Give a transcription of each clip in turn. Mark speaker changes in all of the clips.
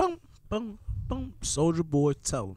Speaker 1: boom, boom. Soldier Boy, tell him.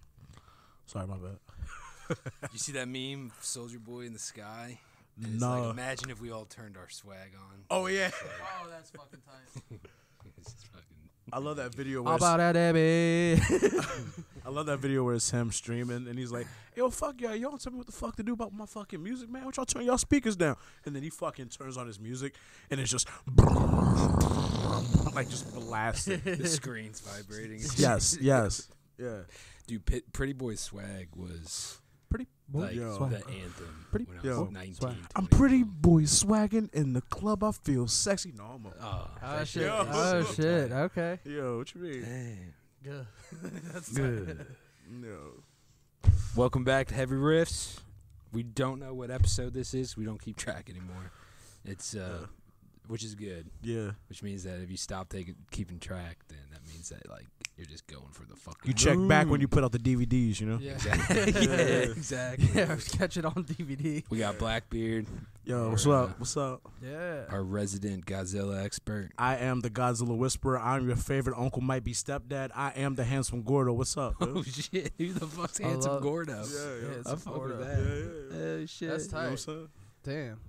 Speaker 1: Sorry, my bad.
Speaker 2: You see that meme, Soldier Boy in the sky? And it's
Speaker 1: No.
Speaker 2: Like, imagine if we all turned our swag on.
Speaker 1: Oh yeah,
Speaker 3: Oh, that's fucking tight.
Speaker 2: It's just fucking-
Speaker 1: I love that video. Where
Speaker 3: How
Speaker 1: it's-
Speaker 3: about that, Abby?
Speaker 1: I love that video where it's him streaming and he's like, "Yo, fuck y'all, y'all don't tell me what the fuck to do about my fucking music, man. What y'all turn y'all speakers down?" And then he fucking turns on his music and it's just like just blasting.
Speaker 2: the screen's vibrating.
Speaker 1: yes, yes, yeah.
Speaker 2: Dude, Pit, Pretty Boy Swag was
Speaker 3: Pretty boy.
Speaker 2: like
Speaker 1: yo.
Speaker 2: the anthem
Speaker 3: Pretty
Speaker 2: when I
Speaker 1: yo.
Speaker 2: was 19.
Speaker 3: Swag.
Speaker 2: 20.
Speaker 1: I'm pretty boy swagging in the club. I feel sexy. No, I'm a,
Speaker 2: Oh,
Speaker 3: Oh
Speaker 2: that
Speaker 3: shit!
Speaker 1: Yo.
Speaker 3: Oh shit! Oh. Okay.
Speaker 1: yo. What you mean?
Speaker 2: Damn.
Speaker 3: Good.
Speaker 2: Good.
Speaker 1: No.
Speaker 2: Welcome back to Heavy Riffs. We don't know what episode this is. We don't keep track anymore. It's uh, which is good.
Speaker 1: Yeah.
Speaker 2: Which means that if you stop taking keeping track, then that means that like you're just going for the fucking.
Speaker 1: You check back when you put out the DVDs. You know.
Speaker 3: Yeah.
Speaker 2: Exactly. yeah,
Speaker 1: Yeah.
Speaker 2: exactly.
Speaker 3: yeah. Catch it on DVD.
Speaker 2: We got Blackbeard,
Speaker 1: Yo, what's
Speaker 2: Or, uh,
Speaker 1: up? What's up?
Speaker 3: Yeah.
Speaker 2: our resident Godzilla expert.
Speaker 1: I am the Godzilla Whisperer. I'm your favorite uncle, might be stepdad. I am the handsome Gordo. What's up? yo?
Speaker 2: Oh shit! Who the fuck's
Speaker 3: I
Speaker 2: handsome
Speaker 3: love-
Speaker 2: Gordo?
Speaker 1: yeah.
Speaker 3: it's
Speaker 2: I
Speaker 3: a
Speaker 2: fuck
Speaker 3: photo.
Speaker 2: with
Speaker 1: Yeah,
Speaker 2: that.
Speaker 1: yeah, yeah.
Speaker 2: Oh shit!
Speaker 3: That's
Speaker 1: You know what I'm
Speaker 3: tight.
Speaker 1: saying?
Speaker 3: Damn.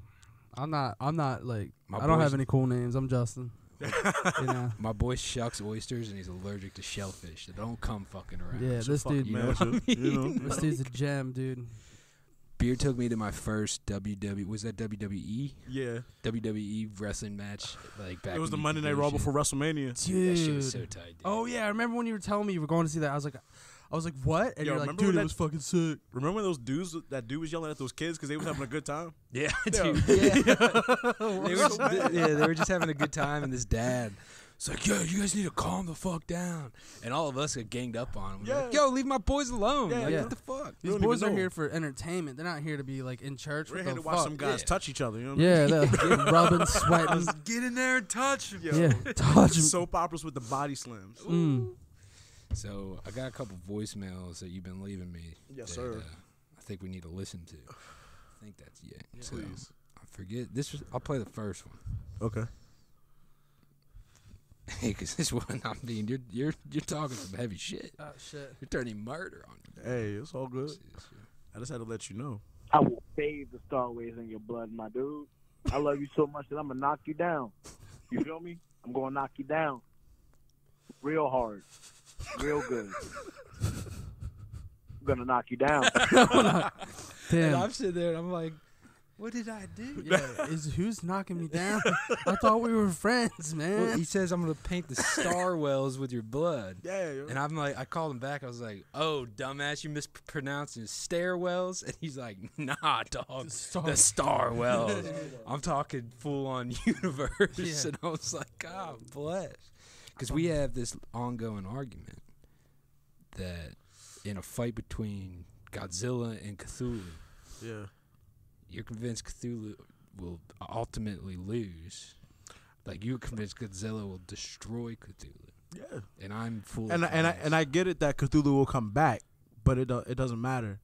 Speaker 3: I'm not. I'm not like.
Speaker 2: My
Speaker 3: I don't
Speaker 2: boys-
Speaker 3: have any cool names. I'm Justin. you know.
Speaker 2: My boy shucks oysters and he's allergic to shellfish. So don't come fucking around.
Speaker 3: Yeah. This
Speaker 1: fucking
Speaker 3: dude.
Speaker 2: you know what I
Speaker 1: magic, you know?
Speaker 3: This dude's a gem, dude.
Speaker 2: Beer took me to my first WWE. Was that E? WWE?
Speaker 1: Yeah.
Speaker 2: WWE E wrestling match. Like back.
Speaker 1: It was the
Speaker 2: when you
Speaker 1: Monday
Speaker 2: could
Speaker 1: Night
Speaker 2: do
Speaker 1: Raw
Speaker 2: shit.
Speaker 1: before WrestleMania.
Speaker 2: Dude, that shit was so
Speaker 3: Dude.
Speaker 2: tight. Dude.
Speaker 3: Oh yeah, I remember when you were telling me you were going to see that. I was like, I was like, what? And
Speaker 1: Yo,
Speaker 3: you're like,
Speaker 1: remember
Speaker 3: dude,
Speaker 1: when
Speaker 3: it was fucking sick.
Speaker 1: Remember when those dudes, that dude was yelling at those kids because they was having a good time?
Speaker 2: yeah,
Speaker 1: Yeah.
Speaker 2: dude. Yeah. they were just, yeah, they were just having a good time, and this dad. was like, yo, you guys need to calm the fuck down. And all of us got ganged up on him. We were like,
Speaker 1: Yeah.
Speaker 2: yo, leave my boys alone.
Speaker 1: Yeah,
Speaker 2: like,
Speaker 3: yeah.
Speaker 2: what the fuck?
Speaker 1: You
Speaker 3: These
Speaker 1: don't even
Speaker 3: boys are
Speaker 1: know.
Speaker 3: here for entertainment. They're not here to be like in church.
Speaker 1: We're
Speaker 3: What
Speaker 1: here
Speaker 3: the
Speaker 1: to watch
Speaker 3: fuck?
Speaker 1: some guys
Speaker 2: Yeah.
Speaker 1: touch each other, you know what
Speaker 3: Yeah, they're getting rubbing, sweating.
Speaker 2: Get in there and touch him.
Speaker 1: I mean?
Speaker 3: Yeah,
Speaker 1: Yo,
Speaker 3: dodging.
Speaker 1: Soap operas with the body slams.
Speaker 3: Mm.
Speaker 2: So I got a couple voicemails that you've been leaving me.
Speaker 1: Yes,
Speaker 2: that,
Speaker 1: sir.
Speaker 2: Uh, I think we need to listen to. I think that's yeah. so,
Speaker 1: Please.
Speaker 2: I forget this. Was, I'll play the first one
Speaker 1: Okay.
Speaker 2: because this one. I mean, you're you're you're talking some heavy shit.
Speaker 3: Oh shit.
Speaker 2: You're turning murder on me.
Speaker 1: Hey, it's all good.
Speaker 2: This is-
Speaker 1: I just had to let you know.
Speaker 4: I will bathe the starways in your blood, my dude. I love you so much that I'm gonna knock you down. You feel me? I'm gonna knock you down. Real hard. Real good. I'm gonna knock you down.
Speaker 2: And
Speaker 3: Damn.
Speaker 2: I'm sitting there and I'm like, what did I do?
Speaker 3: Yeah, is who's knocking me down? I thought we were friends,
Speaker 2: Well, he
Speaker 3: man.
Speaker 2: says I'm gonna paint the star wells with your blood.
Speaker 1: Yeah, yo.
Speaker 2: And I'm like, I called him back. I was like, "Oh, dumbass, you mispronouncing stairwells." And he's like, "Nah, dog, the,
Speaker 3: star-
Speaker 2: starwells. I'm talking full on universe."
Speaker 3: Yeah.
Speaker 2: And I was like, "God bless," because we have this ongoing argument that in a fight between Godzilla and Cthulhu,
Speaker 1: yeah.
Speaker 2: you're convinced Cthulhu will ultimately lose. Like you're convinced Godzilla will destroy Cthulhu,
Speaker 1: Yeah.
Speaker 2: and I'm full.
Speaker 1: And I, and I and I get it that Cthulhu will come back, but it do- it doesn't matter.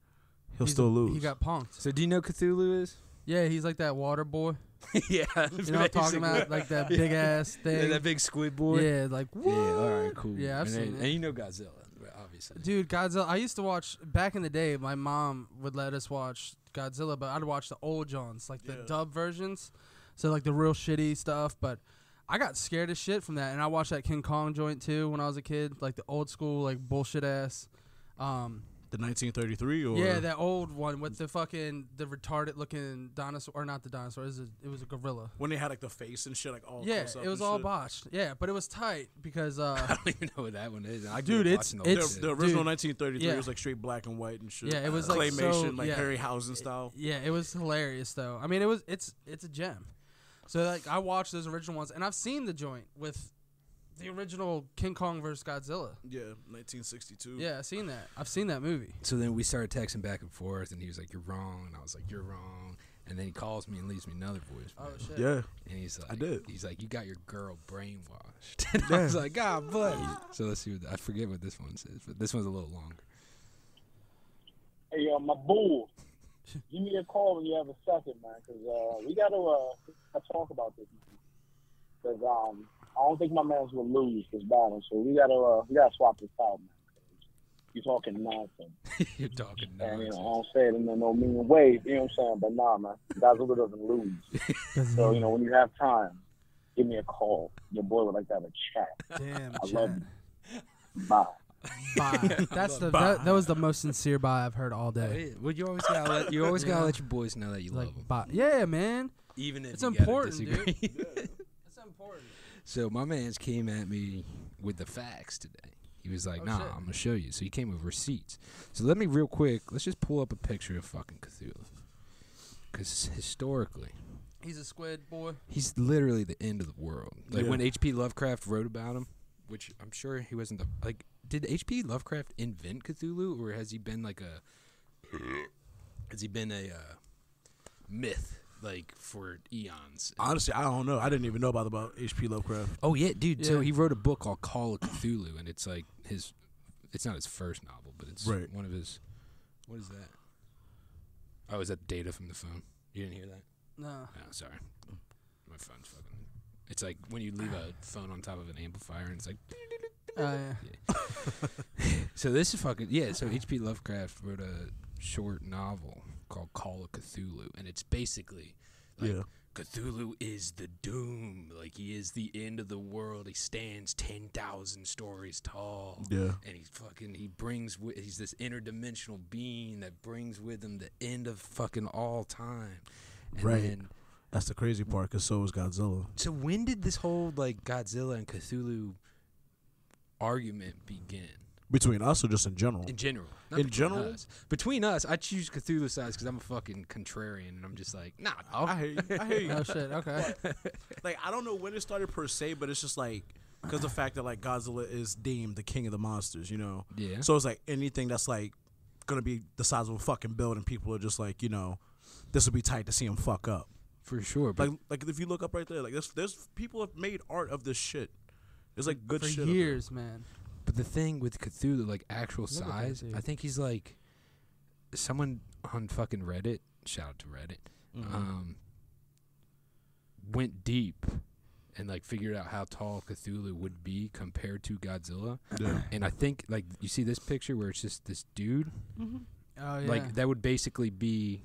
Speaker 1: He'll
Speaker 3: He's-
Speaker 1: still lose.
Speaker 3: He got punked.
Speaker 2: So do you know Cthulhu is?
Speaker 3: Yeah, he's like that water boy.
Speaker 2: yeah,
Speaker 3: You know what I'm talking about? Like that big ass thing.
Speaker 2: that big squid boy.
Speaker 3: Yeah, like what?
Speaker 2: all right, cool.
Speaker 3: Yeah, I've
Speaker 2: and
Speaker 3: seen
Speaker 2: then,
Speaker 3: it.
Speaker 2: And you know Godzilla, obviously.
Speaker 3: Dude, Godzilla. I used to watch back in the day. My mom would let us watch Godzilla, but I'd watch the old Johns, like the
Speaker 1: Yeah.
Speaker 3: dub versions, so like the real shitty stuff. But I got scared as shit from that, and I watched that King Kong joint too when I was a kid, like the old school, like bullshit ass. Um,
Speaker 1: the 1933 or
Speaker 3: yeah, that old one with the fucking the retarded looking dinosaur, or not the dinosaur. It was a, it was a gorilla.
Speaker 1: when they had like the face and shit, like all
Speaker 3: yeah,
Speaker 1: close up
Speaker 3: it was
Speaker 1: and
Speaker 3: all
Speaker 1: shit.
Speaker 3: botched. Yeah, but it was tight because
Speaker 2: I
Speaker 3: uh,
Speaker 2: don't even know what that one is. and I
Speaker 3: Dude,
Speaker 2: grew up
Speaker 3: it's-
Speaker 2: watching
Speaker 3: it's-
Speaker 2: old
Speaker 1: The,
Speaker 2: shit.
Speaker 1: the original
Speaker 3: Dude.
Speaker 1: 1933
Speaker 3: Yeah.
Speaker 1: was like straight black and white and shit.
Speaker 3: Yeah, it was, like, so-
Speaker 1: claymation, like
Speaker 3: yeah.
Speaker 1: Harryhausen style.
Speaker 3: Yeah, it was hilarious though. I mean, it was it's it's a gem. So like I watched those original ones, and I've seen the joint with the original King Kong versus Godzilla.
Speaker 1: Yeah, 1962.
Speaker 3: Yeah, I've seen that. I've seen that movie.
Speaker 2: So then we started texting back and forth, and he was like, "You're wrong," and I was like, "You're wrong." And then he calls me and leaves me another voice.
Speaker 3: Oh shit.
Speaker 1: yeah,
Speaker 2: And he's like,
Speaker 1: did.
Speaker 2: He's like, "You got your girl brainwashed." and I was like, "God bless." So let's see. What, I forget what this one says, but this one's a little longer.
Speaker 4: Hey, yo, my bull. Give me a call when you have a second, man, because uh, we got to uh, talk about this. Because um, I don't think my man's gonna lose this battle, so we gotta uh, we gotta swap this out, man. You talking nonsense,
Speaker 2: You're talking
Speaker 4: and you know I
Speaker 2: nonsense.
Speaker 4: don't say it in no mean way. You know what I'm saying? But nah, man, Godzilla doesn't lose. So you know when you have time, give me a call. Your boy would like to have a chat.
Speaker 3: Damn,
Speaker 4: I
Speaker 3: Chad.
Speaker 4: love you. Bye.
Speaker 3: Bye. That's the
Speaker 1: Bye.
Speaker 3: that, that was the most sincere bye I've heard all day.
Speaker 2: Hey, Well, you always gotta let you always
Speaker 3: Yeah.
Speaker 2: gotta let your boys know that you
Speaker 3: Like
Speaker 2: love them,
Speaker 3: bye. Yeah, man.
Speaker 2: even if
Speaker 3: It's
Speaker 2: you gotta
Speaker 3: important, dude.
Speaker 2: disagree.
Speaker 3: That's important.
Speaker 2: So my man's came at me with the facts today. He was like,
Speaker 3: Oh,
Speaker 2: "Nah,
Speaker 3: shit.
Speaker 2: I'm gonna show you." So he came with receipts. So let me real quick. Let's just pull up a picture of fucking Cthulhu, because historically,
Speaker 3: He's a squid boy.
Speaker 2: he's literally the end of the world. Like
Speaker 1: Yeah.
Speaker 2: when H.P. Lovecraft wrote about him, which I'm sure he wasn't the like. Did H.P. Lovecraft invent Cthulhu, or has he been like a? has he been a uh, myth like for eons?
Speaker 1: Honestly, I don't know. I didn't even know about about H.P. Lovecraft.
Speaker 2: Oh yeah, dude. So
Speaker 3: Yeah.
Speaker 2: he wrote a book called Call of Cthulhu, and it's like his. It's not his first novel, but it's
Speaker 1: Right.
Speaker 2: one of his. What is that? Oh, is that data from the phone? You didn't hear that?
Speaker 3: No.
Speaker 2: Oh, sorry. My phone's fucking. It's like when you leave a phone on top of an amplifier, and it's like.
Speaker 3: Uh, yeah.
Speaker 2: So this is fucking yeah. So H.P. Lovecraft wrote a short novel called Call of Cthulhu, and it's basically like
Speaker 1: Yeah.
Speaker 2: Cthulhu is the doom, like he is the end of the world. He stands ten thousand stories tall.
Speaker 1: Yeah.
Speaker 2: And he fucking he brings with he's this interdimensional being that brings with him the end of fucking all time. And
Speaker 1: Right.
Speaker 2: then-
Speaker 1: That's the crazy part, because so is Godzilla.
Speaker 2: so when did this whole like Godzilla and Cthulhu argument begin?
Speaker 1: Between us or just in general?
Speaker 2: In general. not
Speaker 1: In
Speaker 2: between
Speaker 1: general?
Speaker 2: us. Between us, I choose Cthulhu size because I'm a fucking contrarian and I'm just like, nah, dog.
Speaker 1: I hear you. I hear you.
Speaker 3: Oh shit. Okay.
Speaker 1: like I don't know when it started per se, but it's just like because the fact that like Godzilla is deemed the king of the monsters, you know.
Speaker 2: Yeah.
Speaker 1: So it's like anything that's like gonna be the size of a fucking building, people are just like, you know, this would be tight to see him fuck up.
Speaker 2: for sure. But
Speaker 1: Like, like if you look up right there, like there's there's people have made art of this shit. There's like good
Speaker 3: For
Speaker 1: shit. up
Speaker 3: years, man.
Speaker 2: But the thing with Cthulhu, like actual
Speaker 3: Look at that
Speaker 2: size, I
Speaker 3: dude.
Speaker 2: think he's like someone on fucking Reddit. Shout out to Reddit.
Speaker 1: there. Mhm.
Speaker 2: Um, went deep and like figured out how tall Cthulhu would be compared to Godzilla.
Speaker 1: yeah.
Speaker 2: And I think like you see this picture where it's just this dude.
Speaker 3: Oh yeah.
Speaker 2: Like that would basically be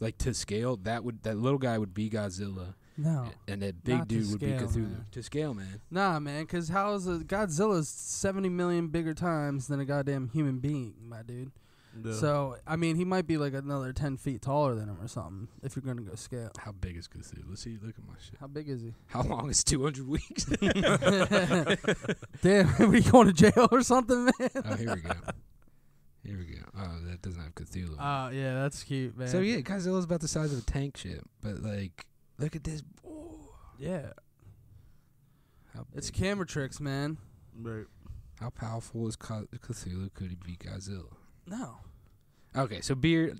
Speaker 2: like to scale. That would that little guy would be Godzilla,
Speaker 3: no.
Speaker 2: and that big
Speaker 3: Oh. Not to
Speaker 2: dude would be
Speaker 3: scale,
Speaker 2: Cthulhu.
Speaker 3: man.
Speaker 2: To scale, man.
Speaker 3: Nah, man. Cause how is a Godzilla's seventy million bigger times than a goddamn human being, my dude.
Speaker 1: Yeah.
Speaker 3: So I mean, he might be like another ten feet taller than him or something. If you're gonna go scale.
Speaker 2: How big is Cthulhu? Let's see. Look at my shit.
Speaker 3: How big is he?
Speaker 2: How long is two hundred weeks?
Speaker 3: Damn, we going to jail or something, man?
Speaker 2: oh, here we go. Here we go. Oh, that doesn't have Cthulhu. on
Speaker 3: Oh yeah, that's cute,
Speaker 2: it.
Speaker 3: man.
Speaker 2: so yeah, Godzilla's about the size of a tank ship, but like, look at this. Ooh,
Speaker 3: yeah,
Speaker 2: how
Speaker 3: it's
Speaker 2: big-
Speaker 3: camera tricks, man.
Speaker 1: right.
Speaker 2: how powerful is Co- Cthulhu? Could he be Godzilla?
Speaker 3: No,
Speaker 2: Okay, so beer.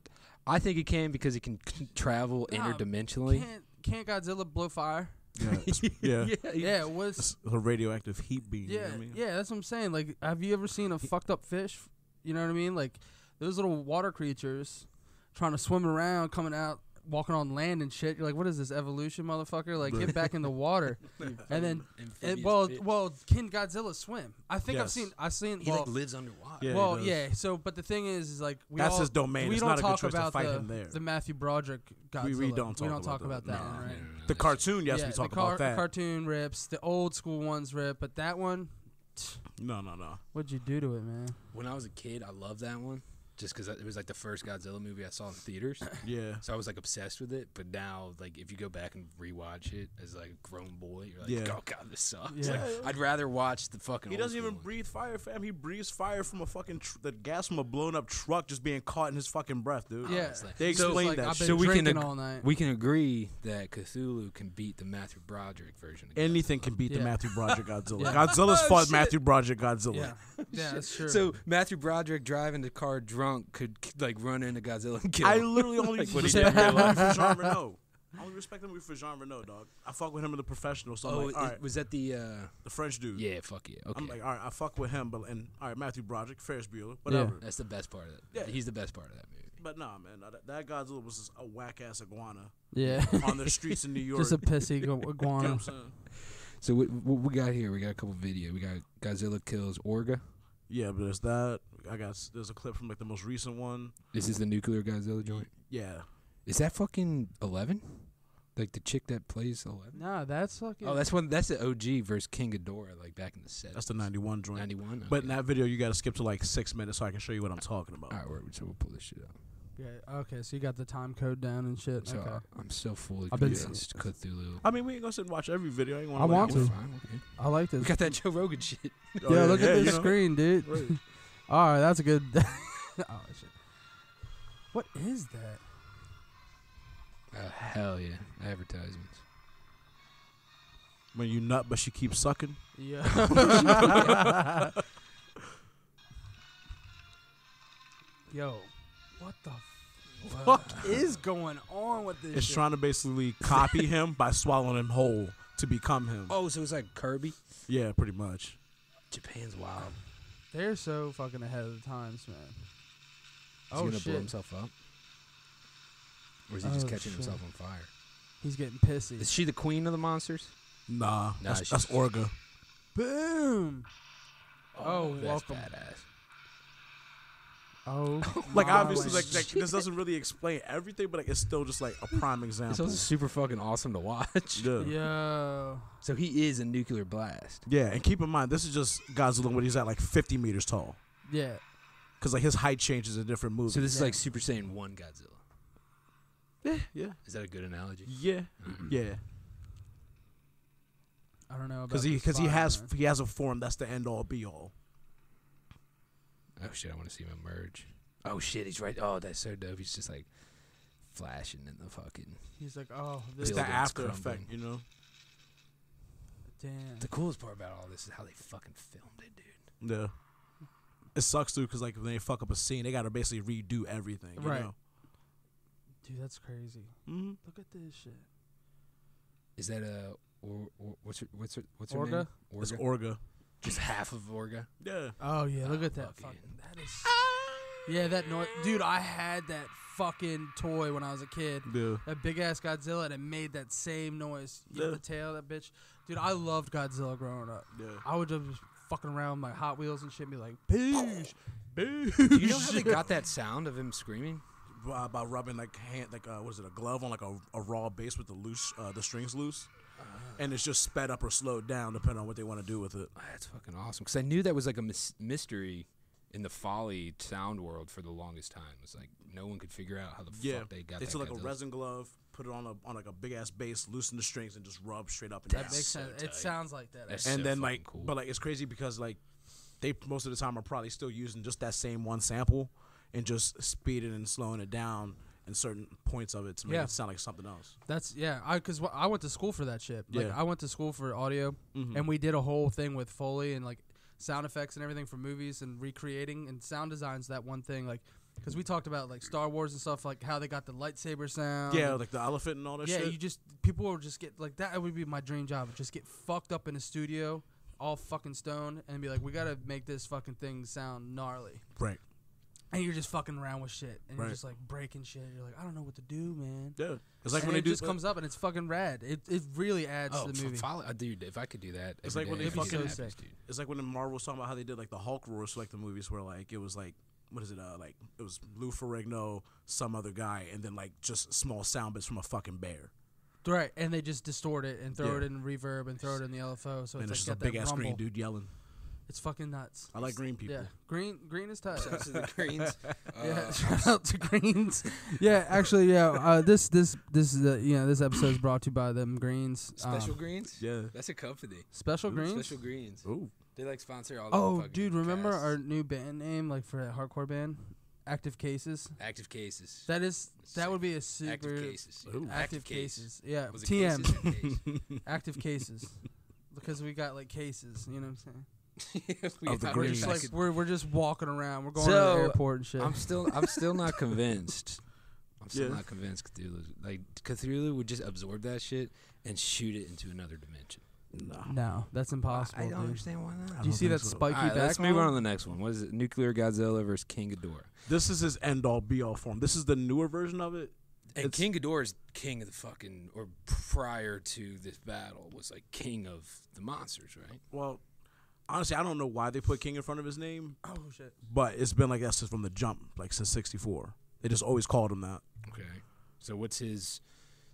Speaker 2: I think it can because it can c- travel
Speaker 3: Nah,
Speaker 2: interdimensionally.
Speaker 3: can't can't Godzilla blow fire?
Speaker 1: Yeah. yeah.
Speaker 3: Yeah, what's
Speaker 1: It's a radioactive heat beam. you know
Speaker 3: yeah,
Speaker 1: what I mean?
Speaker 3: yeah. That's what I'm saying. Like, have you ever seen a fucked up fish? You know what I mean? Like those little water creatures trying to swim around, coming out, walking on land and shit. You're like, what is this evolution, motherfucker? Like, get back in the water. and then, and, well, well, can Godzilla swim? I think I've
Speaker 1: Yes.
Speaker 3: seen. I've seen.
Speaker 2: he
Speaker 3: Well,
Speaker 2: like lives underwater.
Speaker 1: Yeah, he
Speaker 3: well,
Speaker 1: does.
Speaker 3: yeah. So, but the thing is, is like we
Speaker 1: That's
Speaker 3: all,
Speaker 1: his domain.
Speaker 3: We
Speaker 1: It's
Speaker 3: don't
Speaker 1: not a good
Speaker 3: talk
Speaker 1: choice to
Speaker 3: about
Speaker 1: fight
Speaker 3: the,
Speaker 1: him there.
Speaker 3: the Matthew Broderick Godzilla.
Speaker 1: We- we don't talk
Speaker 3: talk
Speaker 1: about
Speaker 3: about
Speaker 1: that.
Speaker 3: that,
Speaker 1: Nah,
Speaker 3: one, right?
Speaker 1: The cartoon, yes,
Speaker 3: yeah,
Speaker 1: we talk
Speaker 3: the car-
Speaker 1: about that.
Speaker 3: Cartoon rips. The old school ones rip, but that one,
Speaker 1: no, no, no.
Speaker 3: what'd you do to it, man?
Speaker 2: When I was a kid, I loved that one just because it was like the first Godzilla movie I saw in theaters.
Speaker 1: Yeah.
Speaker 2: So I was like obsessed with it, but now like if you go back and rewatch it as like a grown boy, you're like,
Speaker 1: Yeah.
Speaker 2: oh god, this sucks.
Speaker 3: Yeah.
Speaker 2: Like, I'd rather watch the fucking.
Speaker 1: He
Speaker 2: old
Speaker 1: doesn't
Speaker 2: school
Speaker 1: even
Speaker 2: one.
Speaker 1: breathe fire, fam. He breathes fire from a fucking tr- the gas from a blown up truck just being caught in his fucking breath, dude.
Speaker 3: Yeah.
Speaker 2: It's
Speaker 1: They
Speaker 2: so,
Speaker 1: explained
Speaker 3: like,
Speaker 1: that
Speaker 3: I've
Speaker 1: shit.
Speaker 3: been
Speaker 2: So we can
Speaker 3: drinking
Speaker 2: ag-
Speaker 3: all night.
Speaker 2: we can agree that Cthulhu can beat the Matthew Broderick version. Of
Speaker 1: Anything can beat the
Speaker 3: Yeah.
Speaker 1: Matthew Broderick Godzilla.
Speaker 3: Yeah.
Speaker 1: Godzilla's
Speaker 2: Oh,
Speaker 1: fought
Speaker 2: shit.
Speaker 1: Matthew Broderick Godzilla.
Speaker 3: yeah, yeah, that's true.
Speaker 2: Godzilla. So Matthew Broderick driving the car drunk could like run into Godzilla and kill.
Speaker 1: I
Speaker 2: him.
Speaker 1: literally only
Speaker 2: Like, what he
Speaker 1: respect
Speaker 2: did in
Speaker 1: him
Speaker 2: real life.
Speaker 1: for Jean Renault. I only respect him for Jean Renault, dog. I fuck with him in the professional, so I'm
Speaker 2: oh,
Speaker 1: like,
Speaker 2: it-
Speaker 1: all right,
Speaker 2: was that the? uh
Speaker 1: the French dude.
Speaker 2: Yeah, fuck yeah. Okay,
Speaker 1: I'm like, all right, I fuck with him, but and all right, Matthew Broderick, Ferris Bueller, whatever.
Speaker 2: that's the best part of that.
Speaker 1: Yeah.
Speaker 2: he's the best part of that movie.
Speaker 1: But nah, man, nah, that, that Godzilla was just a whack ass iguana
Speaker 3: yeah,
Speaker 1: on the streets in New York.
Speaker 3: just a pissy gu-
Speaker 1: you know what
Speaker 3: iguana.
Speaker 1: I'm saying?
Speaker 2: So what, what we got here? We got a couple video. We got Godzilla kills Orga.
Speaker 1: Yeah, but there's that. I got s- there's a clip from like the most recent one.
Speaker 2: This is the nuclear Godzilla joint.
Speaker 1: Yeah,
Speaker 2: Is that fucking Eleven? Like the chick that plays Eleven?
Speaker 3: Nah, that's fucking.
Speaker 2: Oh, that's one. That's the OG versus King Ghidorah, like back in the set.
Speaker 1: that's the '91 joint.
Speaker 2: ninety one.
Speaker 1: But in that video, you got to skip to like six minutes so I can show you what I'm talking about.
Speaker 2: all right, we're- so we'll pull this shit up.
Speaker 3: yeah, okay. So you got the time code down and shit.
Speaker 2: So
Speaker 3: okay.
Speaker 2: I'm so fully
Speaker 3: I've been-
Speaker 2: convinced Cthulhu.
Speaker 1: I mean, we ain't gonna sit and watch every video. I, ain't
Speaker 3: I
Speaker 1: wanna, like,
Speaker 3: want
Speaker 2: We're
Speaker 3: to.
Speaker 2: fine, we're good.
Speaker 3: I like
Speaker 2: We
Speaker 3: this.
Speaker 2: got that Joe Rogan shit.
Speaker 1: oh,
Speaker 3: yeah, look at
Speaker 1: you
Speaker 3: this
Speaker 1: know?
Speaker 3: screen, dude.
Speaker 1: Right.
Speaker 3: All right, that's a good. oh shit. What is that?
Speaker 2: Oh, hell yeah, advertisements.
Speaker 1: When you nut, but she keeps sucking.
Speaker 3: Yeah. Yo, what the fuck is going on with this?
Speaker 1: It's
Speaker 3: shit?
Speaker 1: trying to basically copy him by swallowing him whole to become him.
Speaker 2: Oh, so it's like Kirby.
Speaker 1: Yeah, pretty much.
Speaker 2: Japan's wild.
Speaker 3: They're so fucking ahead of the times, man.
Speaker 2: Is
Speaker 3: oh
Speaker 2: he gonna blow
Speaker 3: shit,
Speaker 2: himself up? Or is he just
Speaker 3: Oh,
Speaker 2: catching
Speaker 3: shit.
Speaker 2: himself on fire?
Speaker 3: he's getting pissy.
Speaker 2: Is she the queen of the monsters?
Speaker 1: Nah, that's,
Speaker 2: she's-
Speaker 1: that's Orga.
Speaker 3: Boom. Oh,
Speaker 2: that's
Speaker 3: welcome.
Speaker 2: badass.
Speaker 3: Oh,
Speaker 1: Like
Speaker 3: my
Speaker 1: obviously,
Speaker 3: land.
Speaker 1: like, like this doesn't really explain everything, but like it's still just like a prime
Speaker 2: It's
Speaker 1: example.
Speaker 2: also super fucking awesome to watch.
Speaker 1: Yeah. yeah,
Speaker 3: Yo,
Speaker 2: So he is a nuclear blast.
Speaker 1: and keep in mind this is just Godzilla when he's at like 50 meters tall,
Speaker 3: yeah.
Speaker 1: because like his height changes in different movies.
Speaker 2: So this is
Speaker 3: Yeah.
Speaker 2: like Super Saiyan One Godzilla.
Speaker 1: yeah, yeah,
Speaker 2: Is that a good analogy?
Speaker 1: yeah, yeah.
Speaker 3: I don't know about
Speaker 1: Because he
Speaker 3: this
Speaker 1: because he
Speaker 3: fire,
Speaker 1: has
Speaker 3: man.
Speaker 1: he has a form that's the end all be all.
Speaker 2: Oh shit, I want to see him emerge. Oh shit, he's right. Oh, that's so dope. He's just like flashing in the fucking.
Speaker 3: He's like, oh,
Speaker 1: It's
Speaker 3: this
Speaker 1: the
Speaker 2: Building's
Speaker 1: after
Speaker 2: crumbling.
Speaker 1: effect, you know.
Speaker 3: damn.
Speaker 2: The coolest part about all this is how they fucking filmed it, dude.
Speaker 1: Yeah. It sucks too, because like when they fuck up a scene, they gotta basically redo everything. You
Speaker 3: Right.
Speaker 1: Know?
Speaker 3: Dude, that's crazy.
Speaker 1: Mm-hmm.
Speaker 3: Look at this shit.
Speaker 2: Is that a or, or what's her what's her what's her
Speaker 3: Orga?
Speaker 2: name?
Speaker 1: It's
Speaker 2: Orga.
Speaker 1: Orga.
Speaker 2: just half of Orga.
Speaker 1: Yeah.
Speaker 3: Oh
Speaker 1: Ah,
Speaker 3: yeah, look
Speaker 2: Oh,
Speaker 3: at that.
Speaker 2: fuck
Speaker 3: Fucking,
Speaker 2: yeah.
Speaker 3: that is. Yeah, that noise, dude. I had that fucking toy when I was a kid.
Speaker 1: Yeah.
Speaker 3: That big ass Godzilla, and it made that same noise. You know
Speaker 1: Yeah.
Speaker 3: the tail, that bitch. Dude, I loved Godzilla growing up.
Speaker 1: Yeah.
Speaker 3: I would just fucking around with my Hot Wheels and shit, and be like, "Boosh, boosh."
Speaker 2: Do you know how they got that sound of him screaming?
Speaker 1: By, by rubbing like hand, like uh, what is it, a glove on like a, a raw bass with the loose, uh, the strings loose, and it's just sped up or slowed down depending on what they want to do with it.
Speaker 2: Oh, that's fucking awesome. Because I knew that was like a mys- mystery in the folly sound world for the longest time. It's like no one could figure out how the fuck they got
Speaker 1: they
Speaker 2: that.
Speaker 1: took like a
Speaker 2: Godzilla-
Speaker 1: resin glove, put it on a on like a big ass bass, loosen the strings, and just rub straight up and
Speaker 3: that
Speaker 1: down.
Speaker 3: makes
Speaker 2: so
Speaker 3: sense.
Speaker 2: tight.
Speaker 3: It sounds like that.
Speaker 2: That's
Speaker 3: actually.
Speaker 1: and
Speaker 2: so
Speaker 1: then
Speaker 2: fucking
Speaker 1: like
Speaker 2: cool.
Speaker 1: but like it's crazy because like they most of the time are probably still using just that same one sample and just speeding and slowing it down in certain points of it to make
Speaker 3: Yeah.
Speaker 1: it sound like something else.
Speaker 3: That's yeah, I because I went to school for that shit. Like
Speaker 1: Yeah.
Speaker 3: I went to school for audio, and we did a whole thing with Foley and like sound effects and everything for movies and recreating and sound designs. That one thing, like, because we talked about like Star Wars and stuff, like how they got the lightsaber sound.
Speaker 1: yeah,
Speaker 3: and-
Speaker 1: like the elephant and all that
Speaker 3: Um, yeah.
Speaker 1: shit.
Speaker 3: You just people would just get like that. Would be my dream job. Just get fucked up in a studio, all fucking stoned, and be like, we gotta make this fucking thing sound gnarly.
Speaker 1: right.
Speaker 3: And you're just fucking around with shit, and
Speaker 1: Right.
Speaker 3: you're just like breaking shit. You're like, I don't know what to do, man.
Speaker 1: Yeah. It's like when
Speaker 3: And
Speaker 1: they
Speaker 3: it
Speaker 1: do
Speaker 3: just comes up and it's fucking rad. It it really adds
Speaker 2: Oh,
Speaker 3: to the movie.
Speaker 2: Folly, uh, dude! If I could do that,
Speaker 1: It's
Speaker 2: every
Speaker 1: like when
Speaker 2: day,
Speaker 1: they
Speaker 2: it'd be
Speaker 1: fucking-
Speaker 2: so happy, dude.
Speaker 1: it's like when the Marvel was talking about how they did like the Hulk roars for like the movies where like it was like what is it uh like it was Lou Ferrigno, some other guy, and then like just small sound bits from a fucking bear.
Speaker 3: Right, and they just distort it and throw
Speaker 1: Yeah.
Speaker 3: it in reverb and throw it in the LFO, so
Speaker 1: and it's
Speaker 3: it's
Speaker 1: just
Speaker 3: like
Speaker 1: a
Speaker 3: got
Speaker 1: big
Speaker 3: that
Speaker 1: ass
Speaker 3: rumble.
Speaker 1: green dude yelling.
Speaker 3: It's fucking nuts.
Speaker 1: I like green people.
Speaker 3: Yeah, green green is tight.
Speaker 2: Shouts to the Greens.
Speaker 3: yeah,
Speaker 2: Uh,
Speaker 3: shout out to greens. yeah, actually, yeah. Uh, this this this is the you know this episode is brought to you by them greens. Um,
Speaker 2: Special Greens.
Speaker 1: Yeah.
Speaker 2: That's a company.
Speaker 3: special greens.
Speaker 2: Special Uh, Greens.
Speaker 1: Ooh.
Speaker 2: They like sponsor all. the
Speaker 3: oh,
Speaker 2: fucking
Speaker 3: dude, remember
Speaker 2: casts.
Speaker 3: our new band name like for that hardcore band, Active Cases.
Speaker 2: active cases.
Speaker 3: That is that would be a super
Speaker 2: active cases.
Speaker 1: Ooh.
Speaker 3: Active,
Speaker 2: Case.
Speaker 3: cases. Yeah,
Speaker 2: Was it
Speaker 3: TM.
Speaker 2: cases or case?
Speaker 3: active cases because we got like cases. You know what I'm saying?
Speaker 2: If we
Speaker 1: Of the
Speaker 2: thought
Speaker 3: We're
Speaker 1: Green.
Speaker 3: just
Speaker 2: I
Speaker 3: like
Speaker 2: could-
Speaker 3: we're we're just walking around. We're going to
Speaker 2: So,
Speaker 3: the airport and shit.
Speaker 2: I'm still I'm still not convinced. I'm still
Speaker 1: Yeah.
Speaker 2: not convinced Cthulhu like Cthulhu would just absorb that shit and shoot it into another dimension.
Speaker 1: Nah.
Speaker 3: no, that's impossible.
Speaker 2: I don't
Speaker 3: dude.
Speaker 2: understand why not.
Speaker 3: Do you
Speaker 1: don't
Speaker 3: see
Speaker 1: think
Speaker 3: that
Speaker 1: so.
Speaker 3: spiky
Speaker 2: Alright,
Speaker 3: back?
Speaker 2: let's move on
Speaker 3: him?
Speaker 2: to the next one. What is it? Nuclear Godzilla versus King Ghidorah.
Speaker 1: This is his end all be all form. This is the newer version of it.
Speaker 2: And
Speaker 1: It's-
Speaker 2: King Ghidorah is king of the fucking, or prior to this battle, was like king of the monsters, right?
Speaker 1: Well, honestly, I don't know why they put King in front of his name,
Speaker 3: Oh shit.
Speaker 1: but it's been like that since from the jump, like since '64. They just always called him that.
Speaker 2: Okay. So what's his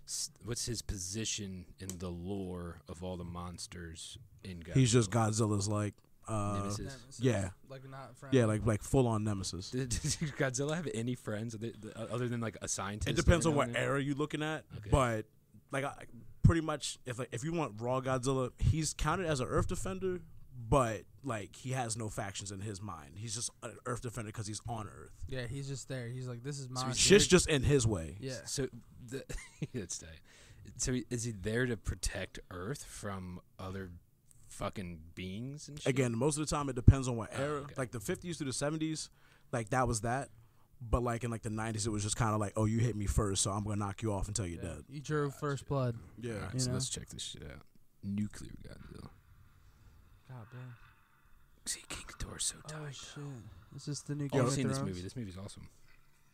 Speaker 2: s- what's his position in the lore of all the monsters in Godzilla?
Speaker 1: He's just Godzilla's like, uh,
Speaker 2: Nemesis.
Speaker 3: Nemesis.
Speaker 1: yeah.
Speaker 3: Like not friend.
Speaker 1: yeah, like like full on nemesis.
Speaker 2: Did, did Godzilla have any friends other- other than like a scientist?
Speaker 1: It depends on
Speaker 2: living
Speaker 1: what
Speaker 2: down there?
Speaker 1: era you're looking at,
Speaker 2: Okay.
Speaker 1: but like I, pretty much if like if you want raw Godzilla, he's counted as an Earth defender, but like he has no factions in his mind. He's just an Earth defender because he's on Earth.
Speaker 3: Yeah, he's just there. He's like, this is mine.
Speaker 1: Shit's just in his way.
Speaker 3: yeah.
Speaker 2: So the, that's tight. So he- is he there to protect Earth from other fucking beings and shit?
Speaker 1: Again, most of the time it depends on what
Speaker 2: Oh,
Speaker 1: era.
Speaker 2: okay.
Speaker 1: Like the 50s to the 70s, like that was that. But like in like the 90s, it was just kind of like, oh, you hit me first, so I'm gonna knock you off until you're dead.
Speaker 3: You drew first blood.
Speaker 1: Yeah.
Speaker 2: All right,
Speaker 3: You
Speaker 2: so
Speaker 3: know?
Speaker 2: let's check this shit out. Nuclear Godzilla.
Speaker 3: God damn.
Speaker 2: See, King Ghidorah's so tight.
Speaker 3: Oh shit. This is the new
Speaker 2: Oh,
Speaker 3: Game
Speaker 2: I've
Speaker 3: of
Speaker 2: seen this
Speaker 3: Thrones.
Speaker 2: movie. This movie's awesome.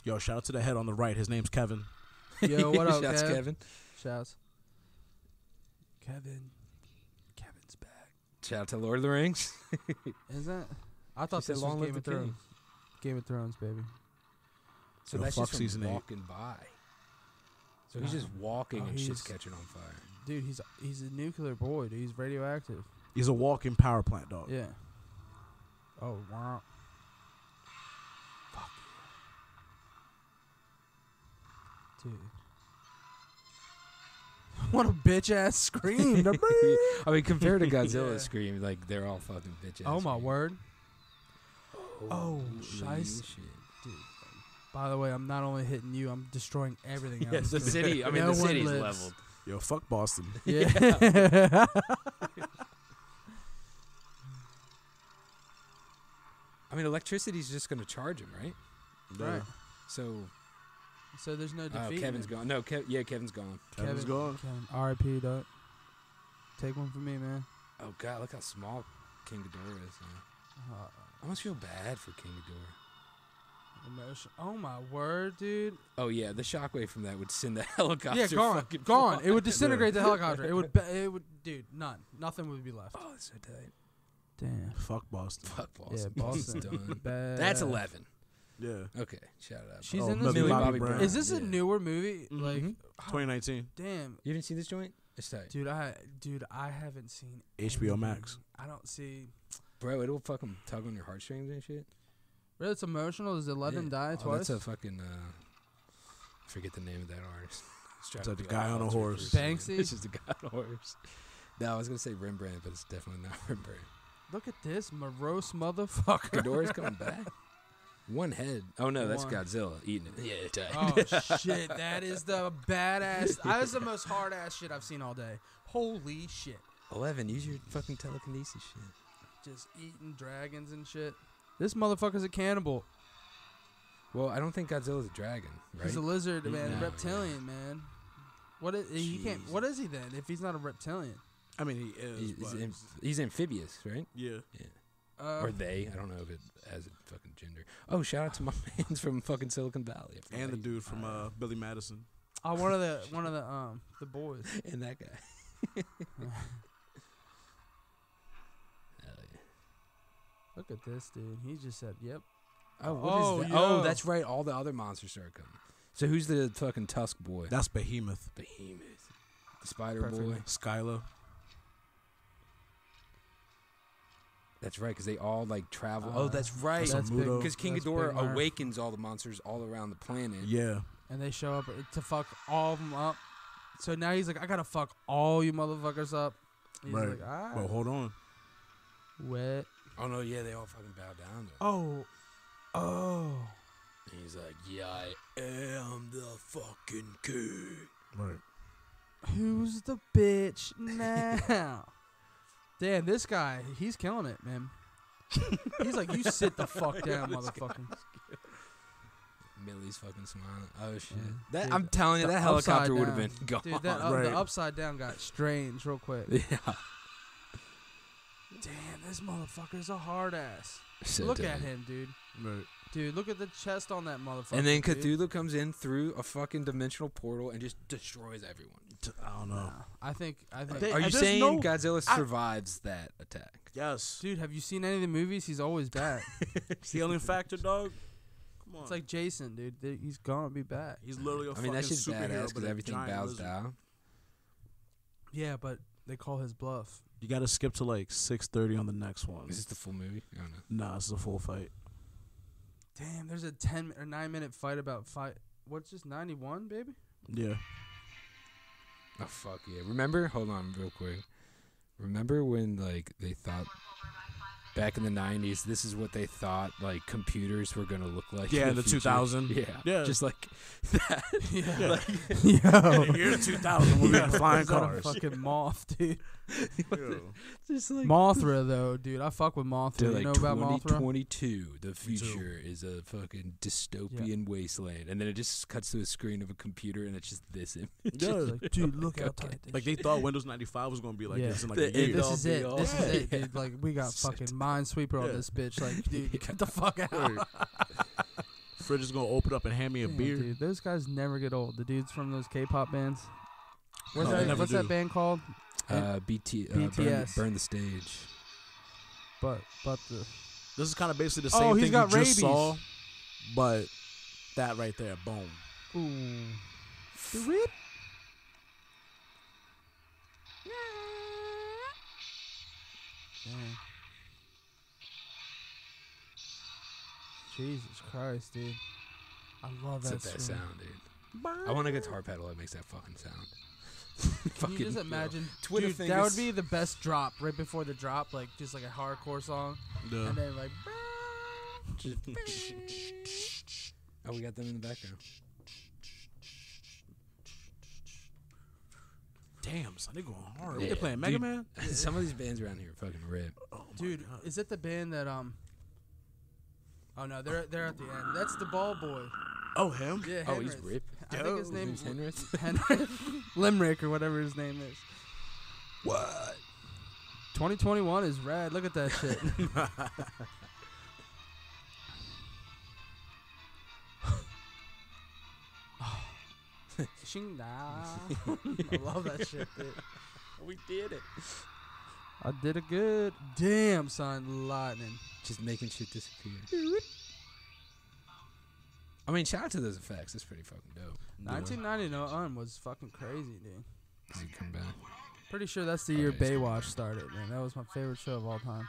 Speaker 1: Yo, shout out to the head on the right. His name's Kevin.
Speaker 3: Yo, what up,
Speaker 2: Shouts,
Speaker 3: Kev?
Speaker 2: Kevin.
Speaker 3: Shouts. Kevin. Kevin's back.
Speaker 2: Shout out to Lord of the Rings.
Speaker 3: Is that? I thought
Speaker 2: said,
Speaker 3: this
Speaker 2: "Long
Speaker 3: was
Speaker 2: live
Speaker 3: Game
Speaker 2: the
Speaker 3: of Thrones. Game of Thrones, baby.
Speaker 2: So
Speaker 1: Yo,
Speaker 2: that's
Speaker 1: fuck
Speaker 2: just
Speaker 1: season
Speaker 2: from
Speaker 1: eight.
Speaker 2: walking by. So he's just walking
Speaker 3: Oh,
Speaker 2: and shit's
Speaker 3: he's-
Speaker 2: catching on fire.
Speaker 3: Dude, he's he's a nuclear boy. Dude. He's radioactive.
Speaker 1: He's a walking power plant dog.
Speaker 3: Yeah. Oh wow. Fuck. Dude. What a bitch ass scream. The beep.
Speaker 2: I mean, compared to Godzilla
Speaker 3: Yeah.
Speaker 2: scream, like they're all fucking bitches.
Speaker 3: oh my word. Oh, shice. Dude. By the way, I'm not only hitting you, I'm destroying everything
Speaker 2: Yes,
Speaker 3: else.
Speaker 2: the city. I mean,
Speaker 3: No
Speaker 2: the
Speaker 3: one
Speaker 2: city's
Speaker 3: lives.
Speaker 2: leveled.
Speaker 1: Yo, fuck Boston.
Speaker 3: Yeah.
Speaker 2: I mean, electricity's just gonna charge him, right?
Speaker 3: right.
Speaker 2: So
Speaker 3: So there's no
Speaker 2: uh,
Speaker 3: defeat.
Speaker 2: Kevin's
Speaker 3: man.
Speaker 2: gone. No, Kev- yeah, Kevin's gone.
Speaker 1: Kevin's
Speaker 3: Kevin-
Speaker 1: gone.
Speaker 3: Kevin, R.I.P. Doc. Take one for me, man.
Speaker 2: Oh god, look how small King Ghidorah is. Man.
Speaker 3: Uh,
Speaker 2: I almost feel bad for King Ghidorah.
Speaker 3: emotion. Oh my word, dude.
Speaker 2: Oh yeah, the shockwave from that would send the helicopter.
Speaker 3: yeah, gone,
Speaker 2: fucking
Speaker 3: gone.
Speaker 2: flying.
Speaker 3: It would disintegrate the helicopter. It would. Be, it would, dude. None. Nothing would be left.
Speaker 2: Oh, that's so tight.
Speaker 3: Damn.
Speaker 1: Fuck Boston.
Speaker 2: Fuck Boston.
Speaker 3: Yeah, Boston.
Speaker 2: done.
Speaker 3: Bad.
Speaker 2: That's eleven.
Speaker 1: Yeah.
Speaker 2: Okay, shout out.
Speaker 3: She's
Speaker 1: Oh,
Speaker 3: in this
Speaker 1: Millie
Speaker 3: movie.
Speaker 1: Bobby Brown.
Speaker 3: Is this a
Speaker 2: Yeah.
Speaker 3: newer movie? Like,
Speaker 2: Mhm.
Speaker 3: oh,
Speaker 1: 2019.
Speaker 3: damn,
Speaker 2: You didn't see this joint? It's tight,
Speaker 3: dude. I, dude, I haven't seen
Speaker 1: HBO
Speaker 3: anything.
Speaker 1: Max.
Speaker 3: I don't see.
Speaker 2: bro. It'll fucking tug on your heartstrings and shit.
Speaker 3: Really, it's emotional. Does Eleven
Speaker 2: Yeah.
Speaker 3: die
Speaker 2: oh,
Speaker 3: twice?
Speaker 2: That's a fucking. Uh, I forget the name of that artist. It's
Speaker 1: that
Speaker 2: driving
Speaker 1: the
Speaker 2: me
Speaker 1: guy on a
Speaker 2: balls right
Speaker 1: horse?
Speaker 2: through it.
Speaker 3: Banksy?
Speaker 2: It's just the guy on a horse. No, I was gonna say Rembrandt, but it's definitely not Rembrandt.
Speaker 3: Look at this morose motherfucker.
Speaker 2: Ghidorah's coming back. One head. Oh no, that's
Speaker 3: One.
Speaker 2: Godzilla eating it. Yeah, it's tight.
Speaker 3: Oh shit, that is the badass. That is the most hard ass shit I've seen all day. Holy shit.
Speaker 2: Eleven, use your fucking telekinesis shit.
Speaker 3: Just eating dragons and shit. This motherfucker's a cannibal.
Speaker 2: Well, I don't think Godzilla's a dragon, right?
Speaker 3: He's a lizard, man.
Speaker 2: No,
Speaker 3: reptilian, man. What is he can't
Speaker 2: Jeez.
Speaker 3: what is he then if he's not a reptilian?
Speaker 1: I mean, he is.
Speaker 2: he's,
Speaker 1: but-
Speaker 2: he's amph- he's amphibious, right?
Speaker 1: yeah.
Speaker 3: Uh,
Speaker 2: or they. I don't know if it has a fucking gender. Oh, shout out to my man's from fucking Silicon Valley. I
Speaker 1: And the
Speaker 2: forgot.
Speaker 1: dude from uh, Billy Madison.
Speaker 3: oh, one of the one of the um the boys.
Speaker 2: and that guy. Hell yeah.
Speaker 3: Look at this dude. He just said, "Yep."
Speaker 2: Oh, what is that?
Speaker 3: yo.
Speaker 2: oh, that's right. All the other monsters started coming. So who's the fucking Tusk boy?
Speaker 1: That's Behemoth.
Speaker 2: Behemoth, the Spider
Speaker 3: Perfect.
Speaker 2: boy.
Speaker 1: Skyla.
Speaker 2: That's right, because they all like travel.
Speaker 3: Uh,
Speaker 2: oh, that's right.
Speaker 1: that's
Speaker 3: big.
Speaker 1: Mudo.
Speaker 2: Because King
Speaker 3: That's Big
Speaker 2: Ghidorah
Speaker 3: Murph.
Speaker 2: awakens all the monsters all around the planet.
Speaker 1: Yeah.
Speaker 3: and they show up to fuck all of them up. So now he's like, I gotta fuck all you motherfuckers up. He's
Speaker 1: Right.
Speaker 3: like, all
Speaker 1: Well,
Speaker 3: right.
Speaker 1: hold on.
Speaker 3: Wet.
Speaker 2: Oh no, yeah, they all fucking bow down to him.
Speaker 3: Oh, oh.
Speaker 2: And he's like, "Yeah, I am the fucking king."
Speaker 1: Right.
Speaker 3: Who's the bitch now? Damn, this guy, he's killing it, man. he's like, you sit the fuck down, motherfucker.
Speaker 2: Millie's fucking smiling. Oh shit!
Speaker 3: Yeah.
Speaker 2: That
Speaker 3: Dude,
Speaker 2: I'm telling you,
Speaker 3: the
Speaker 2: that
Speaker 3: upside
Speaker 2: helicopter would have
Speaker 3: down.
Speaker 2: been gone.
Speaker 3: Dude, that up,
Speaker 1: Right.
Speaker 3: the upside down got strange real quick.
Speaker 2: yeah.
Speaker 3: Damn, this motherfucker's a hard ass.
Speaker 2: So
Speaker 3: Look
Speaker 2: dumb.
Speaker 3: at him, dude.
Speaker 1: Right.
Speaker 3: Dude, look at the chest on that motherfucker.
Speaker 2: and then
Speaker 3: dude.
Speaker 2: Cthulhu comes in through a fucking dimensional portal and just destroys everyone.
Speaker 1: T- I don't know.
Speaker 3: Nah, I think I think.
Speaker 1: They- uh,
Speaker 2: Are you
Speaker 1: there's
Speaker 2: saying
Speaker 1: no-
Speaker 2: Godzilla
Speaker 1: I-
Speaker 2: survives that attack?
Speaker 1: Yes.
Speaker 3: dude, have you seen any of the movies? He's always back.
Speaker 1: Healing factor, dog. Come on.
Speaker 3: it's like Jason, dude. Th- He's gonna be back.
Speaker 1: he's literally a
Speaker 2: I mean, that
Speaker 1: fucking
Speaker 2: shit's
Speaker 1: superhero,
Speaker 2: badass
Speaker 1: but
Speaker 2: because
Speaker 1: a
Speaker 2: everything
Speaker 1: giant
Speaker 2: bows
Speaker 1: lizard.
Speaker 2: down.
Speaker 3: Yeah, but they call his bluff.
Speaker 1: You got to skip to like six thirty on the next one.
Speaker 2: Is this the full movie? I don't know.
Speaker 1: Nah, this is a full fight.
Speaker 3: Damn, there's a ten or nine minute fight about fight. What's this? Ninety one, baby.
Speaker 1: Yeah.
Speaker 2: Oh fuck yeah! Remember? Hold on, real quick. Remember when like they thought back in the '90s, this is what they thought like computers were gonna look like.
Speaker 1: Yeah,
Speaker 2: in
Speaker 1: the
Speaker 2: future?
Speaker 1: 2000.
Speaker 2: Yeah,
Speaker 1: Yeah.
Speaker 2: just like that.
Speaker 3: Yeah.
Speaker 2: Like,
Speaker 1: In the year two thousand, we got flying
Speaker 3: Is that a
Speaker 1: cars.
Speaker 3: fucking moth, dude.
Speaker 1: Yo.
Speaker 2: just like
Speaker 3: Mothra though, dude. I fuck with Mothra.
Speaker 2: They're
Speaker 3: you
Speaker 2: like
Speaker 3: know about Mothra?
Speaker 2: 2022. The future is a fucking dystopian wasteland, and then it just cuts to a screen of a computer, and it's just this image.
Speaker 1: Yeah. Like,
Speaker 3: Like, dude, look
Speaker 2: Okay.
Speaker 3: how tight this
Speaker 1: they thought Windows ninety five was gonna be like
Speaker 3: Yeah.
Speaker 1: this in like
Speaker 2: The
Speaker 1: a year.
Speaker 2: end
Speaker 3: this
Speaker 2: all
Speaker 3: is
Speaker 2: be
Speaker 3: it.
Speaker 2: all.
Speaker 3: This is it,
Speaker 2: Yeah.
Speaker 3: dude. Like we got
Speaker 2: Shit.
Speaker 3: fucking minesweeper
Speaker 1: Yeah.
Speaker 3: on this bitch. Like, dude, get the fuck out.
Speaker 1: Fridge is gonna open up and hand me a
Speaker 3: Damn,
Speaker 1: beer.
Speaker 3: Dude, those guys never get old. The dudes from those K-pop bands. What's,
Speaker 2: No, they
Speaker 3: that,
Speaker 1: never
Speaker 3: what's
Speaker 1: do.
Speaker 3: that band called?
Speaker 2: Uh, BT, uh, burn the-
Speaker 3: BTS.
Speaker 2: burn the stage.
Speaker 3: But but the
Speaker 1: This is kind of basically the
Speaker 3: Oh,
Speaker 1: same
Speaker 3: he's
Speaker 1: thing
Speaker 3: got
Speaker 1: you
Speaker 3: rabies.
Speaker 1: just saw, but that right there, boom.
Speaker 3: ooh. Damn. Jesus Christ, dude. I love
Speaker 2: That's
Speaker 3: that,
Speaker 2: what that
Speaker 3: scream.
Speaker 2: sound, dude. I want a guitar pedal that makes that fucking sound.
Speaker 3: Can
Speaker 2: fucking
Speaker 3: you just imagine,
Speaker 2: Twitter
Speaker 3: dude, that would
Speaker 2: fingers.
Speaker 3: be the best drop right before the drop, like just like a hardcore song,
Speaker 2: Uh.
Speaker 3: and then like.
Speaker 2: Oh, we got them in the background.
Speaker 1: Damn, son, they going hard.
Speaker 2: Yeah,
Speaker 1: They're playing Mega
Speaker 2: dude.
Speaker 1: Man.
Speaker 2: Some of these bands around here are fucking rip.
Speaker 3: Dude,
Speaker 2: Oh
Speaker 3: is it the band that um? Oh no, they're they're at the end. That's the ball boy.
Speaker 1: Oh, him.
Speaker 3: Yeah,
Speaker 2: Oh, he's
Speaker 3: Henrith.
Speaker 2: rip.
Speaker 3: I think his
Speaker 1: Yo.
Speaker 3: name
Speaker 2: His
Speaker 3: is
Speaker 2: name's
Speaker 3: Henry Limerick or whatever his name is.
Speaker 1: What?
Speaker 3: 2021 is rad. Look at that shit. Shing I love that shit, dude.
Speaker 2: We did it.
Speaker 3: I did a good damn son lightning.
Speaker 2: Just making shit disappear. I mean, shout out to those effects. That's pretty fucking dope.
Speaker 3: 1999 was fucking crazy, dude.
Speaker 2: Does he come back?
Speaker 3: Pretty sure that's the year
Speaker 2: Okay.
Speaker 3: Baywatch started, man. That was my favorite show of all time.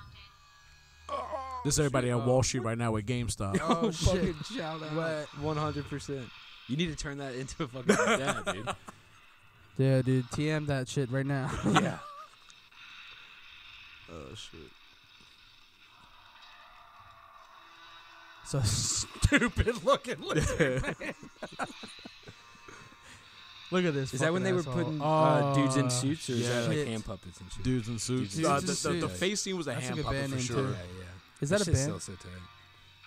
Speaker 1: This is everybody at Wall Street right now with GameStop.
Speaker 3: Oh, shit.
Speaker 2: Oh, fucking shout out.
Speaker 3: What?
Speaker 2: One hundred percent. You need to turn that into a fucking dad, dude.
Speaker 3: Yeah, dude. TM that shit right now.
Speaker 2: yeah.
Speaker 1: Oh shit.
Speaker 3: so stupid looking. Look, look at this.
Speaker 2: Is that when they
Speaker 3: fucking
Speaker 2: were putting
Speaker 3: asshole.
Speaker 2: uh, dudes in
Speaker 3: Oh,
Speaker 2: suits, or is that like
Speaker 3: shit.
Speaker 2: hand puppets and shit?
Speaker 1: Dudes in suits.
Speaker 2: Dudes in
Speaker 1: Uh, the, the, the
Speaker 2: suits.
Speaker 1: face scene was a
Speaker 3: That's a
Speaker 1: hand
Speaker 3: good
Speaker 1: puppet
Speaker 3: band
Speaker 1: for
Speaker 2: Oh, Yeah,
Speaker 3: name,
Speaker 1: sure.
Speaker 3: too.
Speaker 2: yeah.
Speaker 3: Is that
Speaker 2: That
Speaker 3: a
Speaker 2: shit's
Speaker 3: band?
Speaker 2: Still so tight.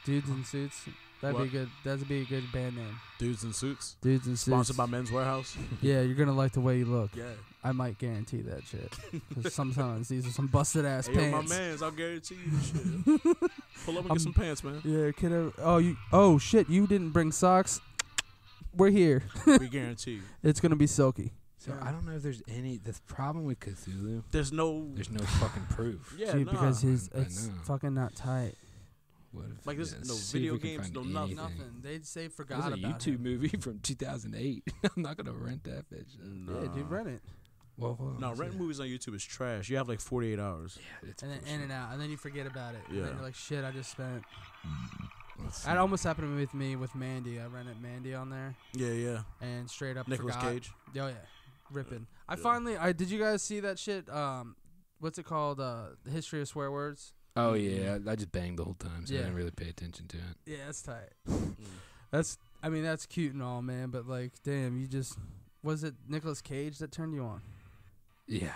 Speaker 3: Dudes in suits. That'd
Speaker 1: What?
Speaker 3: be good. That'd be a good band name.
Speaker 1: Dudes in suits.
Speaker 3: Dudes in suits.
Speaker 1: Sponsored by Men's Warehouse.
Speaker 3: yeah, you're gonna like the way you look.
Speaker 1: Yeah.
Speaker 3: I might guarantee that shit. 'Cause sometimes these are some busted ass
Speaker 1: Hey, yo, my
Speaker 3: pants.
Speaker 1: man's. I'll guarantee you this shit. Pull up and
Speaker 3: I'm-
Speaker 1: get some pants, man.
Speaker 3: Yeah, kiddo. Oh, you. Oh shit, you didn't bring socks. We're here.
Speaker 1: We guarantee. you.
Speaker 3: It's gonna be silky.
Speaker 2: So
Speaker 1: Yeah.
Speaker 2: I don't know if there's any. The problem with Cthulhu,
Speaker 1: There's no.
Speaker 2: there's no fucking proof.
Speaker 1: yeah,
Speaker 3: Dude,
Speaker 1: nah.
Speaker 3: because his
Speaker 2: I
Speaker 3: it's
Speaker 2: know.
Speaker 3: fucking not tight.
Speaker 2: What if,
Speaker 1: Like, there's
Speaker 2: yeah,
Speaker 1: no
Speaker 2: see if
Speaker 1: video
Speaker 2: we can
Speaker 1: games,
Speaker 2: find
Speaker 1: no nothing.
Speaker 2: anything.
Speaker 3: They say
Speaker 2: There's
Speaker 3: forgot
Speaker 2: a YouTube movie from 2008. I'm not gonna rent that bitch.
Speaker 1: Nah.
Speaker 3: Yeah, dude, rent it.
Speaker 2: Well, hold on,
Speaker 1: No,
Speaker 2: is
Speaker 1: rent
Speaker 2: it-
Speaker 1: movies on YouTube is trash. You have like 48 hours.
Speaker 2: Yeah, it's
Speaker 3: and then in and out, and then you forget about it. And
Speaker 1: Yeah.
Speaker 3: then you're like, shit, I just spent.
Speaker 2: bullshit.
Speaker 3: That almost happened with me with Mandy. I rented Mandy on there
Speaker 1: Yeah, yeah.
Speaker 3: and straight up
Speaker 1: Nicolas
Speaker 3: forgot.
Speaker 1: Cage.
Speaker 3: Oh yeah, ripping. I
Speaker 1: yeah.
Speaker 3: finally, I did. You guys see that shit? Um, what's it called? Uh, the history of swear words.
Speaker 2: Oh yeah, I, I just banged the whole time, so I
Speaker 3: Yeah.
Speaker 2: didn't really pay attention to it.
Speaker 3: Yeah, that's tight.
Speaker 1: Mm.
Speaker 3: That's. I mean, that's cute and all, man. But like, damn, you just. Was it Nicolas Cage that turned you on?
Speaker 2: Yeah.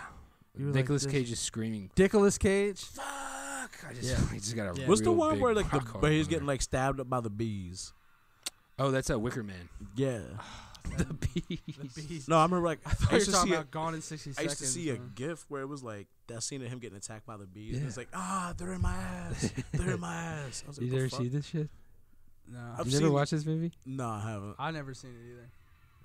Speaker 3: You were like
Speaker 2: Nicholas
Speaker 3: this-
Speaker 2: Cage is screaming.
Speaker 3: Nicolas Cage.
Speaker 2: Fuck! I just,
Speaker 3: Yeah.
Speaker 2: I just got a.
Speaker 3: Yeah.
Speaker 1: What's the
Speaker 2: real
Speaker 1: one
Speaker 2: big
Speaker 1: where like the
Speaker 2: rock hard
Speaker 1: but he's
Speaker 2: boner.
Speaker 1: getting like stabbed up by the bees?
Speaker 2: Oh, that's a Wicker Man.
Speaker 1: Yeah.
Speaker 2: the bees.
Speaker 3: The beast.
Speaker 1: No, I remember like
Speaker 3: I thought
Speaker 1: I
Speaker 3: you were
Speaker 1: used to
Speaker 3: talking
Speaker 1: see
Speaker 3: about
Speaker 1: a,
Speaker 3: Gone in sixty
Speaker 1: I
Speaker 3: seconds.
Speaker 1: used to see a
Speaker 3: man.
Speaker 1: GIF where it was like that scene of him getting attacked by the bees. And
Speaker 2: Yeah.
Speaker 1: it's like ah, they're in my ass, they're in my ass. I was like,
Speaker 2: Did
Speaker 1: the
Speaker 2: you ever
Speaker 1: fuck?
Speaker 2: see this shit?
Speaker 3: No,
Speaker 1: I've
Speaker 2: you never
Speaker 1: seen-
Speaker 2: watched this movie?
Speaker 1: No, I haven't.
Speaker 3: I never seen it either.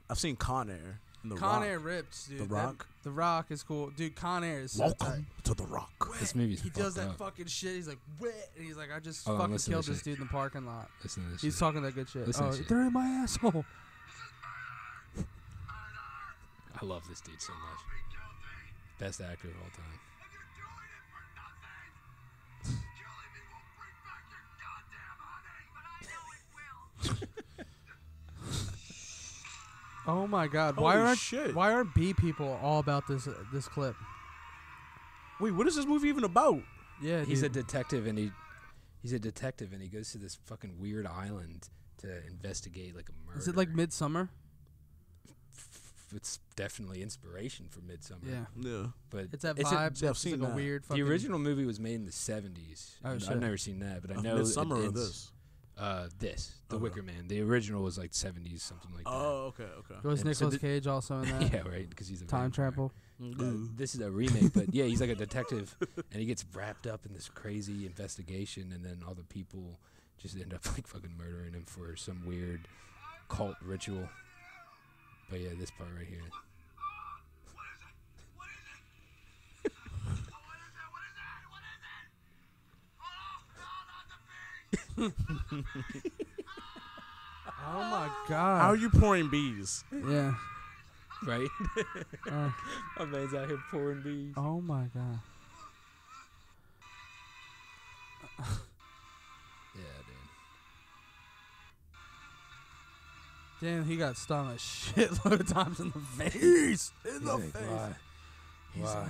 Speaker 1: I've seen Con Air. And the
Speaker 3: Con
Speaker 1: Rock.
Speaker 3: Air ripped, dude.
Speaker 1: The
Speaker 3: That-
Speaker 1: Rock.
Speaker 3: the Rock is cool, dude. Con Air is so tight.
Speaker 1: Welcome to the Rock.
Speaker 2: This movie's
Speaker 3: He does
Speaker 2: fucked
Speaker 3: that
Speaker 2: up.
Speaker 3: fucking shit. He's like wet, and he's like, I just
Speaker 2: Hold on,
Speaker 3: fucking
Speaker 2: listen to
Speaker 3: killed
Speaker 2: this
Speaker 3: this dude in the parking lot.
Speaker 2: Listen to this.
Speaker 3: He's
Speaker 2: shit.
Speaker 3: talking that good shit.
Speaker 2: Listen to
Speaker 3: oh,
Speaker 2: shit.
Speaker 3: they're in my asshole.
Speaker 2: I love this dude so much. Best actor of all time.
Speaker 3: Oh my god! Why
Speaker 1: Holy
Speaker 3: aren't
Speaker 1: shit.
Speaker 3: why aren't B people all about this uh, this clip?
Speaker 1: Wait, what is this movie even about?
Speaker 3: Yeah,
Speaker 2: He's a
Speaker 3: dude.
Speaker 2: detective and he he's a detective and he goes to this fucking weird island to investigate like a murder.
Speaker 3: Is it like Midsummer?
Speaker 2: it's definitely inspiration for Midsummer.
Speaker 3: Yeah,
Speaker 1: Yeah.
Speaker 2: But
Speaker 3: it's that
Speaker 2: a-
Speaker 3: vibe.
Speaker 1: yeah, I've
Speaker 3: it's
Speaker 1: seen
Speaker 3: like a
Speaker 1: that.
Speaker 3: weird.
Speaker 2: the
Speaker 3: Fucking,
Speaker 2: original movie was made in the 70s.
Speaker 3: Oh,
Speaker 2: and
Speaker 3: shit.
Speaker 2: I've never seen that, but I
Speaker 1: Of
Speaker 2: know it
Speaker 1: Midsummer or
Speaker 2: ends-
Speaker 1: this?
Speaker 2: Uh, this, The
Speaker 1: Okay.
Speaker 2: Wicker Man. The original was like 70s, something like
Speaker 1: Oh, okay, okay.
Speaker 3: Was
Speaker 2: and so
Speaker 3: Nicolas
Speaker 2: the-
Speaker 3: Cage also in
Speaker 2: that.
Speaker 3: that?
Speaker 2: yeah, right, because he's a
Speaker 3: Time
Speaker 2: vampire.
Speaker 3: travel.
Speaker 2: Uh, this is a remake, but yeah, he's like a detective, and he gets wrapped up in this crazy investigation, and then all the people just end up like fucking murdering him for some weird cult ritual. But yeah, this part right here.
Speaker 3: Oh my
Speaker 1: How are
Speaker 3: god!
Speaker 1: you pouring bees?
Speaker 3: yeah.
Speaker 2: Right?
Speaker 3: Uh,
Speaker 2: My man's out here pouring bees.
Speaker 3: oh my god.
Speaker 2: Yeah, dude.
Speaker 3: Damn, he got stung a shitload of times in the face. In the
Speaker 2: He's like,
Speaker 3: face.
Speaker 2: Why?
Speaker 3: He's
Speaker 2: Why?
Speaker 3: like-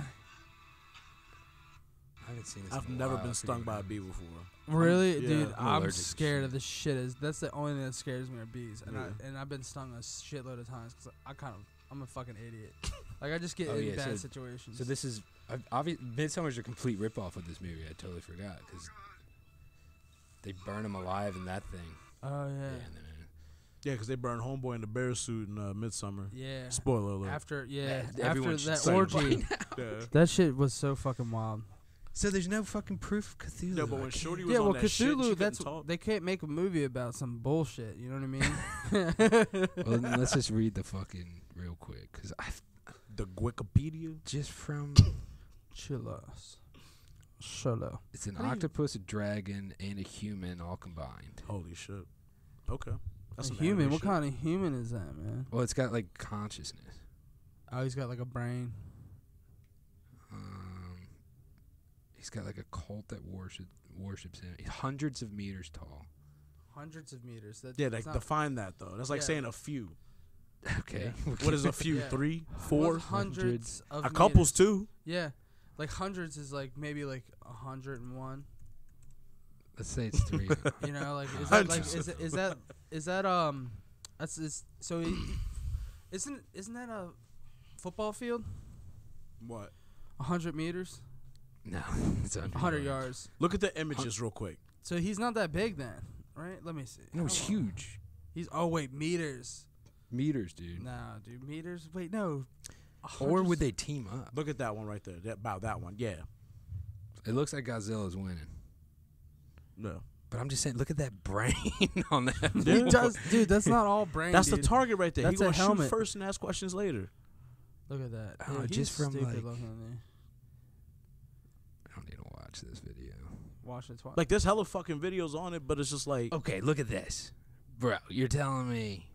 Speaker 2: I haven't seen this.
Speaker 1: I've
Speaker 2: in a
Speaker 1: never
Speaker 2: while. I
Speaker 1: been
Speaker 2: forget
Speaker 1: stung
Speaker 2: what
Speaker 1: by a
Speaker 2: happened.
Speaker 1: bee before.
Speaker 3: Really,
Speaker 1: yeah,
Speaker 3: dude,
Speaker 2: I'm
Speaker 3: I'm
Speaker 2: allergic to
Speaker 3: scared of
Speaker 2: shit.
Speaker 3: this shit. Is that's the only thing that scares me are bees, and
Speaker 1: Yeah.
Speaker 3: I and I've been stung a shitload of times because I kind of I'm a fucking idiot. like I just get
Speaker 2: Oh,
Speaker 3: in
Speaker 2: yeah,
Speaker 3: bad
Speaker 2: so-
Speaker 3: situations.
Speaker 2: So this is obvious. Midsummer's a complete ripoff of this movie. I totally forgot because they burn him alive in that thing.
Speaker 3: oh
Speaker 2: Yeah.
Speaker 3: yeah,
Speaker 2: and then, uh,
Speaker 1: Yeah, because they burned Homeboy in the bear suit in uh, Midsummer.
Speaker 3: yeah.
Speaker 1: Spoiler alert.
Speaker 3: After yeah,
Speaker 2: Yeah,
Speaker 3: after
Speaker 2: everyone should
Speaker 3: that
Speaker 2: see it by
Speaker 3: orgy,
Speaker 2: now.
Speaker 1: Yeah.
Speaker 3: that shit was so fucking wild.
Speaker 2: So there's no fucking proof of Cthulhu.
Speaker 1: Yeah, but
Speaker 2: I
Speaker 1: when
Speaker 2: can't-
Speaker 1: Shorty was
Speaker 3: Yeah,
Speaker 1: on
Speaker 3: well,
Speaker 1: that shit, she
Speaker 3: Cthulhu.
Speaker 1: couldn't
Speaker 3: that's
Speaker 1: talk.
Speaker 3: they can't make a movie about some bullshit. You know what I mean?
Speaker 2: well, then let's just read the fucking real quick because I
Speaker 1: the Wikipedia.
Speaker 2: just from
Speaker 3: Chillos, solo.
Speaker 2: it's an
Speaker 1: How do you-
Speaker 2: octopus, a dragon, and a human all combined.
Speaker 1: Holy shit. Okay. That's
Speaker 3: a
Speaker 1: some
Speaker 3: human.
Speaker 1: anime
Speaker 3: What
Speaker 1: shit.
Speaker 3: kind of human is that, man?
Speaker 2: Well, it's got like consciousness.
Speaker 3: Oh, he's got like a brain.
Speaker 2: Um, he's got like a cult that worship, worships him. He's hundreds of meters tall.
Speaker 3: Hundreds of meters. That,
Speaker 1: Yeah,
Speaker 3: that's
Speaker 1: like
Speaker 3: not-
Speaker 1: define that though. That's like
Speaker 3: Yeah.
Speaker 1: saying a few.
Speaker 2: Okay.
Speaker 1: What is a few?
Speaker 3: Yeah.
Speaker 1: Three, four,
Speaker 3: Four hundreds of
Speaker 1: a couple's
Speaker 3: meters.
Speaker 1: too.
Speaker 3: Yeah, like hundreds is like maybe like a hundred and one.
Speaker 2: Let's say it's three.
Speaker 3: You know, like is that like
Speaker 1: Hundreds.
Speaker 3: is, it- is that is that um that's is so i- isn't isn't that a football field?
Speaker 1: What?
Speaker 3: A hundred meters,
Speaker 2: no, it's
Speaker 3: a
Speaker 2: under
Speaker 3: hundred yards.
Speaker 1: Look at the images real quick.
Speaker 3: So he's not that big then, right? Let me see.
Speaker 2: No, it's
Speaker 3: Hold on.
Speaker 2: huge.
Speaker 3: He's oh wait meters.
Speaker 2: Meters, dude.
Speaker 3: Nah, dude, meters. Wait, no. A
Speaker 2: Or
Speaker 3: hundred's-
Speaker 2: would they team up?
Speaker 1: Look at that one right there. That, about that one. Yeah.
Speaker 2: It looks like Godzilla's winning.
Speaker 1: No.
Speaker 2: But I'm just saying, look at that brain on that.
Speaker 3: He
Speaker 1: Yeah.
Speaker 3: does, dude. That's not all brain.
Speaker 1: That's the
Speaker 3: dude.
Speaker 1: target right there. He
Speaker 3: That's a
Speaker 1: gonna shoot
Speaker 3: helmet.
Speaker 1: first and ask questions later.
Speaker 3: Look at that.
Speaker 2: Oh,
Speaker 3: Dude,
Speaker 2: just
Speaker 3: he's
Speaker 2: from,
Speaker 3: stupid
Speaker 2: like-
Speaker 3: looking there.
Speaker 2: I don't need to watch this video.
Speaker 3: Watch it twice.
Speaker 1: Like there's hella fucking videos on it, but it's just
Speaker 3: Oh.
Speaker 1: like
Speaker 2: Okay, look at this, bro. You're telling me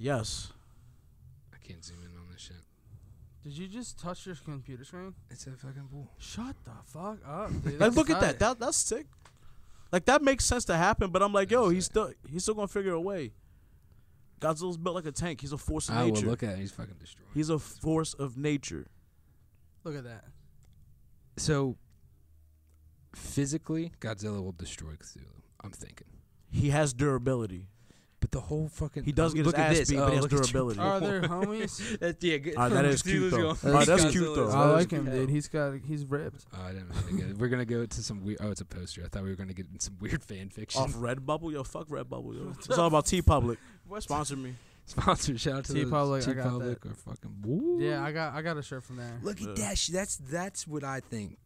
Speaker 1: yes.
Speaker 2: I can't zoom in on this shit.
Speaker 3: Did you just touch your computer screen?
Speaker 2: It's a fucking bull.
Speaker 3: Shut the fuck up, dude.
Speaker 1: Like
Speaker 3: That's
Speaker 1: look at that.
Speaker 3: tight.
Speaker 1: That that's sick. Like that makes sense to happen, but I'm like, yo,
Speaker 2: That's
Speaker 1: he's
Speaker 2: sick.
Speaker 1: still he's still gonna figure a way. Godzilla's built like a tank. He's a force of
Speaker 2: Oh, well,
Speaker 1: nature.
Speaker 2: look at it. He's fucking destroyed.
Speaker 1: he's a force of nature.
Speaker 3: Look at that.
Speaker 2: so physically, Godzilla will destroy Cthulhu. I'm thinking.
Speaker 1: He has durability.
Speaker 2: But the whole fucking
Speaker 1: He does get
Speaker 2: look
Speaker 1: his
Speaker 2: at
Speaker 1: ass
Speaker 2: this.
Speaker 1: beat,
Speaker 2: oh,
Speaker 1: but he has
Speaker 2: look at you.
Speaker 1: durability.
Speaker 3: Are there homies?
Speaker 2: That's yeah. Good.
Speaker 1: Ah, that is cute, though.
Speaker 3: Ah,
Speaker 1: that's
Speaker 2: Godzilla
Speaker 1: cute,
Speaker 2: is
Speaker 1: though.
Speaker 2: gonna
Speaker 1: I
Speaker 2: be
Speaker 1: like
Speaker 2: Godzilla.
Speaker 3: He's got he's ripped.
Speaker 2: Oh, I didn't really get it. We're gonna go to some weird. Oh, it's a poster. I thought we were gonna get in some weird fan fiction.
Speaker 1: Off Redbubble, yo, fuck Redbubble, yo. It's all about T Public. Sponsor me.
Speaker 2: Sponsor shout out to
Speaker 3: T
Speaker 2: the
Speaker 3: Public, I
Speaker 2: T
Speaker 3: got that.
Speaker 2: Public or fucking. Woo.
Speaker 3: Yeah, I got I got a shirt from there.
Speaker 2: Look at that. sh- That's that's what I think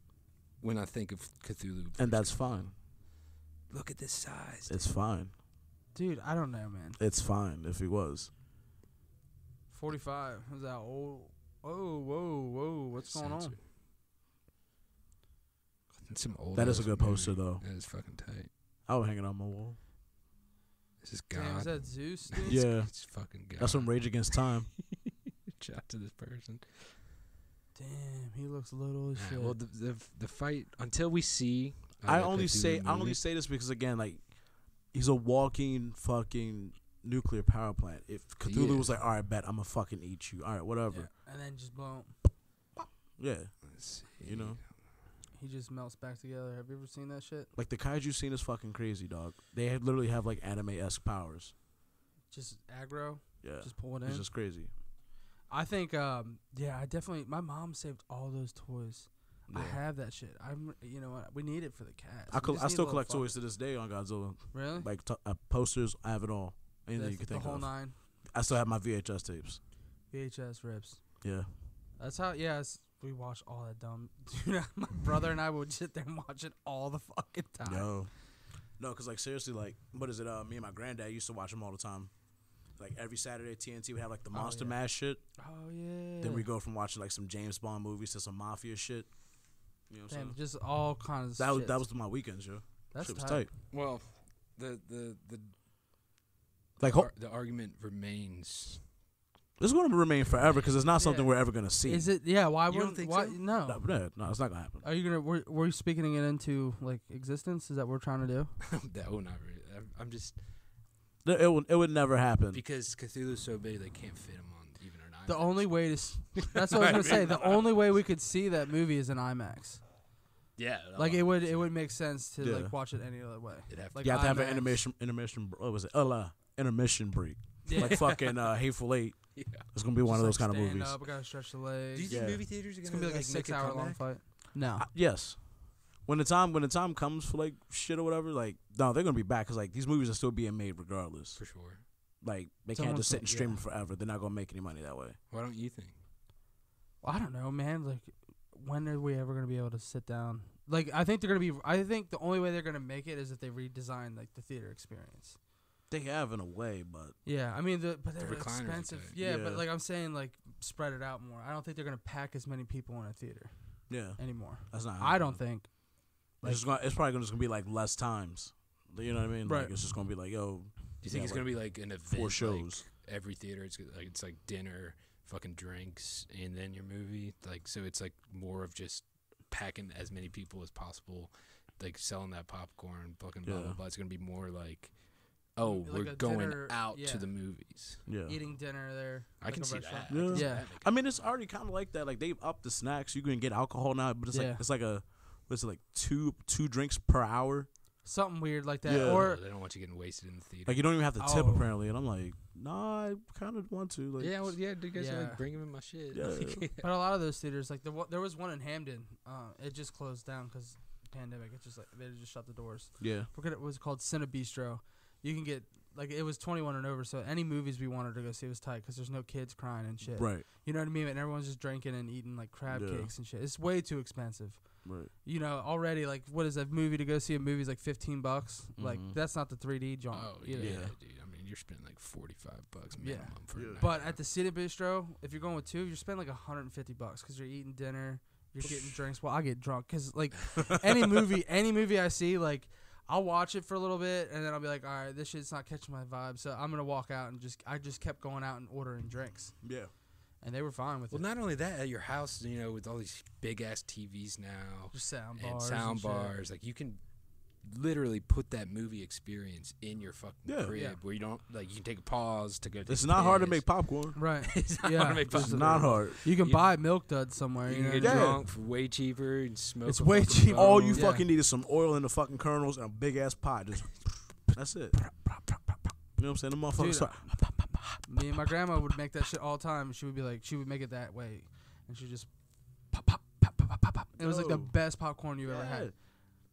Speaker 2: when I think of Cthulhu.
Speaker 1: And that's fine.
Speaker 2: Look at this size.
Speaker 1: It's fine.
Speaker 3: Dude, I don't know, man.
Speaker 1: It's fine if he was.
Speaker 3: 45 is that old. Oh, whoa, whoa. What's going on?
Speaker 2: Censored. That's Some old
Speaker 1: That is
Speaker 2: ass
Speaker 1: a good
Speaker 2: movie.
Speaker 1: poster, though.
Speaker 2: That is fucking tight.
Speaker 1: I would hang it on my wall.
Speaker 2: This is God.
Speaker 3: Damn, is that Zeus, dude?
Speaker 1: Yeah.
Speaker 2: it's fucking God.
Speaker 1: That's from Rage Against Time.
Speaker 2: shot to this person.
Speaker 1: Oh,
Speaker 3: Damn, he looks little as
Speaker 2: Yeah,
Speaker 3: shit.
Speaker 2: well, the, the the fight until we see.
Speaker 1: I
Speaker 2: uh,
Speaker 1: only
Speaker 2: Cthulhu
Speaker 1: say I only
Speaker 2: movie-
Speaker 1: say this because again, like he's a walking fucking nuclear power plant. If Cthulhu
Speaker 2: is.
Speaker 1: was like, all right, bet I'm gonna fucking eat you. All right,
Speaker 3: Yeah,
Speaker 1: whatever.
Speaker 3: and then just boom,
Speaker 1: Yeah,
Speaker 2: Let's see.
Speaker 1: you know,
Speaker 3: he just melts back together. Have you ever seen that shit?
Speaker 1: like the kaiju scene is fucking crazy, dog. They had- literally have like anime esque powers.
Speaker 3: Just aggro,
Speaker 1: Yeah,
Speaker 3: just pull it in.
Speaker 1: it's just crazy.
Speaker 3: I think, um, yeah, I definitely. My mom saved all those toys. I
Speaker 1: Yeah.
Speaker 3: have that shit. I'm, you know what? We need it for the cat.
Speaker 1: I, col- I still collect toys to this day on Godzilla.
Speaker 3: Really?
Speaker 1: Like t- uh, posters, I have it all. Anything
Speaker 3: That's
Speaker 1: you can
Speaker 3: the
Speaker 1: think
Speaker 3: whole
Speaker 1: of.
Speaker 3: nine
Speaker 1: I still have my VHS tapes.
Speaker 3: VHS rips.
Speaker 1: Yeah,
Speaker 3: That's how. Yeah, it's- we watch all that dumb. Dude, my brother and I would sit there and watch it all the fucking time.
Speaker 1: no, no, because like seriously, like what is it? Uh, me and my granddad used to watch them all the time. Like every Saturday, TNT would have like the Monster
Speaker 3: yeah.
Speaker 1: Mash shit.
Speaker 3: Oh yeah.
Speaker 1: Then we go from watching like some James Bond movies to some mafia shit. You know what I'm
Speaker 3: Damn,
Speaker 1: saying?
Speaker 3: just all kinds of
Speaker 1: That was
Speaker 3: shit.
Speaker 1: that was my weekends, yo.
Speaker 3: That's
Speaker 1: shit was
Speaker 3: tight.
Speaker 1: tight.
Speaker 2: Well, the the the
Speaker 1: Like ho-
Speaker 2: ar- the argument remains.
Speaker 1: it's going to remain forever because it's not something
Speaker 3: Yeah.
Speaker 1: we're ever going to see.
Speaker 3: Is it? Yeah. Why
Speaker 2: You don't
Speaker 3: wouldn't?
Speaker 2: think
Speaker 3: Why,
Speaker 2: so?
Speaker 3: No.
Speaker 1: No, no, no, it's not going to happen.
Speaker 3: Are you gonna? Were, were you speaking it into like existence? Is that what we're trying to do?
Speaker 2: no, not really. I'm, I'm just
Speaker 1: It, it would it would never happen.
Speaker 2: because Cthulhu's so big they can't fit him on even an IMAX.
Speaker 3: The only way to. s- That's what I was gonna say. The only way we could see that movie is in IMAX.
Speaker 2: yeah,
Speaker 3: Like it would. It
Speaker 2: obviously.
Speaker 3: would make sense to
Speaker 1: Oh, Yeah.
Speaker 3: like watch it any other way.
Speaker 2: It'd have to
Speaker 3: Like
Speaker 1: you have to have an
Speaker 3: IMAX.
Speaker 1: intermission intermission. br- What was it? Uh, uh, intermission break. Like fucking uh, Hateful Eight.
Speaker 2: Yeah.
Speaker 1: It's going to be one
Speaker 3: Just,
Speaker 1: of those
Speaker 3: like,
Speaker 1: kind of
Speaker 3: stand
Speaker 1: movies.
Speaker 3: Up, gotta stretch the legs.
Speaker 2: Do you think
Speaker 1: Yeah.
Speaker 2: movie theaters are
Speaker 3: it's
Speaker 2: gonna,
Speaker 3: gonna be like a
Speaker 2: like, make
Speaker 3: six-hour long
Speaker 2: comeback?
Speaker 3: fight. No.
Speaker 1: I- yes. When the time when the time comes for like shit or whatever, like no, they're gonna be back because like these movies are still being made regardless.
Speaker 2: for sure.
Speaker 1: Like they
Speaker 3: It's
Speaker 1: can't
Speaker 3: almost
Speaker 1: just sit
Speaker 3: like-
Speaker 1: and stream
Speaker 3: yeah.
Speaker 1: them forever. They're not gonna make any money that way.
Speaker 2: Why don't you think?
Speaker 3: I don't know, man. Like, when are we ever gonna be able to sit down? Like, I think they're gonna be. I think the only way they're gonna make it is if they redesign like the theater experience.
Speaker 1: They have in a way, but
Speaker 3: Yeah, I mean, the, but they're
Speaker 2: recliners are
Speaker 3: expensive.
Speaker 2: tight.
Speaker 3: Yeah, but
Speaker 1: Yeah.
Speaker 3: like I'm saying, like spread it out more. I don't think they're gonna pack as many people in a theater
Speaker 1: yeah,
Speaker 3: anymore.
Speaker 1: that's not.
Speaker 3: I
Speaker 1: happening.
Speaker 3: don't think.
Speaker 1: it's, just gonna, it's probably gonna, just gonna be like less times. You know what I mean?
Speaker 3: Right.
Speaker 1: Like it's just gonna be like yo,
Speaker 2: Do you think
Speaker 1: Yeah,
Speaker 2: it's
Speaker 1: like,
Speaker 2: gonna be like an event?
Speaker 1: four
Speaker 2: like,
Speaker 1: shows.
Speaker 2: every theater it's like it's like dinner, fucking drinks, and then your movie. Like so, it's like more of just packing as many people as possible, like selling that popcorn, fucking blah blah
Speaker 1: Yeah.
Speaker 2: blah. It's gonna be more like, oh,
Speaker 3: Like
Speaker 2: we're
Speaker 3: a
Speaker 2: going
Speaker 3: dinner-
Speaker 2: out
Speaker 3: yeah.
Speaker 2: to the movies.
Speaker 1: yeah.
Speaker 3: Eating dinner there.
Speaker 2: I
Speaker 3: like
Speaker 2: can
Speaker 3: a
Speaker 2: see
Speaker 3: restaurant.
Speaker 2: that. I can see
Speaker 3: Yeah.
Speaker 2: that making-
Speaker 1: I mean, it's already kind of like that. Like they've upped the snacks. You can get alcohol now, but it's
Speaker 3: Yeah.
Speaker 1: like it's like a what's it like two two drinks per hour.
Speaker 3: Something weird like that,
Speaker 1: Yeah.
Speaker 2: Oh,
Speaker 3: or
Speaker 2: they don't want you getting wasted in the theater.
Speaker 1: Like you don't even have to tip
Speaker 3: Oh.
Speaker 1: apparently. And I'm like, nah, I kind of want to. Like
Speaker 2: yeah, well, yeah, dude, guys are
Speaker 3: Yeah.
Speaker 2: like bringing in my shit.
Speaker 1: Yeah.
Speaker 3: but a lot of those theaters, like the one, there was one in Hamden, uh, it just closed down because pandemic. It just like they just shut the doors.
Speaker 1: yeah.
Speaker 3: forget it was called Cine Bistro. You can get like it was 21 and over, so any movies we wanted to go see was tight because there's no kids crying and shit.
Speaker 1: Right.
Speaker 3: You know what I mean? And everyone's just drinking and eating like crab
Speaker 1: Yeah.
Speaker 3: cakes and shit. It's way too expensive.
Speaker 1: Right.
Speaker 3: You know, already like what is a movie to go see a movie is like 15 bucks. Like
Speaker 1: Mhm.
Speaker 3: that's not the 3D
Speaker 2: Oh
Speaker 3: genre.
Speaker 2: yeah,
Speaker 3: either.
Speaker 1: Yeah.
Speaker 2: dude. I mean, you're spending like forty five bucks
Speaker 3: Yeah.
Speaker 2: minimum for a
Speaker 1: Yeah.
Speaker 2: night
Speaker 3: But
Speaker 2: out.
Speaker 3: at the Cine Bistro, if you're going with two, you're spending like 150 bucks because you're eating dinner, you're getting drinks. Well, I get drunk because like any movie, any movie I see, like I'll watch it for a little bit and then I'll be like, all right, this shit's not catching my vibe, so I'm gonna walk out and just I just kept going out and ordering drinks,
Speaker 1: Yeah.
Speaker 3: and they were fine with
Speaker 2: Well,
Speaker 3: it.
Speaker 2: not only that, at your house, you know, with all these big ass TVs now
Speaker 3: Just sound
Speaker 2: and
Speaker 3: bars,
Speaker 2: sound
Speaker 3: shit.
Speaker 2: bars, like you can literally put that movie experience in your fucking
Speaker 1: Yeah.
Speaker 2: crib
Speaker 3: Yeah.
Speaker 2: where you don't like you can take a pause to go. take
Speaker 1: It's
Speaker 2: a
Speaker 1: not hard to
Speaker 2: piss.
Speaker 1: make popcorn.
Speaker 3: Right.
Speaker 2: It's not
Speaker 3: yeah.
Speaker 2: hard to make
Speaker 3: Just-
Speaker 1: It's
Speaker 2: popcorn.
Speaker 1: not hard.
Speaker 3: You can
Speaker 2: You-
Speaker 3: buy milk duds somewhere.
Speaker 2: You
Speaker 3: You,
Speaker 2: can
Speaker 3: know?
Speaker 2: get
Speaker 1: Yeah.
Speaker 2: drunk for way cheaper and smoke.
Speaker 3: It's
Speaker 2: a
Speaker 3: way
Speaker 2: fucking
Speaker 3: cheaper.
Speaker 1: All
Speaker 2: bong.
Speaker 1: you
Speaker 3: Yeah.
Speaker 1: fucking need is some oil in the fucking kernels and a big ass pot. Just that's it. You know what I'm saying? The motherfuckers.
Speaker 3: Dude,
Speaker 1: start-
Speaker 3: Me and my grandma would make that shit all the time. She would be like, she would make it that way, and she just pop, pop, pop, pop, pop, pop, pop. It was like the
Speaker 1: Yo.
Speaker 3: best popcorn you ever
Speaker 1: Yeah.
Speaker 3: had.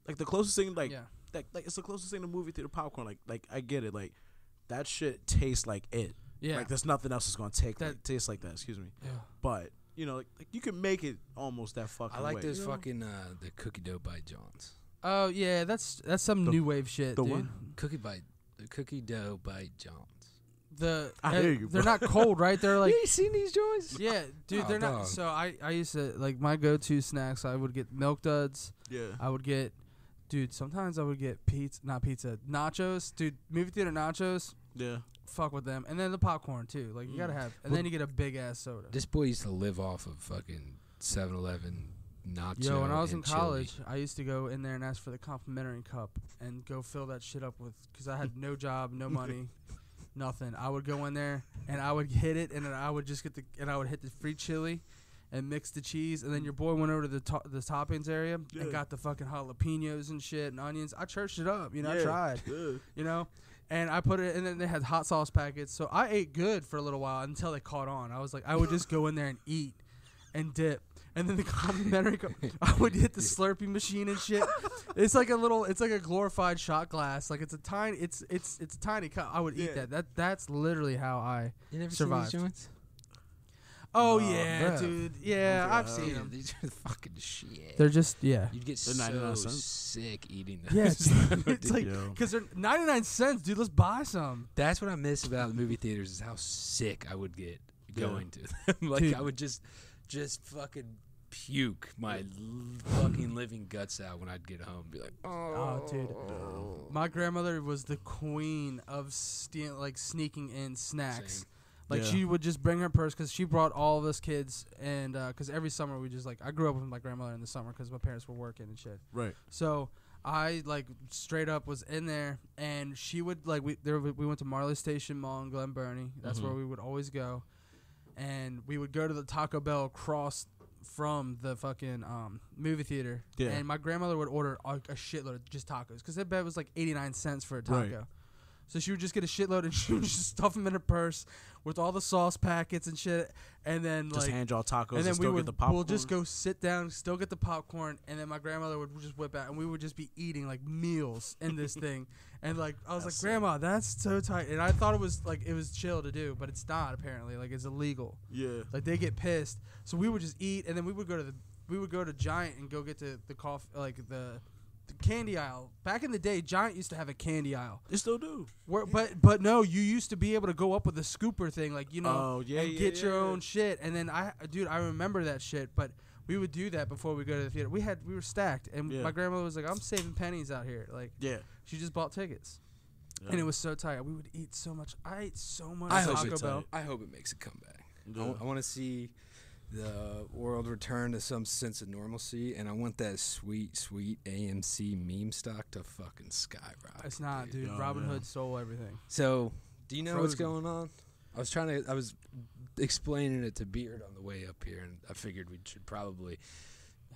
Speaker 1: Like the closest thing, like
Speaker 3: yeah,
Speaker 1: that, like it's the closest thing to movie theater popcorn. Like, like I get it. Like that shit tastes like it.
Speaker 3: yeah.
Speaker 1: Like there's nothing else that's gonna take
Speaker 3: That-
Speaker 1: that tastes like that. Excuse me.
Speaker 3: yeah.
Speaker 1: But you know, like, like you can make it almost that fucking.
Speaker 2: I like
Speaker 1: way.
Speaker 2: those
Speaker 1: You know?
Speaker 2: fucking uh, the cookie dough by Johns.
Speaker 3: Oh yeah, that's that's some
Speaker 1: The-
Speaker 3: new wave shit,
Speaker 1: the
Speaker 3: dude.
Speaker 1: what?
Speaker 2: Cookie bite. The cookie dough by Jones.
Speaker 3: The
Speaker 1: I
Speaker 3: uh,
Speaker 1: hear you,
Speaker 3: they're
Speaker 1: bro.
Speaker 3: not cold, right? They're like
Speaker 2: you ain't seen these joints?
Speaker 3: yeah, dude.
Speaker 2: Oh,
Speaker 3: they're not.
Speaker 2: dog.
Speaker 3: So I I used to like my go-to snacks. I would get milk duds.
Speaker 1: Yeah.
Speaker 3: I would get, dude. Sometimes I would get pizza, not pizza, nachos. Dude, movie theater nachos.
Speaker 1: Yeah.
Speaker 3: Fuck with them, and then the popcorn too. Like you
Speaker 1: Mm.
Speaker 3: gotta have, and then you get a big ass soda.
Speaker 2: This boy used to live off of fucking 7-Eleven nacho.
Speaker 3: Yo, when I was in
Speaker 2: and chili.
Speaker 3: college, I used to go in there and ask for the complimentary cup and go fill that shit up with because I had no job, no money, nothing. I would go in there and I would hit it, and then I would just get the and I would hit the free chili and mix the cheese, and then your boy went over to the to- the toppings area
Speaker 1: Yeah.
Speaker 3: and got the fucking jalapenos and shit and onions. I churched it up, you know.
Speaker 1: Yeah.
Speaker 3: I tried,
Speaker 1: Yeah.
Speaker 3: you know. And I put it, and then they had hot sauce packets. So I ate good for a little while until they caught on. I was like, I would just go in there and eat and dip. And then the complimentary, co- I would hit the Slurpee machine and shit. It's like a little, it's like a glorified shot glass. Like it's a tiny, it's it's it's a tiny cup. I would eat
Speaker 1: Yeah.
Speaker 3: that. That that's literally how I.
Speaker 2: You never
Speaker 3: survived.
Speaker 2: seen these joints?
Speaker 3: Oh
Speaker 1: Nah,
Speaker 3: yeah,
Speaker 2: bruh.
Speaker 3: dude. Yeah,
Speaker 1: Okay,
Speaker 3: I've
Speaker 1: uh,
Speaker 3: seen
Speaker 2: Yeah,
Speaker 3: them.
Speaker 2: these are fucking shit.
Speaker 3: They're just yeah.
Speaker 2: You'd get
Speaker 1: They're
Speaker 2: so
Speaker 1: 99 cents.
Speaker 2: sick eating those.
Speaker 3: Yeah, dude, it's
Speaker 2: dude.
Speaker 3: like
Speaker 1: Yo.
Speaker 3: because they're ninety nine cents, dude. Let's buy some.
Speaker 2: That's what I miss about the movie theaters is how sick I would get
Speaker 1: Yeah.
Speaker 2: going to them. like
Speaker 3: Dude.
Speaker 2: I would just, just fucking puke my l- fucking living guts out when I'd get home. and Be like,
Speaker 3: Oh, dude.
Speaker 2: oh.
Speaker 3: My grandmother was the queen of steal, like sneaking in snacks.
Speaker 2: Same.
Speaker 3: Like
Speaker 1: Yeah.
Speaker 3: she would just bring her purse because she brought all of us kids, and because every summer we just like I grew up with my grandmother in the summer because my parents were working and shit.
Speaker 1: Right.
Speaker 3: So I like straight up was in there, and she would like we there we we went to Marley Station Mall in Glen Burnie.
Speaker 1: Mm-hmm.
Speaker 3: That's where we would always go, and we would go to the Taco Bell across from the fucking um, movie theater.
Speaker 1: Yeah.
Speaker 3: And my grandmother would order a, a shitload of just tacos because that bet was like eighty nine cents for a taco.
Speaker 1: Right.
Speaker 3: So she would just get a shitload and she would just stuff them in her purse with all the sauce packets and shit, and then
Speaker 1: Just
Speaker 3: like
Speaker 1: hand y'all tacos and,
Speaker 3: and then we
Speaker 1: still
Speaker 3: would
Speaker 1: get the popcorn.
Speaker 3: we'll just go sit down, still get the popcorn, and then my grandmother would just whip out, and we would just be eating like meals in this thing, and like I was
Speaker 1: That's
Speaker 3: like, Grandma, that's so tight, and I thought it was like it was chill to do, but it's not apparently, like it's illegal,
Speaker 1: Yeah.
Speaker 3: like they get pissed, so we would just eat, and then we would go to the we would go to Giant and go get the the coffee like the. the Candy aisle. Back in the day, Giant used to have a candy aisle.
Speaker 1: They still do.
Speaker 3: Where, but but no, you used to be able to go up with a scooper thing, like you know,
Speaker 1: Oh, yeah,
Speaker 3: and
Speaker 1: yeah,
Speaker 3: get your
Speaker 1: yeah.
Speaker 3: own shit. And then I, dude, I remember that shit. But we would do that before we go to the theater. We had we were stacked, and
Speaker 1: Yeah.
Speaker 3: my grandmother was like, "I'm saving pennies out here." Like
Speaker 1: Yeah.
Speaker 3: she just bought tickets,
Speaker 1: yeah.
Speaker 3: and it was so tight. We would eat so much. I ate so much
Speaker 2: I hope
Speaker 3: Taco
Speaker 1: it's
Speaker 3: Bell.
Speaker 1: tight.
Speaker 2: I hope it makes a comeback. I
Speaker 1: Yeah.
Speaker 2: want to see the world return to some sense of normalcy, and I want that sweet, sweet AMC meme stock to fucking skyrocket.
Speaker 3: It's not, dude.
Speaker 1: Oh,
Speaker 3: Robin
Speaker 1: yeah.
Speaker 3: Hood stole everything.
Speaker 2: So, do you know what's
Speaker 3: Frozen.
Speaker 2: going on? I was trying to. I was explaining it to Beard on the way up here, and I figured we should probably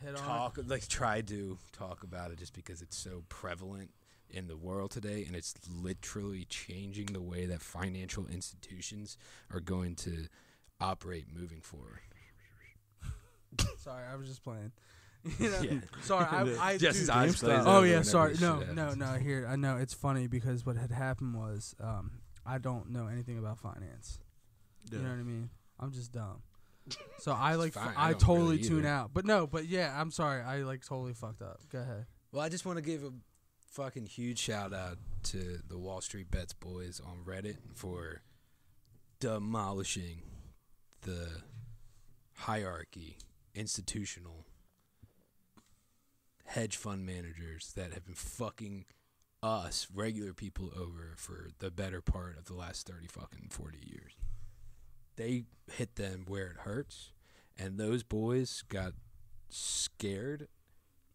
Speaker 3: Hit on.
Speaker 2: talk, like, try to talk about it, just because it's so prevalent in the world today, and it's literally changing the way that financial institutions are going to operate moving forward.
Speaker 3: Sorry, I was just playing. You know?
Speaker 2: Yeah.
Speaker 3: Sorry, I, I
Speaker 2: Just
Speaker 3: dude,
Speaker 2: his eyes
Speaker 1: GameStop.
Speaker 2: glazed
Speaker 3: Oh
Speaker 2: over
Speaker 3: yeah,
Speaker 2: whenever
Speaker 3: sorry.
Speaker 2: this
Speaker 3: No,
Speaker 2: shit
Speaker 3: no,
Speaker 2: happens.
Speaker 3: no. Here, I know it's funny because what had happened was um, I don't know anything about finance.
Speaker 1: Yeah.
Speaker 3: You know what I mean? I'm just dumb. So I like
Speaker 2: fine, I
Speaker 3: I,
Speaker 2: don't
Speaker 3: totally
Speaker 2: really
Speaker 3: tune
Speaker 2: either.
Speaker 3: out. But no, but yeah, I'm sorry. I like totally fucked up. Go ahead.
Speaker 2: Well, I just want to give a fucking huge shout out to the Wall Street Bets boys on Reddit for demolishing the hierarchy, institutional hedge fund managers that have been fucking us regular people over for the better part of the last 30 fucking 40 years. They hit them where it hurts and those boys got scared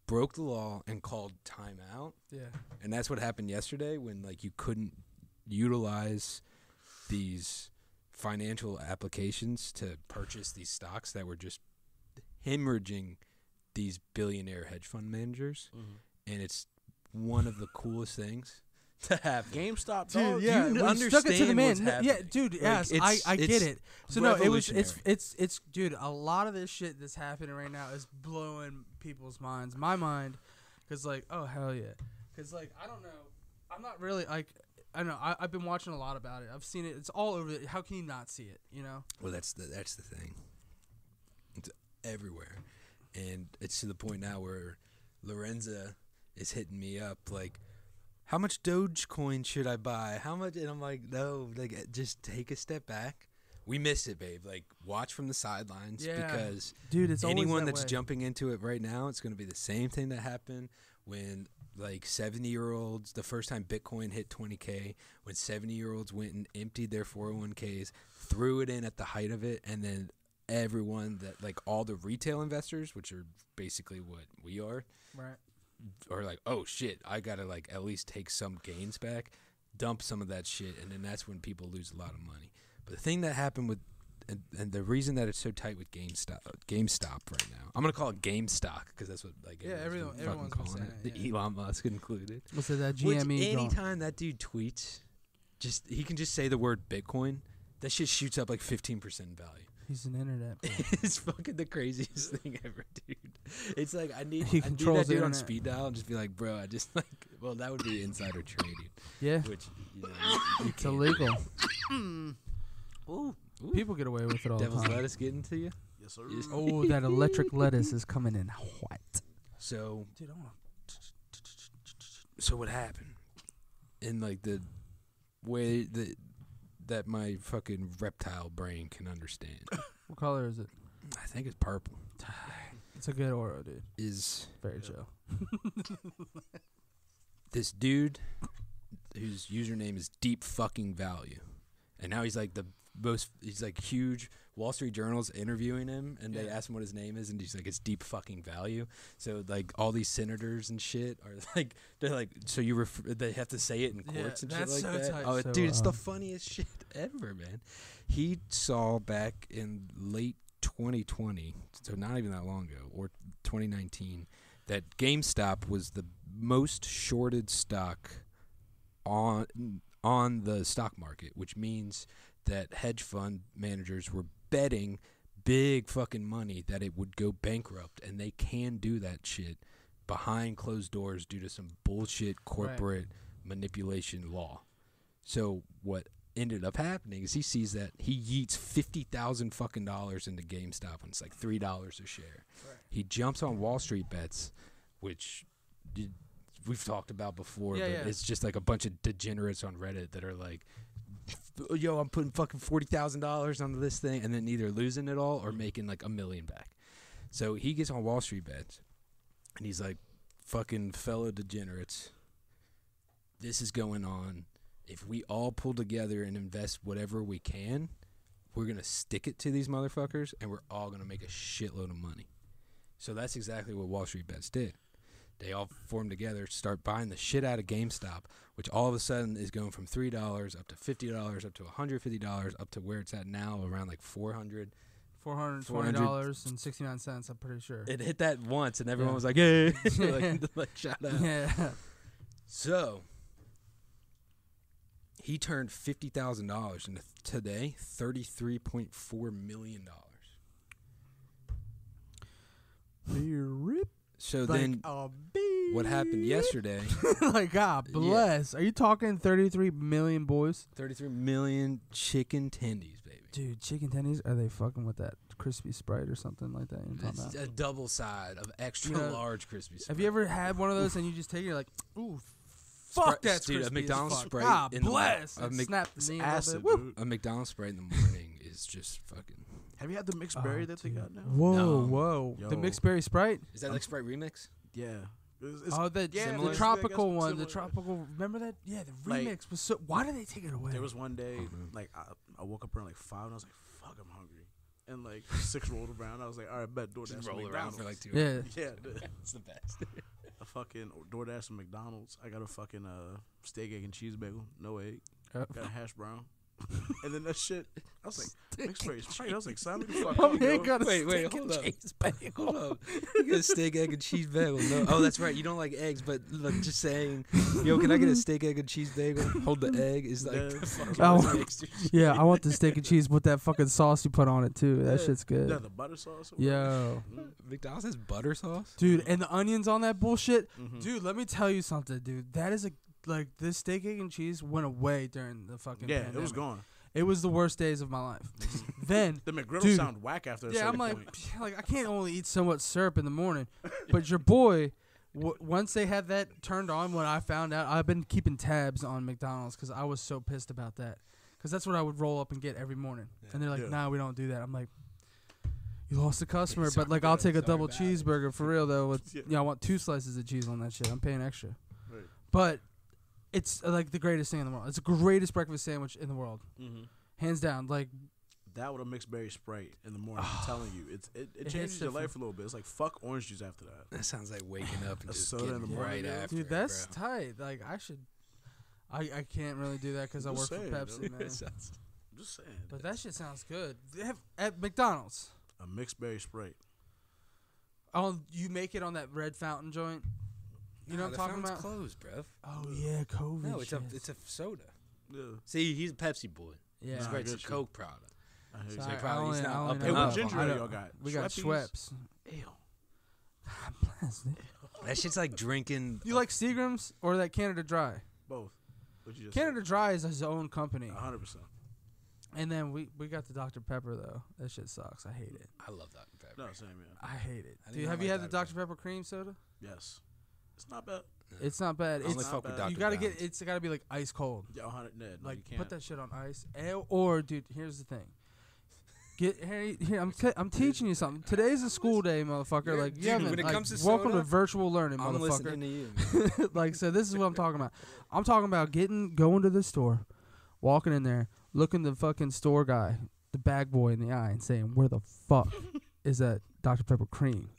Speaker 2: broke the law and called timeout.
Speaker 3: Yeah.
Speaker 2: And that's what happened yesterday when like you couldn't utilize these financial applications to purchase these stocks that were just hemorrhaging these billionaire hedge fund managers. And it's one of the coolest things to happen.
Speaker 1: GameStop,
Speaker 3: Dude,
Speaker 1: dog.
Speaker 3: yeah,
Speaker 2: you
Speaker 3: when Oh, you stuck it to the
Speaker 2: understand
Speaker 3: man.
Speaker 2: what's
Speaker 3: No, yeah,
Speaker 2: happening.
Speaker 3: dude,
Speaker 2: Like,
Speaker 3: yes, I,
Speaker 2: it's-
Speaker 3: I get
Speaker 2: it's
Speaker 3: it. So no, it was it's
Speaker 2: revolutionary.
Speaker 3: it's it's dude, a lot of this shit that's happening right now is blowing people's minds. My mind cuz like, oh hell yeah. Cuz like I don't know. I'm not really like I don't know. I, I've been watching a lot about it. I've seen it. It's all over. The, how can you not see it? You know.
Speaker 2: Well, that's the that's the thing. It's everywhere, and it's to the point now where Lorenza is hitting me up like, how much Dogecoin should I buy? How much? And I'm like, no, like uh, just take a step back. We miss it, babe. Like watch from the sidelines
Speaker 3: Yeah.
Speaker 2: because
Speaker 3: dude. It's always
Speaker 2: anyone
Speaker 3: that
Speaker 2: that's
Speaker 3: way.
Speaker 2: jumping into it right now, it's going to be the same thing that happened when like 70 year olds the first time bitcoin hit 20k when 70 year olds went and emptied their 401ks threw it in at the height of it and then everyone that like all the retail investors which are basically what we are
Speaker 3: right?
Speaker 2: or like, oh shit, I gotta like at least take some gains back, dump some of that shit, and then that's when people lose a lot of money. But the thing that happened with and, and the reason that it's so tight with GameStop, GameStop right now, I'm gonna call it GameStop because that's what like
Speaker 3: Yeah,
Speaker 2: everyone's been
Speaker 3: everyone-
Speaker 2: fucking
Speaker 3: everyone's been
Speaker 2: calling it.
Speaker 3: saying it,
Speaker 2: The Elon Musk included.
Speaker 3: What's it, that E
Speaker 2: Which
Speaker 3: GME? gone.
Speaker 2: anytime that dude tweets, just he can just say the word Bitcoin, that shit shoots up like 15 percent value.
Speaker 3: He's an internet.
Speaker 2: it's fucking the craziest thing ever, dude. It's like I need,
Speaker 3: He
Speaker 2: I need
Speaker 3: controls
Speaker 2: that
Speaker 3: the
Speaker 2: dude on
Speaker 3: internet.
Speaker 2: speed dial and just be like, bro, I just like, well, that would be insider trading,
Speaker 3: yeah,
Speaker 2: which you know, you
Speaker 3: it's
Speaker 2: can't.
Speaker 3: illegal.
Speaker 1: Ooh.
Speaker 2: Ooh,
Speaker 3: People get away with it all the
Speaker 2: Devil's
Speaker 3: time.
Speaker 2: lettuce getting to you.
Speaker 1: Yes, sir.
Speaker 2: Yes.
Speaker 3: Oh, that electric lettuce is coming in white.
Speaker 2: So,
Speaker 3: Dude, I want
Speaker 2: so what happened? In like the way that that my fucking reptile brain can understand,
Speaker 3: What color is it?
Speaker 2: I think it's purple.
Speaker 3: It's a good Oro, dude.
Speaker 2: Is
Speaker 3: Very chill.
Speaker 2: this dude whose username is deep fucking value and now he's like the most he's like huge wall street journal's interviewing him and they
Speaker 3: Yeah.
Speaker 2: ask him what his name is and he's like it's deep fucking value so like all these senators and shit are like they're like so you ref- they have to say it in
Speaker 3: Yeah,
Speaker 2: courts and shit
Speaker 3: that's
Speaker 2: like
Speaker 3: so
Speaker 2: that
Speaker 3: tight.
Speaker 2: oh
Speaker 3: So,
Speaker 2: dude it's the
Speaker 3: um,
Speaker 2: funniest shit ever man he saw back in late 2020 so not even that long ago or 2019 that GameStop was the most shorted stock on on the stock market, which means that hedge fund managers were betting big fucking money that it would go bankrupt and they can do that shit behind closed doors due to some bullshit corporate manipulation law. So what ended up happening is he sees that he yeets fifty thousand fucking dollars into GameStop and it's like three dollars a share. He jumps on Wall Street bets, which did- we've talked about before.
Speaker 3: Yeah,
Speaker 2: but
Speaker 3: yeah.
Speaker 2: It's just like a bunch of degenerates on Reddit that are like, "Yo, I'm putting fucking forty thousand dollars on this thing," and then either losing it all or making like a million back. So he gets on Wall Street bets, and he's like, "Fucking fellow degenerates, this is going on. If we all pull together and invest whatever we can, we're gonna stick it to these motherfuckers, and we're all gonna make a shitload of money." So that's exactly what Wall Street bets did. They all form together, start buying the shit out of GameStop, which all of a sudden is going from three dollars up to fifty dollars, up to one hundred fifty dollars, up to where it's at now, around like four hundred.
Speaker 3: Four hundred twenty dollars and sixty nine cents. I'm pretty sure.
Speaker 2: It hit that once, and everyone
Speaker 3: Yeah.
Speaker 2: was like, "Hey!" like, like, shout out.
Speaker 3: yeah.
Speaker 2: So he turned fifty thousand dollars into th- today thirty three point four million dollars. So then,
Speaker 3: oh.
Speaker 2: what happened yesterday?
Speaker 3: like God
Speaker 2: Yeah.
Speaker 3: bless. Are you talking thirty three million boys?
Speaker 2: thirty three million chicken tendies, baby.
Speaker 3: Dude, chicken tendies. Are they fucking with that crispy sprite or something like that? You're talking
Speaker 2: It's
Speaker 3: about?
Speaker 2: a double side of extra
Speaker 3: You know,
Speaker 2: large crispy.
Speaker 3: Have you ever had one of those and you just take it you're like, ooh,
Speaker 2: Sprite-
Speaker 3: fuck that's
Speaker 2: dude, a
Speaker 3: crispy as
Speaker 2: McDonald's
Speaker 3: fuck.
Speaker 2: Sprite
Speaker 3: God
Speaker 2: in the morning-
Speaker 3: bless.
Speaker 2: a
Speaker 3: It
Speaker 2: Mc-
Speaker 3: snapped
Speaker 1: It's
Speaker 3: me a little
Speaker 1: acid,
Speaker 3: bit. Woo.
Speaker 1: dude.
Speaker 2: a McDonald's spray in the morning is just fucking?
Speaker 1: Have you had the mixed berry
Speaker 3: Oh,
Speaker 1: that they
Speaker 3: dude.
Speaker 1: got now?
Speaker 3: Whoa,
Speaker 2: No.
Speaker 3: whoa. The
Speaker 1: Yo.
Speaker 3: mixed berry sprite?
Speaker 2: Is that like Sprite remix?
Speaker 1: Yeah. It's- it's-
Speaker 3: oh, the,
Speaker 1: yeah,
Speaker 3: the
Speaker 2: similar. I guess
Speaker 3: tropical one.
Speaker 1: similar.
Speaker 3: The tropical. Remember that? Yeah, the remix
Speaker 1: Like-
Speaker 3: was so. Why did they take it away?
Speaker 1: There was one day,
Speaker 2: Mhm.
Speaker 1: like I, I woke up around like five, and I was like, "Fuck, I'm hungry." And like six rolled around, I was like, "All right, bet DoorDash and
Speaker 2: Just roll around
Speaker 1: McDonald's."
Speaker 2: for like two. hours.
Speaker 3: yeah.
Speaker 1: yeah, the,
Speaker 2: It's the best.
Speaker 1: a fucking DoorDash and McDonald's. I got a fucking uh steak, egg, and cheese bagel, no egg.
Speaker 3: Uh,
Speaker 1: Got a hash brown, and then that shit. I was like, "Mixed berry sprite." I was like, "Sign me the fuck
Speaker 3: Oh,
Speaker 1: up,
Speaker 3: man,
Speaker 1: yo."
Speaker 3: got a
Speaker 2: Wait, wait,
Speaker 3: steak
Speaker 2: hold
Speaker 3: and
Speaker 2: up.
Speaker 3: cheese bagel.
Speaker 2: Hold up. You get a steak, egg, and cheese bagel. No. Oh, that's right. You don't like eggs, but look, just saying, yo, can I get a steak, egg, and cheese bagel? Hold the egg is like the
Speaker 1: Yeah.
Speaker 2: fucking
Speaker 3: Oh.
Speaker 2: worst extra shit.
Speaker 3: Yeah, I want the steak and cheese with that fucking sauce you put on it too. That shit's
Speaker 1: Yeah,
Speaker 3: good.
Speaker 1: the butter sauce. or whatever.
Speaker 3: Yo,
Speaker 1: Mm,
Speaker 2: McDonald's has butter sauce.
Speaker 3: dude, and the onions on that bullshit.
Speaker 1: mhm.
Speaker 3: Dude, let me tell you something, dude. That is a like this steak egg and cheese went away during the fucking.
Speaker 1: yeah,
Speaker 3: pandemic.
Speaker 1: it was gone.
Speaker 3: It was the worst days of my life. then,
Speaker 1: The McGriddle
Speaker 3: Dude.
Speaker 1: sound whack after a
Speaker 3: yeah, I'm
Speaker 1: certain
Speaker 3: like,
Speaker 1: point.
Speaker 3: like I can't only eat so much syrup in the morning, but your boy W- once they had that turned on, when I found out, I've been keeping tabs on McDonald's because I was so pissed about that. Because that's what I would roll up and get every morning. And they're like,
Speaker 1: Yeah.
Speaker 3: nah, we don't do that. I'm like, you lost a customer,
Speaker 2: sorry
Speaker 3: but like, I'll
Speaker 2: about it,
Speaker 3: take a
Speaker 2: sorry
Speaker 3: double
Speaker 2: about it."
Speaker 3: cheeseburger for real though. With
Speaker 1: Yeah.
Speaker 3: yeah, I want two slices of cheese on that shit. I'm paying extra.
Speaker 1: Right.
Speaker 3: But it's uh, like the greatest thing in the world. It's the greatest breakfast sandwich in the world,
Speaker 1: Mhm.
Speaker 3: hands down. Like
Speaker 1: That with a mixed berry sprite in the morning. I'm telling you, it's it, it,
Speaker 3: hits
Speaker 1: changes your
Speaker 3: different.
Speaker 1: life a little bit. It's like fuck orange juice after that.
Speaker 2: That sounds like waking up and
Speaker 1: A
Speaker 2: just
Speaker 1: soda
Speaker 2: getting
Speaker 1: in the morning,
Speaker 2: right
Speaker 1: yeah.
Speaker 2: after.
Speaker 3: Dude,
Speaker 2: it,
Speaker 3: that's
Speaker 2: bro.
Speaker 3: tight. Like I should, I I can't really do that because I
Speaker 1: I'm
Speaker 3: work
Speaker 1: just
Speaker 3: for
Speaker 1: saying,
Speaker 3: Pepsi, man.
Speaker 2: It sounds-
Speaker 1: I'm just saying,
Speaker 3: But that shit sounds good. They have at McDonald's.
Speaker 1: a mixed berry sprite.
Speaker 3: Oh, you make it on that red fountain joint. You know
Speaker 2: Nah,
Speaker 3: what I'm
Speaker 2: the
Speaker 3: talking
Speaker 2: fountain's Closed,
Speaker 3: about?
Speaker 2: bro.
Speaker 3: oh yeah, COVID.
Speaker 2: No, it's a
Speaker 3: shit.
Speaker 2: it's a soda.
Speaker 1: Yeah,
Speaker 2: See, he's a Pepsi boy.
Speaker 3: Yeah.
Speaker 2: He's
Speaker 1: Nah,
Speaker 2: right. It's
Speaker 1: I
Speaker 2: a
Speaker 1: get you.
Speaker 2: Coke product.
Speaker 1: I hear you.
Speaker 3: Sorry,
Speaker 2: like
Speaker 3: I
Speaker 2: probably
Speaker 3: only-
Speaker 2: he's not
Speaker 3: I only
Speaker 2: up
Speaker 3: know
Speaker 1: Hey, what
Speaker 3: about-
Speaker 1: ginger
Speaker 3: I
Speaker 1: ale
Speaker 3: don't-
Speaker 1: y'all got?
Speaker 3: We got
Speaker 1: Schweppes?
Speaker 3: Schweppes.
Speaker 1: Ew.
Speaker 2: That shit's like drinking.
Speaker 3: You like Seagrams or that Canada Dry?
Speaker 1: Both. What you just
Speaker 3: Canada Dry is his own company,
Speaker 1: said.
Speaker 2: Uh-huh.
Speaker 1: 100%.
Speaker 3: and then we we got the Dr Pepper though. That shit sucks. I hate it.
Speaker 2: I love Dr Pepper.
Speaker 1: No, same, yeah.
Speaker 3: I hate it.
Speaker 2: I did
Speaker 3: Dude,
Speaker 2: not
Speaker 3: have you
Speaker 2: like
Speaker 3: had the
Speaker 2: Dr.
Speaker 3: Dr Pepper cream soda?
Speaker 1: Yes. It's not bad.
Speaker 3: It's not bad.
Speaker 2: I
Speaker 3: It's
Speaker 2: only fuck with
Speaker 1: not bad.
Speaker 2: Dr.
Speaker 3: you gotta get
Speaker 2: Brown's.
Speaker 3: it's gotta be like ice cold.
Speaker 1: Yeah, 100 Ned. no, you
Speaker 3: Like
Speaker 1: can't.
Speaker 3: put that shit on ice. Eh, Or dude, here's the thing. Get Harry. Here, I'm te- I'm teaching you something. Today's a school day, motherfucker.
Speaker 2: You're-
Speaker 3: Like,
Speaker 2: dude,
Speaker 3: you haven't,
Speaker 2: when it
Speaker 3: like,
Speaker 2: comes to
Speaker 3: welcome
Speaker 2: soda,
Speaker 3: to virtual learning,
Speaker 2: I'm listening
Speaker 3: motherfucker.
Speaker 2: to you.
Speaker 3: like, so this is what I'm talking about. I'm talking about getting, going to the store, walking in there, looking the fucking store guy, the bag boy in the eye, and saying, "Where the fuck is that Dr Pepper cream?"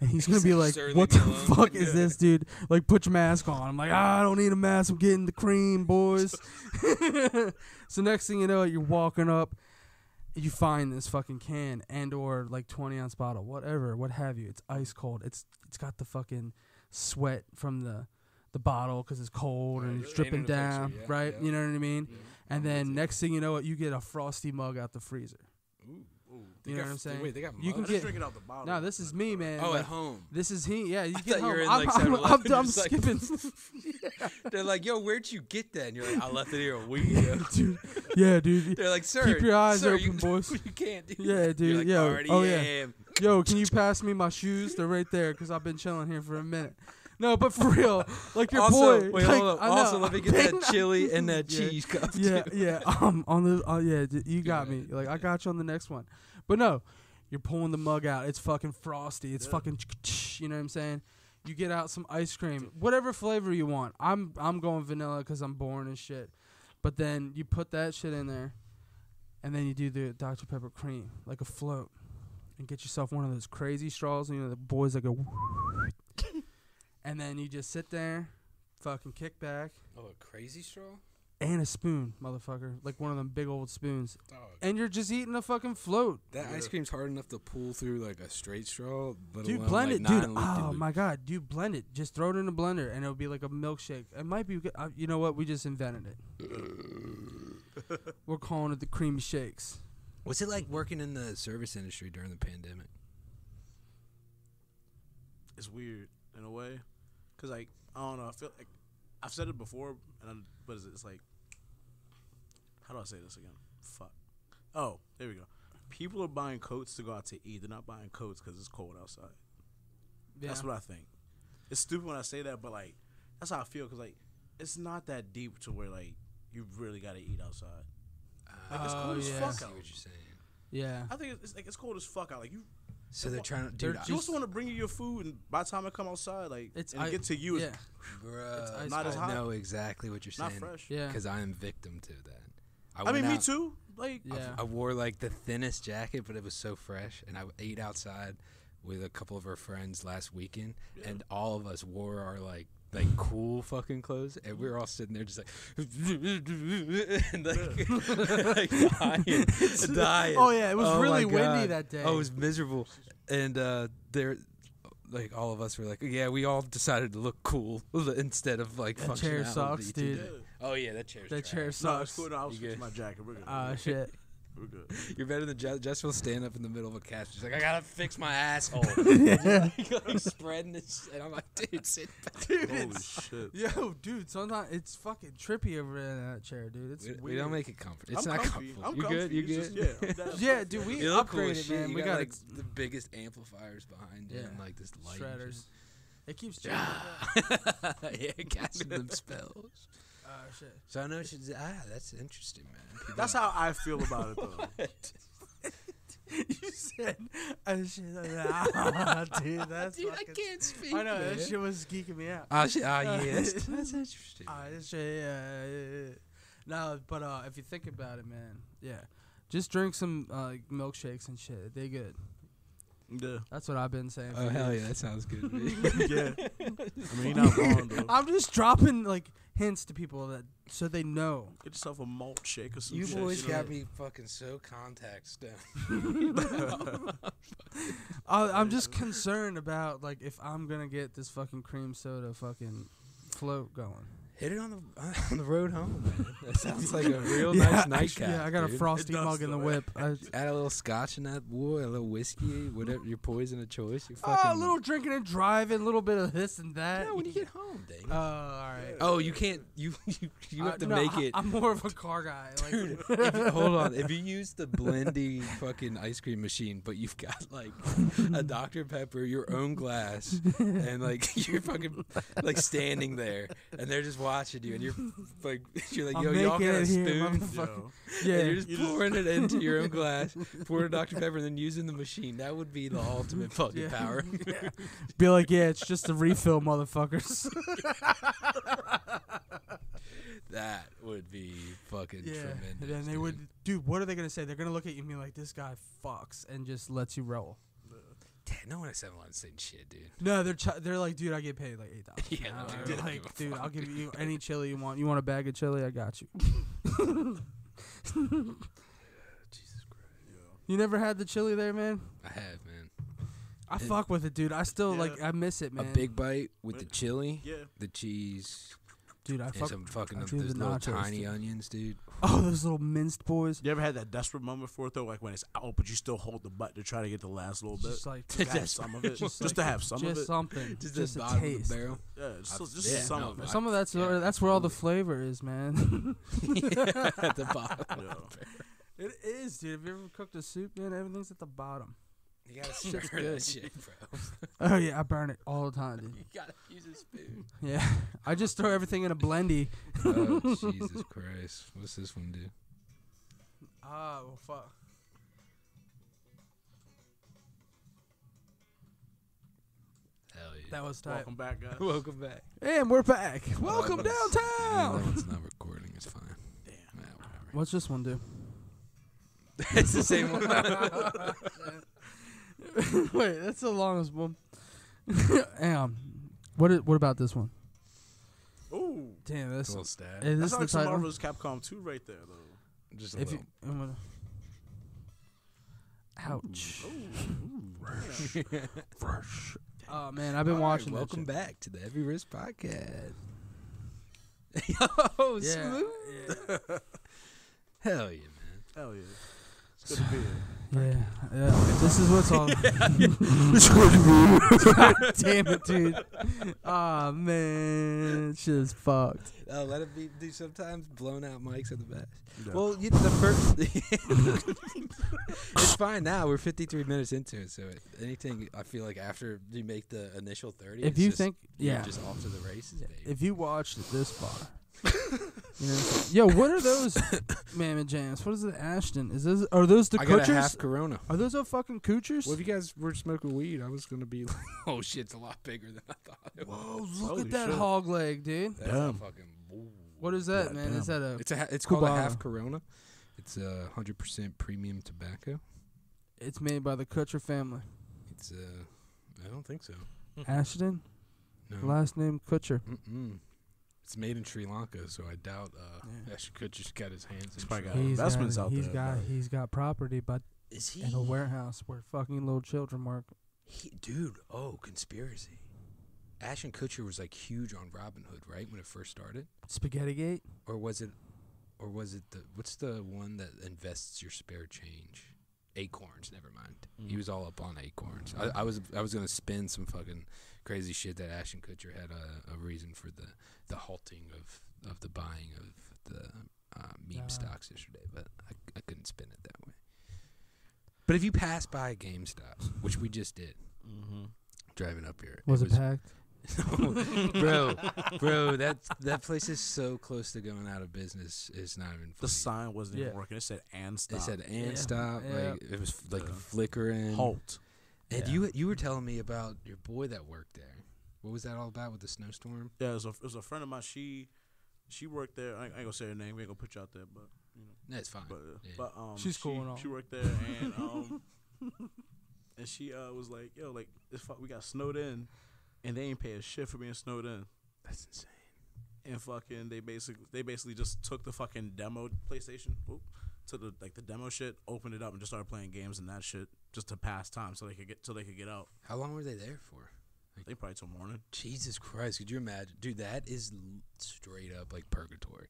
Speaker 3: And he's gonna be like,
Speaker 2: Sir,
Speaker 3: "What the
Speaker 2: leave me alone."
Speaker 3: fuck is this, dude? Like, put your mask on." I'm like, "Ah, "I don't need a mask. I'm getting the cream, boys." so next thing you know, you're walking up, you find this fucking can and or like 20 ounce bottle, whatever, what have you. It's ice cold. It's it's got the fucking sweat from the the bottle because it's cold
Speaker 2: Right,
Speaker 3: and
Speaker 2: you're
Speaker 3: it's dripping
Speaker 2: painting a picture,
Speaker 3: down,
Speaker 2: yeah,
Speaker 3: right?
Speaker 2: yeah. Mm-hmm.
Speaker 3: You know what I mean? And
Speaker 2: with
Speaker 3: then
Speaker 2: you.
Speaker 3: next thing you know, you get a frosty mug out the freezer.
Speaker 2: They
Speaker 3: You know
Speaker 2: got-
Speaker 3: what I'm saying?
Speaker 2: Wait, they got
Speaker 3: You can
Speaker 1: I'm
Speaker 2: mugs?
Speaker 3: get-
Speaker 1: just drinking out the bottle.
Speaker 3: Now this is me, man.
Speaker 2: Oh,
Speaker 3: like,
Speaker 2: at home.
Speaker 3: This is he. Yeah, you
Speaker 2: I
Speaker 3: get
Speaker 2: thought you
Speaker 3: home.
Speaker 2: were in,
Speaker 3: I'm,
Speaker 2: like,
Speaker 3: I'm,
Speaker 2: 7-Eleven,
Speaker 3: I'm, I'm
Speaker 2: just like-
Speaker 3: skipping.
Speaker 2: They're like, yo, where'd you get that? And you're like, I left it here a week ago.
Speaker 3: dude, yeah, dude.
Speaker 2: They're like, sir,
Speaker 3: Keep your eyes
Speaker 2: sir,
Speaker 3: open,
Speaker 2: you,
Speaker 3: boys.
Speaker 2: You can't do
Speaker 3: Yeah,
Speaker 2: that.
Speaker 3: dude,
Speaker 2: You're like,
Speaker 3: yo,
Speaker 2: already
Speaker 3: oh, yeah.
Speaker 2: am.
Speaker 3: Yo, can you pass me my shoes? They're right there because I've been chilling here for a minute. No, but for real, like your
Speaker 2: also,
Speaker 3: boy.
Speaker 2: wait,
Speaker 3: like,
Speaker 2: hold up.
Speaker 3: I know,
Speaker 2: Also, let me get that
Speaker 3: I'm-
Speaker 2: chili and that
Speaker 3: Yeah.
Speaker 2: cheese cup.
Speaker 3: yeah,
Speaker 2: too.
Speaker 3: yeah. Um, on the, oh yeah, d- you got me. Like I got you on the next one, but no, you're pulling the mug out. It's fucking frosty. It's fucking, you know what I'm saying? You get out some ice cream, whatever flavor you want. I'm I'm going vanilla because I'm born and shit. But then you put that shit in there, and then you do the Dr Pepper cream like a float, and get yourself one of those crazy straws. You know the boys that go, and then you just sit there, fucking kick back
Speaker 2: Oh, a crazy straw?
Speaker 3: and a spoon, motherfucker, like one of them big old spoons,
Speaker 2: Dog.
Speaker 3: and you're just eating a fucking float,
Speaker 2: That ice cream's hard enough to pull through like a straight straw. Let
Speaker 3: dude.
Speaker 2: alone,
Speaker 3: Blend
Speaker 2: like,
Speaker 3: it, dude.
Speaker 2: non-loop-de-loop.
Speaker 3: Oh my god, dude, blend it. Just throw it in a blender, and it'll be like a milkshake. It might be, good- uh, you know what? We just invented it. We're calling it the creamy shakes.
Speaker 2: What's it like working in the service industry during the pandemic?
Speaker 1: It's weird in a way. Because, like, I don't know. I feel like I've said it before, and I'm, what is it? It's like, how do I say this again? Fuck. Oh, there we go. People are buying coats to go out to eat. They're not buying coats because it's cold outside.
Speaker 3: Yeah.
Speaker 1: That's what I think. It's stupid when I say that, but like, that's how I feel. Cause like, it's not that deep to where like you really gotta eat outside. Like it's cold
Speaker 3: Oh,
Speaker 1: as
Speaker 3: yeah.
Speaker 2: I
Speaker 1: fuck
Speaker 2: see
Speaker 1: out.
Speaker 2: what you're saying.
Speaker 3: yeah.
Speaker 1: I think it's, it's like it's cold as fuck out. Like you,
Speaker 2: So they're trying to,
Speaker 3: They're
Speaker 2: dude. I-
Speaker 1: you also want to bring you your food, and by the time I come outside, like
Speaker 3: It's
Speaker 1: and it
Speaker 3: I-
Speaker 1: get to you, it's
Speaker 3: yeah.
Speaker 2: Bruh,
Speaker 3: ice
Speaker 1: Not as
Speaker 2: I
Speaker 1: hot.
Speaker 2: know exactly what you're
Speaker 1: not
Speaker 2: saying.
Speaker 1: fresh.
Speaker 3: Yeah.
Speaker 2: Because I am victim to that.
Speaker 1: I mean,
Speaker 2: went
Speaker 1: me
Speaker 2: out-
Speaker 1: too. Like,
Speaker 3: Yeah.
Speaker 2: I wore like the thinnest jacket, but it was so fresh. And I ate outside with a couple of our friends last weekend, and all of us wore our like like cool fucking clothes, and we were all sitting there just like, and, like, like dying, dying.
Speaker 3: Oh, yeah, it was
Speaker 2: my
Speaker 3: really windy
Speaker 2: God.
Speaker 3: that day.
Speaker 2: Oh, it was miserable, and uh, there. Like all of us were like, yeah, we all decided to look cool instead of like
Speaker 3: That chair
Speaker 2: functionality
Speaker 3: sucks,
Speaker 2: today."
Speaker 3: dude.
Speaker 2: Oh yeah, that chair's
Speaker 3: That
Speaker 2: trash.
Speaker 3: chair
Speaker 1: no, it's
Speaker 3: sucks.
Speaker 1: cool. No, I was
Speaker 2: You
Speaker 1: switching
Speaker 2: good?
Speaker 1: my jacket. We're good.
Speaker 3: Ah, shit.
Speaker 1: We're good.
Speaker 2: You're better than Jess. Jess will stand up in the middle of a cast. She's like, I gotta fix my asshole. yeah. like, like spreading this, and I'm like, dude, sit back.
Speaker 1: Holy shit.
Speaker 3: Yo, dude, sometimes it's fucking trippy over there in that chair, dude. It's
Speaker 2: We,
Speaker 3: weird.
Speaker 2: we don't make it comfortable. It's
Speaker 1: I'm
Speaker 2: not
Speaker 1: comfy.
Speaker 2: comfortable.
Speaker 1: I'm
Speaker 2: you
Speaker 1: comfy.
Speaker 2: good? You
Speaker 1: It's
Speaker 2: good?
Speaker 1: just- yeah, I'm down.
Speaker 3: yeah, dude, we
Speaker 2: You look cool
Speaker 3: upgraded,
Speaker 2: as shit.
Speaker 3: man.
Speaker 2: You
Speaker 3: we
Speaker 2: got
Speaker 3: got,
Speaker 2: like the biggest amplifiers behind you
Speaker 3: Yeah.
Speaker 2: and like this light. and
Speaker 3: shredders.
Speaker 2: shit.
Speaker 3: It keeps changing. Yeah.
Speaker 2: yeah, casting them spells.
Speaker 3: Oh shit.
Speaker 2: So I know she's ah, that's interesting, man. People-
Speaker 1: That's how I feel about it, though.
Speaker 3: you said, oh shit, ah, dude, that's
Speaker 2: dude, I
Speaker 3: fucking-
Speaker 2: can't speak.
Speaker 3: I know
Speaker 2: man.
Speaker 3: that shit was geeking me out.
Speaker 2: Ah, shit, ah,
Speaker 3: Uh,
Speaker 2: yeah, that's, that's interesting.
Speaker 3: Ah, that shit, yeah, yeah, yeah. No, but uh, if you think about it, man, yeah, just drink some uh, milkshakes and shit. They good.
Speaker 1: Yeah.
Speaker 3: That's what I've been saying.
Speaker 2: oh
Speaker 3: for
Speaker 2: hell
Speaker 3: years.
Speaker 2: yeah, that sounds good. to me.
Speaker 1: Yeah. I mean, you're not wrong, though.
Speaker 3: I'm just dropping like hints to people that so they know.
Speaker 1: Get yourself a malt shake or some
Speaker 2: you
Speaker 1: shit.
Speaker 2: boys
Speaker 1: know?
Speaker 2: got me fucking so contacts down.
Speaker 3: I, I'm just concerned about like if I'm gonna get this fucking cream soda fucking float going.
Speaker 2: Hit it on the on the road home. Man. That sounds like a real
Speaker 3: Yeah,
Speaker 2: nice
Speaker 3: actually,
Speaker 2: nightcap.
Speaker 3: Yeah, I got a
Speaker 2: dude.
Speaker 3: frosty
Speaker 1: It does
Speaker 3: mug in the
Speaker 1: though.
Speaker 3: whip. I,
Speaker 2: Add a little scotch in that boy, a little whiskey, whatever your poison of choice. You fucking
Speaker 3: oh, a little drinking and driving, a little bit of this and that.
Speaker 2: yeah, when you get home, dang.
Speaker 3: Oh, all right.
Speaker 2: Uh, oh, you can't. You you, you have
Speaker 3: Uh,
Speaker 2: to
Speaker 3: no,
Speaker 2: make
Speaker 3: I-
Speaker 2: it.
Speaker 3: I'm more of a car guy. Like,
Speaker 2: Dude, if you, hold on. If you use the blendy fucking ice cream machine, but you've got like a Dr Pepper, your own glass, and like you're fucking like standing there, and they're just watching you, and you're like you're like,
Speaker 3: I'm
Speaker 2: yo, y'all
Speaker 3: making
Speaker 2: got a
Speaker 3: it here,
Speaker 2: spoon.
Speaker 3: motherfucker.
Speaker 1: Yo.
Speaker 3: yeah.
Speaker 2: And you're just
Speaker 1: You just-
Speaker 2: pouring it into your own glass, pouring Dr Pepper, and then using the machine. That would be the ultimate fucking
Speaker 3: Yeah.
Speaker 2: power.
Speaker 3: Be like, yeah, it's just a refill, motherfuckers.
Speaker 2: that would be fucking
Speaker 3: yeah.
Speaker 2: tremendous.
Speaker 3: And then they
Speaker 2: dude.
Speaker 3: would, dude. What are they gonna say? They're gonna look at you and be like, this guy fucks, and just lets you roll.
Speaker 2: Damn, no one at Seven Eleven saying shit, dude.
Speaker 3: No, they're ch- they're like, dude, I get paid like eight dollars.
Speaker 2: Yeah,
Speaker 3: an
Speaker 2: no,
Speaker 3: hour."
Speaker 2: they don't give
Speaker 3: like,
Speaker 2: a
Speaker 3: dude, I'll
Speaker 2: fuck.
Speaker 3: give you any chili you want. You want a bag of chili? I got you. You never had the chili there, man.
Speaker 2: I have man.
Speaker 3: I fuck with it, dude. I still
Speaker 1: Yeah.
Speaker 3: like, I miss it, man.
Speaker 2: A big bite with the chili,
Speaker 1: Yeah.
Speaker 2: the cheese,
Speaker 3: dude, I
Speaker 2: and
Speaker 3: fuck.
Speaker 2: some fucking
Speaker 3: I
Speaker 2: of
Speaker 3: drew
Speaker 2: those
Speaker 3: the
Speaker 2: little
Speaker 3: nachos,
Speaker 2: tiny
Speaker 3: dude.
Speaker 2: onions, dude.
Speaker 3: Oh, those little minced boys.
Speaker 1: You ever had that desperate moment before though, like when it's out, but you still hold the butt to try to get the last little bit,
Speaker 3: Just like
Speaker 1: to have some of it, just,
Speaker 3: Just
Speaker 1: to have some
Speaker 3: just
Speaker 1: of it,
Speaker 3: something, just,
Speaker 2: the
Speaker 3: a
Speaker 2: bottom of
Speaker 3: taste.
Speaker 2: the barrel.
Speaker 1: yeah, just,
Speaker 2: I've-
Speaker 1: just
Speaker 2: yeah,
Speaker 1: some
Speaker 2: no,
Speaker 1: of it.
Speaker 3: Some of that's
Speaker 2: Yeah,
Speaker 3: where, that's where all the flavor is, man.
Speaker 2: at the bottom.
Speaker 1: Yo.
Speaker 3: it is, dude. Have you ever cooked a soup, man? Everything's at the bottom.
Speaker 2: You gotta stir that
Speaker 3: good.
Speaker 2: shit, bro.
Speaker 3: Oh yeah, I burn it all the time, dude.
Speaker 2: You gotta use a spoon.
Speaker 3: Yeah, I just throw everything in a blendy.
Speaker 2: oh Jesus Christ! What's this one do?
Speaker 3: Ah, well, fuck.
Speaker 2: Hell yeah!
Speaker 3: That was tight.
Speaker 1: Welcome back, guys.
Speaker 2: Welcome back.
Speaker 3: And we're back. Welcome
Speaker 2: Otherwise- That
Speaker 3: downtown.
Speaker 2: one's not recording. It's fine.
Speaker 1: Damn.
Speaker 2: Nah, whatever.
Speaker 3: What's this one do?
Speaker 2: it's the same one.
Speaker 3: Wait, that's the longest one. Damn. What? i- what about this one?
Speaker 1: Ooh,
Speaker 3: Damn, this.
Speaker 2: little stab.
Speaker 3: Is
Speaker 1: that's
Speaker 3: this the
Speaker 1: like some
Speaker 3: title?
Speaker 1: Marvel's Capcom 2 right there though.
Speaker 2: Just a
Speaker 3: If you,
Speaker 2: little.
Speaker 3: I'm gonna- Ouch.
Speaker 2: Fresh.
Speaker 3: Oh man, I've been watching. that
Speaker 2: welcome
Speaker 3: shit.
Speaker 2: back to the Heavy Wrist Podcast. Yo,
Speaker 3: Yeah,
Speaker 2: smooth. Hell yeah,
Speaker 1: Hell yeah, it's good to be here.
Speaker 3: yeah, yeah. This is what's all. God damn it, dude. Ah man, shit is fucked.
Speaker 2: man. Oh, let it be. Dude, sometimes blown out mics are the best.
Speaker 1: Yeah.
Speaker 2: Well, you, the first. it's fine now. We're 53 minutes into it, so it, anything I feel like after you make the initial 30,
Speaker 3: If
Speaker 2: it's
Speaker 3: you
Speaker 2: just-
Speaker 3: think,
Speaker 2: you're
Speaker 3: yeah,
Speaker 2: just off to the races, baby.
Speaker 3: if you watched it this far. you know what I'm saying? Yo, what are those, Mamma Jams? What is it, Ashton? Is this are those the
Speaker 2: I got a half
Speaker 3: coochers?
Speaker 2: Corona.
Speaker 3: Are those the fucking coochers?
Speaker 5: Well, if you guys were smoking weed, I was gonna be like,
Speaker 2: Oh shit, it's a lot bigger than I thought. It was.
Speaker 3: Whoa, look
Speaker 1: Holy
Speaker 3: at that
Speaker 1: shit.
Speaker 3: hog leg, dude.
Speaker 2: That's a
Speaker 1: Damn.
Speaker 2: fucking.
Speaker 3: What is that,
Speaker 1: God
Speaker 3: man? Is that
Speaker 1: damn.
Speaker 3: a
Speaker 2: It's a. ha- It's called a
Speaker 3: Cubano.
Speaker 2: half Corona. It's a hundred percent premium tobacco.
Speaker 3: It's made by the Kutcher family.
Speaker 2: It's uh, I don't think so. Mm-hmm.
Speaker 3: Ashton,
Speaker 2: No.
Speaker 3: last name Kutcher.
Speaker 2: Mm-mm. It's made in Sri Lanka, so I doubt uh,
Speaker 3: Yeah.
Speaker 2: Ashton Kutcher's got his hands.
Speaker 1: He's
Speaker 2: in
Speaker 1: probably got
Speaker 2: Sri
Speaker 1: it.
Speaker 2: Lanka.
Speaker 1: He's investments
Speaker 3: got,
Speaker 1: out
Speaker 3: he's
Speaker 1: there,
Speaker 3: got
Speaker 1: but-
Speaker 3: he's got property, but
Speaker 2: Is he,
Speaker 3: in a warehouse where fucking little children work.
Speaker 2: he? Dude, oh, conspiracy. Ashton Kutcher was like huge on Robin Hood, right, when it first started,
Speaker 3: Spaghetti Gate.
Speaker 2: or was it, or was it the what's the one that invests your spare change? Acorns, never mind.
Speaker 3: Mm.
Speaker 2: He was all up on acorns. I, I was I was gonna spin some fucking crazy shit that Ashton Kutcher had a, a reason for the the halting of of the buying of the uh, meme
Speaker 3: Ah.
Speaker 2: stocks yesterday, but I, I couldn't spin it that way. But if you pass by GameStop, which we just did
Speaker 1: Mm-hmm.
Speaker 2: driving up here,
Speaker 3: Was it, packed?
Speaker 2: bro, bro, that that place is so close to going out of business. It's not even.
Speaker 1: The
Speaker 2: funny.
Speaker 1: sign wasn't
Speaker 3: Yeah.
Speaker 1: even working. It said and stop.
Speaker 2: It said and
Speaker 3: Yeah.
Speaker 2: stop.
Speaker 3: Yeah.
Speaker 2: Like it was f- like
Speaker 1: Yeah.
Speaker 2: flickering.
Speaker 1: halt.
Speaker 2: And
Speaker 3: Yeah.
Speaker 2: you you were telling me about your boy that worked there. What was that all about with the snowstorm?
Speaker 1: Yeah, it was, a, it was a friend of mine. She she worked there. I ain't, I ain't gonna say her name. We ain't gonna put you out there, but you know,
Speaker 2: That's fine.
Speaker 1: but uh,
Speaker 2: Yeah.
Speaker 1: but um,
Speaker 3: She's cool
Speaker 1: she,
Speaker 3: and all.
Speaker 1: She worked there, and um, and she uh was like, yo, like it's fuck, we got snowed in, and they ain't pay a shit for being snowed in.
Speaker 2: That's insane.
Speaker 1: and fucking they basically they basically just took the fucking demo PlayStation, whoop, took the like the demo shit, opened it up and just started playing games and that shit just to pass time so they could get so they could get out.
Speaker 2: How long were they there for?
Speaker 1: They probably till morning.
Speaker 2: Jesus Christ, could you imagine? Dude, that is l- straight up like purgatory.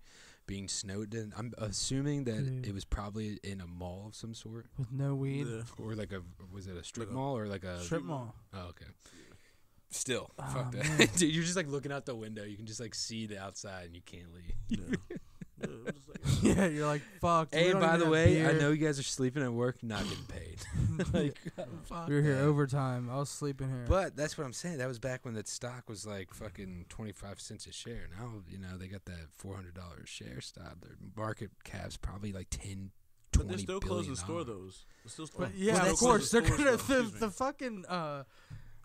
Speaker 2: Being snowed in. I'm assuming that
Speaker 3: Dude.
Speaker 2: it was probably in a mall of some sort.
Speaker 3: with no weed.
Speaker 1: Yeah.
Speaker 2: Or like a was it a strip
Speaker 1: Like a-
Speaker 2: mall or like a
Speaker 3: Strip mall.
Speaker 2: Oh, okay. Still,
Speaker 3: Ah,
Speaker 2: fuck
Speaker 3: man.
Speaker 2: that. Dude, you're just like looking out the window. You can just like see the outside and you can't leave.
Speaker 1: Yeah. Yeah, it was just like-
Speaker 3: yeah, you're like fuck. dude, we
Speaker 2: Hey,
Speaker 3: don't
Speaker 2: by
Speaker 3: even
Speaker 2: the
Speaker 3: have
Speaker 2: way, I
Speaker 3: beer.
Speaker 2: know you guys are sleeping at work, not getting paid. like, fuck
Speaker 3: we were here
Speaker 2: that.
Speaker 3: overtime. I was sleeping here.
Speaker 2: But that's what I'm saying. That was back when that stock was like fucking 25 cents a share. Now, you know, they got that $400 share stock. Their market cap's probably like 10,
Speaker 1: but
Speaker 2: 20
Speaker 1: they're still
Speaker 2: billion
Speaker 1: closing store
Speaker 2: dollars.
Speaker 1: those. They're still
Speaker 3: But
Speaker 1: they're still
Speaker 3: yeah,
Speaker 2: that's-
Speaker 3: of
Speaker 1: closing
Speaker 3: course they're
Speaker 1: stores,
Speaker 3: gonna
Speaker 1: though,
Speaker 3: the,
Speaker 1: excuse
Speaker 3: the
Speaker 1: me.
Speaker 3: fucking uh,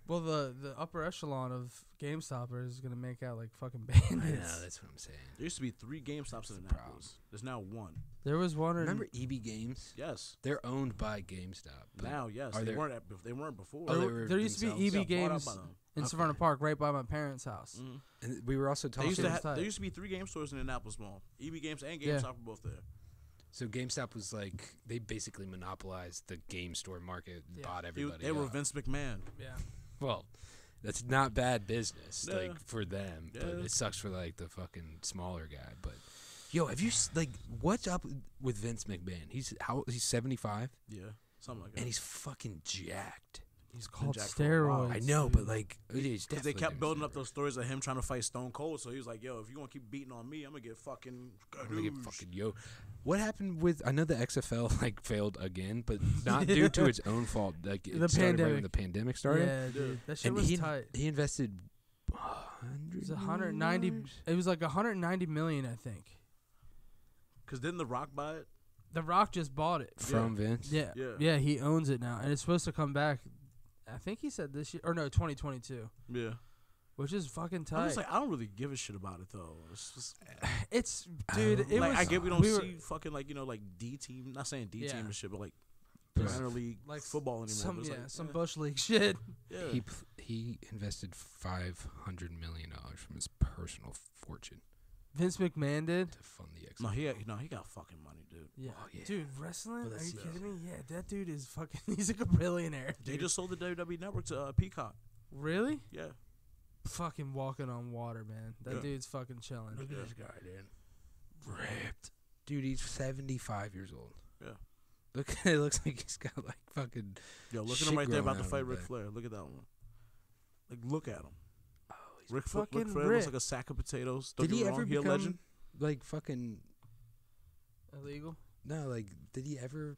Speaker 3: well the the upper echelon of GameStop is gonna make out like fucking bandits.
Speaker 2: I know, that's what I'm saying.
Speaker 3: Mm.
Speaker 1: There used to be three GameStops in
Speaker 2: the
Speaker 1: Annapolis. There's now one.
Speaker 3: There was one. in-
Speaker 2: Remember EB Games?
Speaker 1: Yes.
Speaker 2: They're owned by GameStop. but-
Speaker 1: Now, yes,
Speaker 2: are
Speaker 1: they
Speaker 2: there-
Speaker 1: weren't at, bef- they weren't before.
Speaker 2: Oh,
Speaker 3: there,
Speaker 2: they
Speaker 3: w-
Speaker 2: were
Speaker 3: there used to be
Speaker 2: themselves.
Speaker 3: EB
Speaker 1: Yeah, bought out
Speaker 3: Games
Speaker 1: by them.
Speaker 3: in
Speaker 2: Okay.
Speaker 3: Savannah Park, right by my parents' house.
Speaker 2: Mm.
Speaker 1: Mhm.
Speaker 2: And we were also
Speaker 1: They
Speaker 2: talking
Speaker 1: used to
Speaker 3: Awesome.
Speaker 1: have,
Speaker 3: Tight.
Speaker 1: there used to be three game stores in Annapolis Mall. EB Games and GameStop
Speaker 3: Yeah.
Speaker 1: were both there.
Speaker 2: So GameStop was like they basically monopolized the game store market, and
Speaker 3: Yeah.
Speaker 2: bought
Speaker 1: They,
Speaker 2: everybody.
Speaker 1: they were
Speaker 2: out.
Speaker 1: Vince McMahon.
Speaker 3: Yeah,
Speaker 2: well, that's not bad business,
Speaker 1: Yeah.
Speaker 2: like for them, but
Speaker 1: Yeah.
Speaker 2: it sucks for like the fucking smaller guy. But yo, have you s- like what's up with Vince McMahon? He's how he's seventy five
Speaker 1: Yeah, something like that.
Speaker 2: and he's fucking jacked.
Speaker 3: he's called
Speaker 1: jacked for a while.
Speaker 3: steroids.
Speaker 2: I know, but like he's
Speaker 1: Because they
Speaker 2: definitely
Speaker 1: kept
Speaker 2: doing
Speaker 1: building up
Speaker 2: steroids.
Speaker 1: those stories of him trying to fight Stone Cold, so he was like, "Yo, if you gonna keep beating on me, I'm gonna get fucking."
Speaker 2: I'm gonna get
Speaker 1: gadooshed."
Speaker 2: fucking yo. What happened with? I know the XFL like failed again, but not due to its own fault. Like it
Speaker 3: The
Speaker 2: started right
Speaker 3: pandemic.
Speaker 2: when the pandemic started.
Speaker 3: Yeah, dude, that shit
Speaker 2: and
Speaker 3: was
Speaker 2: he,
Speaker 3: tight.
Speaker 2: he invested
Speaker 3: It
Speaker 2: hundred.
Speaker 3: was 190. It was like 190 million, I think.
Speaker 1: Cause didn't The Rock buy it?
Speaker 3: The Rock just bought it.
Speaker 2: from Vince.
Speaker 3: Yeah. yeah,
Speaker 1: Yeah.
Speaker 3: He owns it now, and it's supposed to come back. I think he said this year or no, 2022,
Speaker 1: Yeah.
Speaker 3: which is fucking
Speaker 1: I'm
Speaker 3: tight.
Speaker 1: just like, I don't really give a shit about it though. It's just,
Speaker 3: it's
Speaker 2: I
Speaker 3: dude.
Speaker 2: don't
Speaker 3: It
Speaker 1: like
Speaker 3: was
Speaker 1: I get we don't
Speaker 3: we were-
Speaker 1: see fucking like you know like D team. Not saying D team
Speaker 3: Yeah.
Speaker 1: and shit, but like
Speaker 2: Right.
Speaker 1: minor league
Speaker 3: like
Speaker 1: like football anymore.
Speaker 3: some
Speaker 1: but it's
Speaker 3: yeah,
Speaker 1: like,
Speaker 3: some
Speaker 1: eh,
Speaker 3: bush league shit.
Speaker 1: yeah.
Speaker 2: He pl- he invested five hundred million dollars from his personal fortune
Speaker 3: Vince McMahon did.
Speaker 2: to fund the XFL.
Speaker 1: no, he no, he got fucking money, dude.
Speaker 3: Yeah.
Speaker 2: Oh, yeah.
Speaker 3: dude, wrestling?
Speaker 2: Well,
Speaker 3: Are you
Speaker 2: that's-
Speaker 3: kidding me? Yeah, that dude is fucking. He's like a billionaire.
Speaker 1: They
Speaker 3: dude.
Speaker 1: just sold the WWE network to uh, Peacock.
Speaker 3: really
Speaker 1: Yeah.
Speaker 3: fucking walking on water, man. That
Speaker 1: Yeah.
Speaker 3: dude's fucking chilling.
Speaker 1: Look at this
Speaker 2: guy, dude. Ripped, dude. He's seventy-five years old.
Speaker 1: Yeah.
Speaker 2: Look, it looks like he's got like fucking.
Speaker 1: Yo, look at
Speaker 2: Shit
Speaker 1: him right there
Speaker 2: growing
Speaker 1: about to
Speaker 2: out of
Speaker 1: fight
Speaker 2: him
Speaker 1: Ric
Speaker 2: back.
Speaker 1: Flair. Look at that one. Like, look at him.
Speaker 2: Oh,
Speaker 1: Ric, Fla- Ric
Speaker 3: fucking
Speaker 1: Flair looks
Speaker 3: ripped.
Speaker 1: like a sack of potatoes. Don't
Speaker 2: did
Speaker 1: get
Speaker 2: he
Speaker 1: me wrong,
Speaker 2: ever
Speaker 1: he a
Speaker 2: become
Speaker 1: legend.
Speaker 2: like fucking?
Speaker 3: Illegal?
Speaker 2: No, like did he ever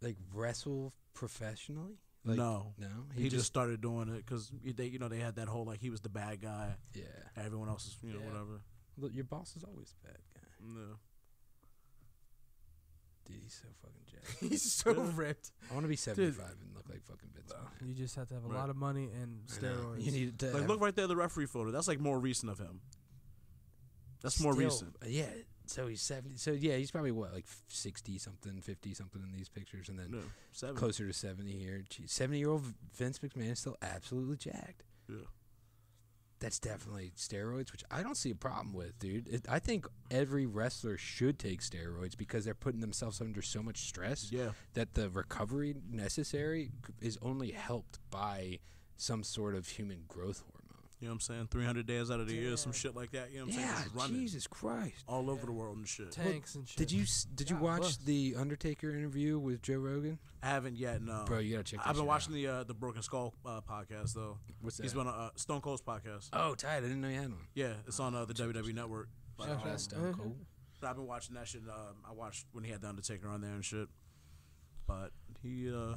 Speaker 2: like wrestle professionally? Like,
Speaker 1: no,
Speaker 2: no.
Speaker 1: he, just, started doing it because they, you know, they had that whole like he was the bad guy,
Speaker 2: yeah.
Speaker 1: everyone else is, you know,
Speaker 2: Yeah.
Speaker 1: whatever.
Speaker 2: Look, your boss is always a bad guy.
Speaker 1: No.
Speaker 2: Dude, he's so fucking jacked.
Speaker 3: he's so
Speaker 1: Yeah.
Speaker 3: ripped.
Speaker 2: I want to be seventy-five and look like fucking Vince. McMahon.
Speaker 3: You just have to have a
Speaker 1: Right.
Speaker 3: lot of money and
Speaker 2: I know.
Speaker 3: steroids.
Speaker 2: You need to
Speaker 1: Like,
Speaker 2: have
Speaker 1: look right there, the referee photo. That's like more recent of him. That's more
Speaker 2: still-
Speaker 1: recent.
Speaker 2: Yeah. So he's seventy. So yeah, he's probably what like sixty something, fifty something in these pictures, and then
Speaker 1: No, seven.
Speaker 2: closer to seventy here. Seventy-year-old Vince McMahon is still absolutely jacked.
Speaker 1: Yeah.
Speaker 2: That's definitely steroids, which I don't see a problem with, dude. It, I think every wrestler should take steroids because they're putting themselves under so much stress
Speaker 1: Yeah,
Speaker 2: that the recovery necessary c- is only helped by some sort of human growth hormone.
Speaker 1: you know what I'm saying? 300 days out of the year, some
Speaker 3: Yeah.
Speaker 1: shit like that. You know what I'm
Speaker 2: yeah,
Speaker 1: saying? Just running
Speaker 2: Jesus Christ.
Speaker 1: all over the world and shit.
Speaker 3: Tanks and shit.
Speaker 2: Did you s- did you
Speaker 3: God
Speaker 2: watch
Speaker 3: bless.
Speaker 2: the Undertaker interview with Joe Rogan?
Speaker 1: I haven't yet, no.
Speaker 2: Bro, you gotta check. That
Speaker 1: Uh, I've been
Speaker 2: shit
Speaker 1: watching
Speaker 2: out.
Speaker 1: the uh, the Broken Skull uh, podcast though.
Speaker 2: What's that?
Speaker 1: He's been on uh, Stone Cold's podcast.
Speaker 2: oh, tight. I didn't know you had one.
Speaker 1: Yeah, it's on uh, the WWE Network. But,
Speaker 3: Shout
Speaker 1: um,
Speaker 3: out.
Speaker 2: That's Stone Cold.
Speaker 1: But I've been watching that shit. Um, I watched when he had the Undertaker on there and shit. But he, uh,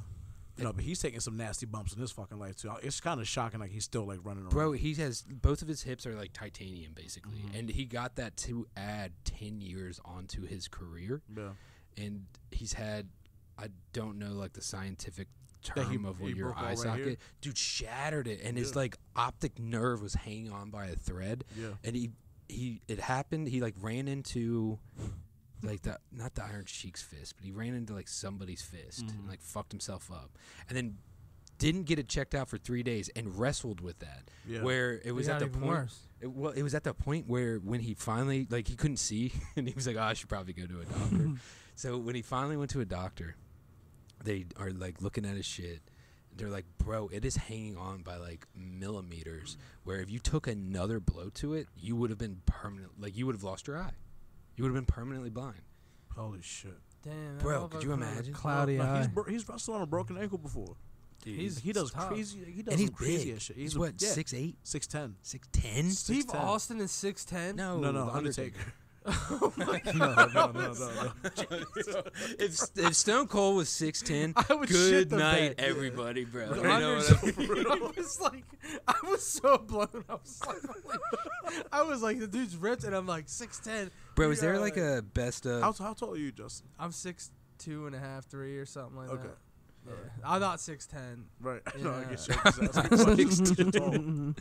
Speaker 1: No, but he's taking some nasty bumps in his fucking life too. It's kind of shocking, like he's still like running around.
Speaker 2: Bro, he has both of his hips are like titanium basically,
Speaker 1: Mm-hmm.
Speaker 2: and he got that to add ten years onto his career.
Speaker 1: yeah.
Speaker 2: and he's had I don't know like the scientific
Speaker 1: That
Speaker 2: term
Speaker 1: he-
Speaker 2: of
Speaker 1: he
Speaker 2: what your
Speaker 1: broke all
Speaker 2: eye
Speaker 1: right
Speaker 2: socket
Speaker 1: here?
Speaker 2: dude shattered it and his
Speaker 1: Yeah.
Speaker 2: like optic nerve was hanging on by a thread
Speaker 1: Yeah.
Speaker 2: and he he it happened he like ran into like the not the iron sheik's fist but he ran into like somebody's fist
Speaker 1: Mm-hmm.
Speaker 2: and like fucked himself up and then didn't get it checked out for three days and wrestled with that
Speaker 1: Yeah.
Speaker 2: where it was
Speaker 3: got
Speaker 2: at the
Speaker 3: even
Speaker 2: point
Speaker 3: worse.
Speaker 2: it, well, it was at the point where when he finally like he couldn't see, and he was like, "Oh, I should probably go to a doctor." so when he finally went to a doctor, they are like looking at his shit. They're like, "Bro, it is hanging on by like millimeters. Where if you took another blow to it, you would have been permanent. Like you would have lost your eye. You would have been permanently blind."
Speaker 1: Holy shit.
Speaker 3: Damn, that
Speaker 2: Bro, could
Speaker 3: motherfucker
Speaker 2: you
Speaker 3: come out with
Speaker 2: imagine?
Speaker 3: Cloudy
Speaker 1: No, he's,
Speaker 3: eye.
Speaker 1: bro- he's wrestled on a broken ankle before.
Speaker 3: He's-
Speaker 1: he does
Speaker 3: tough.
Speaker 1: crazy. He does
Speaker 2: and he's
Speaker 1: some crazy
Speaker 2: big.
Speaker 1: ass shit.
Speaker 2: He's,
Speaker 1: a-
Speaker 2: what
Speaker 1: yeah,
Speaker 2: six eight,
Speaker 1: six ten.
Speaker 2: six ten?
Speaker 3: Steve
Speaker 1: 6'10.
Speaker 3: Austin is six ten.
Speaker 2: No, Oh
Speaker 1: No, no,
Speaker 2: the
Speaker 1: Undertaker. no, no, no, no, no.
Speaker 2: if, if Stone Cold was six ten,
Speaker 3: I would shit
Speaker 2: good
Speaker 3: the
Speaker 2: night,
Speaker 3: bed.
Speaker 2: everybody, bro. You
Speaker 3: I,
Speaker 2: know
Speaker 3: was-
Speaker 2: what I mean?
Speaker 3: I was like, I was so blown. I was like, I was like, the dude's ripped, and I'm like six ten.
Speaker 2: Bro, is there like a best of?
Speaker 1: How, how tall are you, Justin?
Speaker 3: I'm six two and a half, three or something like
Speaker 1: Okay.
Speaker 3: that. Yeah. I'm not six ten.
Speaker 1: Right. No, I
Speaker 3: Yeah.
Speaker 1: get you. 'cause I was like, fuck, he's tall.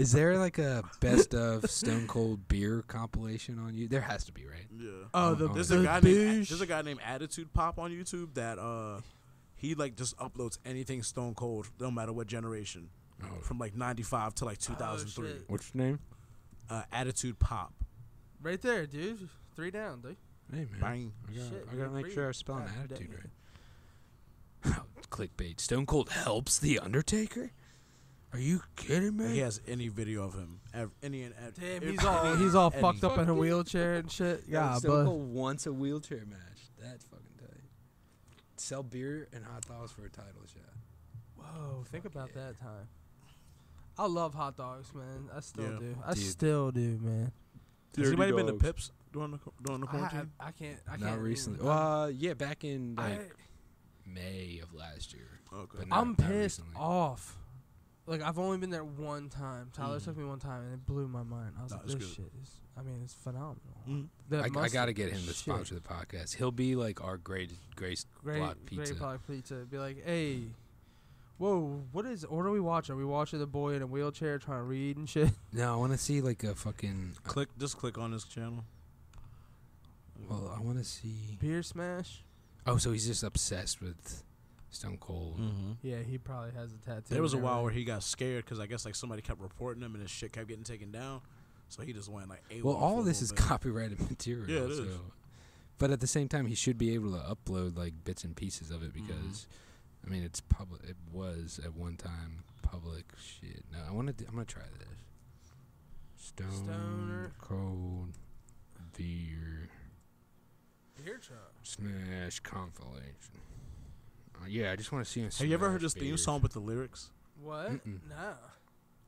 Speaker 2: is there like a best of Stone Cold beer compilation on you? There has to be, right?
Speaker 1: Yeah.
Speaker 3: Oh,
Speaker 2: the-
Speaker 3: the,
Speaker 1: There's
Speaker 2: the
Speaker 1: a guy named There's a guy named Attitude Pop on YouTube that uh he like just uploads anything Stone Cold, no matter what generation,
Speaker 2: Oh.
Speaker 1: from like '95 to like 2003.
Speaker 3: shit.
Speaker 5: Oh, What's your name?
Speaker 1: uh, Attitude Pop.
Speaker 3: right there, dude. Three down, dude.
Speaker 2: Hey man,
Speaker 1: Bang.
Speaker 2: I gotta,
Speaker 3: Shit,
Speaker 2: I gotta
Speaker 3: you
Speaker 2: make
Speaker 3: agree.
Speaker 2: sure I spell an
Speaker 3: God
Speaker 2: attitude
Speaker 3: damn.
Speaker 2: right. Clickbait. Stone Cold helps the Undertaker. Are you kidding
Speaker 1: If
Speaker 2: me?
Speaker 1: he has any video of him, ev- any and ev-
Speaker 3: Damn,
Speaker 1: any-
Speaker 3: he's all he's all fucked up in a
Speaker 2: Fucking-
Speaker 3: wheelchair and shit.
Speaker 2: Yo,
Speaker 3: Yeah,
Speaker 2: Stone
Speaker 3: but
Speaker 2: Cold wants a wheelchair match. That's fucking tight. Sell beer and hot dogs for a title shot.
Speaker 3: whoa, think
Speaker 2: Fuck
Speaker 3: about
Speaker 2: yeah.
Speaker 3: that time. I love hot dogs, man. I still
Speaker 1: Yeah.
Speaker 3: do. I
Speaker 2: Dude.
Speaker 3: still do, man.
Speaker 1: Has anybody been to
Speaker 5: Dirty
Speaker 1: Pips during the qu- during the
Speaker 3: I, I,
Speaker 1: quarantine?
Speaker 3: I can't. I
Speaker 2: Not
Speaker 3: can't
Speaker 2: recently.
Speaker 3: Even,
Speaker 2: Well, uh, yeah, back in
Speaker 3: I,
Speaker 2: like May of last year.
Speaker 1: okay.
Speaker 2: But not,
Speaker 3: I'm
Speaker 2: not
Speaker 3: pissed
Speaker 2: recently.
Speaker 3: off. Like I've only been there one time. Tyler
Speaker 2: Mhm.
Speaker 3: took me one time, and it blew my mind. I was
Speaker 1: Nah,
Speaker 3: like,
Speaker 1: it's
Speaker 3: "This
Speaker 1: good.
Speaker 3: shit is. I mean, it's phenomenal."
Speaker 1: Mm.
Speaker 3: That
Speaker 2: I, I
Speaker 3: mustard,
Speaker 2: got to get him to
Speaker 3: shit.
Speaker 2: sponsor the podcast. He'll be like our great, great
Speaker 3: Great,
Speaker 2: block pizza.
Speaker 3: great block pizza. Be like, "Hey, whoa, what is? What are we watching? Are we watching the boy in a wheelchair trying to read and shit?"
Speaker 2: No, I want to see like a fucking. uh,
Speaker 1: Click, just click on his channel.
Speaker 2: Well, uh, I want to see.
Speaker 3: Beer smash.
Speaker 2: Oh, so he's just obsessed with Stone Cold.
Speaker 1: Mm-hmm.
Speaker 3: Yeah, he probably has a tattoo.
Speaker 1: There was a
Speaker 3: and
Speaker 1: while where
Speaker 3: everything.
Speaker 1: he got scared because I guess like somebody kept reporting him and his shit kept getting taken down, so he just went like. AWOL
Speaker 2: Well, all
Speaker 1: for a
Speaker 2: this
Speaker 1: little
Speaker 2: is
Speaker 1: bit.
Speaker 2: copyrighted material.
Speaker 1: Yeah, it is.
Speaker 2: so. But at the same time, he should be able to upload like bits and pieces of it
Speaker 1: Mm-hmm.
Speaker 2: because, I mean, it's public. It was at one time public shit. No, I want to. I'm gonna try this. Stone
Speaker 3: Stoner.
Speaker 2: Cold Beer
Speaker 3: beer truck.
Speaker 2: Smash compilation. Uh, yeah, I just want to see. him
Speaker 1: Have you ever
Speaker 2: smash
Speaker 1: heard this theme
Speaker 2: beers.
Speaker 1: song with the lyrics?
Speaker 3: What?
Speaker 2: Mm-mm.
Speaker 3: No.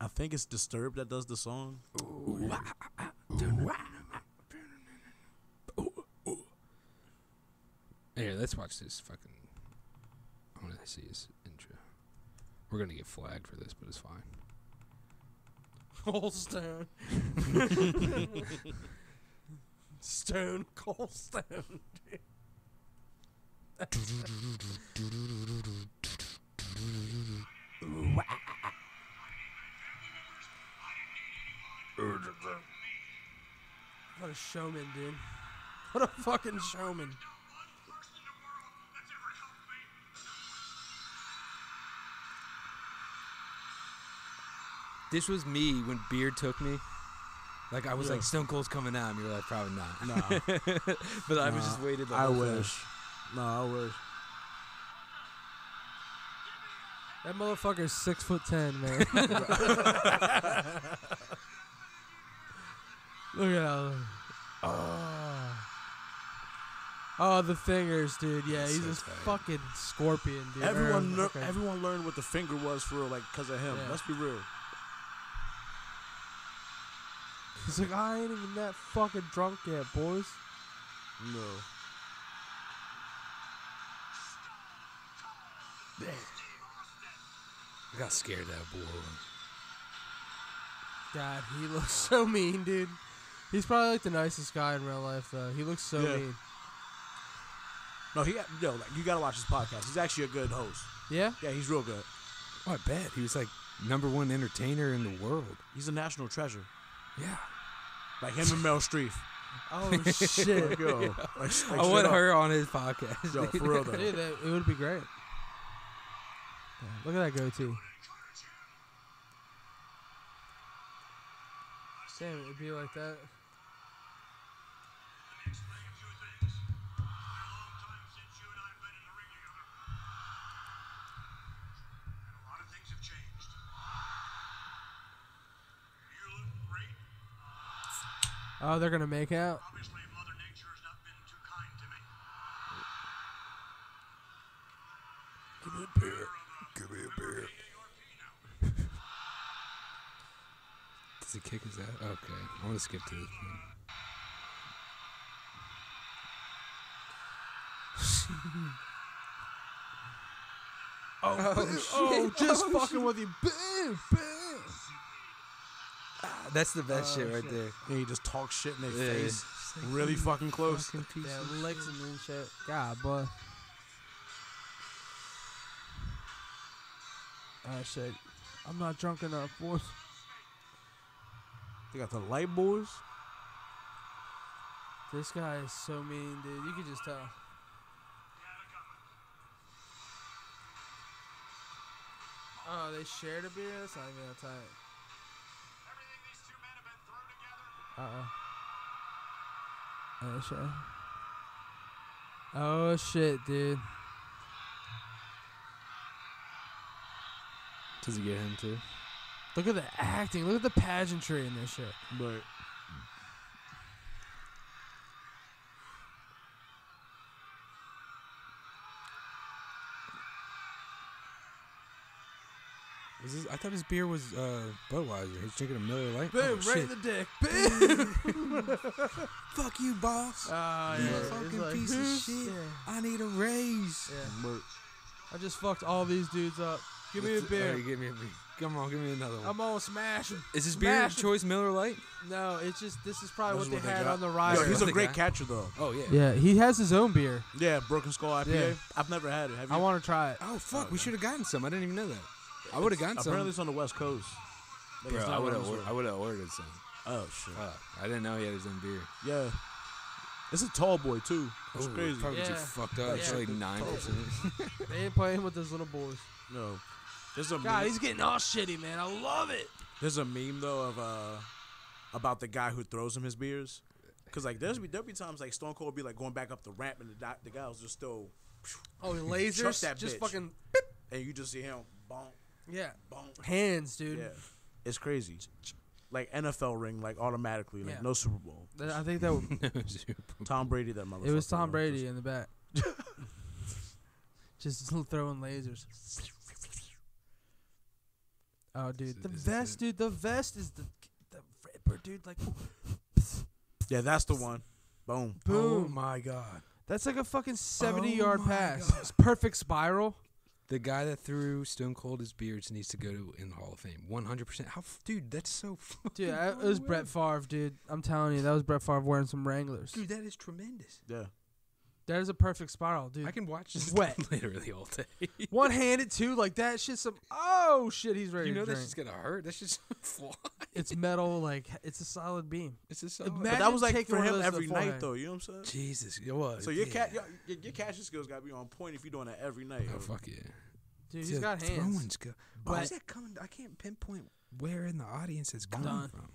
Speaker 1: I think it's Disturbed that does the song.
Speaker 2: Ooh, ah, ah, ah, dun, ah, ah. Ooh, ooh. Here, let's watch this fucking. I want to see his intro. We're gonna get flagged for this, but it's fine.
Speaker 3: Cold Stone. Stone Cold Stone. What a showman, dude. What a fucking showman.
Speaker 2: This was me when Beard took me. Like I was
Speaker 1: Yeah.
Speaker 2: like Stone Cold's coming out, and you're like probably not.
Speaker 1: Nah,
Speaker 2: but I was
Speaker 1: nah,
Speaker 2: just waited. the
Speaker 1: I
Speaker 2: whole time.
Speaker 1: wish. Nah, I wish.
Speaker 3: That motherfucker's six foot ten, man. Look at that. Oh. oh, the fingers, dude. Yeah, he's
Speaker 2: so
Speaker 3: this
Speaker 2: tight.
Speaker 3: fucking scorpion, dude.
Speaker 1: Everyone,
Speaker 3: Or-
Speaker 1: lear-
Speaker 3: okay.
Speaker 1: everyone learned what the finger was for real, like because of him.
Speaker 3: Yeah.
Speaker 1: Let's be real.
Speaker 3: He's like, I ain't even that fucking drunk yet, boys.
Speaker 1: No.
Speaker 2: I got scared of that boy.
Speaker 3: God, he looks so mean, dude. He's probably like the nicest guy in real life, though. He looks so
Speaker 1: Yeah.
Speaker 3: mean.
Speaker 1: No, he no, like you gotta watch his podcast. He's actually a good host.
Speaker 3: Yeah.
Speaker 1: Yeah, he's real good.
Speaker 2: Oh, I bet he was like number one entertainer in the world.
Speaker 1: He's a national treasure.
Speaker 2: Yeah.
Speaker 1: Like him and Meryl Streep.
Speaker 3: Oh shit.
Speaker 1: Like, yo, like, like, straight
Speaker 2: I want
Speaker 1: up.
Speaker 2: her on his podcast.
Speaker 1: Yo, for real though.
Speaker 3: Dude, that, it would be great. Yeah, look at that goatee. Damn, it would be like that. Oh, they're gonna make out.
Speaker 2: Does he kick his ass? Okay, I want to skip to this. Point.
Speaker 3: Oh, just fucking with you.
Speaker 2: Ah, That's the best shit right there.
Speaker 1: And he just talks shit in their
Speaker 2: Yeah.
Speaker 1: face. Really fucking
Speaker 2: Oh,
Speaker 1: close.
Speaker 3: Yeah, licks him and shit. God, boy. Oh shit. I'm not drunk enough, boys.
Speaker 1: They got the light boys.
Speaker 3: This guy is so mean, dude. You can just tell. Oh, they shared a beer? That's not even that tight. Uh oh. Oh shit. Oh shit, dude.
Speaker 2: Does he get him too?
Speaker 3: Look at the acting. Look at the pageantry in this shit.
Speaker 1: But
Speaker 2: Was this, I thought his beer was uh, Budweiser. He's drinking a Miller Lite.
Speaker 3: Boom,
Speaker 2: oh,
Speaker 3: right
Speaker 2: shit.
Speaker 3: in the dick. Boom.
Speaker 2: Fuck you, boss.
Speaker 3: Ah,
Speaker 2: You
Speaker 3: yeah, it's
Speaker 2: fucking
Speaker 3: like,
Speaker 2: piece of shit.
Speaker 3: Yeah,
Speaker 2: Uh, I need a raise.
Speaker 3: yeah.
Speaker 1: but
Speaker 3: I just fucked all these dudes up. Give me a
Speaker 2: Let's-
Speaker 3: beer.
Speaker 2: alright, give me a beer. Come on, give me another one.
Speaker 3: I'm on smash. 'em.
Speaker 2: is this beer
Speaker 3: smash-
Speaker 2: choice Miller Lite?
Speaker 3: No, it's just this is probably
Speaker 1: This
Speaker 3: what they,
Speaker 1: is what they
Speaker 3: had
Speaker 1: got.
Speaker 3: on the
Speaker 1: Yo,
Speaker 3: rider.
Speaker 1: he's a
Speaker 2: Think
Speaker 1: great
Speaker 2: I-
Speaker 1: catcher though.
Speaker 2: Oh yeah.
Speaker 3: yeah, he has his own beer.
Speaker 1: Yeah, Broken Skull IPA.
Speaker 3: Yeah.
Speaker 1: I've never had it. Have you?
Speaker 3: I want to try it.
Speaker 2: Oh fuck, we
Speaker 1: okay.
Speaker 2: should have gotten some. I didn't even know that. I would have gotten
Speaker 1: Apparently
Speaker 2: some.
Speaker 1: it's on the West Coast. Like,
Speaker 2: Bro,
Speaker 1: it's not
Speaker 2: I
Speaker 1: around
Speaker 2: would have.
Speaker 1: this
Speaker 2: Or-
Speaker 1: way.
Speaker 2: I would have ordered some.
Speaker 1: Oh shit.
Speaker 2: Fuck, I didn't know he had his own beer.
Speaker 1: Yeah. It's a tall boy too. It's
Speaker 2: Ooh, it
Speaker 1: crazy.
Speaker 2: Probably too
Speaker 3: Yeah.
Speaker 2: fucked up. It's
Speaker 3: Yeah. Oh.
Speaker 2: like nine percent.
Speaker 3: They ain't playing with those little boys.
Speaker 1: No. There's a
Speaker 3: God,
Speaker 1: meme,
Speaker 3: he's getting all shitty, man. I love it.
Speaker 1: there's a meme though of uh about the guy who throws him his beers. Cause like there's be there'll be times like Stone Cold would be like going back up the ramp and the, doc, the guy was just still
Speaker 3: Oh,
Speaker 1: Chuck
Speaker 3: lasers.
Speaker 1: that
Speaker 3: just
Speaker 1: bitch.
Speaker 3: fucking.
Speaker 1: and you just see him bonk
Speaker 3: Yeah.
Speaker 1: bonk
Speaker 3: Hands, dude.
Speaker 1: yeah it's crazy like NFL ring like automatically like
Speaker 3: Yeah.
Speaker 1: no Super Bowl
Speaker 3: That- I think that would,
Speaker 1: Tom Brady that motherfucker
Speaker 3: it was Tom
Speaker 1: Just-
Speaker 3: Brady in the back. just throwing lasers. Oh, dude, the
Speaker 2: Is this
Speaker 3: vest,
Speaker 2: it?
Speaker 3: dude. The vest is the the ripper, dude. Like,
Speaker 1: yeah that's the one boom
Speaker 2: Oh
Speaker 3: boom.
Speaker 2: my god.
Speaker 3: That's like a fucking
Speaker 2: Oh
Speaker 3: seventy-yard
Speaker 2: my
Speaker 3: pass.
Speaker 2: God.
Speaker 3: It's perfect spiral.
Speaker 2: The guy that threw Stone Cold his beards needs to go to in the Hall of Fame. One hundred percent. How, f- dude? That's so. Fucking
Speaker 3: Dude, I, it was Brett Favre, dude. I'm telling you, that was Brett Favre wearing some Wranglers.
Speaker 2: Dude, that is tremendous.
Speaker 1: yeah
Speaker 3: That is a perfect spiral,
Speaker 2: I
Speaker 3: dude.
Speaker 2: can watch this
Speaker 3: Wet.
Speaker 2: literally all day.
Speaker 3: One-handed too, like that shit's some. Oh shit, he's ready
Speaker 2: You know
Speaker 3: to
Speaker 2: that's
Speaker 3: drink.
Speaker 2: just gonna hurt. That's just fly.
Speaker 3: It's metal, like it's a solid beam.
Speaker 2: It's just solid.
Speaker 1: but
Speaker 3: Imagine
Speaker 1: that was like
Speaker 3: taking
Speaker 1: for
Speaker 3: one of
Speaker 1: him
Speaker 3: those to
Speaker 1: every
Speaker 3: the
Speaker 1: night
Speaker 3: forehand.
Speaker 1: though you know what I'm saying
Speaker 2: Jesus, it was.
Speaker 1: so your
Speaker 2: yeah.
Speaker 1: cat your, your, your catching skills gotta be on point if you're doing that every night
Speaker 2: Oh
Speaker 1: yo.
Speaker 2: fuck yeah.
Speaker 3: Dude, he's got hands.
Speaker 2: Throwing's go-
Speaker 3: But-
Speaker 2: Why is that coming? I can't pinpoint where in the audience it's coming
Speaker 3: Done.
Speaker 2: from.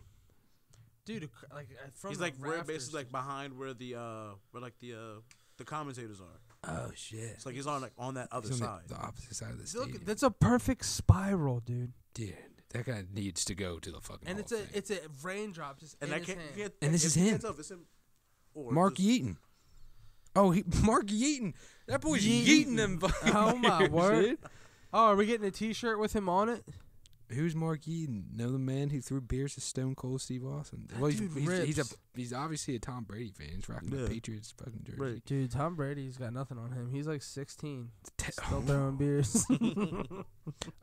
Speaker 3: Dude, it c- like uh, from
Speaker 1: he's
Speaker 3: the
Speaker 1: like we're
Speaker 3: rafters.
Speaker 1: basically like behind where the uh where like the uh the commentators are
Speaker 2: Oh shit.
Speaker 1: it's like he's on like on that other
Speaker 2: He's on
Speaker 1: side
Speaker 2: The, the opposite side of the stadium.
Speaker 3: Look, that's a perfect spiral, dude.
Speaker 2: Dude, that guy needs to go to the fucking.
Speaker 3: And
Speaker 2: Hall
Speaker 3: it's
Speaker 2: of
Speaker 3: a
Speaker 2: Fame.
Speaker 3: it's a raindrop just
Speaker 1: and
Speaker 3: in
Speaker 1: I
Speaker 3: his
Speaker 1: can't,
Speaker 3: hand.
Speaker 1: you can't
Speaker 2: And this
Speaker 1: if
Speaker 2: is
Speaker 1: you
Speaker 2: him.
Speaker 1: can't tell if it's him or
Speaker 2: Mark
Speaker 1: just-
Speaker 2: Yeaton. Oh, he, Mark Yeaton. That boy's
Speaker 3: Yeaton.
Speaker 2: yeeting them. fucking
Speaker 3: Oh my
Speaker 2: beers,
Speaker 3: word.
Speaker 2: dude.
Speaker 3: Oh, are we getting a T-shirt with him on it?
Speaker 2: Who's Mark Yeaton? Know the man who threw beers to Stone Cold Steve Austin.
Speaker 3: That
Speaker 2: well, he's,
Speaker 3: dude
Speaker 2: he's, he's
Speaker 3: rips.
Speaker 2: a he's obviously a Tom Brady fan. He's rocking
Speaker 1: Yeah.
Speaker 2: the Patriots fucking jersey.
Speaker 1: Right.
Speaker 3: Dude, Tom Brady's got nothing on him. He's like 16.
Speaker 2: Te-
Speaker 3: Still throwing beers.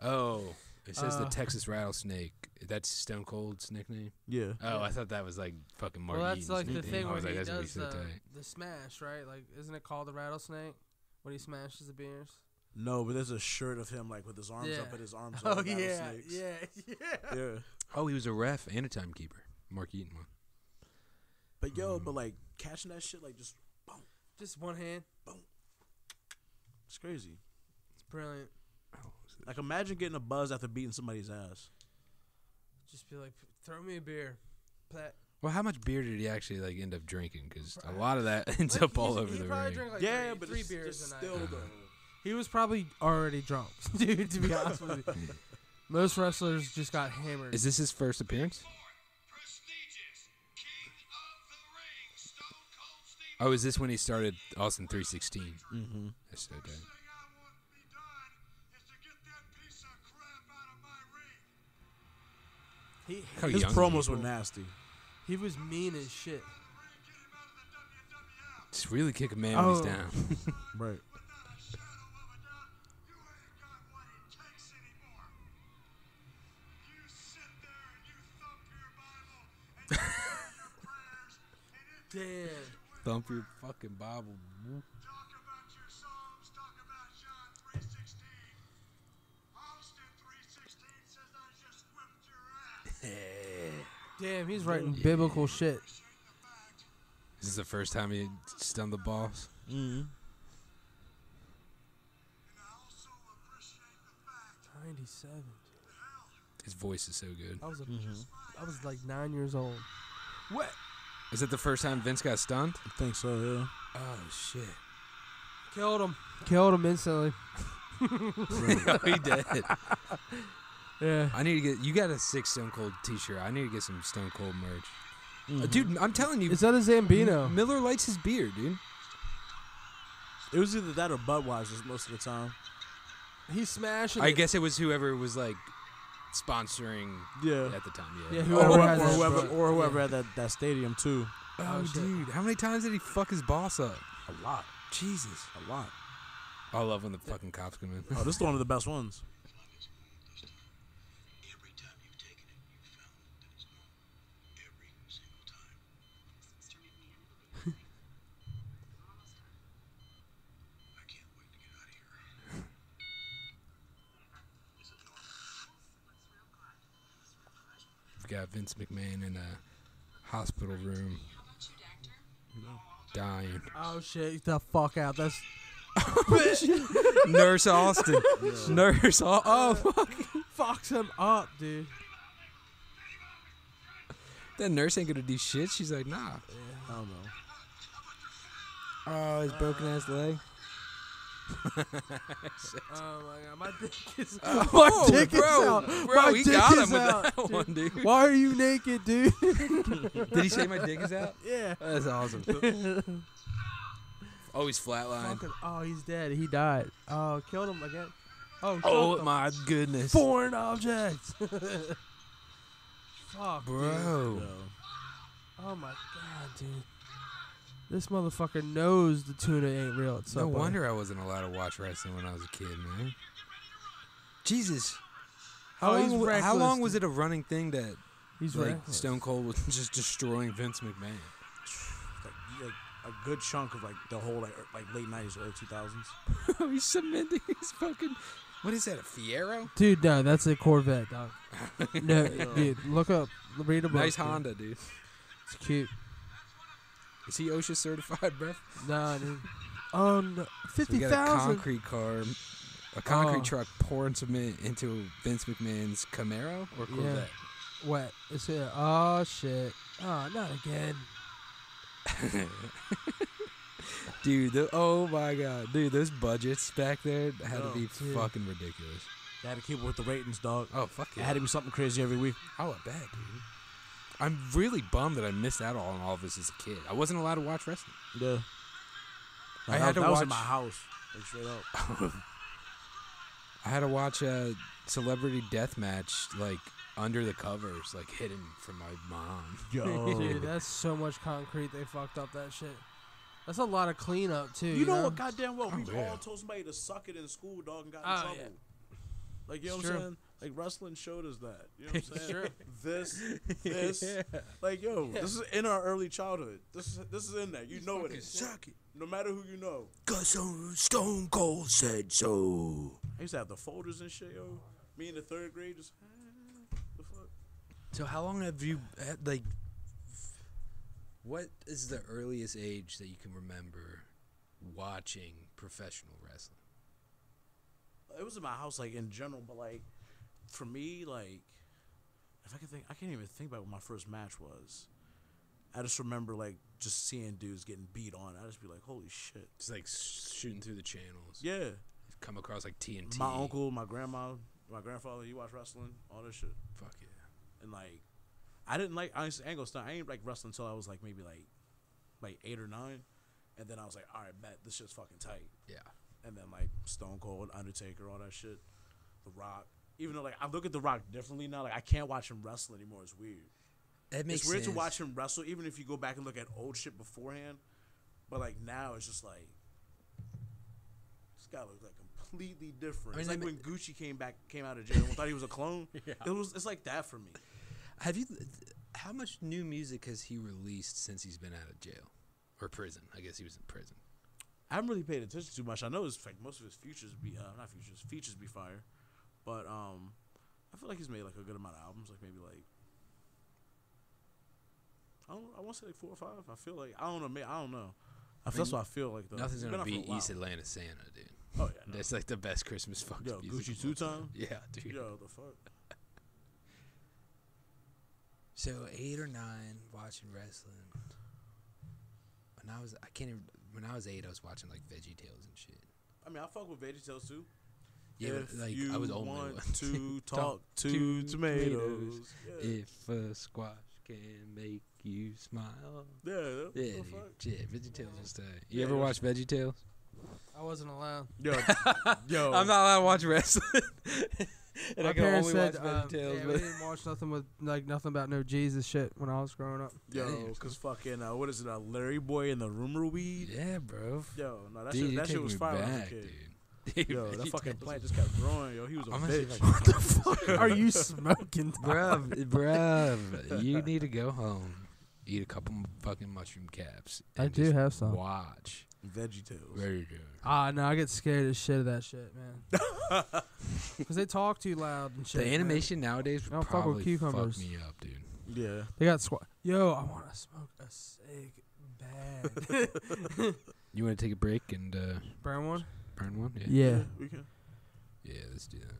Speaker 2: Oh, It says the
Speaker 3: Uh,
Speaker 2: Texas rattlesnake. That's Stone Cold's nickname.
Speaker 1: Yeah.
Speaker 2: Oh, I
Speaker 3: Yeah.
Speaker 2: thought that was like fucking Mark.
Speaker 3: well, that's like the thing
Speaker 2: I
Speaker 3: where
Speaker 2: was like,
Speaker 3: he
Speaker 2: that's what
Speaker 3: does
Speaker 2: said
Speaker 3: the,
Speaker 2: today.
Speaker 3: the smash, right? Like, isn't it called the rattlesnake when he smashes the beers?
Speaker 1: No, but there's a shirt of him like with his arms up
Speaker 3: Yeah.
Speaker 1: and his arms
Speaker 3: Oh
Speaker 1: over
Speaker 3: yeah,
Speaker 1: rattlesnakes.
Speaker 3: yeah, yeah.
Speaker 1: Yeah.
Speaker 2: Oh, he was a ref and a timekeeper. Mark Eaton one.
Speaker 1: But yo, but like catching that shit like just
Speaker 3: Just one hand.
Speaker 1: it's crazy.
Speaker 3: It's brilliant.
Speaker 1: Like imagine getting a buzz after beating somebody's ass.
Speaker 3: Just be like, throw me a beer. Plat.
Speaker 2: Well, how much beer did he actually like end up drinking? Because a lot of that ends
Speaker 3: Like,
Speaker 2: up all
Speaker 3: he's-
Speaker 2: over
Speaker 3: he
Speaker 2: the
Speaker 3: probably
Speaker 2: ring.
Speaker 3: drank like
Speaker 1: yeah,
Speaker 3: three,
Speaker 1: but
Speaker 3: three
Speaker 1: it's
Speaker 3: beers
Speaker 1: just
Speaker 3: a night.
Speaker 1: still though.
Speaker 3: He was probably already drunk, dude. To be honest with you, most wrestlers just got hammered.
Speaker 2: Is this his first appearance?
Speaker 6: prestigious King of the Ring, Stone Cold Steve.
Speaker 2: Oh, is this when he started Austin 316?
Speaker 1: Mm-hmm.
Speaker 2: That's so dope.
Speaker 6: Thing I want to be done is to get that piece of crap out of my ring.
Speaker 3: he,
Speaker 2: How
Speaker 1: His
Speaker 2: young
Speaker 1: promos
Speaker 2: he
Speaker 1: were
Speaker 2: was.
Speaker 1: nasty.
Speaker 3: he was mean as shit.
Speaker 6: Out of the ring, get him out of the WWF.
Speaker 2: Just really kick a man when he's
Speaker 3: Oh.
Speaker 2: down.
Speaker 1: Right.
Speaker 6: Without a shadow of a doubt, you ain't got what it takes anymore. You sit there and you thump your Bible and you say your prayers and it
Speaker 3: Damn.
Speaker 2: Thump your fucking Bible.
Speaker 6: Talk about your Psalms, talk about John 3.16. Austin 3.16 says I just whipped your ass.
Speaker 3: Damn, he's writing biblical shit.
Speaker 6: Appreciate the fact
Speaker 2: Is this the first time he stunned the boss?
Speaker 1: Mm-hmm.
Speaker 6: And I also appreciate the fact
Speaker 3: Ninety-seven.
Speaker 6: that hell,
Speaker 2: His voice is so good.
Speaker 3: I was a,
Speaker 2: Mm-hmm.
Speaker 3: I was like nine years old. What?
Speaker 2: Is it the first time Vince got stunned?
Speaker 1: I think so, yeah.
Speaker 2: Oh shit!
Speaker 3: Killed him. Killed him instantly.
Speaker 2: oh, he did.
Speaker 3: Yeah.
Speaker 2: I need to get. You got a six Stone Cold T-shirt. I need to get some Stone Cold merch.
Speaker 1: Mm-hmm. Mm.
Speaker 2: Uh, Dude, I'm telling you,
Speaker 3: Is that a Zambino?
Speaker 2: Miller lights his beer, dude.
Speaker 1: It was either that or Budweiser's most of the time.
Speaker 3: He's smashing.
Speaker 2: I
Speaker 3: it.
Speaker 2: guess it was whoever was like sponsoring
Speaker 1: Yeah.
Speaker 2: at the time. Yeah.
Speaker 3: Yeah,
Speaker 1: Or,
Speaker 3: Whoever
Speaker 1: whoever, or
Speaker 3: had that
Speaker 1: whoever,
Speaker 3: shit.
Speaker 1: or whoever had that, that stadium too.
Speaker 2: Oh,
Speaker 3: Oh, shit.
Speaker 2: dude, how many times did he fuck his boss up?
Speaker 1: A lot.
Speaker 2: Jesus.
Speaker 1: A lot.
Speaker 2: I love when the fucking cops come in.
Speaker 1: Oh, this is one of the best ones.
Speaker 6: every time you've taken it, you've found that it's normal. Every single time. I can't wait to get out of here. Is it normal?
Speaker 2: We've got Vince McMahon in a hospital room dying.
Speaker 3: Oh shit! Get the fuck out. That's
Speaker 2: Nurse Austin. Nurse. Au- oh, fuck.
Speaker 3: fucks him up, dude.
Speaker 2: That nurse ain't gonna do shit. She's like, nah.
Speaker 1: I don't know.
Speaker 2: Oh, his broken ass leg.
Speaker 3: Oh my god, my dick is.
Speaker 2: Oh,
Speaker 3: dick is
Speaker 2: bro,
Speaker 3: out.
Speaker 2: bro,
Speaker 3: My
Speaker 2: he
Speaker 3: dick
Speaker 2: got him
Speaker 3: is
Speaker 2: with
Speaker 3: out,
Speaker 2: that one, dude.
Speaker 3: Why are you naked, dude?
Speaker 2: Did he say my dick is out?
Speaker 3: yeah.
Speaker 2: That's awesome. oh, he's flatlined.
Speaker 3: Fucking, oh, he's dead. He died. Oh, killed him again. Oh,
Speaker 2: Oh
Speaker 3: fuck them.
Speaker 2: my goodness,
Speaker 3: foreign objects. Fuck, dude.
Speaker 2: bro.
Speaker 3: Oh my god, dude. This motherfucker knows the tuna ain't real. It's
Speaker 2: No wonder I wasn't allowed to watch wrestling when I was a kid, man. Jesus. How,
Speaker 3: Oh, he's
Speaker 2: long, wa- how long
Speaker 3: reckless,
Speaker 2: was it a running thing that
Speaker 3: He's
Speaker 2: like
Speaker 3: right.
Speaker 2: Stone Cold was just destroying Vince McMahon?
Speaker 1: Like, like a good chunk of like the whole like er- like late nineties, early two thousands.
Speaker 2: Oh, he's cementing his fucking. What is that? A Fiero?
Speaker 3: Dude, no, that's a Corvette, dog. no, dude, look up, read a book.
Speaker 2: Nice
Speaker 3: dude.
Speaker 2: Honda, dude.
Speaker 3: It's cute.
Speaker 2: Is he OSHA certified, bro?
Speaker 3: No, dude. Oh no,
Speaker 2: We
Speaker 3: fifty
Speaker 2: got a
Speaker 3: thousand.
Speaker 2: concrete car, a concrete
Speaker 3: Oh.
Speaker 2: truck pouring cement into Vince McMahon's Camaro or
Speaker 3: Yeah.
Speaker 2: Corvette.
Speaker 3: Wet. It's here. Oh shit. Oh, not again.
Speaker 2: Dude, the, oh my god, dude, those budgets back there had
Speaker 1: No,
Speaker 2: to be
Speaker 3: dude.
Speaker 2: fucking ridiculous.
Speaker 1: They had to keep up with the ratings, dog.
Speaker 2: Oh fuck
Speaker 1: It had to be something crazy every week.
Speaker 2: How about that, dude? I'm really bummed that I missed out on all of this as a kid. I wasn't allowed to watch wrestling.
Speaker 1: Yeah.
Speaker 2: I had
Speaker 1: that
Speaker 2: to
Speaker 1: was in my
Speaker 2: watch-
Speaker 1: house. Like straight up.
Speaker 2: I had to watch a celebrity death match like under the covers, like hidden from my mom.
Speaker 1: Yo.
Speaker 3: Dude, that's so much concrete. They fucked up that shit. That's a lot of cleanup too.
Speaker 1: You know what? Goddamn well,
Speaker 2: Oh,
Speaker 1: we've
Speaker 2: yeah.
Speaker 1: all told somebody to suck it in school, dog, and got in
Speaker 3: Oh,
Speaker 1: trouble.
Speaker 3: yeah.
Speaker 1: Like you know
Speaker 3: It's
Speaker 1: what I'm
Speaker 3: true.
Speaker 1: saying? Like wrestling showed us that. You know what I'm saying?
Speaker 3: Sure.
Speaker 1: This, this, like yo, this is in our early childhood. This is this is in there. You know it is. Suck it. No matter who you know.
Speaker 2: Cause Stone Cold said so.
Speaker 1: I used to have the folders and shit, yo. Me in the third grade just ah, the fuck.
Speaker 2: So how long have you had, like? What is the earliest age that you can remember watching professional wrestling?
Speaker 1: It was in my house, like in general, but like for me, like if I can think, I can't even think about what my first match was. I just remember like just seeing dudes getting beat on. I just be like, holy shit.
Speaker 2: Just like s- shooting through the channels.
Speaker 1: Yeah,
Speaker 2: Come across like TNT.
Speaker 1: my uncle, my grandma, my grandfather, you watch wrestling, all this shit.
Speaker 2: Fuck yeah.
Speaker 1: and like I didn't like I ain't gonna stunt. I ain't like wrestling until I was like maybe like like eight or nine, and then I was like, all right, bet this shit's fucking tight.
Speaker 2: Yeah.
Speaker 1: And then like Stone Cold, Undertaker, all that shit, The Rock. Even though like I look at The Rock differently now, like I can't watch him wrestle anymore. It's weird.
Speaker 2: That makes
Speaker 1: it's weird
Speaker 2: sense.
Speaker 1: to watch him wrestle, even if you go back and look at old shit beforehand. But like now, it's just like this guy looks like completely different.
Speaker 2: I
Speaker 1: it's like
Speaker 2: mean, they
Speaker 1: when Gucci came back, came out of jail, and thought he was a clone. It was. It's like that for me.
Speaker 2: Have you? How much new music has he released since he's been out of jail or prison? I guess he was in prison.
Speaker 1: I haven't really paid attention too much. I know his like most of his futures be uh, not futures features be fire, but um, I feel like he's made like a good amount of albums. Like maybe like I don't I want to say like four or five. I feel like I don't know. May I don't know. I that's what I feel like though.
Speaker 2: Nothing's
Speaker 1: He's been
Speaker 2: gonna
Speaker 1: out for a
Speaker 2: beat
Speaker 1: while.
Speaker 2: East Atlanta Santa, dude.
Speaker 1: Oh yeah, no.
Speaker 2: That's like the best Christmas fuck.
Speaker 1: Yo,
Speaker 2: music
Speaker 1: Gucci
Speaker 2: of all
Speaker 1: Two
Speaker 2: time.
Speaker 1: Time?
Speaker 2: Yeah, dude.
Speaker 1: yo the fuck.
Speaker 2: So eight or nine, watching wrestling. When I was, I can't even. When I was eight, I was watching like Veggie Tales and shit.
Speaker 1: I mean, I fuck with Veggie Tales too.
Speaker 2: Yeah, but,
Speaker 1: if
Speaker 2: like
Speaker 1: you
Speaker 2: I was only
Speaker 1: want
Speaker 2: one.
Speaker 1: to talk to,
Speaker 5: to
Speaker 1: tomatoes.
Speaker 5: tomatoes.
Speaker 1: Yeah,
Speaker 2: if a squash can make you smile.
Speaker 1: yeah, that-
Speaker 2: Yeah,
Speaker 1: the
Speaker 2: dude.
Speaker 1: fuck.
Speaker 2: yeah Veggie Tales is tight. You
Speaker 1: Yeah,
Speaker 2: ever
Speaker 1: it
Speaker 2: watch
Speaker 1: was-
Speaker 2: Veggie Tales?
Speaker 3: I wasn't allowed.
Speaker 1: Yo, yo,
Speaker 2: I'm not allowed to watch wrestling. and
Speaker 3: My
Speaker 2: I can
Speaker 3: parents
Speaker 2: only
Speaker 3: said
Speaker 2: watch
Speaker 3: um,
Speaker 2: Veggie Tales.
Speaker 3: yeah, we didn't watch nothing with like nothing about no Jesus shit when I was growing up.
Speaker 1: Yo,
Speaker 2: Damn,
Speaker 1: cause fucking uh, what is it? Uh, Larry Boy and the Rumor Weed.
Speaker 2: yeah, bro.
Speaker 1: Yo, no, that
Speaker 2: dude,
Speaker 1: shit,
Speaker 2: you're
Speaker 1: that shit
Speaker 2: taking
Speaker 1: was
Speaker 2: me
Speaker 1: fire when I was a
Speaker 2: back,
Speaker 1: kid.
Speaker 2: dude.
Speaker 1: Yo,
Speaker 2: Veggie
Speaker 1: that fucking
Speaker 2: Tales.
Speaker 1: plant just kept growing. Yo, he was a
Speaker 2: I'm gonna see if I
Speaker 1: bitch.
Speaker 2: can-
Speaker 3: What the fuck are you smoking?
Speaker 2: bruv, bruv, you need to go home, eat a couple m- fucking mushroom caps.
Speaker 3: I
Speaker 2: and
Speaker 3: do
Speaker 2: just
Speaker 3: have some.
Speaker 2: Watch.
Speaker 1: Veggie Tales.
Speaker 2: Ready to
Speaker 3: Ah, no, I get scared as shit of that shit, man. Because they talk too loud and shit.
Speaker 2: The
Speaker 3: man.
Speaker 2: animation nowadays
Speaker 3: I don't
Speaker 2: would
Speaker 3: fuck with
Speaker 2: probably fuck
Speaker 3: cucumbers.
Speaker 2: me up, dude.
Speaker 1: Yeah.
Speaker 3: They got squat. Yo, I want to smoke a cig bag.
Speaker 2: You want to take a break and uh,
Speaker 3: Brown one?
Speaker 2: burn one?
Speaker 3: Yeah.
Speaker 1: we can.
Speaker 2: Yeah, let's do that.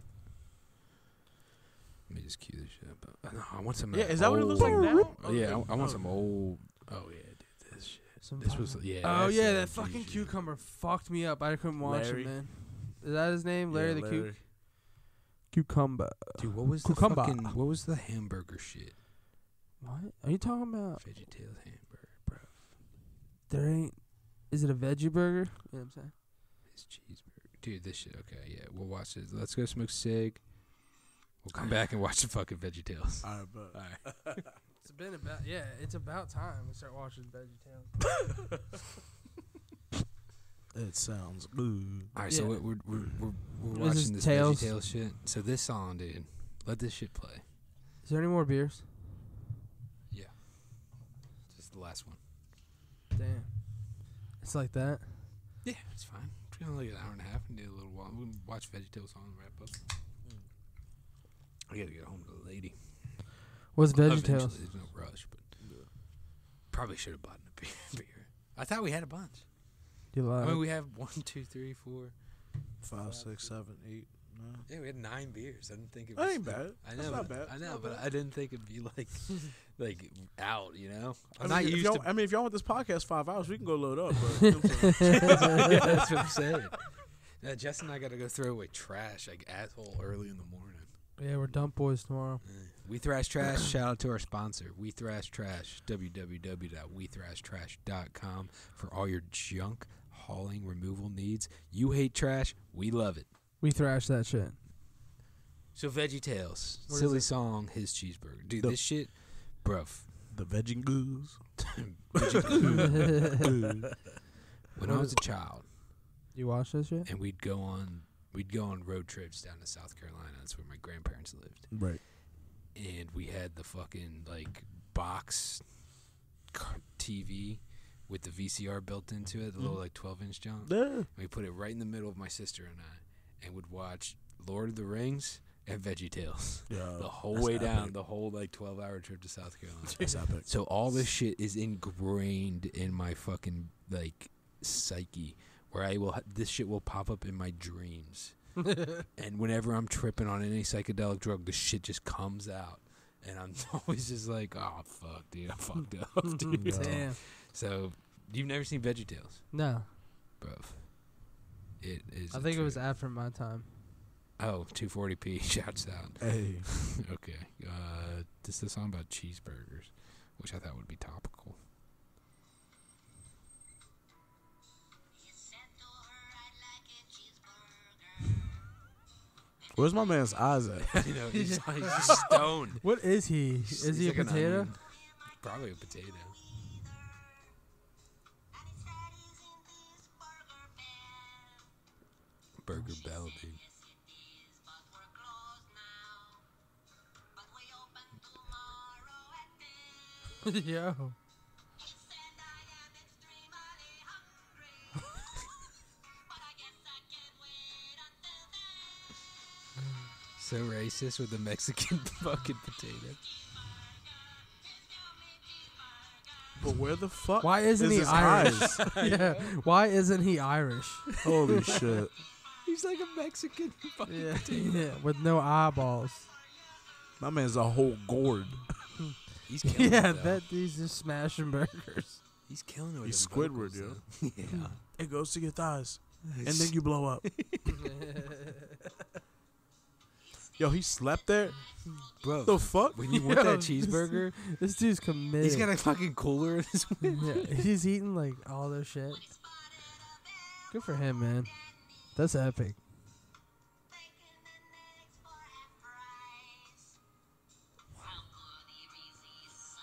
Speaker 2: Let me just cue this shit up. I, know, I want some. of
Speaker 1: Yeah, is that what it looks like
Speaker 2: old-
Speaker 1: now?
Speaker 2: Oh, yeah, I, I
Speaker 1: Oh.
Speaker 2: want some old. Oh yeah, dude, this shit.
Speaker 3: Some
Speaker 2: This
Speaker 3: fucking-
Speaker 2: was yeah.
Speaker 3: oh
Speaker 2: that's
Speaker 3: yeah,
Speaker 2: the
Speaker 3: that
Speaker 2: OG
Speaker 3: fucking
Speaker 2: shit.
Speaker 3: cucumber fucked me up. I couldn't watch
Speaker 1: Larry.
Speaker 3: him, man. Is that his name? Larry the Cuc- cucumber.
Speaker 2: Dude, what was the
Speaker 3: Cucumber.
Speaker 2: fucking? What was the hamburger shit?
Speaker 3: What are you talking about?
Speaker 2: Veggie Tales hamburger, bro.
Speaker 3: There ain't. Is it a veggie burger? You know what I'm saying?
Speaker 2: His cheeseburger, dude. This shit. Okay, yeah, we'll watch this. Let's go smoke cig. We'll come back and watch the fucking Veggie Tales.
Speaker 1: All right, but
Speaker 2: All right.
Speaker 3: It's been about yeah. It's about time we start watching Veggie Tales.
Speaker 1: it sounds good.
Speaker 2: All right, so
Speaker 3: Yeah.
Speaker 2: we're we're, we're, we're, we're
Speaker 3: This is
Speaker 2: watching this
Speaker 3: Tales.
Speaker 2: Veggie Tales shit. So this song, dude. Let this shit play.
Speaker 3: Is there any more beers?
Speaker 2: Just the last one.
Speaker 3: Damn. It's like that.
Speaker 2: Yeah, it's fine. We're gonna like an hour and a half and do a little while. We can watch Veggie Tales on and wrap up. Mm. I gotta get home to the lady.
Speaker 3: What's Veggie
Speaker 2: Eventually,
Speaker 3: Tales?
Speaker 2: There's no rush, but probably should have bought a beer. beer. I thought we had a bunch.
Speaker 3: You
Speaker 2: I
Speaker 1: Uh,
Speaker 3: lie.
Speaker 2: mean, we have one, two, three, four.
Speaker 1: Five, six, seven, eight, nine.
Speaker 2: Yeah, we had nine beers. I didn't think it was.
Speaker 1: That ain't bad.
Speaker 2: I know,
Speaker 1: That's not
Speaker 2: but-
Speaker 1: bad.
Speaker 2: I
Speaker 1: That's
Speaker 2: know,
Speaker 1: not
Speaker 2: but
Speaker 1: bad.
Speaker 2: I didn't think it'd be like, like out. You know,
Speaker 1: I mean,
Speaker 2: I'm not
Speaker 1: if
Speaker 2: used
Speaker 1: y'all-
Speaker 2: to.
Speaker 1: I mean, if y'all want this podcast five hours, we can go load up. But I'm sorry.
Speaker 2: that's what I'm saying. Now, Justin and I gotta go throw away trash like asshole early in the morning.
Speaker 3: Yeah, we're dump boys tomorrow.
Speaker 2: We Thrash Trash, shout out to our sponsor, We Thrash Trash, www.wethrashtrash.com for all your junk hauling removal needs. You hate trash, we love it.
Speaker 3: We thrash that shit.
Speaker 2: So Veggie Tales,
Speaker 3: What is
Speaker 2: silly
Speaker 3: it?
Speaker 2: song, his cheeseburger. Dude,
Speaker 1: The-
Speaker 2: this shit, bruv.
Speaker 1: the Veggie Goose.
Speaker 2: Veggie- when I was a child
Speaker 3: You watch that shit?
Speaker 2: and we'd go on we'd go on road trips down to South Carolina. That's where my grandparents lived,
Speaker 1: Right.
Speaker 2: and we had the fucking like box car- TV with the VCR built into
Speaker 3: Mm-hmm.
Speaker 2: it, the little like twelve inch jump.
Speaker 1: Yeah.
Speaker 2: We put it right in the middle of my sister and I, and would watch Lord of the Rings and Veggie Tales
Speaker 1: Yeah.
Speaker 2: the whole
Speaker 1: Oh, that's
Speaker 2: way down,
Speaker 1: epic.
Speaker 2: the whole like twelve hour trip to South Carolina.
Speaker 1: That's epic.
Speaker 2: So all this shit is ingrained in my fucking like psyche, where I will this shit will pop up in my dreams, and whenever I'm tripping on any psychedelic drug, the shit just comes out, and I'm always just like, oh fuck, dude, I fucked up, dude.
Speaker 3: Mm, Damn.
Speaker 2: So you've never seen VeggieTales,
Speaker 3: No,
Speaker 2: bro? It is.
Speaker 3: I
Speaker 2: a
Speaker 3: think it was
Speaker 2: trip.
Speaker 3: after my time.
Speaker 2: oh 240p. Shouts out.
Speaker 1: Hey.
Speaker 2: Okay. Uh, this is a song about cheeseburgers, which I thought would be topical.
Speaker 1: Where's my man's eyes at?
Speaker 2: you know, he's, like, he's stoned.
Speaker 3: What is he? Is
Speaker 2: He's
Speaker 3: he a
Speaker 2: like an
Speaker 3: potato?
Speaker 2: onion. Probably a potato. Burger Bell, dude.
Speaker 3: Yo.
Speaker 2: So racist with the Mexican fucking potato.
Speaker 1: But where the fuck?
Speaker 3: Why isn't he
Speaker 1: his
Speaker 3: Irish?
Speaker 1: eyes?
Speaker 3: yeah. Why isn't he Irish?
Speaker 1: Holy shit.
Speaker 2: He's like a Mexican fucking
Speaker 3: Yeah. yeah. With no eyeballs.
Speaker 1: My man's a whole gourd.
Speaker 2: He's killing
Speaker 3: Yeah,
Speaker 2: it, though.
Speaker 3: that dude's just smashing burgers.
Speaker 2: He's killing it with
Speaker 1: He's
Speaker 2: them vocals,
Speaker 1: Squidward, yo.
Speaker 2: though. yeah.
Speaker 1: It goes to your thighs, and then you blow up. Yo, he slept there.
Speaker 2: Bro,
Speaker 1: The fuck?
Speaker 2: when you want that
Speaker 3: Yo, this-
Speaker 2: cheeseburger,
Speaker 3: This dude's committed.
Speaker 2: he's got a fucking cooler in his
Speaker 3: yeah, he's eating like all their shit. Good for him, man. That's epic.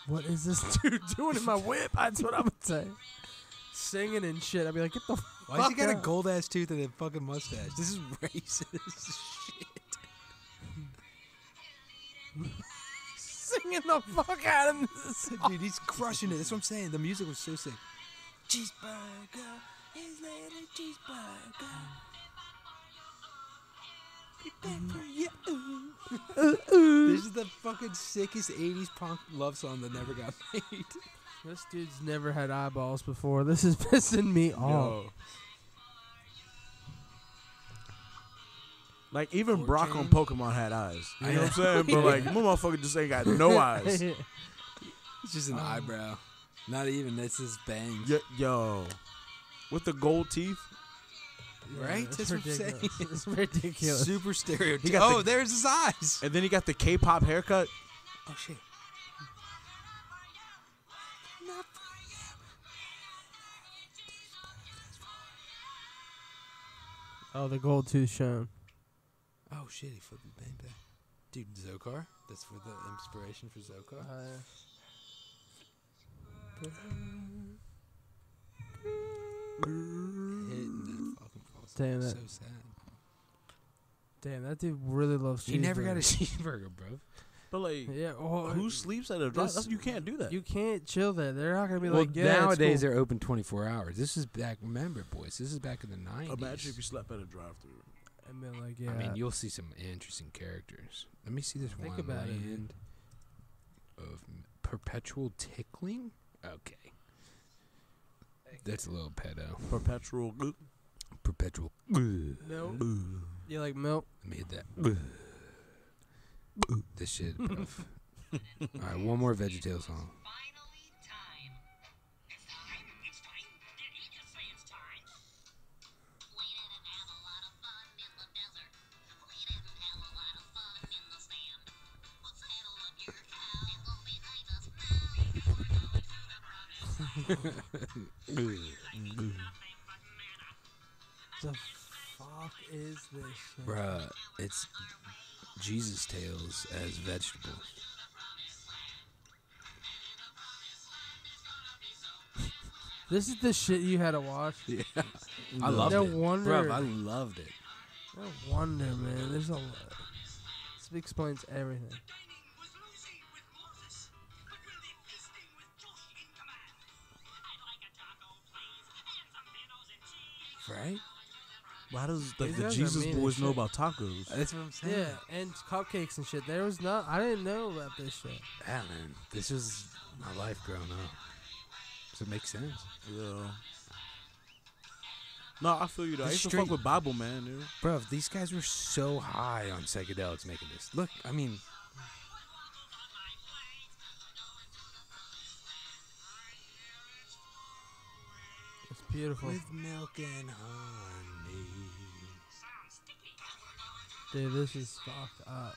Speaker 3: What is this dude doing in my whip? That's what I would say. Singing and shit. I'd be like, get the
Speaker 2: Why does he
Speaker 3: fuck
Speaker 2: got a
Speaker 3: out.
Speaker 2: gold ass tooth and a fucking mustache? This is racist as shit.
Speaker 3: singing the fuck out of this.
Speaker 2: Dude, he's crushing it. That's what I'm saying. The music was so sick. Cheeseburger, his little cheeseburger. Prepared for you. this is the fucking sickest 80s punk love song that never got made.
Speaker 3: This dude's never had eyeballs before. This is pissing me off.
Speaker 1: Yo. Like even
Speaker 2: Four
Speaker 1: Brock on
Speaker 2: chains.
Speaker 1: Pokemon had eyes. You know what I'm saying? But like, my motherfucker just ain't got no eyes.
Speaker 2: It's just an eyebrow. Not even, that's his bangs.
Speaker 1: Yo, yo. with the gold teeth.
Speaker 2: Right? That's what I'm saying.
Speaker 3: ridiculous. It's ridiculous.
Speaker 2: Super stereotypical.
Speaker 1: got the-
Speaker 2: Oh, there's his eyes.
Speaker 1: And then he got the K-pop haircut.
Speaker 2: Oh shit.
Speaker 3: Oh, the gold tooth shown.
Speaker 2: Oh shit, he flipped his name back. Dude, Zokar? That's for the inspiration for Zokar? Hitting that fucking false.
Speaker 3: Damn
Speaker 2: so
Speaker 3: it.
Speaker 2: sad.
Speaker 3: damn, that dude really loves.
Speaker 2: He never got a
Speaker 3: cheeseburgers.
Speaker 2: cheeseburger, bro.
Speaker 1: But like,
Speaker 3: Yeah. Well,
Speaker 1: who sleeps at a drop?
Speaker 3: That's-
Speaker 1: You can't do that.
Speaker 3: You can't chill there. They're not gonna be like. Yeah,
Speaker 2: nowadays
Speaker 3: it's
Speaker 2: they're open 24 hours. This is back, remember, boys, this is back in the 90s.
Speaker 1: Imagine if you slept at a drive-through.
Speaker 3: cool. And then like, yeah.
Speaker 2: I mean, you'll see some interesting characters. Let me see this
Speaker 3: Think
Speaker 2: one
Speaker 3: about it, dude.
Speaker 2: land of m- perpetual tickling. Okay, that's a little pedo.
Speaker 1: Perpetual. goop.
Speaker 2: Perpetual. Let
Speaker 3: milk.
Speaker 1: Ooh.
Speaker 3: You like milk?
Speaker 2: me hit that. this shit. bruv. All right, one more VeggieTales song.
Speaker 3: The fuck is this? Shit?
Speaker 2: Bruh, it's Jesus tails as vegetables.
Speaker 3: This is the shit you had to watch.
Speaker 2: Yeah, I loved
Speaker 3: No
Speaker 2: it.
Speaker 3: wonder-
Speaker 2: Bruv, I loved it.
Speaker 3: No wonder, man. There's a lot. This explains everything.
Speaker 6: Dining was losing with Moses, but will be feasting with Josh in command. I'd like a taco, please, and some minnows and cheese.
Speaker 2: Right?
Speaker 1: Why does like,
Speaker 3: These
Speaker 1: the
Speaker 3: guys are
Speaker 1: Jesus
Speaker 3: mean as
Speaker 1: boys know
Speaker 3: shit.
Speaker 1: about tacos?
Speaker 2: That's what I'm saying.
Speaker 3: Yeah, and cupcakes and shit. There was not. I didn't know about this shit.
Speaker 2: Alan, Ah, this is my life growing up. So it makes sense.
Speaker 1: Yeah. No, I feel you though. I
Speaker 2: The
Speaker 1: used to
Speaker 2: street-
Speaker 1: fuck with Bible man, dude.
Speaker 2: Bro, these guys were so high on psychedelics making this. Look, I mean,
Speaker 3: It's beautiful,
Speaker 2: milk and honey.
Speaker 3: dude. This is fucked up.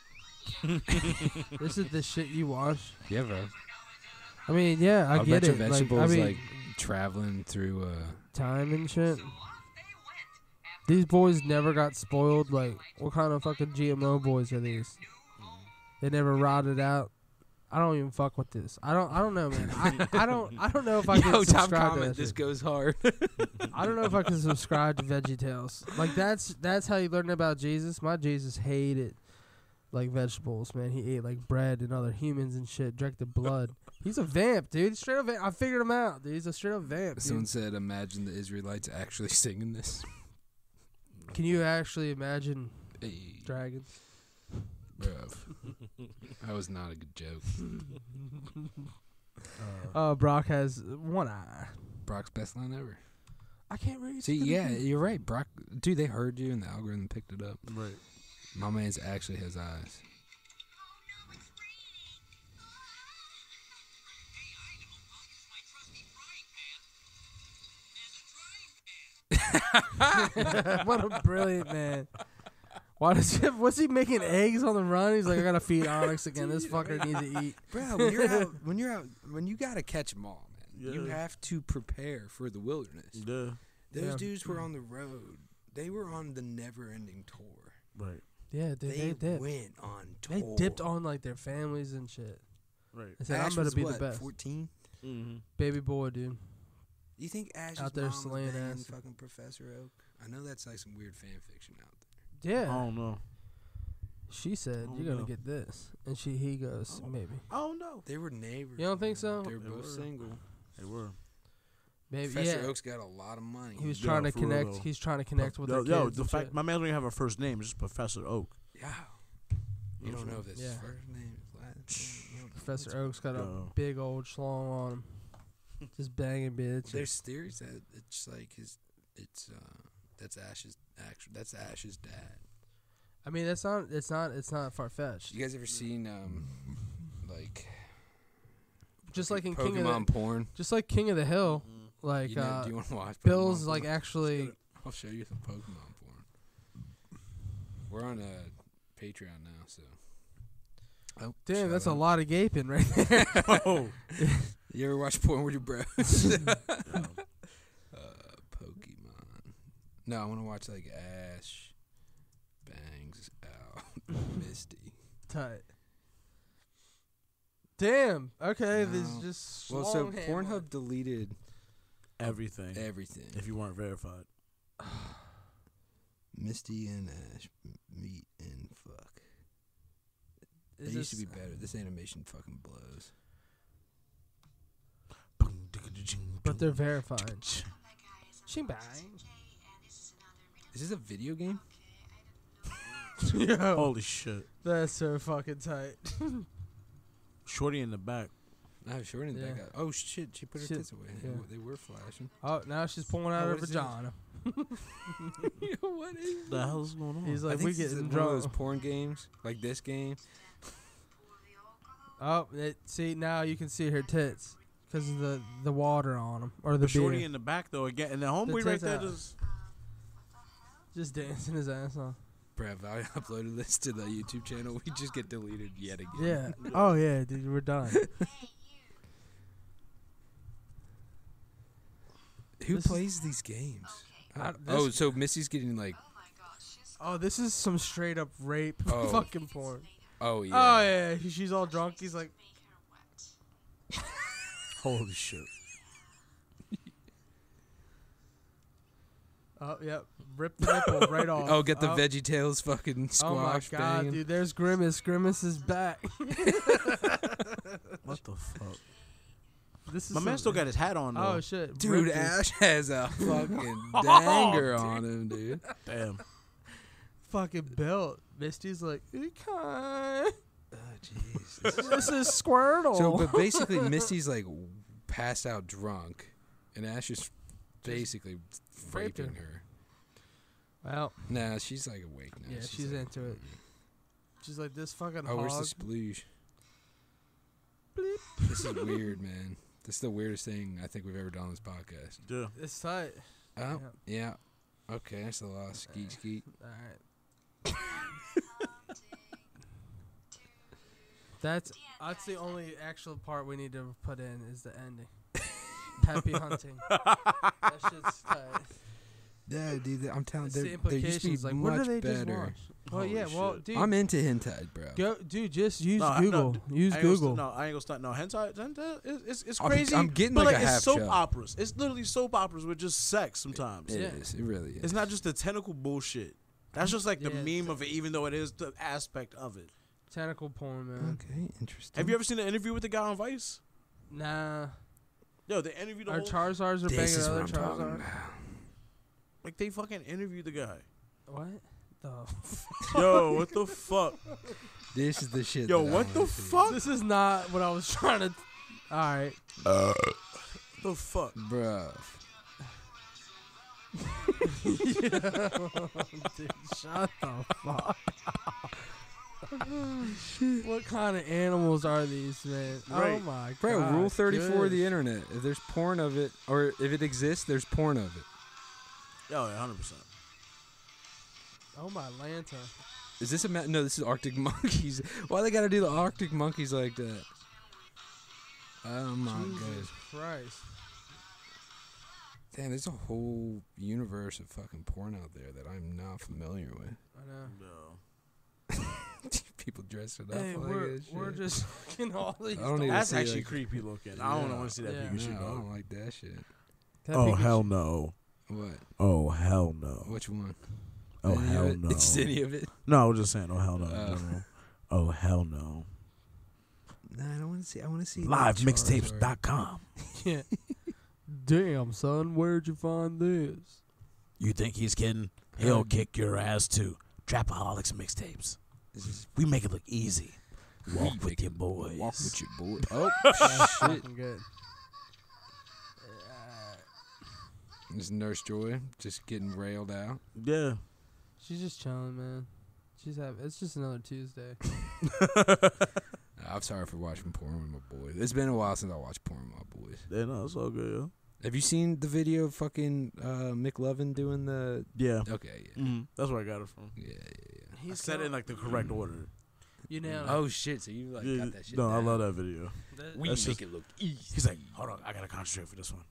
Speaker 3: this is the shit you watch.
Speaker 2: Yeah, bro.
Speaker 3: I mean, yeah, I
Speaker 2: A
Speaker 3: get
Speaker 2: bunch of
Speaker 3: it. Like, I
Speaker 2: vegetables,
Speaker 3: mean,
Speaker 2: like, traveling through. uh
Speaker 3: time and shit. These boys never got spoiled. Like, what kind of fucking GMO boys are these? They never rotted out. I don't even fuck with this. I don't. I don't know, man. I, I don't. I don't know if I can
Speaker 2: Yo, top
Speaker 3: subscribe to
Speaker 2: comment.
Speaker 3: that
Speaker 2: This
Speaker 3: shit.
Speaker 2: goes hard.
Speaker 3: I don't know if I can subscribe to Veggie Tales. Like that's that's how you learn about Jesus. My Jesus hated like vegetables, man. He ate like bread and other humans and shit. Drank the blood. He's a vamp, dude. Straight up. Vamp. I figured him out, dude. He's a straight up vamp. dude.
Speaker 2: Someone said, "Imagine the Israelites actually singing this."
Speaker 3: Can you actually imagine
Speaker 2: Hey,
Speaker 3: dragons?
Speaker 2: bro, that was not a good joke.
Speaker 3: Uh, Brock has one eye.
Speaker 2: Brock's best line ever.
Speaker 3: I can't read.
Speaker 2: See, yeah, you're right, Brock. Dude, they heard you, and the algorithm picked it up.
Speaker 1: Right.
Speaker 2: My man's actually has eyes.
Speaker 3: what a brilliant man. Why does he? Was he making eggs on the run? He's like, I gotta feed Onyx again. This fucker needs to eat.
Speaker 2: Bro, when you're out, when you're out, when you gotta catch them all, man. You
Speaker 1: Yeah.
Speaker 2: have to prepare for the wilderness.
Speaker 1: Yeah.
Speaker 2: Those
Speaker 3: Yeah.
Speaker 2: dudes were on the road. They were on the never-ending tour.
Speaker 1: Right.
Speaker 3: Yeah, dude, they,
Speaker 2: They,
Speaker 3: dipped.
Speaker 2: went on tour.
Speaker 3: They dipped on like their families and shit.
Speaker 1: Right.
Speaker 3: They said,
Speaker 2: Ash
Speaker 3: I'm gonna
Speaker 2: was
Speaker 3: be
Speaker 2: what,
Speaker 3: the best,
Speaker 2: 14.
Speaker 1: Mm-hmm.
Speaker 3: baby boy, dude.
Speaker 2: Do you think Ash's
Speaker 3: Out there
Speaker 2: mom was
Speaker 3: slaying
Speaker 2: banging
Speaker 3: ass.
Speaker 2: fucking Professor Oak? I know that's like some weird fan fiction out there.
Speaker 1: I
Speaker 3: Yeah,
Speaker 2: Oh.
Speaker 1: don't know.
Speaker 3: she said,
Speaker 1: Oh,
Speaker 3: "You're gonna
Speaker 1: no.
Speaker 3: get this," and she he goes,
Speaker 1: Oh.
Speaker 3: "Maybe,
Speaker 1: I don't know.
Speaker 2: They were neighbors.
Speaker 3: You don't think so?
Speaker 2: They were
Speaker 1: They
Speaker 2: both
Speaker 1: were.
Speaker 2: single.
Speaker 1: They were.
Speaker 3: maybe."
Speaker 2: Professor
Speaker 3: yeah,
Speaker 2: Oak's got a lot of money.
Speaker 3: he was
Speaker 1: Yeah,
Speaker 3: trying to
Speaker 1: for real
Speaker 3: connect.
Speaker 1: though.
Speaker 3: He's trying to connect with
Speaker 1: yo,
Speaker 3: their
Speaker 1: yo,
Speaker 3: kids
Speaker 1: the
Speaker 3: and
Speaker 1: fact
Speaker 3: shit.
Speaker 1: my man don't even have a first name. It's just Professor Oak.
Speaker 2: yeah. You don't know if it's his
Speaker 3: Yeah.
Speaker 2: first name, his last name. you don't know.
Speaker 3: Professor Oak's got a
Speaker 1: Yo.
Speaker 3: big old schlong on him, just banging bitch.
Speaker 2: There's theories that it's like his. It's uh, that's Ash's actual. That's Ash's dad.
Speaker 3: I mean, that's not. It's not. It's not far fetched.
Speaker 2: You guys ever seen um, like
Speaker 3: Just like in King of
Speaker 2: Pokemon
Speaker 3: the,
Speaker 2: porn?
Speaker 3: just like King of the Hill,
Speaker 2: Mm-hmm.
Speaker 3: like
Speaker 2: you know,
Speaker 3: uh,
Speaker 2: do you want to watch?
Speaker 3: Bill's
Speaker 2: Pokemon
Speaker 3: like
Speaker 2: porn?
Speaker 3: actually.
Speaker 2: I'll show you some Pokemon porn. We're on uh, Patreon now, so. Oh,
Speaker 3: Damn,
Speaker 2: shout
Speaker 3: that's a
Speaker 2: out.
Speaker 3: lot of gaping right there.
Speaker 1: oh.
Speaker 2: You ever watch porn with your bros? uh, Pokemon. No, I want to watch like Ash bangs out Misty.
Speaker 3: Tight. Damn. Okay, this
Speaker 2: No.
Speaker 3: is just
Speaker 2: Well, so
Speaker 3: long
Speaker 2: Pornhub
Speaker 3: hammer.
Speaker 2: deleted
Speaker 1: Everything.
Speaker 2: everything.
Speaker 1: If you weren't verified.
Speaker 2: Misty and Ash m- meet and fuck. It
Speaker 3: Is
Speaker 2: used to
Speaker 3: this-
Speaker 2: be better. This animation fucking blows.
Speaker 3: But they're verifying. Shing bang.
Speaker 2: Is this a video game?
Speaker 3: Yo,
Speaker 2: Oh.
Speaker 1: Holy shit.
Speaker 3: that's so fucking tight.
Speaker 1: Shorty in the back.
Speaker 2: No, she already
Speaker 3: Yeah.
Speaker 2: back out. Oh shit, she put her
Speaker 3: Shit,
Speaker 2: tits away. They
Speaker 3: yeah.
Speaker 2: w- They were flashing.
Speaker 3: Oh, now she's pulling out
Speaker 2: Oh,
Speaker 3: her
Speaker 2: what is this?
Speaker 3: vagina.
Speaker 2: what is?
Speaker 1: The hell's going on?
Speaker 3: He's
Speaker 2: I
Speaker 3: like,
Speaker 2: think
Speaker 3: we
Speaker 2: this is
Speaker 3: getting
Speaker 2: one of those
Speaker 3: drunk.
Speaker 2: porn games, like this game.
Speaker 3: Oh, it, see now you can see her tits because of the the water on them or the
Speaker 1: the shorty
Speaker 3: beer.
Speaker 1: in the back though again, and the homeboy
Speaker 3: tits
Speaker 1: right there
Speaker 3: out.
Speaker 1: just
Speaker 3: Just dancing his ass off.
Speaker 2: Bruh, if I uploaded this to the YouTube channel, we just get deleted yet again.
Speaker 3: Yeah. oh yeah, dude, we're done.
Speaker 2: Who
Speaker 3: This is-
Speaker 2: plays these games?
Speaker 3: I-
Speaker 2: oh,
Speaker 3: this-
Speaker 2: so Missy's getting like,
Speaker 3: Oh, this is some straight up rape
Speaker 2: Oh.
Speaker 3: fucking porn.
Speaker 2: oh yeah.
Speaker 3: Oh yeah, he- she's all drunk. He's like,
Speaker 1: holy shit.
Speaker 3: oh Oh yep, rip the nipple right off.
Speaker 2: Oh, get the
Speaker 3: oh.
Speaker 2: Veggie Tales fucking
Speaker 3: Oh my
Speaker 2: squash
Speaker 3: god,
Speaker 2: banging.
Speaker 3: dude! There's Grimace. Grimace is back.
Speaker 1: What the fuck?
Speaker 3: this is
Speaker 1: My man
Speaker 3: some-
Speaker 1: still got his hat on though.
Speaker 3: Oh shit,
Speaker 2: Dude,
Speaker 3: Ripped it.
Speaker 2: Ash has a fucking
Speaker 3: Oh,
Speaker 2: danger on him, dude.
Speaker 1: Damn.
Speaker 3: fucking belt. Misty's like, okay,
Speaker 2: Jeez.
Speaker 3: this is Squirtle.
Speaker 2: so, but basically, Misty's like passed out drunk, and Ash is basically
Speaker 3: raped
Speaker 2: raping her.
Speaker 3: well,
Speaker 2: Nah, she's like awake now.
Speaker 3: yeah, she's,
Speaker 2: like,
Speaker 3: into it. She's like this fucking
Speaker 2: Oh,
Speaker 3: hog.
Speaker 2: where's the splooge? This is weird, man. This is the weirdest thing I think we've ever done on this podcast.
Speaker 1: Yeah.
Speaker 3: It's tight.
Speaker 2: Oh, yeah. Okay, that's the last skeet skeet.
Speaker 3: All right. That's that's the only actual part we need to put in is the ending. Happy hunting. that shit's tight.
Speaker 2: Yeah, dude, th- I'm telling
Speaker 3: That's the
Speaker 2: there, there used to be
Speaker 3: implications. Like,
Speaker 2: much
Speaker 3: what do they just
Speaker 2: better.
Speaker 3: watch? Well,
Speaker 1: Holy
Speaker 3: yeah. Well,
Speaker 1: shit.
Speaker 3: dude,
Speaker 2: I'm into hentai, bro.
Speaker 3: go, dude, just use
Speaker 1: No, I- no,
Speaker 3: Google.
Speaker 1: d-
Speaker 3: use
Speaker 1: I ain't gonna
Speaker 3: Google.
Speaker 1: st- no, I ain't gonna stop. No, hentai, hentai it's, it's, it's
Speaker 2: I'm-
Speaker 1: crazy.
Speaker 2: I'm getting
Speaker 1: but
Speaker 2: like
Speaker 1: like,
Speaker 2: a half
Speaker 1: it's soap
Speaker 2: shell.
Speaker 1: operas. It's literally soap operas with just sex sometimes.
Speaker 2: It
Speaker 3: Yeah.
Speaker 2: is. It really is.
Speaker 1: It's not just the tentacle bullshit. That's just like the
Speaker 3: Yeah,
Speaker 1: meme of it, even though it is the aspect of it.
Speaker 3: Tentacle porn, man.
Speaker 2: okay. Interesting.
Speaker 1: Have you ever seen the interview with the guy on Vice?
Speaker 3: Nah.
Speaker 1: Yo, they interviewed the
Speaker 3: Our
Speaker 1: whole,
Speaker 3: Charizards are
Speaker 2: This
Speaker 3: banging
Speaker 2: is what
Speaker 3: other
Speaker 2: I'm talking
Speaker 3: Charizards.
Speaker 2: about.
Speaker 1: like they fucking interviewed the guy.
Speaker 3: What? The
Speaker 1: Yo, what the fuck?
Speaker 2: This is the shit.
Speaker 1: Yo,
Speaker 2: that I
Speaker 1: what the
Speaker 2: wanna see.
Speaker 1: fuck?
Speaker 3: this is not what I was trying to. All right.
Speaker 1: the fuck?
Speaker 2: Bruh.
Speaker 3: Dude, shut the fuck. what kind of animals are these, man? Oh
Speaker 1: Right.
Speaker 3: my god.
Speaker 2: Bro, Rule 34 of the
Speaker 3: goodness.
Speaker 2: internet. If there's porn of it, or if it exists, there's porn of it.
Speaker 1: Yo, 100. percent
Speaker 3: Oh my Lanta.
Speaker 2: Is this a ma- no? This is Arctic Monkeys. Why they gotta do the Arctic Monkeys like that? Oh my god!
Speaker 3: Jesus Christ.
Speaker 2: Damn, there's a whole universe of fucking porn out there that I'm not familiar with.
Speaker 3: I know.
Speaker 1: No.
Speaker 2: People dress it up.
Speaker 3: Hey,
Speaker 2: like
Speaker 3: we're,
Speaker 2: that
Speaker 3: we're
Speaker 2: shit.
Speaker 3: just fucking all these.
Speaker 2: I don't need to
Speaker 1: That's
Speaker 2: see,
Speaker 1: actually
Speaker 2: like-
Speaker 1: creepy looking. I don't
Speaker 2: Yeah.
Speaker 1: want to see that
Speaker 3: Yeah.
Speaker 1: Pikachu.
Speaker 2: No, I
Speaker 1: dog.
Speaker 2: don't like that shit.
Speaker 3: That
Speaker 1: oh
Speaker 3: Pikachu-
Speaker 1: hell no!
Speaker 2: What?
Speaker 1: Oh hell no!
Speaker 2: Which one?
Speaker 1: Oh
Speaker 2: Any of
Speaker 1: hell
Speaker 2: it?
Speaker 1: no!
Speaker 2: It's any of it?
Speaker 1: No, I was just saying. Oh hell no! in
Speaker 2: Oh.
Speaker 1: general. Oh hell no!
Speaker 2: No, I don't want to see. I want to see like, Charizard.
Speaker 1: LiveMixtapes.com.
Speaker 3: Yeah. Damn, son, where'd you find this?
Speaker 1: You think he's kidding?
Speaker 2: He'll
Speaker 1: kick your ass too. Trapaholics mixtapes.
Speaker 2: This is-
Speaker 1: We make it look easy.
Speaker 2: Walk We with make
Speaker 1: your boys.
Speaker 2: Walk with your boy. Oh shit!
Speaker 3: Fucking good.
Speaker 2: This Nurse Joy just getting railed out.
Speaker 1: Yeah.
Speaker 3: She's just chilling, man. She's having. It's just another Tuesday.
Speaker 2: I'm sorry for watching porn with my boys. It's been a while since I watched porn with my boys.
Speaker 1: Yeah, no, it's all good,
Speaker 2: Have you seen the video of fucking uh, McLovin doing the?
Speaker 1: yeah. Yeah.
Speaker 2: Okay, yeah,
Speaker 1: Mhm. That's where I got it from.
Speaker 2: yeah, yeah.
Speaker 1: He said it in like the correct order.
Speaker 3: You
Speaker 2: yeah.
Speaker 3: know.
Speaker 2: Oh shit! So you like
Speaker 1: Yeah,
Speaker 2: got that shit?
Speaker 1: no, I
Speaker 2: down.
Speaker 1: love that video.
Speaker 3: that-
Speaker 2: We
Speaker 1: That's
Speaker 2: make
Speaker 1: just-
Speaker 2: it look easy.
Speaker 1: He's like, hold on, I gotta concentrate for this one.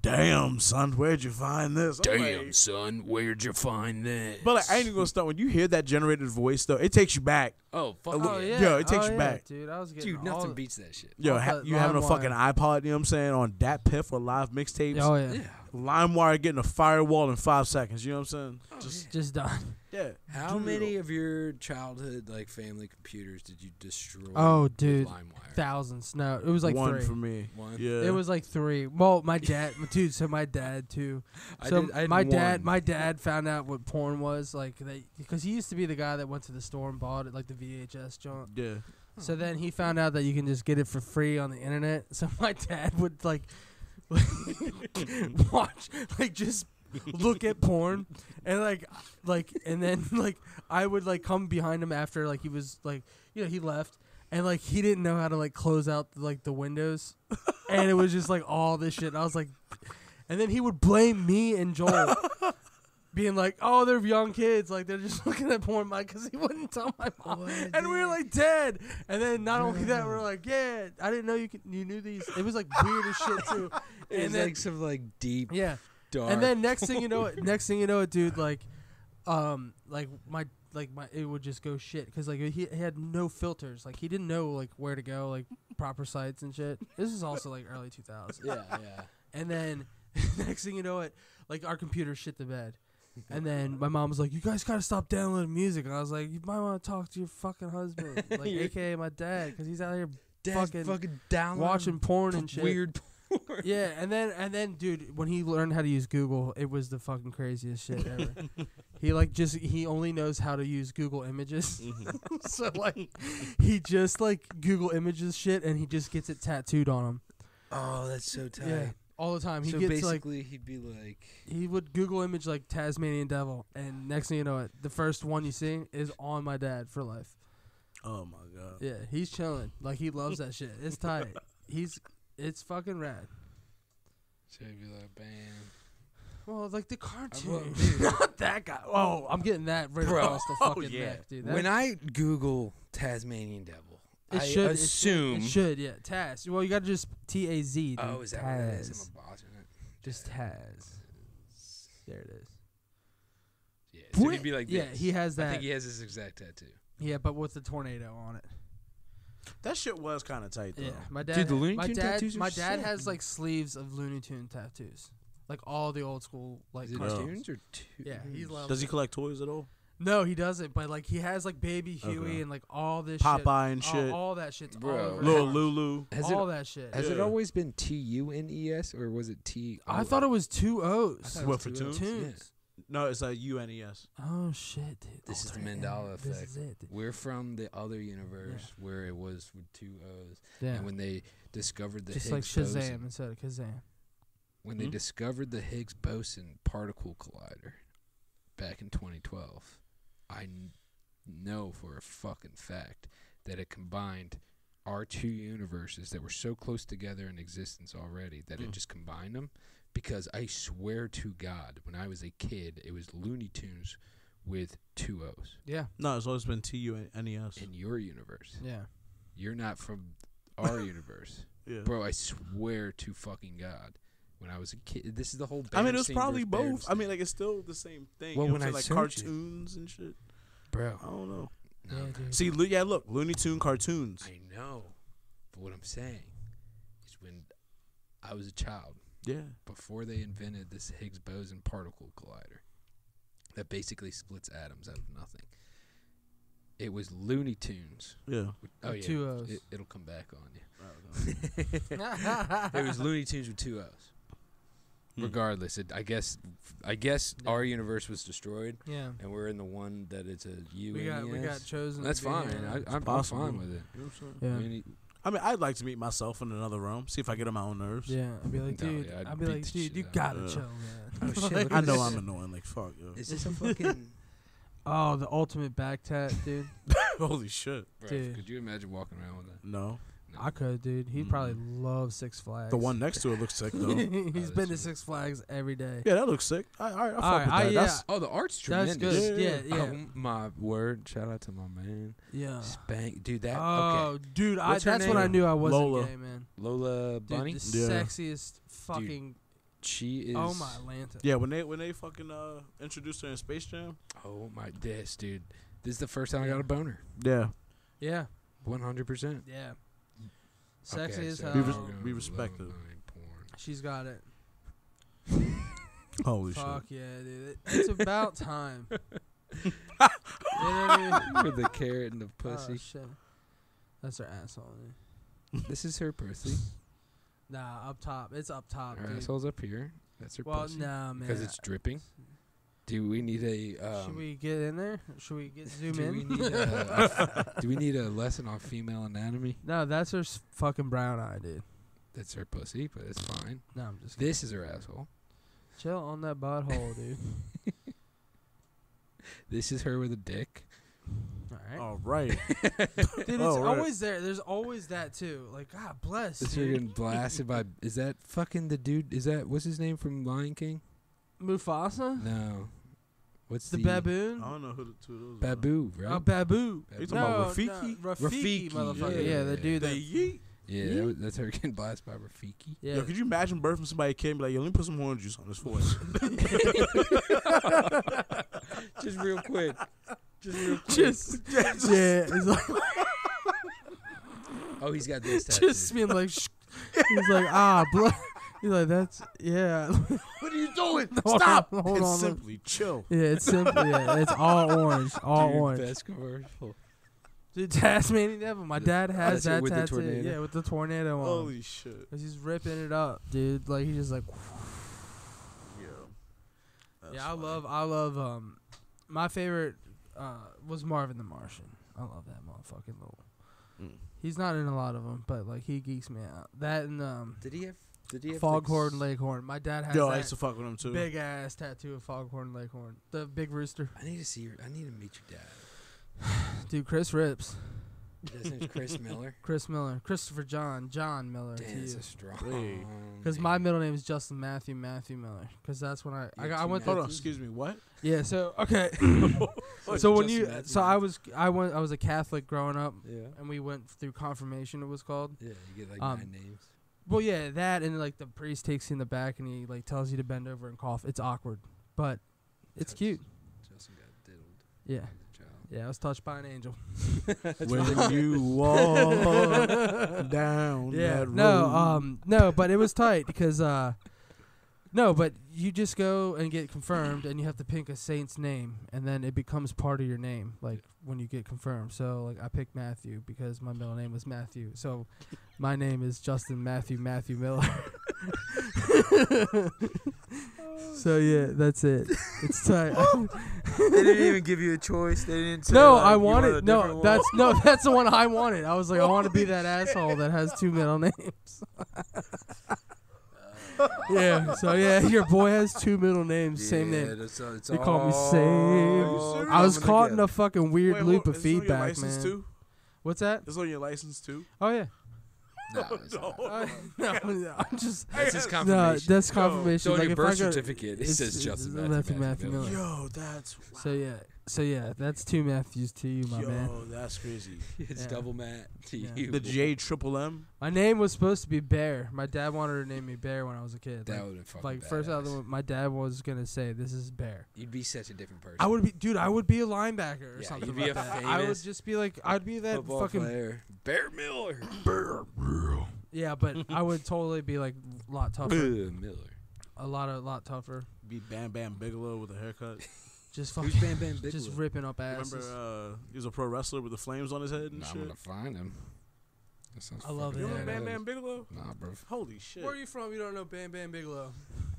Speaker 1: Damn, son, where'd you find this? I'm
Speaker 2: Damn,
Speaker 1: like-
Speaker 2: son, where'd you find that?
Speaker 1: but like, I ain't even gonna start when you hear that generated voice though. It takes you back.
Speaker 2: oh fuck!
Speaker 3: Oh
Speaker 2: yeah.
Speaker 3: yeah.
Speaker 1: Yo, it takes
Speaker 3: oh,
Speaker 1: you
Speaker 3: yeah,
Speaker 1: back.
Speaker 3: dude. I was getting
Speaker 2: dude,
Speaker 3: all
Speaker 2: nothing
Speaker 3: the-
Speaker 2: beats that shit.
Speaker 1: Yo,
Speaker 3: Off
Speaker 1: ha-
Speaker 3: that
Speaker 1: you having a
Speaker 3: LimeWire.
Speaker 1: fucking iPod? You know what I'm saying? On that piff or live mixtapes,
Speaker 3: Oh yeah.
Speaker 2: Yeah.
Speaker 1: LimeWire getting a firewall in five seconds. You know what I'm saying?
Speaker 3: Just, just done.
Speaker 1: Yeah.
Speaker 2: How
Speaker 1: Do it.
Speaker 2: many of your childhood like family computers did you destroy?
Speaker 3: Oh,
Speaker 2: with
Speaker 3: dude.
Speaker 2: LimeWire?
Speaker 3: Thousands. No, it was like
Speaker 1: one
Speaker 3: three.
Speaker 1: for me.
Speaker 2: One.
Speaker 1: Yeah.
Speaker 3: It was like three. Well, my dad, my- dude. So my dad too.
Speaker 2: I
Speaker 3: So
Speaker 2: did- I had
Speaker 3: my dad,
Speaker 2: one.
Speaker 3: my dad found out what porn was like. They because he used to be the guy that went to the store and bought it, like the VHS junk.
Speaker 1: Yeah.
Speaker 2: Oh.
Speaker 3: So then he found out that you can just get it for free on the internet. So my dad would like watch, like just look at porn, and like, like, and then like I would like come behind him after like he was like, you know, he left, and like he didn't know how to like close out like the windows, and it was just like all this shit. And I was like, and then he would blame me and Joel. Being like, oh, they're young kids, like they're just looking at porn, Mike, because he wouldn't tell my mom, and we were like dead. And then not only that, we we're like, yeah, I didn't know you could, you knew these. It was like weird as shit too.
Speaker 2: It was
Speaker 3: and then-
Speaker 2: like some like deep
Speaker 3: Yeah,
Speaker 2: dark.
Speaker 3: and then next thing you know, it- next thing you know, it, dude, like, um, like my like my it would just go shit because like he, he had no filters. Like he didn't know like where to go, like proper sites and shit. This is also like early 2000s.
Speaker 2: yeah, yeah.
Speaker 3: And then next thing you know, it like our computer shit the bed. And then my mom was like, "You guys gotta stop downloading music." And I was like, "You might want to talk to your fucking husband, like
Speaker 2: Your-
Speaker 3: AKA my dad, because he's out here
Speaker 2: Dad's
Speaker 3: Fucking
Speaker 2: down
Speaker 3: watching porn and shit."
Speaker 2: weird porn.
Speaker 3: Yeah, and then and then, dude, when he learned how to use Google, it was the fucking craziest shit ever. he like just he only knows how to use Google Images,
Speaker 2: Mm-hmm.
Speaker 3: so like he just like Google Images shit, and he just gets it tattooed on him.
Speaker 2: Oh, that's so tight.
Speaker 3: Yeah, all the time. He
Speaker 2: so
Speaker 3: gets like
Speaker 2: basically, he'd be like,
Speaker 3: he would Google image like Tasmanian devil, and next thing you know, it the first one you see is on my dad for life.
Speaker 1: Oh my god.
Speaker 3: Yeah, he's chilling. Like he loves that shit. It's tight. He's it's fucking rad.
Speaker 2: so he'd be like, bam.
Speaker 3: Well, like the cartoon,
Speaker 2: love- dude.
Speaker 3: not that guy. Oh, I'm getting that right
Speaker 2: Bro. oh,
Speaker 3: across the fucking
Speaker 1: yeah.
Speaker 3: neck, dude. That,
Speaker 2: when I Google Tasmanian devil,
Speaker 3: it
Speaker 2: I
Speaker 3: should, it should-
Speaker 2: assume.
Speaker 3: it should, yeah. Taz. Well, you gotta just T A Z. dude.
Speaker 2: oh, is that what
Speaker 3: Taz.
Speaker 2: it is? I'm a boss in it.
Speaker 3: Just Taz. There it is.
Speaker 2: Yeah, so he'd
Speaker 3: Bwi-
Speaker 2: be like,
Speaker 3: yeah,
Speaker 2: this.
Speaker 3: he has
Speaker 2: I
Speaker 3: that.
Speaker 2: think he has this exact tattoo.
Speaker 3: yeah, but with the tornado on it.
Speaker 1: That shit was kind of tight though.
Speaker 3: Yeah, my dad.
Speaker 2: the Looney
Speaker 3: my
Speaker 2: Tune
Speaker 3: dad,
Speaker 2: tattoos are
Speaker 3: My dad
Speaker 2: sick.
Speaker 3: has like sleeves of Looney Tune tattoos, like all the old school like
Speaker 2: Is it
Speaker 1: cartoon?
Speaker 2: cartoons or two?
Speaker 3: Yeah, he's loves.
Speaker 1: Does he collect toys at all?
Speaker 3: no, he doesn't. But like he has like Baby Huey
Speaker 1: Okay.
Speaker 3: and like all this shit.
Speaker 1: Popeye and
Speaker 3: all-
Speaker 1: shit.
Speaker 3: All, that shit's
Speaker 2: Bro.
Speaker 3: all over.
Speaker 1: Little
Speaker 3: his-
Speaker 1: Lulu.
Speaker 2: Has it
Speaker 3: all that shit.
Speaker 2: has it
Speaker 1: Yeah.
Speaker 2: always been T U N E S or was it T?
Speaker 3: I thought it was two O's.
Speaker 1: What for tunes?
Speaker 3: Tunes.
Speaker 1: No, it's a UNES.
Speaker 3: Oh shit, dude.
Speaker 2: This is the
Speaker 3: Alter
Speaker 2: Mandela
Speaker 3: Ego. This
Speaker 2: effect.
Speaker 3: is it. dude.
Speaker 2: We're from the other universe where it was with two O's,
Speaker 3: Yeah.
Speaker 2: and when they discovered the
Speaker 3: Just
Speaker 2: Higgs
Speaker 3: like
Speaker 2: boson,
Speaker 3: Shazam instead of Kazam.
Speaker 2: when they
Speaker 1: Hmm?
Speaker 2: discovered the Higgs boson particle collider back in 2012, I kn- know for a fucking fact that it combined our two universes that were so close together in existence already that it
Speaker 1: Mm.
Speaker 2: just combined them. Because I swear to God, when I was a kid, it was Looney Tunes with two O's
Speaker 3: Yeah.
Speaker 1: No, it's always been T U N E S.
Speaker 2: in your universe.
Speaker 3: Yeah.
Speaker 2: You're not from our universe,
Speaker 1: Yeah.
Speaker 2: bro. I swear to fucking God. When I was a kid, this is the whole.
Speaker 1: I mean, it was
Speaker 2: Berenstain
Speaker 1: probably
Speaker 2: versus
Speaker 1: both. I mean,
Speaker 2: Berenstain.
Speaker 1: like it's still the same thing. you
Speaker 2: Well,
Speaker 1: know
Speaker 2: when
Speaker 1: what
Speaker 2: I
Speaker 1: I'm saying? like
Speaker 2: search it-
Speaker 1: cartoons and shit.
Speaker 2: bro.
Speaker 1: I don't know.
Speaker 2: No,
Speaker 3: Yeah,
Speaker 2: no,
Speaker 3: dude.
Speaker 1: See, lo- yeah, look, Looney Tune cartoons.
Speaker 2: I know, but what I'm saying is when I was a child,
Speaker 1: Yeah,
Speaker 2: before they invented this Higgs boson particle collider that basically splits atoms out of nothing, it was Looney Tunes.
Speaker 1: yeah.
Speaker 2: With, oh yeah,
Speaker 3: two O's.
Speaker 2: It, it'll come back on you. It was Looney Tunes with two O's.
Speaker 1: Hmm.
Speaker 2: Regardless, it, I guess, I guess
Speaker 3: Yeah.
Speaker 2: our universe was destroyed,
Speaker 3: yeah.
Speaker 2: and we're in the one that it's a U. E
Speaker 3: We got we got chosen. to
Speaker 2: That's
Speaker 3: be
Speaker 2: fine.
Speaker 3: here.
Speaker 2: I, I'm, I'm
Speaker 1: possible.
Speaker 2: fine with it.
Speaker 1: You know what I'm saying?
Speaker 3: Yeah.
Speaker 2: I mean,
Speaker 1: I mean, I'd like to meet myself in another realm, see if I get on my own nerves.
Speaker 3: Yeah, I'd be like,
Speaker 2: No,
Speaker 3: dude,
Speaker 2: yeah, I'd
Speaker 3: I'd be
Speaker 2: beat
Speaker 3: like,
Speaker 2: the
Speaker 3: dude,
Speaker 2: shit
Speaker 3: you
Speaker 2: out of
Speaker 3: gotta
Speaker 1: him.
Speaker 3: chill, man.
Speaker 2: Oh, shit,
Speaker 3: Like-
Speaker 2: look
Speaker 1: I
Speaker 2: at
Speaker 1: know
Speaker 2: this.
Speaker 1: I'm annoying. Like fuck, yo.
Speaker 2: Is this a fucking
Speaker 3: Oh, the ultimate back tat, dude.
Speaker 1: Holy shit.
Speaker 2: Bro,
Speaker 3: Dude.
Speaker 2: Could you imagine walking around with that?
Speaker 1: No,
Speaker 3: I could, dude. He probably loves Six Flags.
Speaker 1: the one next to it looks sick though. yeah,
Speaker 3: He's
Speaker 2: Mm. Oh, that's
Speaker 3: been to
Speaker 2: right.
Speaker 3: Six Flags every day.
Speaker 1: that looks sick. I, I, I fuck
Speaker 3: Alright,
Speaker 1: with
Speaker 3: I-
Speaker 1: that.
Speaker 3: yeah.
Speaker 1: That's
Speaker 2: Oh, the art's
Speaker 3: That's
Speaker 2: tremendous.
Speaker 3: good.
Speaker 1: Yeah,
Speaker 3: Yeah, yeah, yeah.
Speaker 2: Oh my word! Shout out to my man Spank, dude. That
Speaker 3: oh,
Speaker 2: uh, okay?
Speaker 3: dude, I,
Speaker 2: What's her
Speaker 3: that's when I
Speaker 2: name?
Speaker 3: knew I wasn't
Speaker 1: Lola.
Speaker 3: gay, man.
Speaker 2: Lola
Speaker 3: Dude,
Speaker 2: Bunny.
Speaker 3: the
Speaker 1: Yeah.
Speaker 3: sexiest fucking.
Speaker 2: she is.
Speaker 3: oh my Atlanta.
Speaker 1: yeah. When they when they fucking uh introduced her in Space Jam.
Speaker 2: Oh my! This dude. This is the first time I got a boner.
Speaker 1: Yeah,
Speaker 3: Yeah,
Speaker 2: One hundred percent.
Speaker 3: yeah. Sexy as hell.
Speaker 1: We res- we respect it.
Speaker 3: She's got it.
Speaker 1: holy
Speaker 3: Fuck
Speaker 1: shit.
Speaker 3: yeah, dude. It- It's about time. you know what I mean?
Speaker 2: With the carrot and the
Speaker 3: Oh,
Speaker 2: pussy.
Speaker 3: shit. That's her asshole. Dude.
Speaker 2: this is her pussy.
Speaker 3: Nah, up top. It's up top,
Speaker 2: Her
Speaker 3: dude.
Speaker 2: asshole's up here. That's her
Speaker 3: Well,
Speaker 2: pussy.
Speaker 3: nah, man.
Speaker 2: Because it's dripping. Do we need a? Um,
Speaker 3: Should we get in there? Should we get zoom
Speaker 2: do
Speaker 3: in?
Speaker 2: we need a? do we need a lesson on female anatomy?
Speaker 3: no, that's her s- fucking brown eye, dude.
Speaker 2: That's her pussy, but it's fine.
Speaker 3: No, I'm just kidding.
Speaker 2: This is her asshole.
Speaker 3: chill on that butthole, dude.
Speaker 2: This is her with a dick.
Speaker 3: All right.
Speaker 2: Oh,
Speaker 1: All right.
Speaker 3: Dude, it's
Speaker 1: Oh, right.
Speaker 3: always there. There's always that too. Like, God bless.
Speaker 2: This is her
Speaker 3: dude.
Speaker 2: getting blasted by. Is that fucking the dude? Is that what's his name from Lion King?
Speaker 3: Mufasa,
Speaker 2: No. What's
Speaker 3: the,
Speaker 2: the,
Speaker 1: I
Speaker 3: baboon.
Speaker 1: don't know who the two of those. are.
Speaker 2: Babu, right?
Speaker 3: Oh, Babu.
Speaker 2: Babu.
Speaker 1: You Oh, talking
Speaker 3: No,
Speaker 1: about
Speaker 3: no,
Speaker 1: Rafiki?
Speaker 3: Rafiki,
Speaker 2: Rafiki,
Speaker 3: motherfucker. Yeah,
Speaker 2: yeah.
Speaker 3: the dude
Speaker 1: The
Speaker 3: that.
Speaker 1: yeet.
Speaker 2: yeah, that was, that's her getting blasted by Rafiki.
Speaker 3: Yeah.
Speaker 1: Yo, could you imagine birth from somebody came and be like, yo, let me put some orange juice on this forehead.
Speaker 2: Just real quick.
Speaker 5: Just real
Speaker 3: Just yeah, he's like
Speaker 2: Oh, he's got this tattoo.
Speaker 3: just being like sh- he's like ah blood. He's like that's yeah.
Speaker 1: What are you doing?
Speaker 3: Hold
Speaker 1: Stop!
Speaker 3: on, hold
Speaker 1: it's
Speaker 3: on, look.
Speaker 1: simply chill.
Speaker 3: Yeah, it's simple. Yeah, it's all orange, all
Speaker 2: Dude,
Speaker 3: orange.
Speaker 2: Best commercial.
Speaker 3: The Tasmanian devil. My
Speaker 2: The-
Speaker 3: dad
Speaker 2: oh, that's
Speaker 3: has
Speaker 2: it,
Speaker 3: that
Speaker 2: with the
Speaker 3: tattoo.
Speaker 2: tornado.
Speaker 3: yeah, with the tornado on.
Speaker 1: Holy shit.
Speaker 3: Cause he's ripping it up, dude. Like he's just like,
Speaker 1: Yeah. That's
Speaker 3: yeah. I
Speaker 1: funny.
Speaker 3: love, I love. Um, my favorite uh was Marvin the Martian. I love that motherfucking little.
Speaker 1: Mm.
Speaker 3: He's not in a lot of them, but like he geeks me out. That and um,
Speaker 2: Did he have? Did he have?
Speaker 3: Foghorn Leghorn. My dad has
Speaker 1: Yo, I
Speaker 3: that
Speaker 1: used to fuck with him too.
Speaker 3: big ass tattoo of Foghorn Leghorn, the big rooster.
Speaker 2: I need to see your. I need to meet your dad.
Speaker 3: Dude, Chris rips.
Speaker 2: His name's Chris Miller.
Speaker 3: Chris Miller, Christopher John, John Miller.
Speaker 2: Damn, that's a
Speaker 1: Wait.
Speaker 2: strong.
Speaker 3: Because my middle name is Justin Matthew Matthew Miller. Because that's when I I,
Speaker 2: Yeah,
Speaker 3: got, I
Speaker 2: two
Speaker 3: went
Speaker 1: Hold
Speaker 3: through.
Speaker 1: on, excuse me. What?
Speaker 3: Yeah. So okay.
Speaker 2: Wait,
Speaker 3: so when
Speaker 2: Justin
Speaker 3: you
Speaker 2: Matthew
Speaker 3: so I
Speaker 2: Miller.
Speaker 3: was I went I was a Catholic growing up,
Speaker 2: Yeah.
Speaker 3: and we went through confirmation. It was called.
Speaker 2: Yeah, you get like
Speaker 3: Um,
Speaker 2: nine names.
Speaker 3: Well, yeah, that and like the priest takes you in the back and he like tells you to bend over and cough. It's awkward, but it's
Speaker 2: Touched.
Speaker 3: cute.
Speaker 2: Justin got diddled.
Speaker 3: Yeah.
Speaker 2: Child.
Speaker 3: Yeah, I was touched by an angel.
Speaker 1: when you walk down
Speaker 3: Yeah.
Speaker 1: that
Speaker 3: No,
Speaker 1: road.
Speaker 3: um no, but it was tight because uh no, but you just go and get confirmed and you have to pick a saint's name and then it becomes part of your name like when you get confirmed. So like I picked Matthew because my middle name was Matthew. So my name is Justin Matthew Matthew Miller. so yeah, that's it. It's tight.
Speaker 2: they didn't even give you a choice. They didn't.
Speaker 3: No, I wanted no. That's no. That's the one I wanted. I was like, I want to be that asshole that has two middle names. yeah. So yeah, your boy has two middle names, same name.
Speaker 2: It's, it's
Speaker 3: They call me Same. I was caught in a fucking weird
Speaker 1: Wait, hold-
Speaker 3: loop of
Speaker 1: is this on your
Speaker 3: feedback,
Speaker 1: license
Speaker 3: man.
Speaker 1: Too?
Speaker 3: What's that?
Speaker 1: This on your license too?
Speaker 3: Oh yeah.
Speaker 2: No, it's not.
Speaker 3: Uh, no, no, I'm just
Speaker 2: That's his
Speaker 3: no.
Speaker 2: confirmation.
Speaker 3: That's confirmation.
Speaker 2: so on
Speaker 3: like
Speaker 2: your
Speaker 3: if I
Speaker 2: birth
Speaker 3: go,
Speaker 2: certificate, it
Speaker 3: it's-
Speaker 2: says
Speaker 3: it's
Speaker 2: Justin
Speaker 3: Matthew,
Speaker 2: Matthew,
Speaker 3: Matthew Miller.
Speaker 1: Yo, that's wow.
Speaker 3: So yeah. So yeah. That's two Matthews to you, my
Speaker 1: Yo,
Speaker 3: man.
Speaker 1: that's crazy.
Speaker 2: It's
Speaker 3: Yeah.
Speaker 2: double Matt to
Speaker 3: Yeah.
Speaker 2: you.
Speaker 1: The J triple M.
Speaker 3: My name was supposed to be Bear. My dad wanted to name me Bear when I was a kid.
Speaker 2: That
Speaker 3: like,
Speaker 2: would have fucking
Speaker 3: like first out of the
Speaker 2: badass.
Speaker 3: wo- my dad was gonna say this is Bear.
Speaker 2: You'd be such a different person.
Speaker 3: I would be, dude. I would be a linebacker or
Speaker 2: Yeah,
Speaker 3: something.
Speaker 2: you'd be
Speaker 3: like
Speaker 2: a
Speaker 3: that. I would
Speaker 2: famous
Speaker 3: just be like, I'd be that
Speaker 2: Football
Speaker 3: fucking
Speaker 2: player. Bear Miller.
Speaker 3: yeah. But I would totally be like a lot tougher,
Speaker 2: Bear Miller.
Speaker 3: a lot of lot tougher.
Speaker 1: Be Bam Bam Bigelow with a haircut.
Speaker 3: Just
Speaker 2: Who's
Speaker 3: fucking,
Speaker 2: Bam Bam Bigelow?
Speaker 3: just ripping up asses.
Speaker 1: Remember, uh, he was a pro wrestler with the flames on his head and
Speaker 5: Nah, I'm
Speaker 1: shit.
Speaker 5: gonna find him. That sounds
Speaker 3: I love
Speaker 5: fucking
Speaker 1: You
Speaker 3: it.
Speaker 1: remember
Speaker 3: Yeah,
Speaker 1: Bam
Speaker 3: that
Speaker 1: Bam Bigelow?
Speaker 5: Nah, bro.
Speaker 1: Holy shit!
Speaker 3: Where are you from? You don't know Bam Bam Bigelow.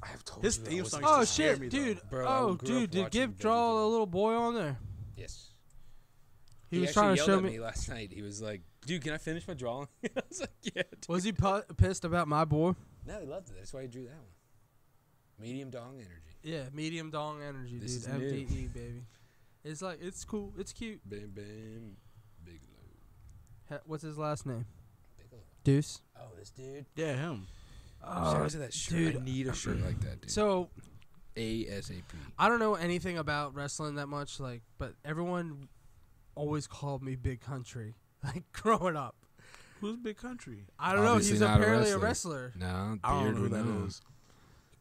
Speaker 2: I have told
Speaker 1: His
Speaker 2: you I
Speaker 1: theme
Speaker 2: was
Speaker 1: song
Speaker 3: Oh
Speaker 1: used to scare
Speaker 3: shit,
Speaker 1: me, though.
Speaker 3: dude.
Speaker 2: Bro, I
Speaker 3: oh
Speaker 2: grew up
Speaker 3: dude, did
Speaker 2: watching
Speaker 3: Give draw a
Speaker 2: WWE.
Speaker 3: little boy on there?
Speaker 2: Yes.
Speaker 3: He, was trying to show me.
Speaker 2: last night. He was like, "Dude, can I finish my drawing?" I was like, "Yeah." Dude.
Speaker 3: Was he pu- pissed about my boy?
Speaker 2: No, he loved it. That's why he drew that one. Medium dong energy.
Speaker 3: Yeah, medium dong energy,
Speaker 2: This
Speaker 3: dude.
Speaker 2: is new.
Speaker 3: MDE, baby. It's like it's cool. It's cute.
Speaker 2: Bam bam. Bigelow.
Speaker 3: Ha- What's his last name?
Speaker 2: Bigelow.
Speaker 3: Deuce.
Speaker 2: Oh, this dude.
Speaker 1: Yeah, him.
Speaker 2: Shout
Speaker 3: Oh,
Speaker 2: out to that shirt. I
Speaker 3: dude. uh,
Speaker 2: need a shirt like that, dude.
Speaker 3: so
Speaker 2: ASAP.
Speaker 3: I don't know anything about wrestling that much, like, but everyone always called me Big Country, like growing up.
Speaker 1: Who's Big Country?
Speaker 3: I don't know.
Speaker 5: Obviously
Speaker 3: He's
Speaker 5: not a
Speaker 3: apparently a
Speaker 5: wrestler.
Speaker 3: wrestler.
Speaker 5: No,
Speaker 1: I don't
Speaker 5: beard
Speaker 1: know who
Speaker 5: would
Speaker 1: that
Speaker 5: know.
Speaker 1: is.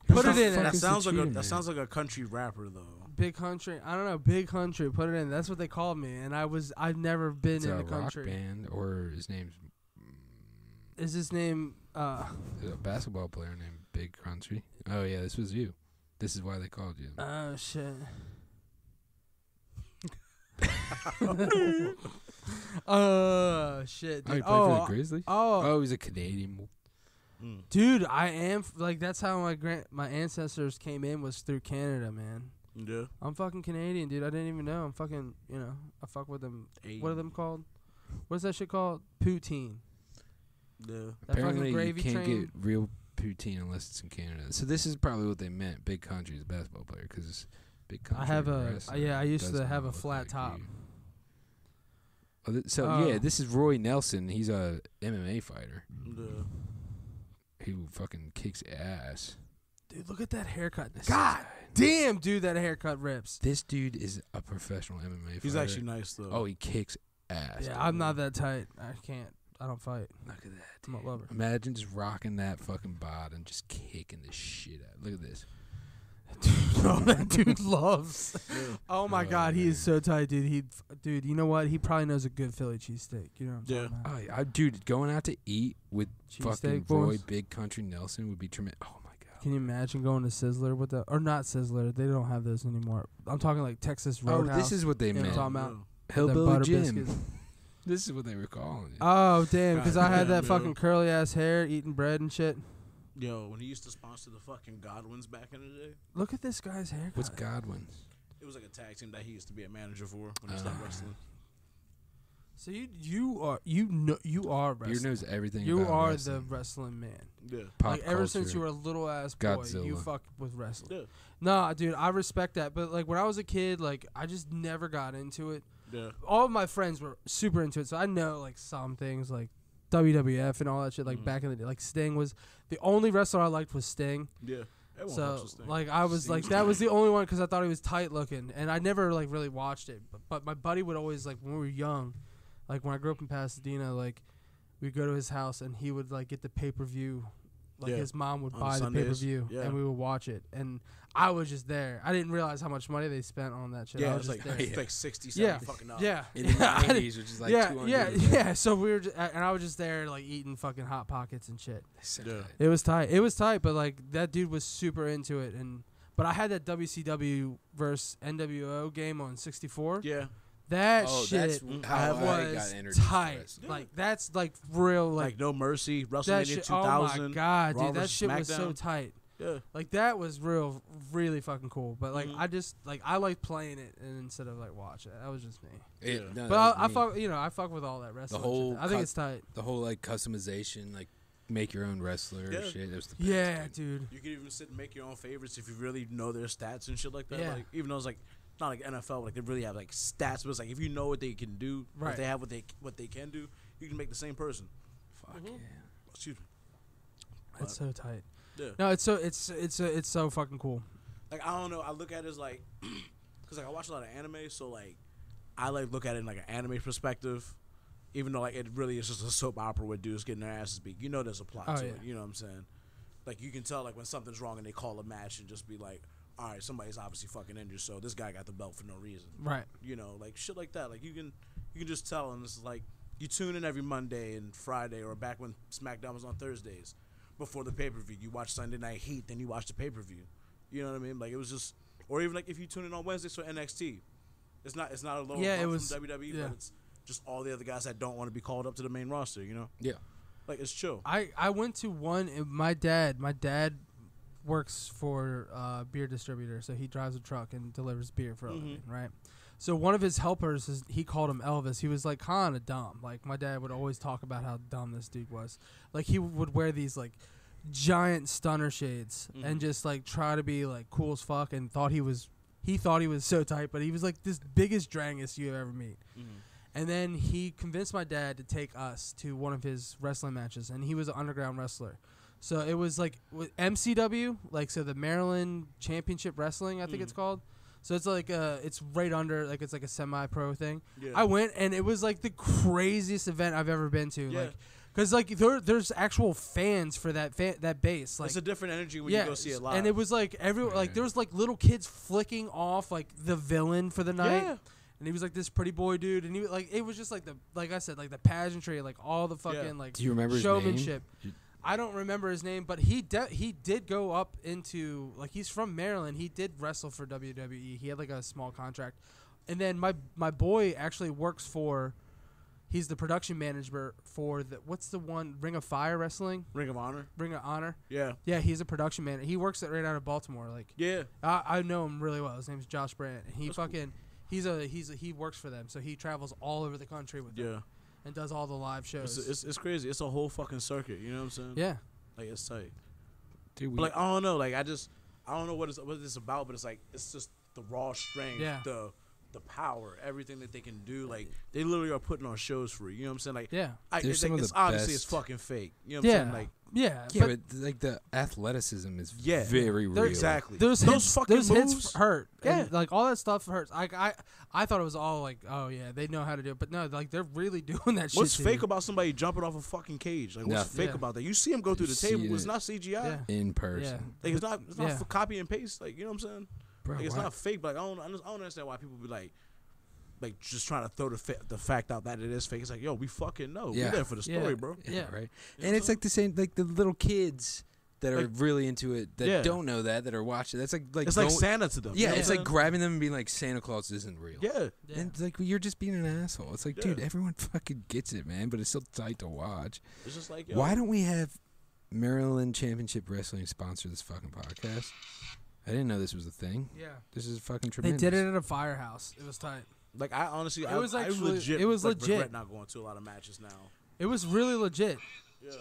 Speaker 3: Put
Speaker 1: That
Speaker 3: it
Speaker 1: sounds-
Speaker 3: in.
Speaker 1: That
Speaker 5: Fucking
Speaker 1: sounds like a
Speaker 5: Cheetah
Speaker 1: that
Speaker 5: Man.
Speaker 1: sounds like a country rapper though.
Speaker 3: Big Country. I don't know. Big Country. Put it in. That's what they called me, and I was. I've never been
Speaker 5: It's
Speaker 3: in
Speaker 5: a
Speaker 3: the
Speaker 5: rock
Speaker 3: country.
Speaker 5: band, or his name's
Speaker 3: Is his name? Uh,
Speaker 5: a basketball player named Big Country. Oh yeah, this was you. This is why they called you.
Speaker 3: oh shit. uh shit.
Speaker 5: oh,
Speaker 3: Dude.
Speaker 5: you played for
Speaker 3: Oh,
Speaker 5: the Grizzlies.
Speaker 3: oh,
Speaker 5: Oh, he's a Canadian.
Speaker 1: Mm.
Speaker 3: Dude, I am f- like that's how my grand my ancestors came in was through Canada, man.
Speaker 1: Yeah.
Speaker 3: I'm fucking Canadian, dude. I didn't even know. I'm fucking, you know, I fuck with them. What are them called? What's that shit called? Poutine.
Speaker 1: Yeah.
Speaker 3: That
Speaker 5: Apparently,
Speaker 3: fucking
Speaker 5: you
Speaker 3: gravy
Speaker 5: can't
Speaker 3: train.
Speaker 5: get real poutine unless it's in Canada. So this is probably what they meant. Big Country is a basketball player because Big Country.
Speaker 3: I have a
Speaker 5: wrestler
Speaker 3: yeah. I used
Speaker 5: does
Speaker 3: to
Speaker 5: not
Speaker 3: have a
Speaker 5: look
Speaker 3: flat
Speaker 5: like
Speaker 3: top.
Speaker 5: you. Oh, th- so
Speaker 3: Oh.
Speaker 5: yeah, this is Roy Nelson. He's a MMA fighter.
Speaker 1: Yeah.
Speaker 5: He fucking kicks ass.
Speaker 3: Dude, look at that haircut.
Speaker 5: This
Speaker 3: God
Speaker 5: guy-
Speaker 3: damn, dude, that haircut rips.
Speaker 5: this dude is a professional MMA fighter.
Speaker 1: He's actually nice though.
Speaker 5: Oh, he kicks ass.
Speaker 3: Yeah,
Speaker 5: dude.
Speaker 3: I'm not that tight. I can't. I don't fight.
Speaker 5: Look at that.
Speaker 3: I'm a lover.
Speaker 5: Imagine just rocking that fucking bod and just kicking the shit out. Look at this.
Speaker 3: bro. That dude loves. Oh my god, he is so tight, dude. He, dude, you know what? He probably knows a good Philly cheesesteak. You know. What I'm
Speaker 1: Yeah.
Speaker 3: talking about.
Speaker 2: I, I, dude, going out to eat with fucking
Speaker 3: Cheesesteak
Speaker 2: Roy
Speaker 3: boys.
Speaker 2: Big Country Nelson would be tremendous. Oh my god.
Speaker 3: Can you imagine going to Sizzler with the or not Sizzler? They don't have those anymore. I'm talking like Texas
Speaker 2: Oh,
Speaker 3: Roadhouse.
Speaker 2: this is what they
Speaker 3: you know what I'm
Speaker 2: meant.
Speaker 3: talking about?
Speaker 1: No.
Speaker 3: With them
Speaker 2: Hillbilly
Speaker 3: butter
Speaker 2: Jim.
Speaker 3: biscuits.
Speaker 2: This is what they were calling it.
Speaker 3: Oh damn! Because I had
Speaker 1: Yeah,
Speaker 3: that
Speaker 1: bro.
Speaker 3: fucking curly ass hair, eating bread and shit.
Speaker 1: Yo, when he used to sponsor the fucking Godwins back in the day,
Speaker 3: Look at this guy's hair.
Speaker 2: What's Godwin's?
Speaker 1: it was like a tag team that he used to be a manager for when he
Speaker 5: Ah.
Speaker 1: stopped wrestling.
Speaker 3: So you you are you know you are
Speaker 2: You
Speaker 3: wrestling.
Speaker 2: knows everything.
Speaker 3: You
Speaker 2: about
Speaker 3: are the
Speaker 2: wrestling.
Speaker 3: wrestling man.
Speaker 1: Yeah.
Speaker 2: pop
Speaker 3: like ever since
Speaker 2: culture.
Speaker 3: you were a little ass boy, you
Speaker 2: Godzilla.
Speaker 3: fuck with wrestling.
Speaker 1: Yeah.
Speaker 3: Nah, dude, I respect that. But like when I was a kid, like I just never got into it.
Speaker 1: Yeah.
Speaker 3: All of my friends were super into it, so I know like some things like WWF and all that shit. Like
Speaker 1: Mhm.
Speaker 3: back in the day, like Sting was the only wrestler I liked was Sting.
Speaker 1: Yeah. Everyone watches
Speaker 3: so
Speaker 1: this thing.
Speaker 3: like I was
Speaker 1: Sting
Speaker 3: like
Speaker 1: was
Speaker 3: that
Speaker 1: great.
Speaker 3: was the only one because I thought he was tight looking, and I never like really watched it. But, but my buddy would always like when we were young, like when I grew up in Pasadena, like we'd go to his house and he would like get the pay per view. Like
Speaker 1: Yeah.
Speaker 3: his mom would
Speaker 1: On
Speaker 3: buy the pay per
Speaker 1: Sundays.
Speaker 3: view,
Speaker 1: Yeah.
Speaker 3: and we would watch it. And I was just there. I didn't realize how much money they spent on that shit. I
Speaker 1: yeah, it
Speaker 3: was
Speaker 1: was like,
Speaker 3: just there.
Speaker 1: it's like 60, 70
Speaker 3: yeah,
Speaker 1: fucking dollars.
Speaker 3: yeah,
Speaker 2: in the
Speaker 3: yeah, I didn't-
Speaker 2: 90s, which is like
Speaker 3: yeah,
Speaker 2: 200
Speaker 3: yeah,
Speaker 2: years ago.
Speaker 3: yeah. So we were, just, and I was just there, like eating fucking hot pockets and shit.
Speaker 1: Yeah.
Speaker 3: It was tight. It was tight, but like that dude was super into it, and but I had that WCW versus NWO game on 64.
Speaker 1: Yeah.
Speaker 3: That
Speaker 2: Oh,
Speaker 3: shit
Speaker 2: that's
Speaker 1: I
Speaker 2: how I got
Speaker 3: was
Speaker 2: introduced to
Speaker 3: tight.
Speaker 2: wrestling.
Speaker 3: Like that's like real
Speaker 1: Like,
Speaker 3: like,
Speaker 1: No Mercy, WrestleMania
Speaker 3: that shit. oh
Speaker 1: 2000.
Speaker 3: my god,
Speaker 1: Raw
Speaker 3: dude, that
Speaker 1: versus
Speaker 3: shit was so
Speaker 1: SmackDown.
Speaker 3: tight.
Speaker 1: Yeah.
Speaker 3: Like that was real, really fucking cool. But like
Speaker 1: Mhm.
Speaker 3: I just like I like playing it and instead of like watching it. That was just me.
Speaker 2: It-
Speaker 1: Yeah.
Speaker 2: no, that
Speaker 3: but I, I
Speaker 2: was me.
Speaker 3: fuck, you know, I fuck with all that wrestling. shit.
Speaker 2: whole
Speaker 3: I think
Speaker 2: cut-
Speaker 3: it's tight.
Speaker 2: the whole like customization, like make your own wrestler
Speaker 1: Yeah.
Speaker 2: shit. It was the best,
Speaker 3: Yeah,
Speaker 2: dude.
Speaker 3: dude.
Speaker 1: You could even sit and make your own favorites if you really know their stats and shit like that.
Speaker 3: Yeah.
Speaker 1: Like even though it's like not like NFL, like they really have like stats, but it's like if you know what they can do, or
Speaker 3: Right.
Speaker 1: if they have what they what they can do, you can make the same person.
Speaker 2: Fuck
Speaker 3: Mm-hmm.
Speaker 2: yeah.
Speaker 1: Excuse me.
Speaker 3: That's so tight.
Speaker 1: Yeah.
Speaker 3: No, it's so it's it's it's so fucking cool.
Speaker 1: Like I don't know. I look at it as like because like I watch a lot of anime, so like I like look at it in like an anime perspective. Even though like it really is just a soap opera with dudes getting their asses beat, you know there's a plot
Speaker 3: Oh,
Speaker 1: to
Speaker 3: yeah.
Speaker 1: it. You know what I'm saying? Like you can tell like when something's wrong and they call a match and just be like, all right, somebody's obviously fucking injured, so this guy got the belt for no reason.
Speaker 3: Right.
Speaker 1: you know, like shit like that. Like you can you can just tell, and it's like you tune in every Monday and Friday, or back when SmackDown was on Thursdays, before the pay per view. You watch Sunday Night Heat, then you watch the pay per view. You know what I mean? Like it was just, or even like if you tune in on Wednesdays for NXT, it's not it's not a lower
Speaker 3: Yeah,
Speaker 1: yeah,
Speaker 3: it was-
Speaker 1: from WWE,
Speaker 3: yeah.
Speaker 1: but it's just all the other guys that don't want to be called up to the main roster. You know,
Speaker 2: Yeah.
Speaker 1: like it's chill.
Speaker 3: I I went to one. and My dad, my dad works for uh, beer distributor, so he drives a truck and delivers beer for a living, right? So one of his helpers, is, he called him Elvis. He was like kind of dumb. Like my dad would always talk about how dumb this dude was. Like he would wear these like giant stunner shades and just like try to be like cool as fuck and thought he was he thought he was so tight, but he was like this biggest drangest you ever meet. And then he convinced my dad to take us to one of his wrestling matches, and he was an underground wrestler. So it was like with MCW, like so the Maryland Championship Wrestling, I think
Speaker 1: Mm.
Speaker 3: it's called. So it's like uh, it's right under like it's like a semi-pro thing.
Speaker 1: Yeah.
Speaker 3: I went and it was like the craziest event I've ever been to,
Speaker 1: Yeah.
Speaker 3: like because like there there's actual fans for that fa- that base, like
Speaker 1: it's a different energy when you go see it live.
Speaker 3: and it was like every like there was like little kids flicking off like the villain for the night.
Speaker 1: Yeah.
Speaker 3: And he was like this pretty boy dude, and he was like it was just like the like I said like the pageantry, like all the fucking like
Speaker 2: Do you remember his name?
Speaker 3: showmanship. I don't remember his name, but he de- he did go up into like he's from Maryland. He did wrestle for WWE. He had like a small contract, and then my my boy actually works for. He's the production manager for the what's the one Ring of Fire Wrestling,
Speaker 1: Ring of Honor.
Speaker 3: Ring of Honor.
Speaker 1: Yeah,
Speaker 3: Yeah, he's a production manager. He works at right out of Baltimore. Like
Speaker 1: yeah,
Speaker 3: I, I know him really well. His name's Josh Brandt. And he fucking he's a he's a, he works for them, so he travels all over the country with them
Speaker 1: yeah.
Speaker 3: and does all the live shows.
Speaker 1: It's, it's it's crazy. It's a whole fucking circuit. You know what I'm saying?
Speaker 3: yeah,
Speaker 1: like it's tight.
Speaker 2: Dude, we,
Speaker 1: But like I don't know, like I just I don't know what it's what it's about, but it's like it's just the raw strength,
Speaker 3: Yeah.
Speaker 1: the the power, everything that they can do. Like they literally are putting on shows for you. You know what I'm saying? Like
Speaker 3: yeah,
Speaker 1: I,
Speaker 2: They're
Speaker 1: it's,
Speaker 2: some
Speaker 1: like,
Speaker 2: of
Speaker 1: it's
Speaker 2: the
Speaker 1: obviously it's
Speaker 2: best.
Speaker 1: fucking fake. You know what
Speaker 3: yeah,
Speaker 1: I'm saying? Like
Speaker 3: yeah.
Speaker 2: yeah,
Speaker 3: but
Speaker 2: but, like the athleticism is
Speaker 1: Yeah.
Speaker 2: very real.
Speaker 3: They're-
Speaker 1: exactly.
Speaker 3: those
Speaker 1: Those
Speaker 3: hits,
Speaker 1: fucking
Speaker 3: those
Speaker 1: moves.
Speaker 3: hits hurt. and,
Speaker 1: Yeah.
Speaker 3: like all that stuff hurts. I, I I thought it was all like, oh yeah, they know how to do it, but no, like they're really doing that
Speaker 1: what's
Speaker 3: shit.
Speaker 1: fake
Speaker 3: dude.
Speaker 1: about somebody jumping off a fucking cage? Like what's
Speaker 2: Nothing.
Speaker 1: fake
Speaker 3: Yeah.
Speaker 1: about that? You see him go through
Speaker 2: You
Speaker 1: the table.
Speaker 2: see
Speaker 1: It's
Speaker 2: it.
Speaker 1: not CGI.
Speaker 3: Yeah.
Speaker 2: In
Speaker 3: Yeah,
Speaker 2: person.
Speaker 1: Like it's not it's not
Speaker 3: Yeah.
Speaker 1: for copy and paste. Like you know what I'm saying?
Speaker 2: Bro,
Speaker 1: Like, it's
Speaker 2: why-
Speaker 1: not fake, but like, I don't, I don't understand why people be like, like just trying to throw the fa- the fact out that it is fake. It's like, yo, we fucking know.
Speaker 2: Yeah.
Speaker 1: We there for the
Speaker 3: Yeah.
Speaker 1: story, bro.
Speaker 2: yeah,
Speaker 3: Yeah.
Speaker 2: right.
Speaker 1: know
Speaker 2: and
Speaker 1: what
Speaker 2: it's
Speaker 1: I'm
Speaker 2: like the same, like the little kids that are
Speaker 1: Like-
Speaker 2: really into it that
Speaker 1: Yeah.
Speaker 2: don't know that that are watching. That's like like
Speaker 1: it's like
Speaker 2: going-
Speaker 1: Santa to them. you
Speaker 2: yeah,
Speaker 1: know
Speaker 2: it's
Speaker 1: what
Speaker 2: like
Speaker 1: I'm
Speaker 2: grabbing them and being like Santa Claus isn't real.
Speaker 1: saying? yeah.
Speaker 3: Yeah.
Speaker 2: And it's like you're just being an asshole. It's like,
Speaker 1: Yeah.
Speaker 2: dude, everyone fucking gets it, man. But it's still tight to watch.
Speaker 1: It's just like, yo,
Speaker 2: Why don't we have Maryland Championship Wrestling sponsor this fucking podcast? I didn't know this was a thing.
Speaker 3: yeah.
Speaker 2: This is fucking
Speaker 3: They
Speaker 2: tremendous.
Speaker 3: did it at a firehouse. It was tight.
Speaker 1: like I honestly,
Speaker 3: It
Speaker 1: I
Speaker 3: was
Speaker 1: I
Speaker 3: actually-
Speaker 1: legit,
Speaker 3: it was
Speaker 1: like,
Speaker 3: legit.
Speaker 1: Regret not going to a lot of matches now.
Speaker 3: It was really legit.
Speaker 1: Yeah,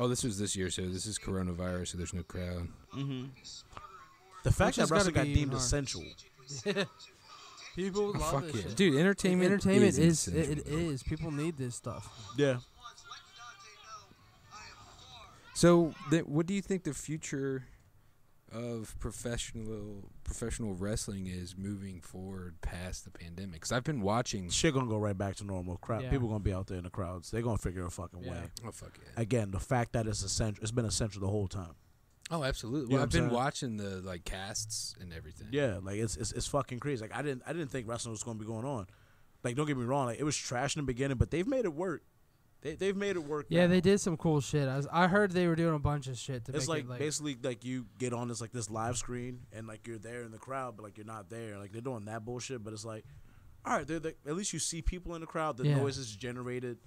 Speaker 2: Oh, this was this year, so this is coronavirus, so there's no crowd.
Speaker 1: the fact
Speaker 3: has
Speaker 1: that
Speaker 3: gotta
Speaker 1: wrestling got
Speaker 3: be
Speaker 1: deemed
Speaker 3: hard.
Speaker 1: essential.
Speaker 3: People love
Speaker 2: Fuck
Speaker 3: this
Speaker 2: yeah,
Speaker 3: shit.
Speaker 2: dude! Entertainment,
Speaker 3: Entertainment
Speaker 2: is,
Speaker 3: is,
Speaker 2: essential,
Speaker 3: it, it
Speaker 2: bro.
Speaker 3: is. People need this stuff.
Speaker 1: Yeah,
Speaker 6: Once, let Dante know I am far
Speaker 2: So, th- what do you think the future of professional professional wrestling is moving forward past the pandemic? Because I've been watching.
Speaker 1: shit gonna go right back to normal. Crowd,
Speaker 3: Yeah.
Speaker 1: people gonna be out there in the crowds. They're gonna figure a fucking
Speaker 3: Yeah.
Speaker 1: way.
Speaker 2: Oh fuck yeah!
Speaker 1: Again, the fact that it's essential, it's been essential the whole time.
Speaker 2: Oh, absolutely.
Speaker 1: You know
Speaker 2: Well, I've
Speaker 1: what I'm
Speaker 2: been
Speaker 1: saying?
Speaker 2: watching the like casts and everything.
Speaker 1: Yeah, like it's it's, it's fucking crazy. Like I didn't I didn't think wrestling was gonna be going on. Like don't get me wrong, like it was trash in the beginning, but they've made it work. They they've made it work. now.
Speaker 3: Yeah, they did some cool shit. I, was, I heard they were doing a bunch of shit to
Speaker 1: It's
Speaker 3: make
Speaker 1: like,
Speaker 3: it like
Speaker 1: basically like you get on this like this live screen and like you're there in the crowd, but like you're not there. Like they're doing that bullshit, but it's like, all right, they're, they at least you see people in the crowd. The
Speaker 3: Yeah.
Speaker 1: noise is generated,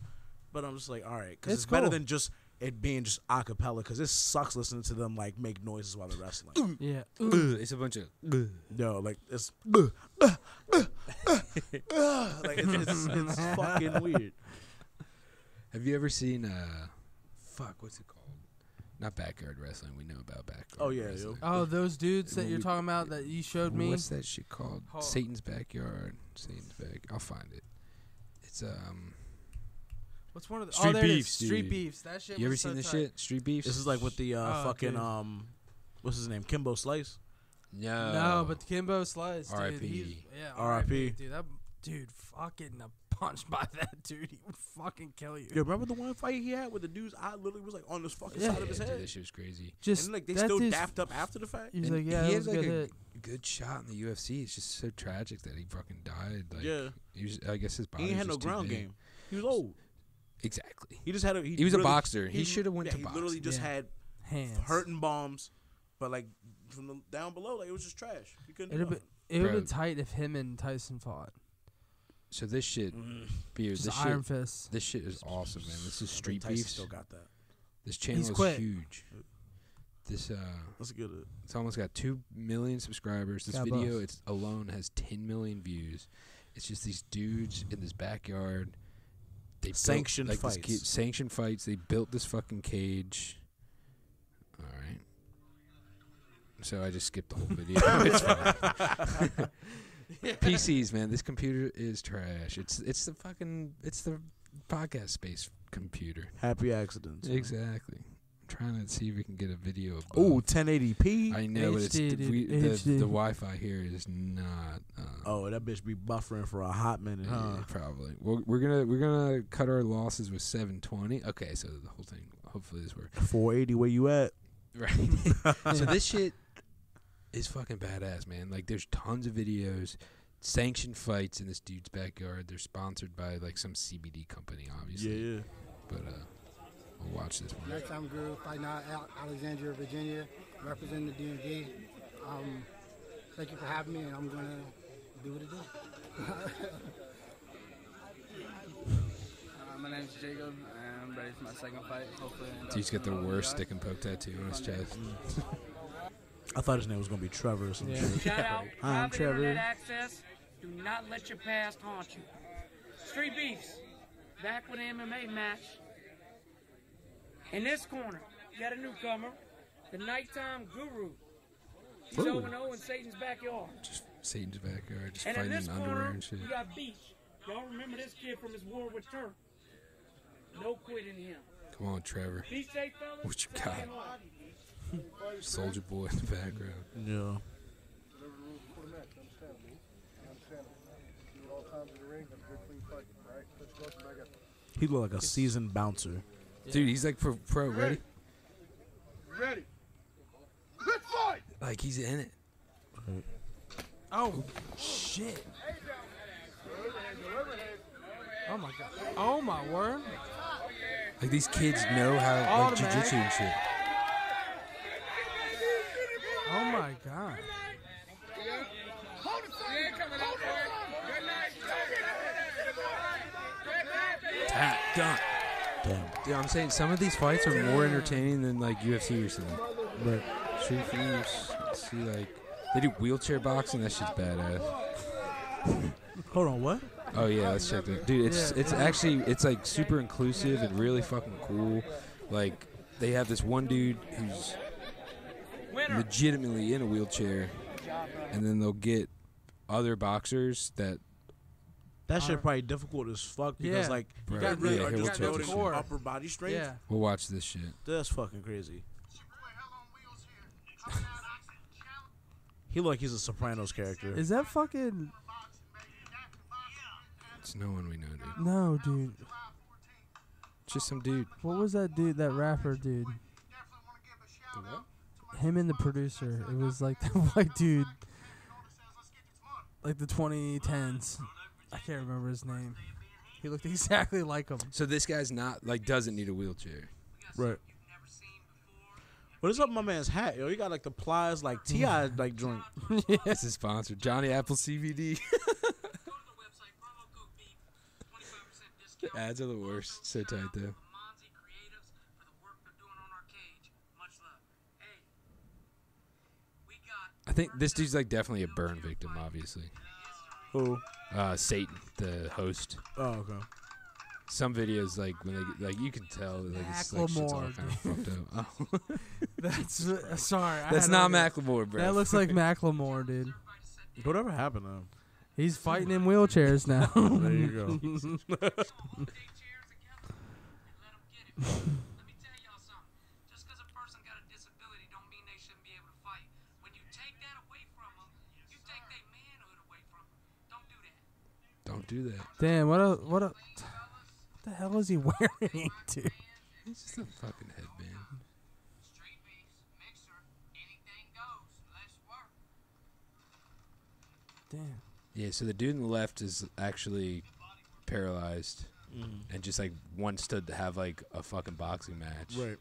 Speaker 1: but I'm just like, all right, because
Speaker 3: It's
Speaker 1: it's, better
Speaker 3: cool.
Speaker 1: than just it being just a cappella. Because it sucks listening to them like make noises while they're wrestling.
Speaker 3: yeah.
Speaker 2: Ugh, it's a bunch of. ugh.
Speaker 1: no, like it's uh, like it's, it's, it's fucking weird.
Speaker 2: Have you ever seen uh, fuck? What's it called? Not backyard wrestling. We know about backyard.
Speaker 1: Oh, yeah, yo.
Speaker 2: wrestling.
Speaker 3: Oh, those dudes that
Speaker 2: When
Speaker 3: you're
Speaker 2: we-
Speaker 3: talking about that you showed me.
Speaker 2: What's that shit called?
Speaker 3: Hold on.
Speaker 2: Satan's backyard. Satan's back. I'll find it. It's um.
Speaker 3: What's one of the oh,
Speaker 2: Street
Speaker 3: there it is.
Speaker 2: Beefs,
Speaker 3: Street
Speaker 2: dude.
Speaker 3: beefs. That shit.
Speaker 2: You ever
Speaker 3: was
Speaker 2: seen
Speaker 3: so
Speaker 2: this
Speaker 3: tight.
Speaker 2: shit? Street beefs.
Speaker 1: This is like with the uh,
Speaker 3: Oh,
Speaker 1: fucking
Speaker 3: dude.
Speaker 1: um, what's his name? Kimbo Slice.
Speaker 2: No.
Speaker 3: No, but Kimbo Slice. dude,
Speaker 2: R.I.P..
Speaker 3: he's- Yeah,
Speaker 1: R.I.P..
Speaker 3: Dude, that dude fucking a punch by that dude. He would fucking kill you.
Speaker 1: You remember the one fight he had where the dude's eye literally was like on his fucking
Speaker 3: Yeah.
Speaker 1: side of his
Speaker 2: Yeah, dude,
Speaker 1: head?
Speaker 2: that shit was crazy.
Speaker 3: Just
Speaker 1: And like they
Speaker 3: that
Speaker 1: still
Speaker 3: dude's-
Speaker 1: dapped up after the fact.
Speaker 3: He's
Speaker 2: And
Speaker 3: like, yeah,
Speaker 2: he
Speaker 3: that
Speaker 2: had,
Speaker 3: was a
Speaker 2: like,
Speaker 3: good
Speaker 2: a-
Speaker 3: hit.
Speaker 2: Good shot in the UFC. It's just so tragic that he fucking died. Like,
Speaker 1: yeah,
Speaker 2: He was, I guess his body.
Speaker 1: he ain't
Speaker 2: was
Speaker 1: had no
Speaker 2: just too
Speaker 1: ground
Speaker 2: big.
Speaker 1: game. He was old.
Speaker 2: Exactly.
Speaker 1: He just had a. He,
Speaker 2: He was a
Speaker 1: really-
Speaker 2: boxer. He should've went
Speaker 1: yeah,
Speaker 2: to
Speaker 1: He literally
Speaker 2: boxing.
Speaker 1: just
Speaker 3: Yeah.
Speaker 1: had
Speaker 3: Hands.
Speaker 1: hurting bombs, but like from the down below, like it was just trash. He couldn't.
Speaker 3: It'd
Speaker 1: do
Speaker 3: be it would have
Speaker 2: Bro.
Speaker 3: been tight if him and Tyson fought.
Speaker 2: So this shit,
Speaker 1: nothing.
Speaker 2: beer.
Speaker 3: Just
Speaker 2: This shit.
Speaker 3: Iron Fist.
Speaker 2: This shit is awesome, man. This
Speaker 1: I
Speaker 2: is
Speaker 1: think
Speaker 2: Street
Speaker 1: Tyson
Speaker 2: Beefs.
Speaker 1: Still got that.
Speaker 2: This channel is
Speaker 3: quit.
Speaker 2: huge. This uh,
Speaker 1: Let's get it.
Speaker 2: it's almost got two million subscribers. This
Speaker 3: God
Speaker 2: video,
Speaker 3: bless.
Speaker 2: it's alone has ten million views. It's just these dudes in this backyard. They built,
Speaker 1: Sanctioned
Speaker 2: like, this
Speaker 1: fights.
Speaker 2: kid- sanctioned fights. They built this fucking cage. All right. So I just skipped the whole video. It's fine. PCs, man. This computer is trash. It's it's the fucking it's the podcast space computer.
Speaker 1: Happy accidents.
Speaker 2: Exactly. I'm trying to see if we can get a video of.
Speaker 1: Ooh,
Speaker 2: both.
Speaker 1: 1080p.
Speaker 2: I know, but it's
Speaker 3: HD,
Speaker 2: d- we,
Speaker 3: dude,
Speaker 2: the,
Speaker 3: HD.
Speaker 2: the Wi-Fi here is not. Uh,
Speaker 1: Oh, that bitch be buffering for a hot minute.
Speaker 2: yeah,
Speaker 1: Huh?
Speaker 2: probably. We're, we're gonna we're gonna cut our losses with 720. Okay, so the whole thing. Hopefully this works.
Speaker 1: 480, where you at?
Speaker 2: Right. so this shit is fucking badass, man. Like, there's tons of videos. Sanctioned fights in this dude's backyard. They're sponsored by like some CBD company,
Speaker 1: Yeah,
Speaker 2: obviously.
Speaker 1: yeah.
Speaker 2: But uh, we'll watch this one.
Speaker 7: Next, I'm Groove fighting out of Alexandria, Virginia, representing the DMV. Um, thank you for having me, and I'm going to do what it do.
Speaker 8: Uh, my name's Jacob, and I'm ready for my second fight. Hopefully, I end up
Speaker 2: Dude's got the
Speaker 8: winning
Speaker 2: worst
Speaker 8: all
Speaker 2: stick and poke tattoo on his chest.
Speaker 1: I thought his name was gonna be Trevor or some
Speaker 3: Yeah.
Speaker 1: shit.
Speaker 9: Shout out
Speaker 1: Hi, I'm
Speaker 9: private
Speaker 1: Trevor.
Speaker 9: internet access. Do not let your past haunt you. Street Beefs, back with an MMA match. In this corner, you got a newcomer, the nighttime guru. He's 0 0 in Satan's backyard.
Speaker 2: Just Satan's backyard, just
Speaker 9: And in
Speaker 2: fighting
Speaker 9: this
Speaker 2: in underwear
Speaker 9: corner,
Speaker 2: and shit.
Speaker 9: we got Beach. Y'all remember this kid from his war with Turk. No quitting him.
Speaker 2: Come on, Trevor.
Speaker 9: Be safe, fellas.
Speaker 2: What you
Speaker 9: Stay
Speaker 2: got?
Speaker 9: hard.
Speaker 2: Soldier boy in the background.
Speaker 1: Yeah. He looked like a seasoned bouncer.
Speaker 2: Dude, he's like pro. pro ready?
Speaker 6: ready.
Speaker 2: Like he's in it.
Speaker 3: Oh shit! Oh my god! Oh my word!
Speaker 2: Like these kids know how like
Speaker 3: Automatic.
Speaker 2: jujitsu and shit.
Speaker 3: Oh my god!
Speaker 2: Tap dunk. Dude, I'm saying some of these fights are more entertaining than like UFC or something.
Speaker 5: Right.
Speaker 2: Street Feuds, see like they do wheelchair boxing. That shit's badass.
Speaker 1: Hold on, what?
Speaker 2: Oh yeah, let's check that, dude. It's
Speaker 3: Yeah,
Speaker 2: it's actually it's like super inclusive and really fucking cool. Like they have this one dude who's legitimately in a wheelchair, and then they'll get other boxers that
Speaker 1: That shit probably difficult as fuck because
Speaker 3: Yeah.
Speaker 1: like you
Speaker 2: Right.
Speaker 1: got really
Speaker 2: Yeah,
Speaker 1: are
Speaker 2: he
Speaker 1: just
Speaker 2: was taking
Speaker 1: building
Speaker 3: core.
Speaker 1: upper body strength.
Speaker 3: Yeah.
Speaker 2: will watch this shit.
Speaker 1: That's fucking crazy. He look like he's a Sopranos character.
Speaker 3: Is that fucking?
Speaker 2: It's no one we know, dude.
Speaker 3: No, dude.
Speaker 2: Just some dude.
Speaker 3: What was that dude? That rapper dude. Him and the producer. It was like the white dude, like the 2010s. I can't remember his name. He looked exactly like him.
Speaker 2: So this guy's not like doesn't need a wheelchair.
Speaker 1: Right. What is up with my man's hat, yo? He got like the plies, like Ti, like joint.
Speaker 2: This is sponsored Johnny Apple CBD. Ads are the worst. So tight though. I think this dude's like definitely a burn victim, obviously.
Speaker 1: Who?
Speaker 2: Uh, Satan, the host.
Speaker 1: Oh, okay.
Speaker 2: Some videos like when they get- like you can tell that, like it's like shit's all
Speaker 3: Macklemore,
Speaker 2: kind of fucked up. Oh.
Speaker 3: That's uh, sorry. I
Speaker 2: That's
Speaker 3: had
Speaker 2: not
Speaker 3: to-
Speaker 2: Macklemore, bro.
Speaker 3: That looks like Macklemore, dude.
Speaker 1: Whatever happened to him?
Speaker 3: He's fighting in wheelchairs now.
Speaker 1: There you go.
Speaker 2: Don't do that.
Speaker 3: Damn, what a what a what the hell is he wearing, dude?
Speaker 2: It's just a fucking headband.
Speaker 3: Damn.
Speaker 2: Yeah, so the dude on the left is actually paralyzed
Speaker 3: Mm-hmm.
Speaker 2: and just like wants to have like a fucking boxing match.
Speaker 1: Right.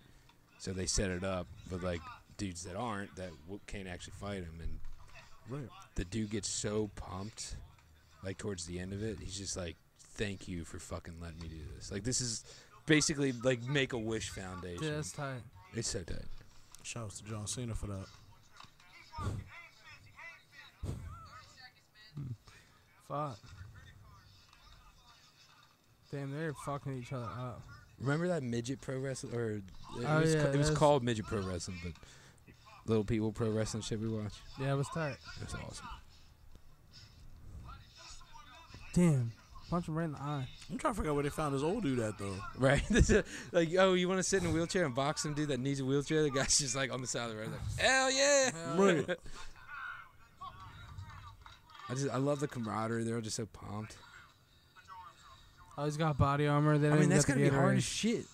Speaker 2: So they set it up with like dudes that aren't that w- can't actually fight him, and
Speaker 1: Right.
Speaker 2: the dude gets so pumped, like towards the end of it, he's just like, "Thank you for fucking letting me do this." Like this is basically like Make a Wish Foundation.
Speaker 3: Yeah, that's tight.
Speaker 2: It's so tight.
Speaker 1: Shouts to John Cena for that.
Speaker 3: Fuck. Damn, they're fucking each other up.
Speaker 2: Remember that midget pro wrestling, or it
Speaker 3: Oh,
Speaker 2: was,
Speaker 3: yeah,
Speaker 2: ca- it was
Speaker 3: that's-
Speaker 2: called midget pro wrestling, but little people pro wrestling shit we watch.
Speaker 3: Yeah, it was tight.
Speaker 2: That's awesome.
Speaker 3: Damn. Punch him right in the eye.
Speaker 1: I'm trying to figure out where they found this old dude at though.
Speaker 2: Right? This is- like, oh, you want to sit in a wheelchair and box some dude that needs a wheelchair? The guy's just like on the side of the road, like, hell yeah!
Speaker 1: Right.
Speaker 2: I just, I love the camaraderie. They're all just so pumped.
Speaker 3: Oh, he's got body armor. They
Speaker 2: I
Speaker 3: don't
Speaker 2: mean,
Speaker 3: even
Speaker 2: that's
Speaker 3: got
Speaker 2: gotta
Speaker 3: the
Speaker 2: be hard
Speaker 3: Gatorade.
Speaker 2: as shit.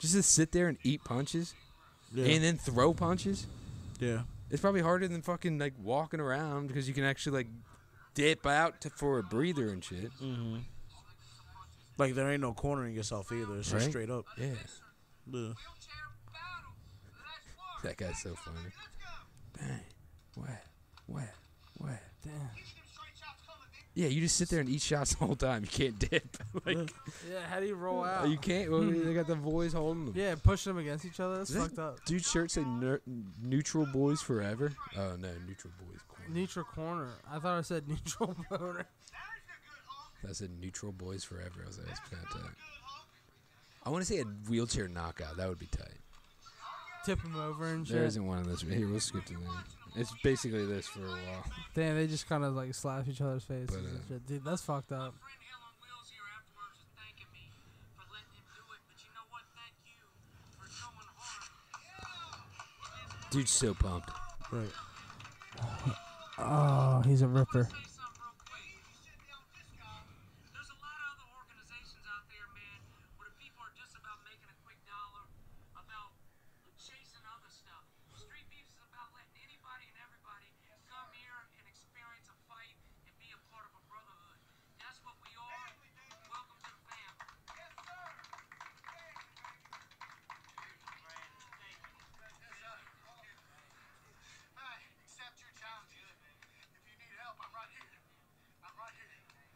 Speaker 2: Just to sit there and eat punches
Speaker 1: Yeah.
Speaker 2: and then throw punches.
Speaker 1: yeah.
Speaker 2: It's probably harder than fucking like walking around because you can actually like dip out to, for a breather and shit.
Speaker 1: Like there ain't no cornering yourself either. It's
Speaker 2: Right.
Speaker 1: just straight up.
Speaker 2: Yeah,
Speaker 1: Yeah.
Speaker 2: that guy's so funny. Bang, wah, wah, wah.
Speaker 3: Damn.
Speaker 2: Yeah, you just sit there and eat shots the whole time. You can't dip. like
Speaker 3: Yeah, how do you roll out?
Speaker 2: you can't. Well, they got the boys holding them.
Speaker 3: yeah, pushing them against each other. That's
Speaker 2: Is that-
Speaker 3: fucked up.
Speaker 2: Dude, shirts say ner- "Neutral Boys Forever." Oh no, Neutral Boys. Corner.
Speaker 3: Neutral corner. I thought I said neutral boner.
Speaker 2: I said "Neutral Boys Forever." I was like, that's kind of tight. I want to say a wheelchair knockout. That would be tight.
Speaker 3: Tip him over and shit.
Speaker 2: There isn't one of this. Here, we'll skip to that. It's basically this for a while.
Speaker 3: Damn, they just kind of like slap each other's faces
Speaker 2: But,
Speaker 3: and
Speaker 2: uh,
Speaker 3: shit. Dude, that's fucked up.
Speaker 2: Dude's so pumped.
Speaker 1: Right.
Speaker 3: Oh, he's a ripper.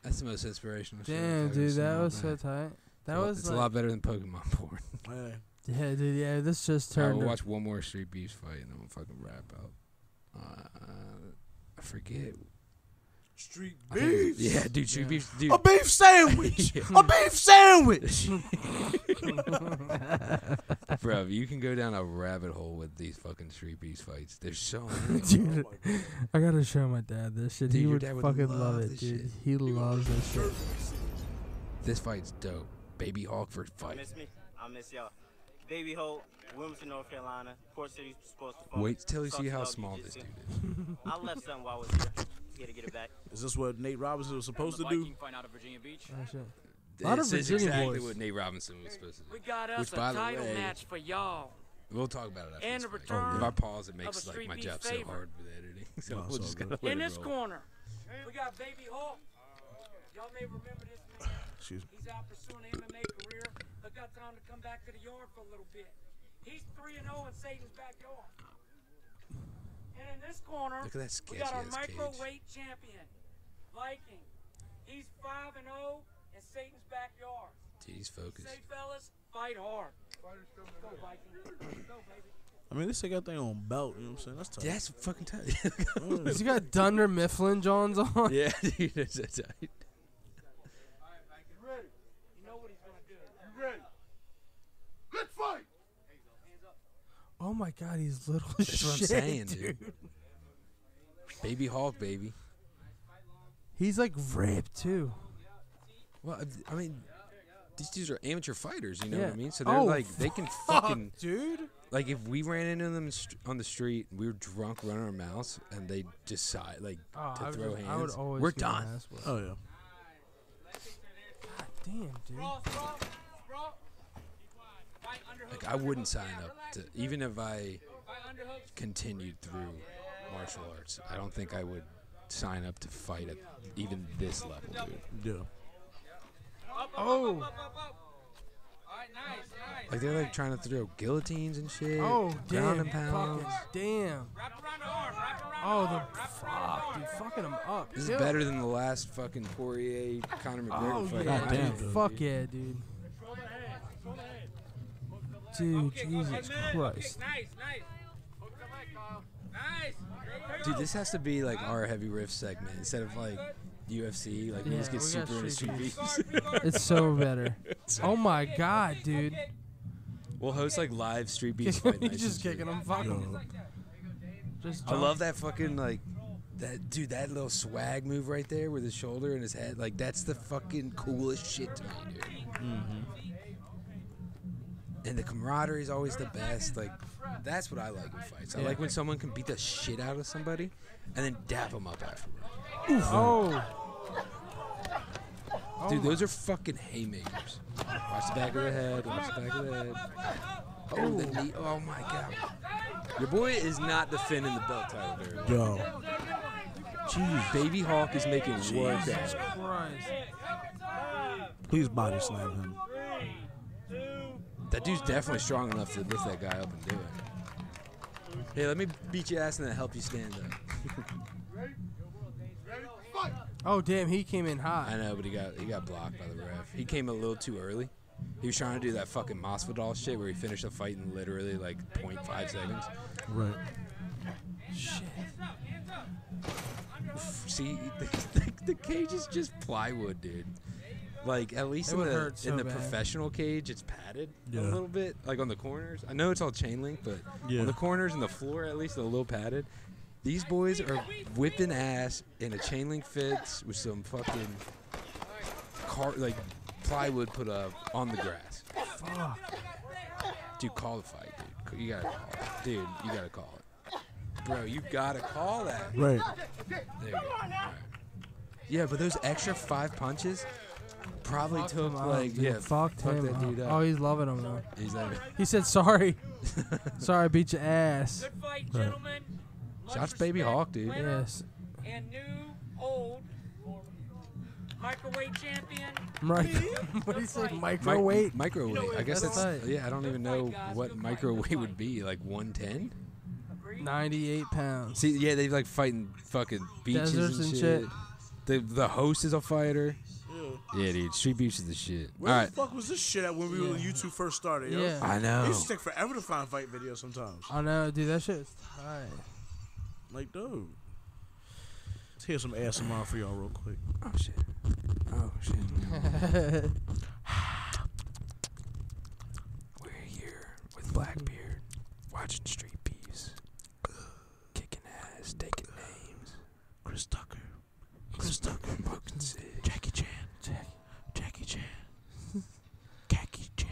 Speaker 2: That's the most inspirational. shit I've
Speaker 3: Damn,
Speaker 2: ever
Speaker 3: dude,
Speaker 2: seen
Speaker 3: that
Speaker 2: all
Speaker 3: was so
Speaker 2: night.
Speaker 3: tight. That
Speaker 2: Well,
Speaker 3: was
Speaker 2: It's
Speaker 3: like,
Speaker 2: a lot better than Pokemon porn.
Speaker 1: Yeah.
Speaker 3: yeah, dude. Yeah, this just
Speaker 2: I
Speaker 3: turned.
Speaker 2: will watch one more Street Beefs fight and I'm gonna fucking wrap out. Uh, I forget.
Speaker 1: Street
Speaker 2: I think it was-
Speaker 1: beefs.
Speaker 2: Yeah, dude, Street
Speaker 3: Yeah. Oh,
Speaker 2: Beefs, dude.
Speaker 1: A beef sandwich.
Speaker 2: Yeah.
Speaker 1: a beef sandwich.
Speaker 2: Bro, you can go down a rabbit hole with these fucking Street Beefs fights. There's so many.
Speaker 3: Dude, I gotta show my dad this shit.
Speaker 2: Dude,
Speaker 3: he
Speaker 2: your
Speaker 3: would
Speaker 2: dad would
Speaker 3: fucking
Speaker 2: love
Speaker 3: love, it,
Speaker 2: this
Speaker 3: dude.
Speaker 2: shit.
Speaker 3: He loves this shit.
Speaker 2: this fight's dope. Baby Hawk versus fight.
Speaker 10: Miss me? I miss y'all. Baby Hope, Wilmington, North Carolina, Port City, supposed to
Speaker 2: Wait till you see how small this dude is.
Speaker 10: I left something while I was here. You gotta get it back.
Speaker 1: Is this what Nate Robinson was supposed to do?
Speaker 3: Oh, shit.
Speaker 2: This
Speaker 3: Lot of
Speaker 2: is
Speaker 3: Virginia
Speaker 2: exactly
Speaker 3: boys.
Speaker 2: what Nate Robinson was supposed to do.
Speaker 9: We got us
Speaker 2: Which, by
Speaker 9: a
Speaker 2: the
Speaker 9: title
Speaker 2: way-
Speaker 9: match for y'all.
Speaker 2: We'll talk about it after
Speaker 9: And
Speaker 2: this
Speaker 9: the
Speaker 2: break.
Speaker 9: return
Speaker 2: If I pause, it
Speaker 9: of
Speaker 2: makes
Speaker 9: a
Speaker 2: like
Speaker 9: Street
Speaker 2: my
Speaker 9: Beef
Speaker 2: job so
Speaker 9: favorite.
Speaker 2: hard with editing. So
Speaker 1: No, it's
Speaker 2: we'll
Speaker 1: all
Speaker 2: just
Speaker 1: good.
Speaker 2: gotta let
Speaker 9: In
Speaker 2: it
Speaker 9: this
Speaker 2: roll.
Speaker 9: corner, we got Baby Hawk. Y'all may remember this man.
Speaker 1: Excuse me.
Speaker 9: He's out pursuing an MMA career, but got time to come back to the yard for a little bit. He's 3 and 0 in Satan's backyard. And in this corner,
Speaker 2: Look at that
Speaker 9: we
Speaker 2: sketchy
Speaker 9: got our
Speaker 2: ass cage.
Speaker 9: microweight champion, Viking. He's 5 and 0 in Satan's backyard.
Speaker 2: Dude, he's focused.
Speaker 9: Say, fellas, fight hard. Go, Viking. Go, baby.
Speaker 1: I mean, they still got their own belt. You know what I'm saying? That's tough.
Speaker 2: That's fucking tight.
Speaker 1: Mm.
Speaker 3: He's got Dunder Mifflin Johns on.
Speaker 2: yeah, dude, that's that's tight.
Speaker 9: You know what he's going to do.
Speaker 3: Oh my god, he's little as
Speaker 2: That's
Speaker 3: shit.
Speaker 2: what I'm saying, dude. Baby Hawk, baby.
Speaker 3: He's like ripped too.
Speaker 2: Well, uh, I- I mean, these dudes are amateur fighters. You know what
Speaker 3: Yeah.
Speaker 2: I mean? So they're
Speaker 3: Oh,
Speaker 2: like, they can fucking
Speaker 3: Dude,
Speaker 2: like if we ran into them in st- on the street, and we were drunk, running our mouths, and they decide like
Speaker 3: oh,
Speaker 2: to
Speaker 3: I, would
Speaker 2: throw
Speaker 3: just- I would
Speaker 2: hands.
Speaker 3: always
Speaker 2: We're
Speaker 3: get my
Speaker 2: done. Uh.
Speaker 3: ass whooped.
Speaker 1: Oh yeah.
Speaker 3: God damn, dude.
Speaker 2: Like I wouldn't sign up to even if I continued through martial arts. I don't think I would sign up to fight at even this level, dude.
Speaker 1: Yeah.
Speaker 3: Oh,
Speaker 2: Like they're like trying to throw guillotines and shit.
Speaker 3: oh,
Speaker 2: ground
Speaker 3: damn,
Speaker 2: and pounds.
Speaker 3: fucking damn. Oh, the fuck, dude, fucking him up.
Speaker 2: This
Speaker 3: too.
Speaker 2: is better than the last fucking Poirier Conor McGregor
Speaker 3: Oh
Speaker 2: fight.
Speaker 3: yeah,
Speaker 1: God damn,
Speaker 3: dude.
Speaker 1: dude.
Speaker 3: fuck yeah, dude. Dude, Jesus Christ.
Speaker 9: Nice, nice. Nice.
Speaker 2: Dude, this has to be like our heavy riff segment instead of like UFC. Like we
Speaker 3: Yeah,
Speaker 2: just get
Speaker 3: we got
Speaker 2: super into
Speaker 3: street
Speaker 2: street
Speaker 3: beefs.
Speaker 2: beefs.
Speaker 3: It's so better. Oh my god, dude.
Speaker 2: we'll host like live street beefs
Speaker 3: He's
Speaker 2: fight nights. and
Speaker 3: just
Speaker 2: shit.
Speaker 3: kicking him, fuck him. Just
Speaker 2: I love that fucking like that dude. That little swag move right there with his shoulder and his head. Like that's the fucking coolest shit to me, dude. Mm-hmm. And the camaraderie is always the best. Like that's what I like in fights. I like when someone can beat the shit out of somebody and then dap them up afterwards.
Speaker 3: Oh.
Speaker 2: Dude, those are fucking haymakers. Watch the back of the head. Watch the back of the head. Oh, the knee. Oh my god. Your boy is not defending the belt title very well.
Speaker 1: Yo.
Speaker 2: Jeez, Baby Hawk is making work out.
Speaker 3: Christ.
Speaker 1: Please body slam him.
Speaker 2: That dude's definitely strong enough to lift that guy up and do it. Hey, let me beat your ass and then help you stand up.
Speaker 3: Oh damn, he came in hot.
Speaker 2: I know, but he got he got blocked by the ref. He came a little too early. He was trying to do that fucking Masvidal shit where he finished the fight in literally like 0.5 seconds.
Speaker 1: Right.
Speaker 2: See, the, the, the cage is just plywood, dude. Like at least
Speaker 3: It
Speaker 2: in
Speaker 3: would
Speaker 2: the
Speaker 3: hurt so
Speaker 2: in the
Speaker 3: bad.
Speaker 2: professional cage, it's padded
Speaker 1: Yeah.
Speaker 2: a little bit, like on the corners. I know it's all chain link, but
Speaker 1: Yeah.
Speaker 2: on the corners and the floor, at least a little padded. These boys are whipping ass in a chain link fence with some fucking car like plywood put up on the grass.
Speaker 3: Fuck.
Speaker 2: Dude, call the fight, dude. You gotta call it. Dude, you gotta call it. Bro, you gotta call that.
Speaker 1: Right.
Speaker 2: There you go. Alright. Yeah, but those extra five punches probably took
Speaker 3: Him up,
Speaker 2: like
Speaker 3: dude.
Speaker 2: yeah,
Speaker 3: fucked
Speaker 2: fuck
Speaker 3: him.
Speaker 2: that
Speaker 3: up.
Speaker 2: dude up.
Speaker 3: Oh, he's loving him now.
Speaker 2: He's like,
Speaker 3: He said sorry. sorry, I beat your ass.
Speaker 9: Good fight, gentlemen. Much
Speaker 2: Shots Baby
Speaker 9: respect,
Speaker 2: Hawk, dude.
Speaker 9: winner
Speaker 3: Yes.
Speaker 9: And new, old, microwave champion.
Speaker 3: Micro. what do you say?
Speaker 2: "Mic-
Speaker 3: Microwave.
Speaker 2: microwave. I guess
Speaker 3: that's
Speaker 2: that's
Speaker 3: right.
Speaker 2: yeah. I don't even know
Speaker 9: Good fight, guys.
Speaker 2: what
Speaker 9: Good fight.
Speaker 2: microwave
Speaker 9: Good
Speaker 2: would
Speaker 9: fight.
Speaker 2: be like 110.
Speaker 9: Agreed?
Speaker 3: Ninety-eight pounds.
Speaker 2: See, yeah, they like fighting fucking beaches
Speaker 3: Deserts
Speaker 2: and
Speaker 3: and
Speaker 2: shit.
Speaker 3: shit.
Speaker 2: The the host is a fighter.
Speaker 1: Yeah.
Speaker 2: Yeah, dude. Street Beefs is the shit.
Speaker 1: Where
Speaker 2: All
Speaker 1: the
Speaker 2: right.
Speaker 1: fuck was this shit at when we were when YouTube first started? Yo?
Speaker 3: Yeah.
Speaker 2: I know.
Speaker 1: It used to take forever to find fight videos sometimes.
Speaker 3: I know, Oh, dude. That shit is tight.
Speaker 1: Like, dude. Let's hear some ASMR for y'all real quick.
Speaker 2: Oh shit. Oh shit. We're here with Blackbeard, watching Street Beefs, kicking ass, taking names. Chris Tucker. Chris Tucker. Fucking sick. Jackie Chan. Jackie Chan. Jackie Chan.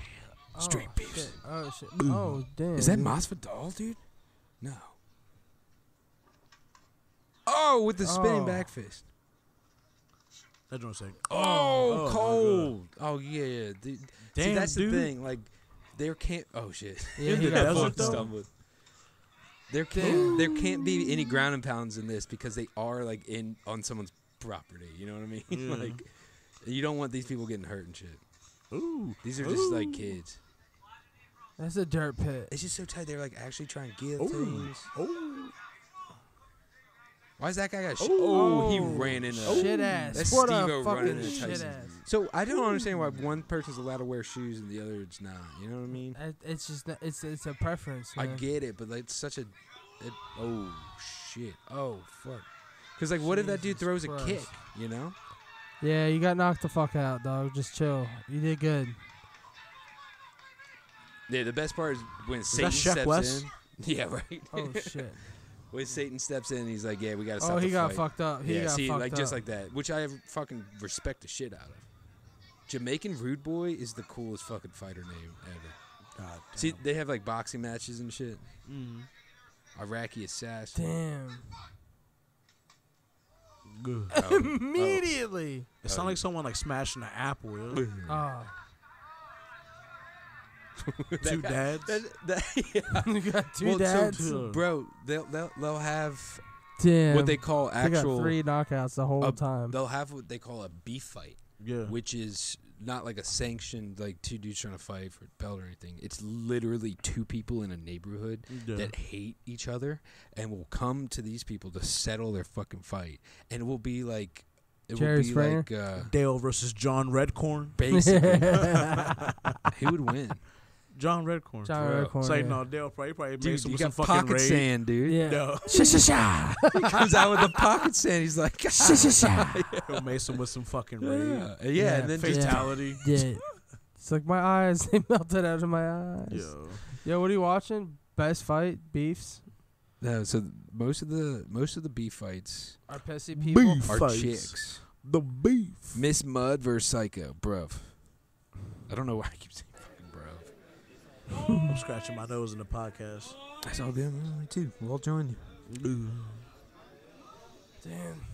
Speaker 2: Street
Speaker 3: oh,
Speaker 2: Beefs.
Speaker 3: Shit. Oh shit. Oh damn.
Speaker 2: Is that
Speaker 3: dude.
Speaker 2: Masvidal, dude? No. Oh, with the spinning
Speaker 3: Oh.
Speaker 2: back fist.
Speaker 1: That joint's like,
Speaker 2: Oh,
Speaker 1: my
Speaker 2: cold. Oh yeah, yeah. Dude. See,
Speaker 1: Damn,
Speaker 2: that's
Speaker 1: dude.
Speaker 2: the thing. Like, there can't. Oh shit.
Speaker 3: Yeah,
Speaker 1: In
Speaker 3: he
Speaker 1: the
Speaker 3: got
Speaker 1: desert,
Speaker 3: fucked.
Speaker 1: though?
Speaker 2: Stumbled. There can't. There can't be any ground and pounds in this because they are like in on someone's property. You know what I mean?
Speaker 1: Yeah.
Speaker 2: like, you don't want these people getting hurt and shit.
Speaker 1: Ooh.
Speaker 2: These are just like kids.
Speaker 3: That's a dirt pit.
Speaker 2: It's just so tight. They're like actually trying to get
Speaker 1: Ooh.
Speaker 2: things.
Speaker 1: Ooh.
Speaker 2: Why is that guy got? Sh- oh, he
Speaker 3: Oh.
Speaker 2: ran in a
Speaker 3: Shit ass.
Speaker 2: That's
Speaker 3: what
Speaker 2: Steve-O
Speaker 3: a
Speaker 2: running
Speaker 3: fucking
Speaker 2: into
Speaker 3: shit
Speaker 2: Tyson.
Speaker 3: ass.
Speaker 2: So I don't understand why one person's allowed to wear shoes and the other is not. You know what I mean?
Speaker 3: It- It's just not- it's it's a preference.
Speaker 2: I
Speaker 3: man.
Speaker 2: get it, but like, it's such a. It, oh shit! Oh fuck! Because like, what if that dude
Speaker 3: Jesus
Speaker 2: throws
Speaker 3: Christ.
Speaker 2: a kick? You know?
Speaker 3: Yeah, you got knocked the fuck out, dog. Just chill. You did good.
Speaker 2: Yeah. The best part is when Satan
Speaker 1: that Shaq
Speaker 2: steps
Speaker 1: West?
Speaker 2: in. Yeah, right.
Speaker 3: Oh shit.
Speaker 2: when Satan steps in, he's like, "Yeah, we gotta stop
Speaker 3: oh, he
Speaker 2: the
Speaker 3: got
Speaker 2: fight."
Speaker 3: fucked up. He
Speaker 2: yeah,
Speaker 3: got
Speaker 2: see,
Speaker 3: fucked
Speaker 2: like
Speaker 3: up.
Speaker 2: just like that, which I fucking respect the shit out of. Jamaican Rude Boy is the coolest fucking fighter name ever.
Speaker 1: God damn.
Speaker 2: See, they have like boxing matches and shit.
Speaker 1: Mhm.
Speaker 2: Iraqi assassin.
Speaker 3: Damn.
Speaker 1: Good.
Speaker 3: Immediately.
Speaker 1: It sounds like someone like smashing an apple. yo.
Speaker 3: Oh.
Speaker 1: Two dads.
Speaker 3: you got two
Speaker 2: Well, so
Speaker 3: dads.
Speaker 1: too.
Speaker 2: bro, they'll, they'll they'll have
Speaker 3: Damn.
Speaker 2: what they call
Speaker 3: They got
Speaker 2: actual.
Speaker 3: three knockouts the whole
Speaker 2: a-
Speaker 3: time.
Speaker 2: They'll have what they call a beef fight,
Speaker 1: Yeah.
Speaker 2: which is not like a sanctioned like two dudes trying to fight for a belt or anything. It's literally two people in a neighborhood
Speaker 1: Yeah.
Speaker 2: that hate each other and will come to these people to settle their fucking fight, and it will be like it
Speaker 3: Jerry
Speaker 2: will be
Speaker 3: Springer?
Speaker 2: like uh,
Speaker 1: Dale versus John Redcorn.
Speaker 2: basically who would win?
Speaker 1: John Redcorn.
Speaker 3: John
Speaker 2: bro.
Speaker 3: Redcorn,
Speaker 1: It's like,
Speaker 3: yeah.
Speaker 1: no, Dale probably, probably made
Speaker 2: Dude,
Speaker 1: some,
Speaker 2: you
Speaker 1: with some
Speaker 2: got
Speaker 1: fucking
Speaker 2: pocket
Speaker 1: rage.
Speaker 2: sand, dude.
Speaker 3: Yeah.
Speaker 1: No,
Speaker 2: Sha sha sha. He comes out with the pocket sand. He's like, sha sha sha.
Speaker 1: He'll make some with some fucking rage.
Speaker 2: Yeah, yeah, and then just
Speaker 1: Fatality.
Speaker 3: Yeah. It's like my eyes, they melted out of my eyes.
Speaker 1: Yo.
Speaker 3: Yo, what are you watching? Best fight? Beefs?
Speaker 2: no. So th- most of the most of the beef fights
Speaker 3: Are pissy people?
Speaker 1: Beef.
Speaker 2: are
Speaker 1: Fights.
Speaker 2: chicks.
Speaker 1: The beef.
Speaker 2: Miss Mud versus Psycho, bruv. I don't know why I keep saying fucking bruv.
Speaker 1: I'm scratching my nose in the podcast.
Speaker 2: That's all good. Me too. We'll all join you.
Speaker 3: Damn.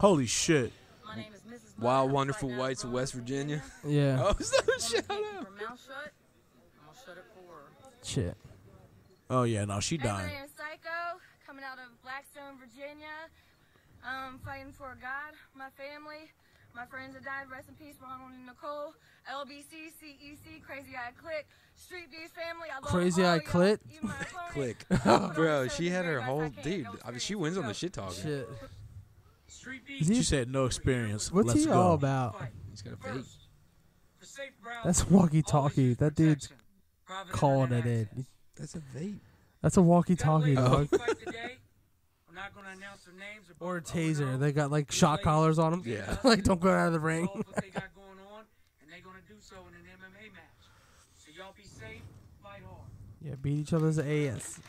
Speaker 1: Holy shit.
Speaker 11: My name is Mrs.
Speaker 2: Wild Wonderful Whites of West Virginia.
Speaker 3: Yeah.
Speaker 2: Oh, so shout out.
Speaker 11: Her mouth shut. I'm gonna shut it for her.
Speaker 3: Shit.
Speaker 1: Oh, yeah, no, she
Speaker 11: Hey, my
Speaker 1: dying.
Speaker 11: name is Psycho, coming out of Blackstone, Virginia. Um, fighting for God, my family, my friends that died. Rest in peace, Ronald and Nicole. LBC, CEC, E Crazy Eye Click, Street Beast family. I love
Speaker 3: Crazy
Speaker 11: all
Speaker 3: Eye
Speaker 11: y'all,
Speaker 3: Clit?
Speaker 11: even my opponent.
Speaker 2: Click,
Speaker 11: I'm gonna put on
Speaker 2: Oh, bro.
Speaker 11: the show
Speaker 2: She
Speaker 11: for
Speaker 2: had
Speaker 11: you
Speaker 2: her
Speaker 11: guys. I
Speaker 2: whole
Speaker 11: can't.
Speaker 2: dude.
Speaker 11: No
Speaker 2: I mean,
Speaker 11: experience.
Speaker 2: she wins on the
Speaker 11: No.
Speaker 2: shit talking.
Speaker 3: Shit.
Speaker 9: Street
Speaker 3: Is
Speaker 9: Beast.
Speaker 3: he-
Speaker 1: She said no experience.
Speaker 3: What's
Speaker 1: Let's
Speaker 3: he
Speaker 1: go.
Speaker 3: all about?
Speaker 2: He's got a fake.
Speaker 9: First, for safe browsing,
Speaker 3: That's walkie-talkie.
Speaker 9: always use
Speaker 3: That dude's
Speaker 9: protection. Private
Speaker 3: Calling it
Speaker 9: internet access.
Speaker 3: in.
Speaker 2: That's a vape.
Speaker 3: That's a
Speaker 2: Oh.
Speaker 3: walkie-talkie,
Speaker 9: Got a
Speaker 3: dog.
Speaker 9: lady Oh. fight today. I'm not gonna announce their names
Speaker 3: Or a
Speaker 9: both of them.
Speaker 3: taser. They got like shot collars on them.
Speaker 2: Yeah.
Speaker 3: like don't go out of the
Speaker 9: They
Speaker 3: ring.
Speaker 9: know what they got going on, and they're gonna do so in an MMA match. So y'all be safe, fight hard.
Speaker 3: yeah, beat each other's ass.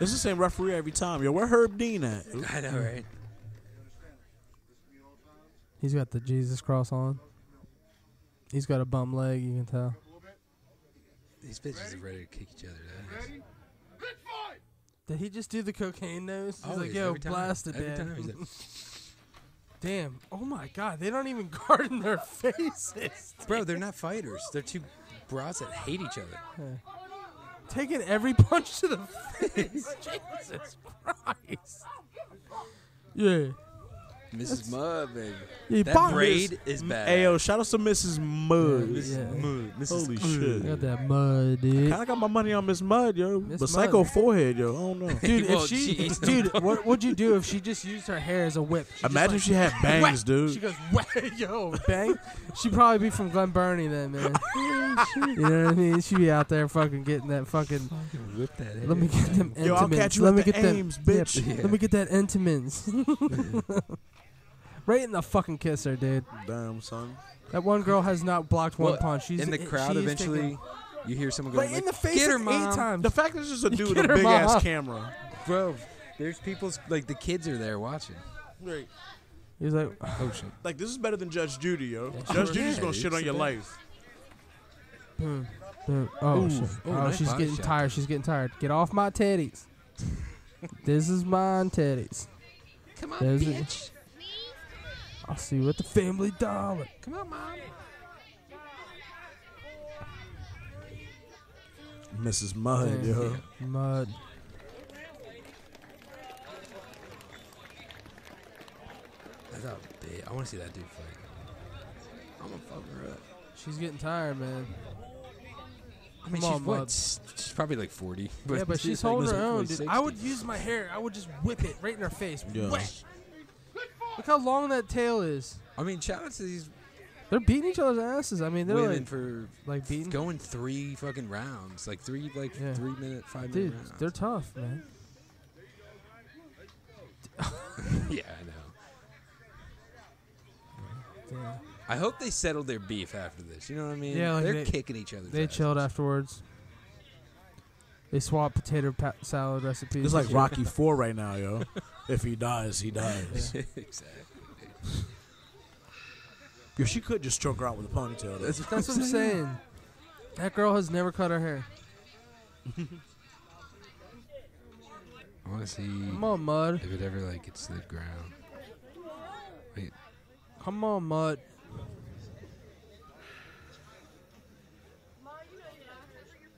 Speaker 1: It's the same referee every time. Yo, where Herb Dean at?
Speaker 2: I know, right?
Speaker 3: He's got the Jesus cross on. He's got a bum leg, you can tell.
Speaker 2: These bitches are ready to kick each other. That is.
Speaker 3: Did he just do the cocaine nose? He's
Speaker 2: Always,
Speaker 3: like, yo,
Speaker 2: Oh, every time.
Speaker 3: blast it,
Speaker 2: Every
Speaker 3: man.
Speaker 2: time he's like,
Speaker 3: Damn. Oh my god, they don't even guard in their faces.
Speaker 2: Bro, they're not fighters. They're two bras that hate each other.
Speaker 3: Taking every punch to the face. Jesus Christ. Yeah.
Speaker 2: Mrs. Mudd, baby.
Speaker 1: Yeah,
Speaker 2: that
Speaker 1: Bob
Speaker 2: braid is bad.
Speaker 1: Ayo, shout out to Mrs. Mudd.
Speaker 2: Mrs. Yeah. Mudd, Mrs.
Speaker 1: Holy
Speaker 3: Mudd.
Speaker 1: shit.
Speaker 3: Got that mud, dude.
Speaker 1: Kinda got my money on Miss Mudd, yo.
Speaker 3: Miss
Speaker 1: but
Speaker 3: Mudd.
Speaker 1: Psycho forehead, yo. I don't know.
Speaker 3: Dude,
Speaker 2: Well,
Speaker 3: if she,
Speaker 2: she-
Speaker 3: dude, what would you do if she just used her hair as a whip? She just
Speaker 1: Imagine
Speaker 3: like-
Speaker 1: if she had bangs, dude.
Speaker 3: She goes, "Wha- yo, bang. She'd probably be from Glen Burnie then, man. you know what I mean? She'd be out there fucking getting that fucking.
Speaker 2: Whip that hair.
Speaker 3: Let me get them
Speaker 1: Yo, I'll
Speaker 3: intimates.
Speaker 1: catch you at
Speaker 3: let me
Speaker 1: the
Speaker 3: get them-
Speaker 1: Ames,
Speaker 3: yeah,
Speaker 1: bitch.
Speaker 3: p-
Speaker 2: Yeah.
Speaker 3: Let me get that intimates. right in the fucking kisser, dude.
Speaker 1: Damn, son.
Speaker 3: That one girl has not blocked one
Speaker 2: Well,
Speaker 3: punch. She's
Speaker 2: in the
Speaker 3: it-
Speaker 2: crowd
Speaker 3: she is
Speaker 2: eventually.
Speaker 3: taking-
Speaker 2: you hear someone
Speaker 3: Right
Speaker 2: going,
Speaker 3: in the
Speaker 2: like,
Speaker 3: face
Speaker 2: "Get her,
Speaker 3: like
Speaker 2: mom,
Speaker 3: eight times.
Speaker 1: The fact there's just a dude with
Speaker 3: Get
Speaker 1: a
Speaker 3: her
Speaker 1: big ass
Speaker 3: mom.
Speaker 1: camera.
Speaker 2: bro." There's people's like the kids are there watching.
Speaker 1: Right.
Speaker 3: He's like,
Speaker 2: Oh shit!
Speaker 1: Like this is better than Judge Judy, yo. Judge Judy's
Speaker 2: Yeah,
Speaker 1: gonna shit on
Speaker 2: it's
Speaker 1: your
Speaker 2: bad.
Speaker 1: life.
Speaker 3: "Hmm, hmm, oh,
Speaker 2: Ooh,
Speaker 3: shit.
Speaker 2: ooh,
Speaker 3: oh,
Speaker 2: nice
Speaker 3: she's
Speaker 2: body
Speaker 3: getting
Speaker 2: shot
Speaker 3: tired. She's getting tired. Get off my teddies. this is mine, teddies.
Speaker 2: Come on,
Speaker 3: There's a-
Speaker 2: bitch!
Speaker 3: I'll see you at the family dollar.
Speaker 2: Come on, mom!
Speaker 1: Mrs. Mudd, yo.
Speaker 3: Mud.
Speaker 2: That's how big. I want to see that dude fight. I'm gonna fuck her up.
Speaker 3: She's getting tired, man.
Speaker 2: I mean,
Speaker 3: Come
Speaker 2: she's
Speaker 3: on,
Speaker 2: what?
Speaker 3: Mud.
Speaker 2: s- She's probably like 40.
Speaker 3: yeah, but she's holding
Speaker 2: like
Speaker 3: her own, dude.
Speaker 2: 60.
Speaker 3: I would use my hair. I would just whip it right in her face.
Speaker 1: Yeah.
Speaker 3: Whack. Look how long that tail is.
Speaker 2: I mean, shout out to these
Speaker 3: They're beating each other's asses. I mean, they're
Speaker 2: women
Speaker 3: like,
Speaker 2: for
Speaker 3: like beating.
Speaker 2: going three fucking rounds, like three, like
Speaker 3: Yeah.
Speaker 2: three minute, five
Speaker 3: Dude,
Speaker 2: minute rounds.
Speaker 3: they're tough, man.
Speaker 2: yeah, I know.
Speaker 3: Damn.
Speaker 2: I hope they settled their beef after this. You know what I mean?
Speaker 3: Yeah, like
Speaker 2: they're
Speaker 3: they-
Speaker 2: kicking each other.
Speaker 3: They chilled afterwards. They swapped potato pa- salad recipes.
Speaker 1: It's like Rocky Four right now, yo. If he dies, he dies.
Speaker 2: exactly.
Speaker 1: Yo, she could just choke her out with a ponytail. Though.
Speaker 3: That's what I'm saying. That girl has never cut her hair.
Speaker 2: I want to see
Speaker 3: Come on, Mud.
Speaker 2: if it ever like gets to the ground.
Speaker 3: Come on, Mud.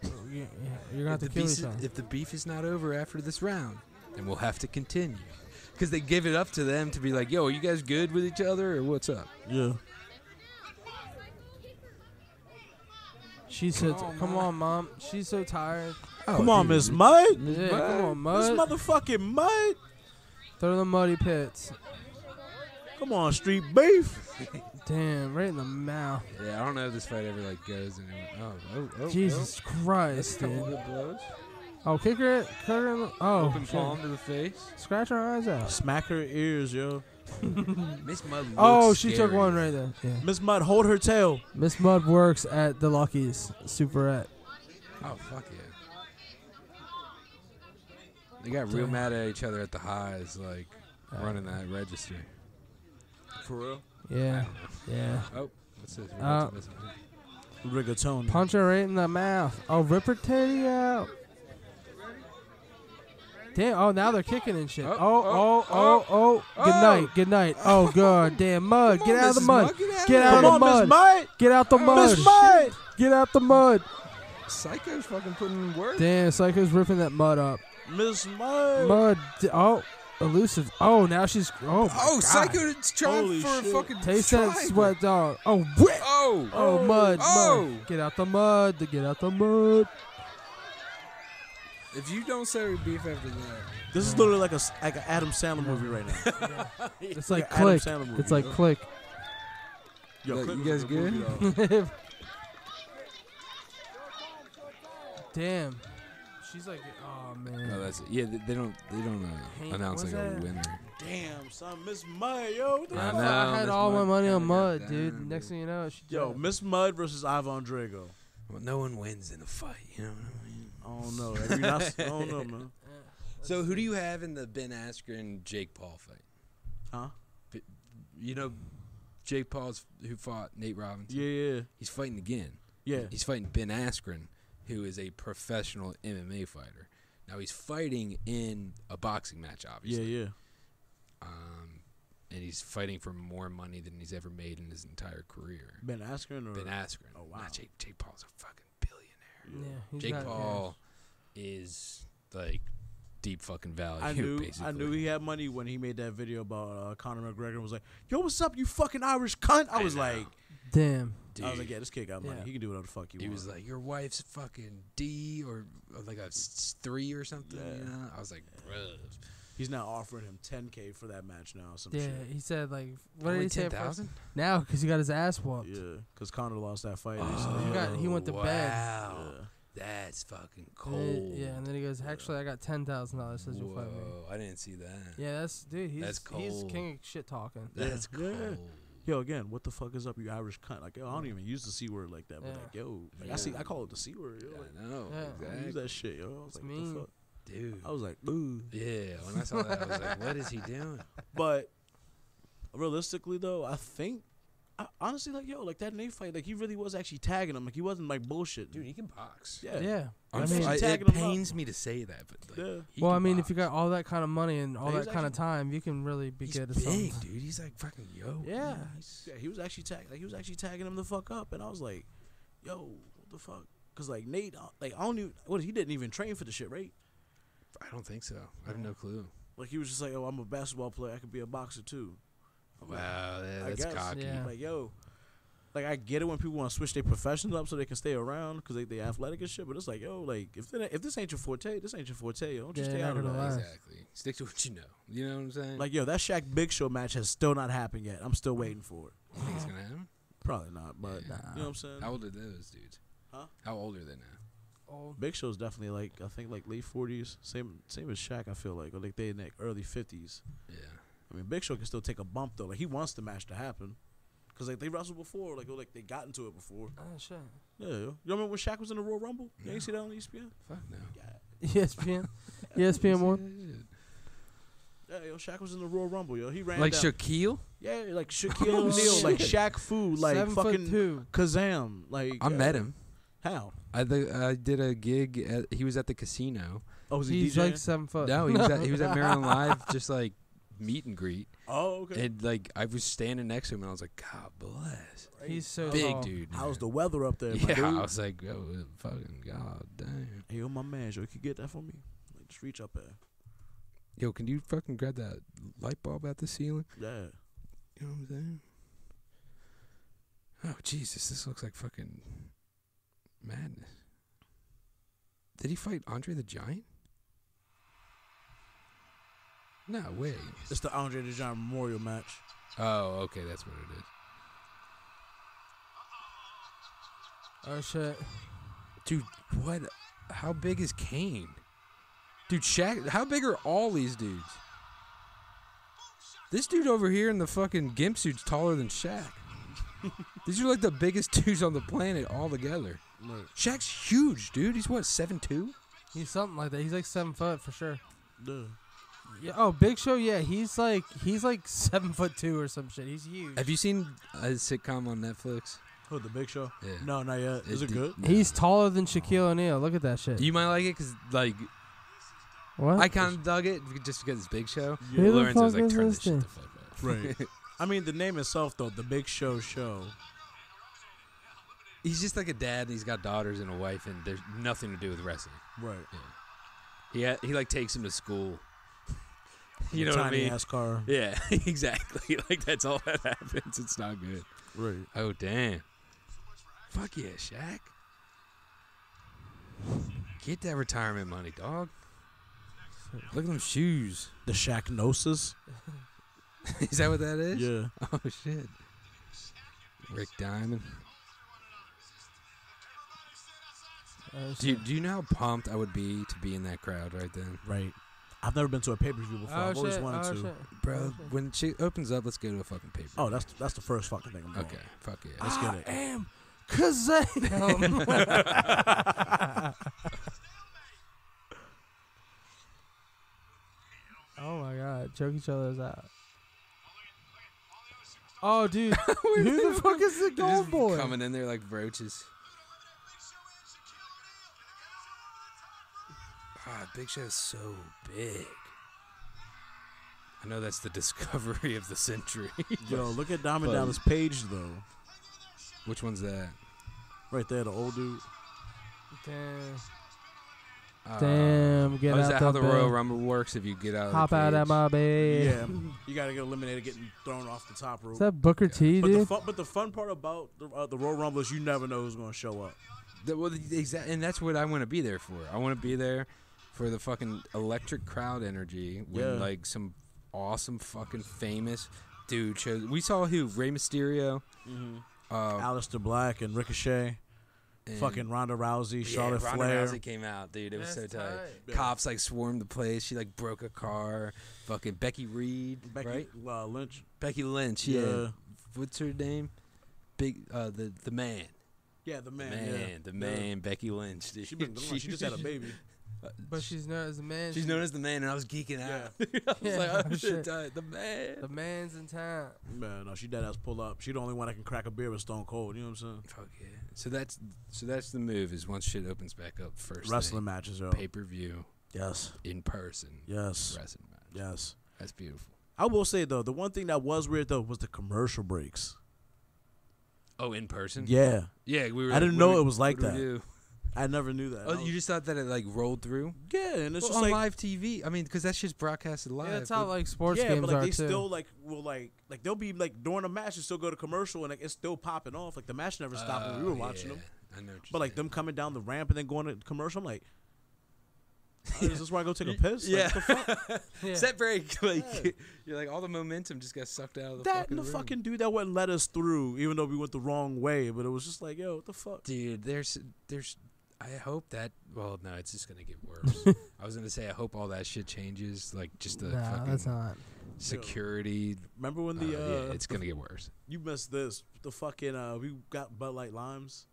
Speaker 3: Oh, You- You're gonna have
Speaker 2: If
Speaker 3: to
Speaker 2: the,
Speaker 3: kill
Speaker 2: beef is,
Speaker 3: yourself.
Speaker 2: if the beef is not over after this round, then we'll have to continue. Because they give it up to them to be like, "Yo, are you guys good with each other, or what's up?"
Speaker 1: Yeah.
Speaker 3: She's so t- come on, mom. She's so tired.
Speaker 1: Come
Speaker 2: Oh,
Speaker 1: on, Miss Mudd.
Speaker 3: Yeah, come on,
Speaker 1: This
Speaker 3: Mud.
Speaker 1: motherfucking Mudd.
Speaker 3: Throw the muddy pits.
Speaker 1: Come on, Street Beef.
Speaker 3: Damn, right in the mouth.
Speaker 2: Yeah, I don't know if this fight ever like goes and oh, oh, oh,
Speaker 3: Jesus
Speaker 2: That's a
Speaker 3: Christ,
Speaker 2: couple
Speaker 3: dude.
Speaker 2: good blows.
Speaker 3: Oh, kick her, kick her in the, oh,
Speaker 2: Open
Speaker 3: shit.
Speaker 2: palm to the face.
Speaker 3: scratch her eyes out.
Speaker 1: Smack her ears, yo.
Speaker 2: Miss Mud.
Speaker 3: Oh,
Speaker 2: looks
Speaker 3: she took
Speaker 2: scary.
Speaker 3: one right there. Yeah.
Speaker 1: Miss Mudd, hold her tail.
Speaker 3: Miss Mud works at the Lucky's Superette.
Speaker 2: Oh fuck yeah. They got real mad at each other at the highs, like
Speaker 3: Uh,
Speaker 2: running that register.
Speaker 1: For real.
Speaker 3: Yeah, yeah.
Speaker 2: Oh, what's this?
Speaker 3: Uh,
Speaker 1: Rigatoni.
Speaker 3: Punch her right in the mouth. Oh, rip her titty out. Damn. Oh, now they're kicking and shit. Oh,
Speaker 2: Oh,
Speaker 3: oh, oh,
Speaker 2: oh,
Speaker 3: oh. Good night. Good night. Oh, god damn mud. Get out of the
Speaker 2: Mrs.
Speaker 3: mud.
Speaker 2: Mug, get out of
Speaker 3: Get
Speaker 2: there.
Speaker 3: out
Speaker 1: Come
Speaker 3: of the
Speaker 1: on, Miss
Speaker 3: mud.
Speaker 1: Mudd.
Speaker 3: Get out the mud.
Speaker 1: Miss Mudd.
Speaker 3: Get out the mud.
Speaker 2: Psycho's fucking putting work.
Speaker 3: Damn, Psycho's ripping that mud up.
Speaker 1: Miss Mudd.
Speaker 3: Mud. d- Oh, elusive. Oh, now she's. Oh, my
Speaker 2: Oh,
Speaker 3: God.
Speaker 2: Psycho's trying
Speaker 1: Holy
Speaker 2: for a
Speaker 1: shit.
Speaker 2: fucking
Speaker 3: Taste
Speaker 2: try,
Speaker 3: that sweat, dog. Oh, whip.
Speaker 2: but- Oh,
Speaker 3: Oh, mud,
Speaker 2: Oh.
Speaker 3: mud. Get out the mud. Get out the mud.
Speaker 2: if you don't settle your beef after that,
Speaker 1: This is literally like a s- like an Adam Sandler movie right now.
Speaker 3: It's like
Speaker 1: Adam
Speaker 3: click.
Speaker 1: Sandler movie,
Speaker 3: It's like
Speaker 1: yo.
Speaker 3: click.
Speaker 1: Yo,
Speaker 2: Look,
Speaker 1: Click
Speaker 2: you
Speaker 1: was a
Speaker 2: guys
Speaker 1: movie,
Speaker 2: good?
Speaker 1: though.
Speaker 3: Damn. She's like, oh man.
Speaker 2: no, that's it. yeah. They, they don't they don't
Speaker 3: Hank,
Speaker 2: uh, announce
Speaker 3: what's
Speaker 2: like a
Speaker 3: that?
Speaker 2: winner.
Speaker 1: Damn, son. Miss Mudd, yo. What the
Speaker 2: I
Speaker 1: fuck?
Speaker 2: know.
Speaker 3: I had
Speaker 2: Miss
Speaker 3: all my
Speaker 2: Mud
Speaker 3: money on
Speaker 2: kinda
Speaker 3: mud,
Speaker 2: got
Speaker 3: dude.
Speaker 2: down,
Speaker 3: Next
Speaker 2: dude.
Speaker 3: thing you know, she
Speaker 1: Yo, Miss Mudd versus Ivan Drago.
Speaker 2: Well, no one wins in a fight, you know. What I mean?
Speaker 1: I don't know. Have you not s- I don't know, man.
Speaker 2: So who do you have in the Ben Askren Jake Paul fight?
Speaker 1: Huh?
Speaker 2: B- You know, Jake Paul's who fought Nate Robinson.
Speaker 1: Yeah, yeah,
Speaker 2: He's fighting again.
Speaker 1: yeah.
Speaker 2: He's fighting Ben Askren, who is a professional MMA fighter. Now he's fighting in a boxing match,
Speaker 1: Yeah,
Speaker 2: obviously.
Speaker 1: yeah.
Speaker 2: Um, and he's fighting for more money than he's ever made in his entire career.
Speaker 1: Ben Askren or
Speaker 2: Ben Askren.
Speaker 1: Oh, wow.
Speaker 2: Not Jake. Jake Paul's a fucking billionaire.
Speaker 3: yeah, he's
Speaker 2: Jake
Speaker 3: not- yeah.
Speaker 2: Paul is like deep fucking value.
Speaker 1: I knew
Speaker 2: basically.
Speaker 1: I knew he had money when he made that video about uh, Conor McGregor and was like, "Yo, what's up, you fucking Irish cunt?" I was like,
Speaker 3: Damn.
Speaker 2: Oh,
Speaker 1: I was like, "Yeah, this kid got money.
Speaker 2: Yeah.
Speaker 1: He can do whatever the fuck he,
Speaker 2: He
Speaker 1: wants."
Speaker 2: was like, "Your wife's fucking D or, or like a s- three or something." You know? I was like, "Bruh."
Speaker 1: He's now offering him 10k for that match now. or Some
Speaker 3: Yeah,
Speaker 1: shit.
Speaker 3: he said like what
Speaker 2: Only
Speaker 3: did he say? at first?
Speaker 2: 10,000?
Speaker 3: Now, because he got his ass whooped.
Speaker 1: Yeah, because Connor lost that fight.
Speaker 3: He got- he went to bed.
Speaker 2: Oh, Wow, that's fucking
Speaker 3: And then-
Speaker 2: cold.
Speaker 3: Yeah, and then he goes, actually, I got ten thousand dollars. Says you'll
Speaker 2: Whoa,
Speaker 3: fight me.
Speaker 2: I didn't see that.
Speaker 3: Yeah, that's dude. He's
Speaker 2: That's
Speaker 3: he's
Speaker 2: cold.
Speaker 3: king of shit talking.
Speaker 2: That's cold.
Speaker 1: Yo, again, what the fuck is up, you Irish cunt? Like, yo, I don't even use the c word like that, but
Speaker 3: Yeah.
Speaker 1: like, yo, like,
Speaker 2: Yeah.
Speaker 1: I see, I call it the c word. Yo, like,
Speaker 2: I know.
Speaker 3: Yeah.
Speaker 1: I don't use
Speaker 2: Exactly.
Speaker 1: that shit, yo. I was like, what
Speaker 3: mean.
Speaker 1: the fuck?
Speaker 2: Dude.
Speaker 3: oh.
Speaker 1: I was like, ooh.
Speaker 2: Yeah, when I saw that, I was like, "What is he doing?"
Speaker 1: But realistically, though, I think. I, honestly, like yo, like that Nate fight, like he really was actually tagging him. Like he wasn't like bullshit.
Speaker 2: Dude, he can box.
Speaker 1: Yeah,
Speaker 3: Yeah.
Speaker 1: I
Speaker 2: I'm
Speaker 1: mean,
Speaker 2: sorry,
Speaker 1: he's
Speaker 2: it
Speaker 1: tagging him up.
Speaker 2: pains me to say that, but like,
Speaker 1: Yeah.
Speaker 2: he
Speaker 3: well,
Speaker 2: can
Speaker 3: I mean,
Speaker 2: box.
Speaker 3: if you got all that kind of money and all
Speaker 1: Yeah,
Speaker 3: that
Speaker 1: he's
Speaker 3: kind of time, you can really be
Speaker 2: he's
Speaker 3: good at something.
Speaker 2: big, dude. He's like fucking yo.
Speaker 3: Yeah.
Speaker 1: Yeah, he was actually tag like he was actually tagging him the fuck up, and I was like, "Yo, what the fuck?" Because like Nate, uh, like I don't even what he didn't even train for the shit, right?
Speaker 2: I don't think so. I have no clue.
Speaker 1: Like he was just like, "Oh, I'm a basketball player. I could be a boxer too."
Speaker 2: Wow, yeah,
Speaker 1: I
Speaker 2: that's
Speaker 1: guess.
Speaker 2: cocky.
Speaker 3: Yeah.
Speaker 1: Like yo, like I get it when people want to switch their professions up so they can stay around because they they athletic and shit, but it's like yo, like if they, if this ain't your forte, this ain't your forte. Yo, don't you
Speaker 3: Yeah,
Speaker 1: stay
Speaker 3: not
Speaker 1: out of
Speaker 3: gonna
Speaker 1: that.
Speaker 3: lie.
Speaker 2: Exactly. Stick to what you know. You know what I'm saying?
Speaker 1: Like yo, that Shaq Big Show match has still not happened yet. I'm still waiting for it.
Speaker 2: you think it's gonna happen?
Speaker 1: Probably not, but
Speaker 2: Yeah.
Speaker 1: you know what I'm saying.
Speaker 2: How old are those dudes?
Speaker 1: Huh?
Speaker 2: How old are they now?
Speaker 3: Oh,
Speaker 1: Big Show's definitely like I think like late forties, same same as Shaq. I feel like or like they in like early fifties.
Speaker 2: Yeah.
Speaker 1: I mean, Big Show can still take a bump though. Like he wants the match to happen, cause like they wrestled before, like or, like they got into it before.
Speaker 3: oh shit.
Speaker 1: Yeah, yo. you remember when Shaq was in the Royal Rumble? You ain't see that on E ESPN?
Speaker 2: Fuck no.
Speaker 3: ESPN, ESPN one.
Speaker 1: Yeah, yo, Shaq was in the Royal Rumble, yo. He ran
Speaker 2: Like
Speaker 1: down.
Speaker 2: Shaquille?
Speaker 1: yeah, like Shaquille O'Neal, like
Speaker 2: shit.
Speaker 1: Shaq Fu, like
Speaker 3: Seven foot
Speaker 1: fucking
Speaker 3: two.
Speaker 1: Kazam, like
Speaker 2: I
Speaker 1: yeah.
Speaker 2: met him.
Speaker 1: How?
Speaker 2: I th- I did a gig. At, he was at the casino.
Speaker 1: Oh, was he
Speaker 3: He's
Speaker 1: DJing?
Speaker 3: like seven foot.
Speaker 2: No, he was at, he was at Maryland Live, just like meet and greet.
Speaker 1: oh, okay.
Speaker 2: And like I was standing next to him, and I was like, God bless,
Speaker 3: He's so
Speaker 2: big
Speaker 3: tall.
Speaker 2: dude.
Speaker 1: How's
Speaker 2: man."
Speaker 1: the weather up there, my
Speaker 2: Yeah,
Speaker 1: dude?
Speaker 2: I was like, oh, fucking god damn.
Speaker 1: hey, yo, my man, yo, you could get that for me? Like, just reach up there.
Speaker 2: Yo, can you fucking grab that light bulb out the ceiling?
Speaker 1: Yeah.
Speaker 2: You know what I'm saying? Oh Jesus, this looks like fucking madness. Did he fight Andre the Giant? No way.
Speaker 1: It's the Andre the Giant Memorial match.
Speaker 2: Oh, okay, that's what it is.
Speaker 3: Oh shit.
Speaker 2: Dude, what? How big is Kane? Dude, Shaq. How big are all these dudes? This dude over here in the fucking gimp suit's taller than Shaq. these are like the biggest dudes on the planet all together. Shaq's huge, dude. He's what, seven two?
Speaker 3: He's something like that. He's like seven foot for sure.
Speaker 1: Yeah.
Speaker 3: Yeah. Oh, Big Show. Yeah, he's like he's like seven foot two or some shit. He's huge.
Speaker 2: Have you seen a sitcom on Netflix?
Speaker 1: Who, the Big Show?
Speaker 2: Yeah.
Speaker 1: No, not yet. Is it
Speaker 2: d-
Speaker 1: good?
Speaker 3: He's taller than Shaquille O'Neal. Look at that shit.
Speaker 2: You might like it because, like,
Speaker 3: what?
Speaker 2: I kind of dug it just because it's Big Show.
Speaker 3: Who the
Speaker 2: Lorenzo was
Speaker 3: fuck
Speaker 2: like,
Speaker 3: is
Speaker 2: turn
Speaker 3: this
Speaker 2: this shit
Speaker 3: dude?"
Speaker 2: the fuck off.
Speaker 1: Right. I mean, the name itself, though, the Big Show Show.
Speaker 2: He's just like a dad, and he's got daughters and a wife, and there's nothing to do with wrestling.
Speaker 1: Right.
Speaker 2: He ha- he like takes him to school. You
Speaker 1: The
Speaker 2: know what I
Speaker 1: tiny
Speaker 2: mean?
Speaker 1: ass car.
Speaker 2: Yeah, exactly. Like that's all that happens. It's not good.
Speaker 1: Right.
Speaker 2: Oh damn. Fuck yeah, Shaq. Get that retirement money, dog. Look at them shoes.
Speaker 1: The Shacknosis.
Speaker 2: Is that what that is?
Speaker 1: Yeah.
Speaker 2: Oh shit. Rick Diamond.
Speaker 3: Oh,
Speaker 2: Do you,
Speaker 3: shit.
Speaker 2: do you know how pumped I would be to be in that crowd right then?
Speaker 1: Right. I've never been to a pay per view before.
Speaker 3: Oh,
Speaker 1: I've always
Speaker 3: shit.
Speaker 1: wanted
Speaker 3: Oh,
Speaker 1: to.
Speaker 3: shit.
Speaker 2: Bro, when she opens up, let's go to a fucking paper.
Speaker 1: Oh, that's that's the first fucking thing I'm going.
Speaker 2: okay. Ah, Fuck yeah.
Speaker 3: Ah,
Speaker 1: Let's get it.
Speaker 3: am Kazam. oh my god, choke each other's out. Oh, dude, who the fuck is
Speaker 2: They're
Speaker 3: the
Speaker 2: just
Speaker 3: gold boy?
Speaker 2: Coming in there like roaches. Ah, Big Show is so big. I know that's the discovery of the century.
Speaker 1: Yo, look at Diamond
Speaker 2: But-
Speaker 1: Dallas Page though.
Speaker 2: Which one's that?
Speaker 1: Right there, the old dude.
Speaker 3: Damn. Damn, get
Speaker 2: Uh, oh, is
Speaker 3: out
Speaker 2: that
Speaker 3: the
Speaker 2: how the
Speaker 3: bed.
Speaker 2: Royal Rumble works? If you get out, of the
Speaker 3: Hop out of
Speaker 2: cage?
Speaker 3: my bed.
Speaker 1: Yeah, you got to get eliminated getting thrown off the top rope.
Speaker 3: Is that Booker T,
Speaker 1: but The
Speaker 3: dude?
Speaker 1: fun, but the fun part about the, uh, the Royal Rumble is you never know who's going to show up.
Speaker 2: The, well, exactly, and that's what I want to be there for. I want to be there for the fucking electric crowd energy when
Speaker 1: Yeah.
Speaker 2: like some awesome fucking famous dude shows. We saw who Rey Mysterio,
Speaker 1: Mhm.
Speaker 2: uh,
Speaker 1: Aleister Black and Ricochet,
Speaker 2: And-
Speaker 1: fucking Ronda Rousey,
Speaker 2: yeah,
Speaker 1: Charlotte
Speaker 2: Ronda
Speaker 1: Flair.
Speaker 2: Rousey came out, dude. It was
Speaker 1: That's
Speaker 2: so tight.
Speaker 1: tight.
Speaker 2: Cops like swarmed the place. She like broke a car. Fucking Becky Reed,
Speaker 1: Becky
Speaker 2: right?
Speaker 1: uh, Lynch.
Speaker 2: Becky Lynch. Yeah.
Speaker 1: Yeah.
Speaker 2: What's her name? Big uh, the the man.
Speaker 1: Yeah, the man.
Speaker 2: Man,
Speaker 1: yeah.
Speaker 2: the
Speaker 1: Yeah.
Speaker 2: man, Becky Lynch. Dude.
Speaker 1: She been gone. She just had a baby.
Speaker 3: But she's known as the man.
Speaker 2: She's known as the man, and I was geeking out. I was like, oh, shit, tight, the man.
Speaker 3: The man's in town.
Speaker 1: Man, no, she dead ass pull up. She the only one that can crack a beer with Stone Cold. You know what I'm saying?
Speaker 2: Fuck yeah. So that's so that's the move is once shit opens back up first.
Speaker 1: Wrestling matches, yo.
Speaker 2: pay per view.
Speaker 1: Yes.
Speaker 2: In person.
Speaker 1: Yes.
Speaker 2: Wrestling match.
Speaker 1: Yes.
Speaker 2: That's beautiful.
Speaker 1: I will say though, the one thing that was weird though was the commercial breaks.
Speaker 2: Oh, in person.
Speaker 1: Yeah.
Speaker 2: Yeah, we were.
Speaker 1: I didn't
Speaker 2: what
Speaker 1: know
Speaker 2: do we-
Speaker 1: it was like
Speaker 2: what
Speaker 1: that.
Speaker 2: do we do?
Speaker 1: I never knew that. I
Speaker 2: Oh,
Speaker 1: was-
Speaker 2: you just thought that it like rolled through.
Speaker 1: yeah, and it's
Speaker 2: Well,
Speaker 1: just
Speaker 2: on
Speaker 1: like
Speaker 2: live TV. I mean, because that shit's broadcasted live.
Speaker 3: that's how,
Speaker 2: What-
Speaker 3: like, sports
Speaker 1: yeah,
Speaker 3: games
Speaker 1: but like
Speaker 3: are
Speaker 1: they
Speaker 3: too.
Speaker 1: still like will like like they'll be like during a match they still go to commercial and like it's still popping off. Like the match never stopped when we
Speaker 2: Oh,
Speaker 1: were watching
Speaker 2: yeah.
Speaker 1: them.
Speaker 2: I know. what you're
Speaker 1: But like
Speaker 2: saying.
Speaker 1: them coming down the ramp and then going to commercial, I'm like, is this where I go take a piss? Like,
Speaker 2: yeah.
Speaker 1: what the fuck?
Speaker 2: Set break. Like
Speaker 1: Yeah.
Speaker 2: you're like all the momentum just got sucked out of the
Speaker 1: that
Speaker 2: fucking
Speaker 1: and the
Speaker 2: room.
Speaker 1: fucking dude that wouldn't let us through, even though we went the wrong way. But it was just like, yo, what the fuck?
Speaker 2: dude there's there's i hope that well no it's just gonna get worse i was gonna say i hope all that shit changes like just the
Speaker 3: Nah,
Speaker 2: fucking
Speaker 3: that's not.
Speaker 2: security
Speaker 1: Remember when the
Speaker 2: uh,
Speaker 1: uh,
Speaker 2: yeah it's gonna get worse
Speaker 1: you missed this? The fucking uh, we got Bud Light limes,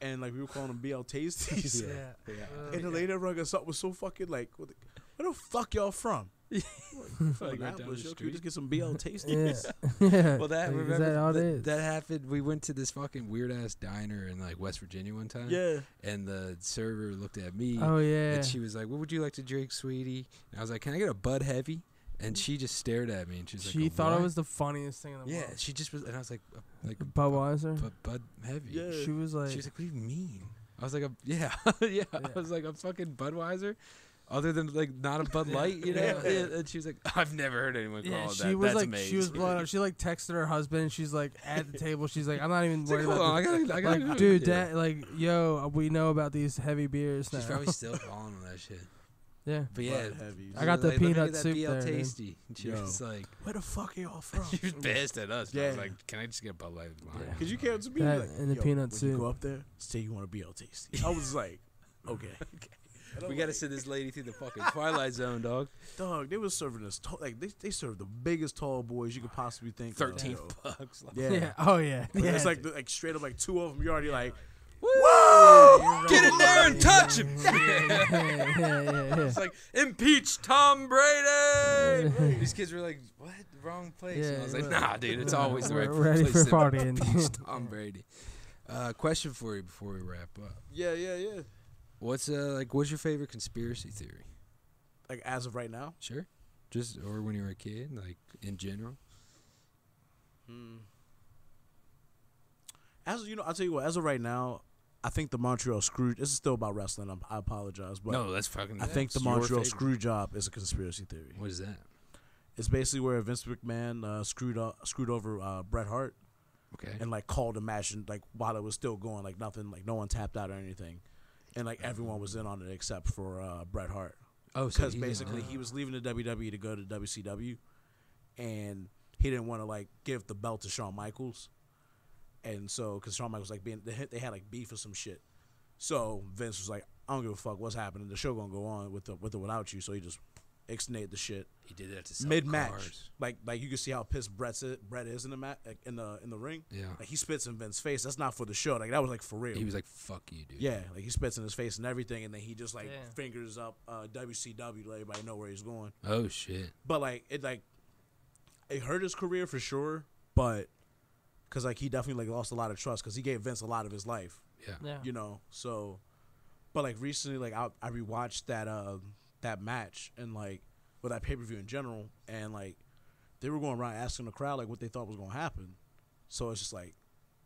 Speaker 1: and like we were calling them BL Tasties.
Speaker 3: Yeah. Uh,
Speaker 1: And the lady that rung us up was so fucking like, what the, where the fuck y'all from?
Speaker 2: Like,
Speaker 1: Like,
Speaker 2: right down
Speaker 1: Apple's,
Speaker 2: the
Speaker 1: yo, can we
Speaker 2: street.
Speaker 1: just get some BL
Speaker 3: yeah.
Speaker 1: Tasties?
Speaker 3: yeah.
Speaker 2: well that
Speaker 3: Like, is
Speaker 2: remember
Speaker 3: that all it
Speaker 2: th-
Speaker 3: is?
Speaker 2: that happened we went to this fucking weird ass diner in like west virginia one time
Speaker 1: yeah.
Speaker 2: and the server looked at me
Speaker 3: Oh yeah.
Speaker 2: and she was like what would you like to drink sweetie and i was like can i get a bud heavy and she just stared at me and she's like
Speaker 3: She
Speaker 2: "A
Speaker 3: thought
Speaker 2: what?"
Speaker 3: it was the funniest thing in the
Speaker 2: yeah
Speaker 3: world.
Speaker 2: she just was and i was like "Uh, like
Speaker 3: Budweiser.
Speaker 2: but bud heavy
Speaker 1: Yeah.
Speaker 3: she was like,
Speaker 2: She was like, "What do you mean?" I was like, a, "Yeah, yeah." I was like, "A fucking Budweiser, other than like not a Bud Light, you know?"
Speaker 3: Yeah.
Speaker 2: Yeah, And she was like, "I've never heard anyone call
Speaker 3: yeah,
Speaker 2: it
Speaker 3: she
Speaker 2: "Oh, that."
Speaker 3: was
Speaker 2: That's
Speaker 3: like,
Speaker 2: amazing.
Speaker 3: she was blown up. She like texted her husband. and She's like at the table. She's like, I'm not even worried about.
Speaker 2: "Hold
Speaker 3: this."
Speaker 2: on, I gotta- "Oh, I gotta go."
Speaker 3: like, dude,
Speaker 2: Yeah.
Speaker 3: that like, yo, we know about these heavy beers now.
Speaker 2: She's probably still calling on that shit.
Speaker 3: yeah,
Speaker 2: But yeah,
Speaker 1: Bud heavies.
Speaker 3: I got the
Speaker 2: like, "Let me
Speaker 3: peanut
Speaker 2: get that
Speaker 3: soup
Speaker 2: BL
Speaker 3: there, dude.
Speaker 2: tasty. And she was
Speaker 1: Yo.
Speaker 2: just like,
Speaker 1: Where the fuck are y'all from?
Speaker 2: she was pissed at us. And I was
Speaker 1: Yeah.
Speaker 2: like, "Can I just get a Bud Light?" Lime?"
Speaker 1: Cause you came to me
Speaker 3: That
Speaker 1: like,
Speaker 3: and the
Speaker 1: yo,
Speaker 3: peanut
Speaker 1: when you
Speaker 3: soup.
Speaker 1: Go up there, say you want a BL tasty. I was like, okay,
Speaker 2: We gotta send this lady through the fucking twilight zone, dog.
Speaker 1: dog. They was serving us tall, like they they served the biggest tall boys you could possibly think. of,
Speaker 2: Thirteen
Speaker 1: yo.
Speaker 2: bucks. Like,
Speaker 1: Yeah.
Speaker 3: yeah. Oh yeah.
Speaker 1: But
Speaker 3: yeah.
Speaker 1: It's like the, like straight up like two of them. You're already like,
Speaker 2: Whoa! Get in there and touch him.
Speaker 3: yeah, yeah, yeah, yeah.
Speaker 2: It's like impeach Tom Brady. These kids were like, "What? Wrong place?" and I
Speaker 3: Yeah,
Speaker 2: was like,
Speaker 3: right.
Speaker 2: "Nah, dude, it's always the right
Speaker 3: We're ready
Speaker 2: place."
Speaker 3: for
Speaker 2: to
Speaker 3: partying.
Speaker 2: impeach Tom Brady. Uh, question for you before we wrap up:
Speaker 1: yeah, yeah, yeah.
Speaker 2: What's uh like? What's your favorite conspiracy theory?
Speaker 1: Like as of right now,
Speaker 2: Sure, just or when you were a kid, like in general.
Speaker 1: as you know, I'll tell you what. As of right now, I think the Montreal Scrooge. This is still about wrestling. I'm, I apologize, but
Speaker 2: no, that's fucking.
Speaker 1: I think the
Speaker 2: that's your
Speaker 1: Montreal
Speaker 2: favorite.
Speaker 1: screw job is a conspiracy theory.
Speaker 2: What is that?
Speaker 1: It's basically where Vince McMahon uh, screwed up, screwed over uh, Bret Hart
Speaker 2: Okay.
Speaker 1: and like called a match and like while it was still going, like nothing, like no one tapped out or anything, and like everyone was in on it except for uh, Bret Hart
Speaker 2: oh, so
Speaker 1: because
Speaker 2: he was-
Speaker 1: basically he was leaving the WWE to go to WCW, and he didn't want to like give the belt to Shawn Michaels, and so because Shawn Michaels like being they had- they had like beef or some shit, so Vince was like, I don't give a fuck what's happening. The show gonna go on with the with or without you. So he just extended the shit
Speaker 2: he did that to sell
Speaker 1: mid match.
Speaker 2: cars.
Speaker 1: Like like you can see how pissed Brett's Brett is in the mat like, in the in the ring.
Speaker 2: Yeah.
Speaker 1: Like he spits in Vince's face. That's not for the show. Like that was like for real.
Speaker 2: He was like, "Fuck you, dude."
Speaker 1: Yeah, like he spits in his face and everything, and then he just like
Speaker 3: Damn.
Speaker 1: fingers up uh, WCW to let everybody know where he's going.
Speaker 2: Oh shit.
Speaker 1: But like it like it hurt his career for sure, but because like he definitely like lost a lot of trust because he gave Vince a lot of his life,
Speaker 2: Yeah.
Speaker 3: yeah.
Speaker 1: you know. So, but like recently, like I I rewatched that uh that match and like with that pay per view in general, and like they were going around asking the crowd like what they thought was going to happen. So it's just like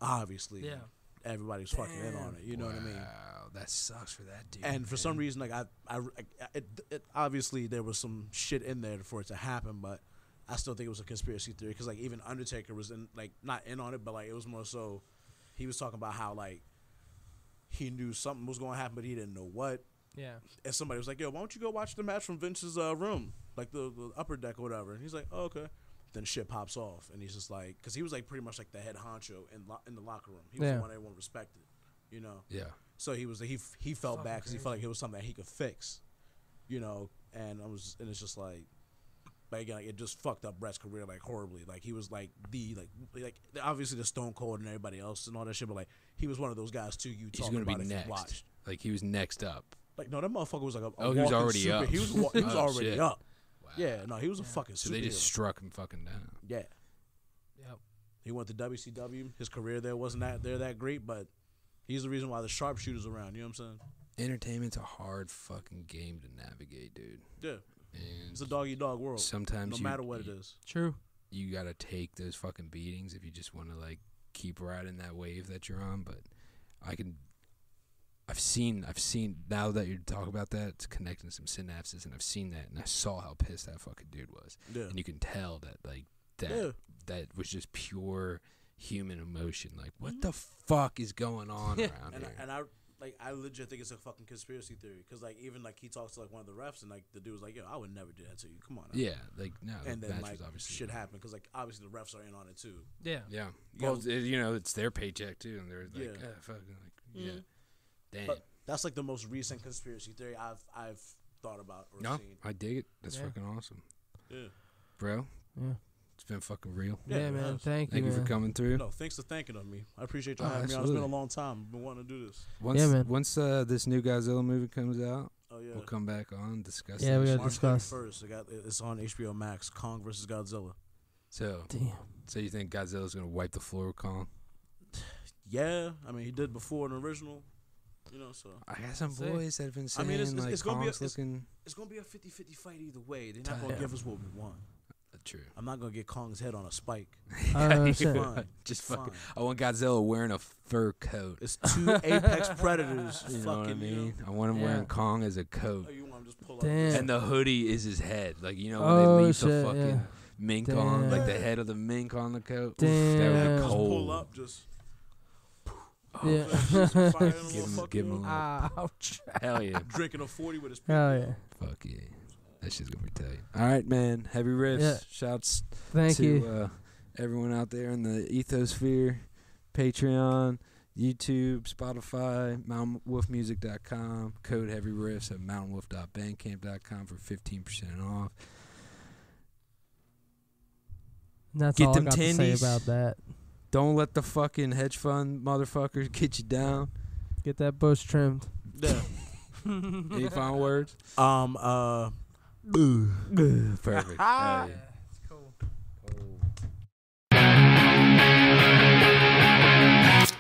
Speaker 1: obviously
Speaker 3: Yeah.
Speaker 1: everybody's fucking in on it. You know what I mean?
Speaker 2: Wow, that sucks for that dude.
Speaker 1: and for
Speaker 2: man.
Speaker 1: some reason, like I, I, I- it, it, obviously there was some shit in there for it to happen, but I still think it was a conspiracy theory because like even Undertaker was in, like not in on it, but like it was more so, he was talking about how like he knew something was going to happen, but he didn't know what.
Speaker 3: Yeah.
Speaker 1: And somebody was like, "Yo, why don't you go watch the match from Vince's uh, room, like the, the upper deck or whatever?" And he's like, oh, "Okay." Then shit pops off, and he's just like, because he was like pretty much like the head honcho in lo- in the locker room. He was
Speaker 2: Yeah.
Speaker 1: the one everyone respected, you know.
Speaker 2: Yeah.
Speaker 1: So he was he he felt
Speaker 2: Fucking
Speaker 1: bad because he
Speaker 2: crazy.
Speaker 1: felt like it was something that he could fix, you know. And I was and it's just like, but again, like, it just fucked up Brett's career like horribly. Like he was like the like like obviously the Stone Cold and everybody else and all that shit, but like he was one of those guys too. You
Speaker 2: he's
Speaker 1: talk
Speaker 2: gonna
Speaker 1: about
Speaker 2: be
Speaker 1: if you
Speaker 2: next.
Speaker 1: watch.
Speaker 2: Like he was next up.
Speaker 1: Like no, that motherfucker was like a, a
Speaker 2: Oh, he was
Speaker 1: walking
Speaker 2: already
Speaker 1: super-
Speaker 2: up.
Speaker 1: He was wa- he was
Speaker 2: Oh,
Speaker 1: already
Speaker 2: shit.
Speaker 1: up. Yeah, no, he was a fucking.
Speaker 2: So they just
Speaker 1: superhero.
Speaker 2: struck him fucking down.
Speaker 1: Yeah.
Speaker 3: Yep.
Speaker 1: He went to WCW. His career there wasn't that there that great, but he's the reason why the sharpshooters around. You know what I'm saying?
Speaker 2: Entertainment's a hard fucking game to navigate, dude.
Speaker 1: Yeah.
Speaker 2: And
Speaker 1: It's a dog eat dog world.
Speaker 2: Sometimes
Speaker 1: no
Speaker 2: you-
Speaker 1: matter what it is.
Speaker 3: True.
Speaker 2: You gotta take those fucking beatings if you just want to like keep riding that wave that you're on. But I can. I've seen. I've seen. Now that you talk about that, it's connecting some synapses, and I've seen that, and I saw how pissed that fucking dude was.
Speaker 1: Yeah.
Speaker 2: And you can tell that like that
Speaker 1: Yeah.
Speaker 2: that was just pure human emotion. Like what the fuck is going on around
Speaker 1: Mm-hmm. and
Speaker 2: here?
Speaker 1: I, and I like I legit think it's a fucking conspiracy theory because like even like he talks to like one of the refs and like the dude was like yo I would never do that to you come on now."
Speaker 2: Yeah, like, no,
Speaker 1: and
Speaker 2: the
Speaker 1: then
Speaker 2: match
Speaker 1: like
Speaker 2: was obviously-
Speaker 1: shit happened because like obviously the refs are in on it too
Speaker 3: Yeah.
Speaker 2: Yeah.
Speaker 1: You
Speaker 2: Well,
Speaker 1: gotta-
Speaker 2: it- you know, it's their paycheck too, and they're like,
Speaker 1: Yeah.
Speaker 2: "Ah, fucking, like, yeah,
Speaker 1: Mhm.
Speaker 2: damn.
Speaker 1: But that's like the most recent conspiracy theory I've I've thought about or
Speaker 2: no,
Speaker 1: seen
Speaker 2: I dig it. That's
Speaker 1: Yeah.
Speaker 2: fucking awesome.
Speaker 1: Yeah.
Speaker 2: bro.
Speaker 3: Yeah.
Speaker 2: It's been fucking real.
Speaker 1: Yeah, Yeah, man, man.
Speaker 3: thank
Speaker 2: Thank
Speaker 3: you,
Speaker 2: you for
Speaker 3: man.
Speaker 2: coming through.
Speaker 1: no thanks for thinking of me I appreciate you
Speaker 2: Oh,
Speaker 1: having me on it's been
Speaker 2: absolutely.
Speaker 1: a long time I've been wanting to do this
Speaker 2: Once,
Speaker 3: Yeah, man.
Speaker 2: Once uh, this new Godzilla movie comes out,
Speaker 1: Oh, yeah.
Speaker 2: we'll come back on and discuss.
Speaker 3: Yeah,
Speaker 2: that
Speaker 3: we gotta
Speaker 2: shit.
Speaker 1: March
Speaker 3: discuss.
Speaker 1: 31st I got it's on HBO Max Kong versus Godzilla
Speaker 2: So,
Speaker 3: Damn.
Speaker 2: so you think Godzilla's gonna wipe the floor with Kong?
Speaker 1: yeah I mean he did before an original you know so
Speaker 2: I got some
Speaker 1: Say.
Speaker 2: boys that have been
Speaker 1: I
Speaker 2: saying
Speaker 1: mean, it's- it's-
Speaker 2: like
Speaker 1: it's gonna be a-
Speaker 2: Kong's
Speaker 1: it's-
Speaker 2: looking.
Speaker 1: it's gonna be a 50-50 fight either way they're not gonna
Speaker 2: Damn.
Speaker 1: give us what we want
Speaker 2: True.
Speaker 1: I'm not gonna get Kong's head on a spike
Speaker 3: Uh,
Speaker 2: Yeah,
Speaker 3: shit.
Speaker 1: Fine.
Speaker 2: Just
Speaker 1: Fine.
Speaker 2: fucking. I want Godzilla wearing a fur coat.
Speaker 1: It's two apex predators.
Speaker 2: You know what I
Speaker 1: fucking. you know. Oh,
Speaker 2: mean? I want him
Speaker 3: Yeah.
Speaker 2: wearing Kong as a coat.
Speaker 1: you want him just pull
Speaker 3: Damn.
Speaker 2: And the hoodie is his head. Like, you know, when
Speaker 3: Oh,
Speaker 2: they leave
Speaker 3: shit,
Speaker 2: the fucking
Speaker 3: yeah.
Speaker 2: mink on, like the
Speaker 1: Damn.
Speaker 2: head of the mink on the coat. Oof, that would
Speaker 3: Damn.
Speaker 2: be
Speaker 3: Just
Speaker 1: Just pull
Speaker 2: cold.
Speaker 1: up, just
Speaker 3: Yeah.
Speaker 1: fire in a
Speaker 2: Give him,
Speaker 1: motherfucker,
Speaker 2: give him a little.
Speaker 3: Ah, Ouch.
Speaker 2: Hell yeah.
Speaker 1: drinking a forty with his.
Speaker 3: Hell yeah.
Speaker 2: Fuck yeah. That shit's going to be tight. All right, man. Heavy riffs.
Speaker 3: Yeah.
Speaker 2: Shouts
Speaker 3: Thank
Speaker 2: to
Speaker 3: you.
Speaker 2: Uh, everyone out there in the ethosphere, Patreon, YouTube, Spotify, mountainwolfmusic.com, code heavy riffs at mountainwolf.bandcamp.com for 15% off.
Speaker 3: And That's
Speaker 2: Get
Speaker 3: all
Speaker 2: them
Speaker 3: I got to
Speaker 2: tendies.
Speaker 3: say about that.
Speaker 2: Don't let the fucking hedge fund motherfuckers get you down.
Speaker 3: Get that bush trimmed.
Speaker 1: Yeah.
Speaker 2: Any final words?
Speaker 1: Um. Uh.
Speaker 2: Perfect. Hell yeah.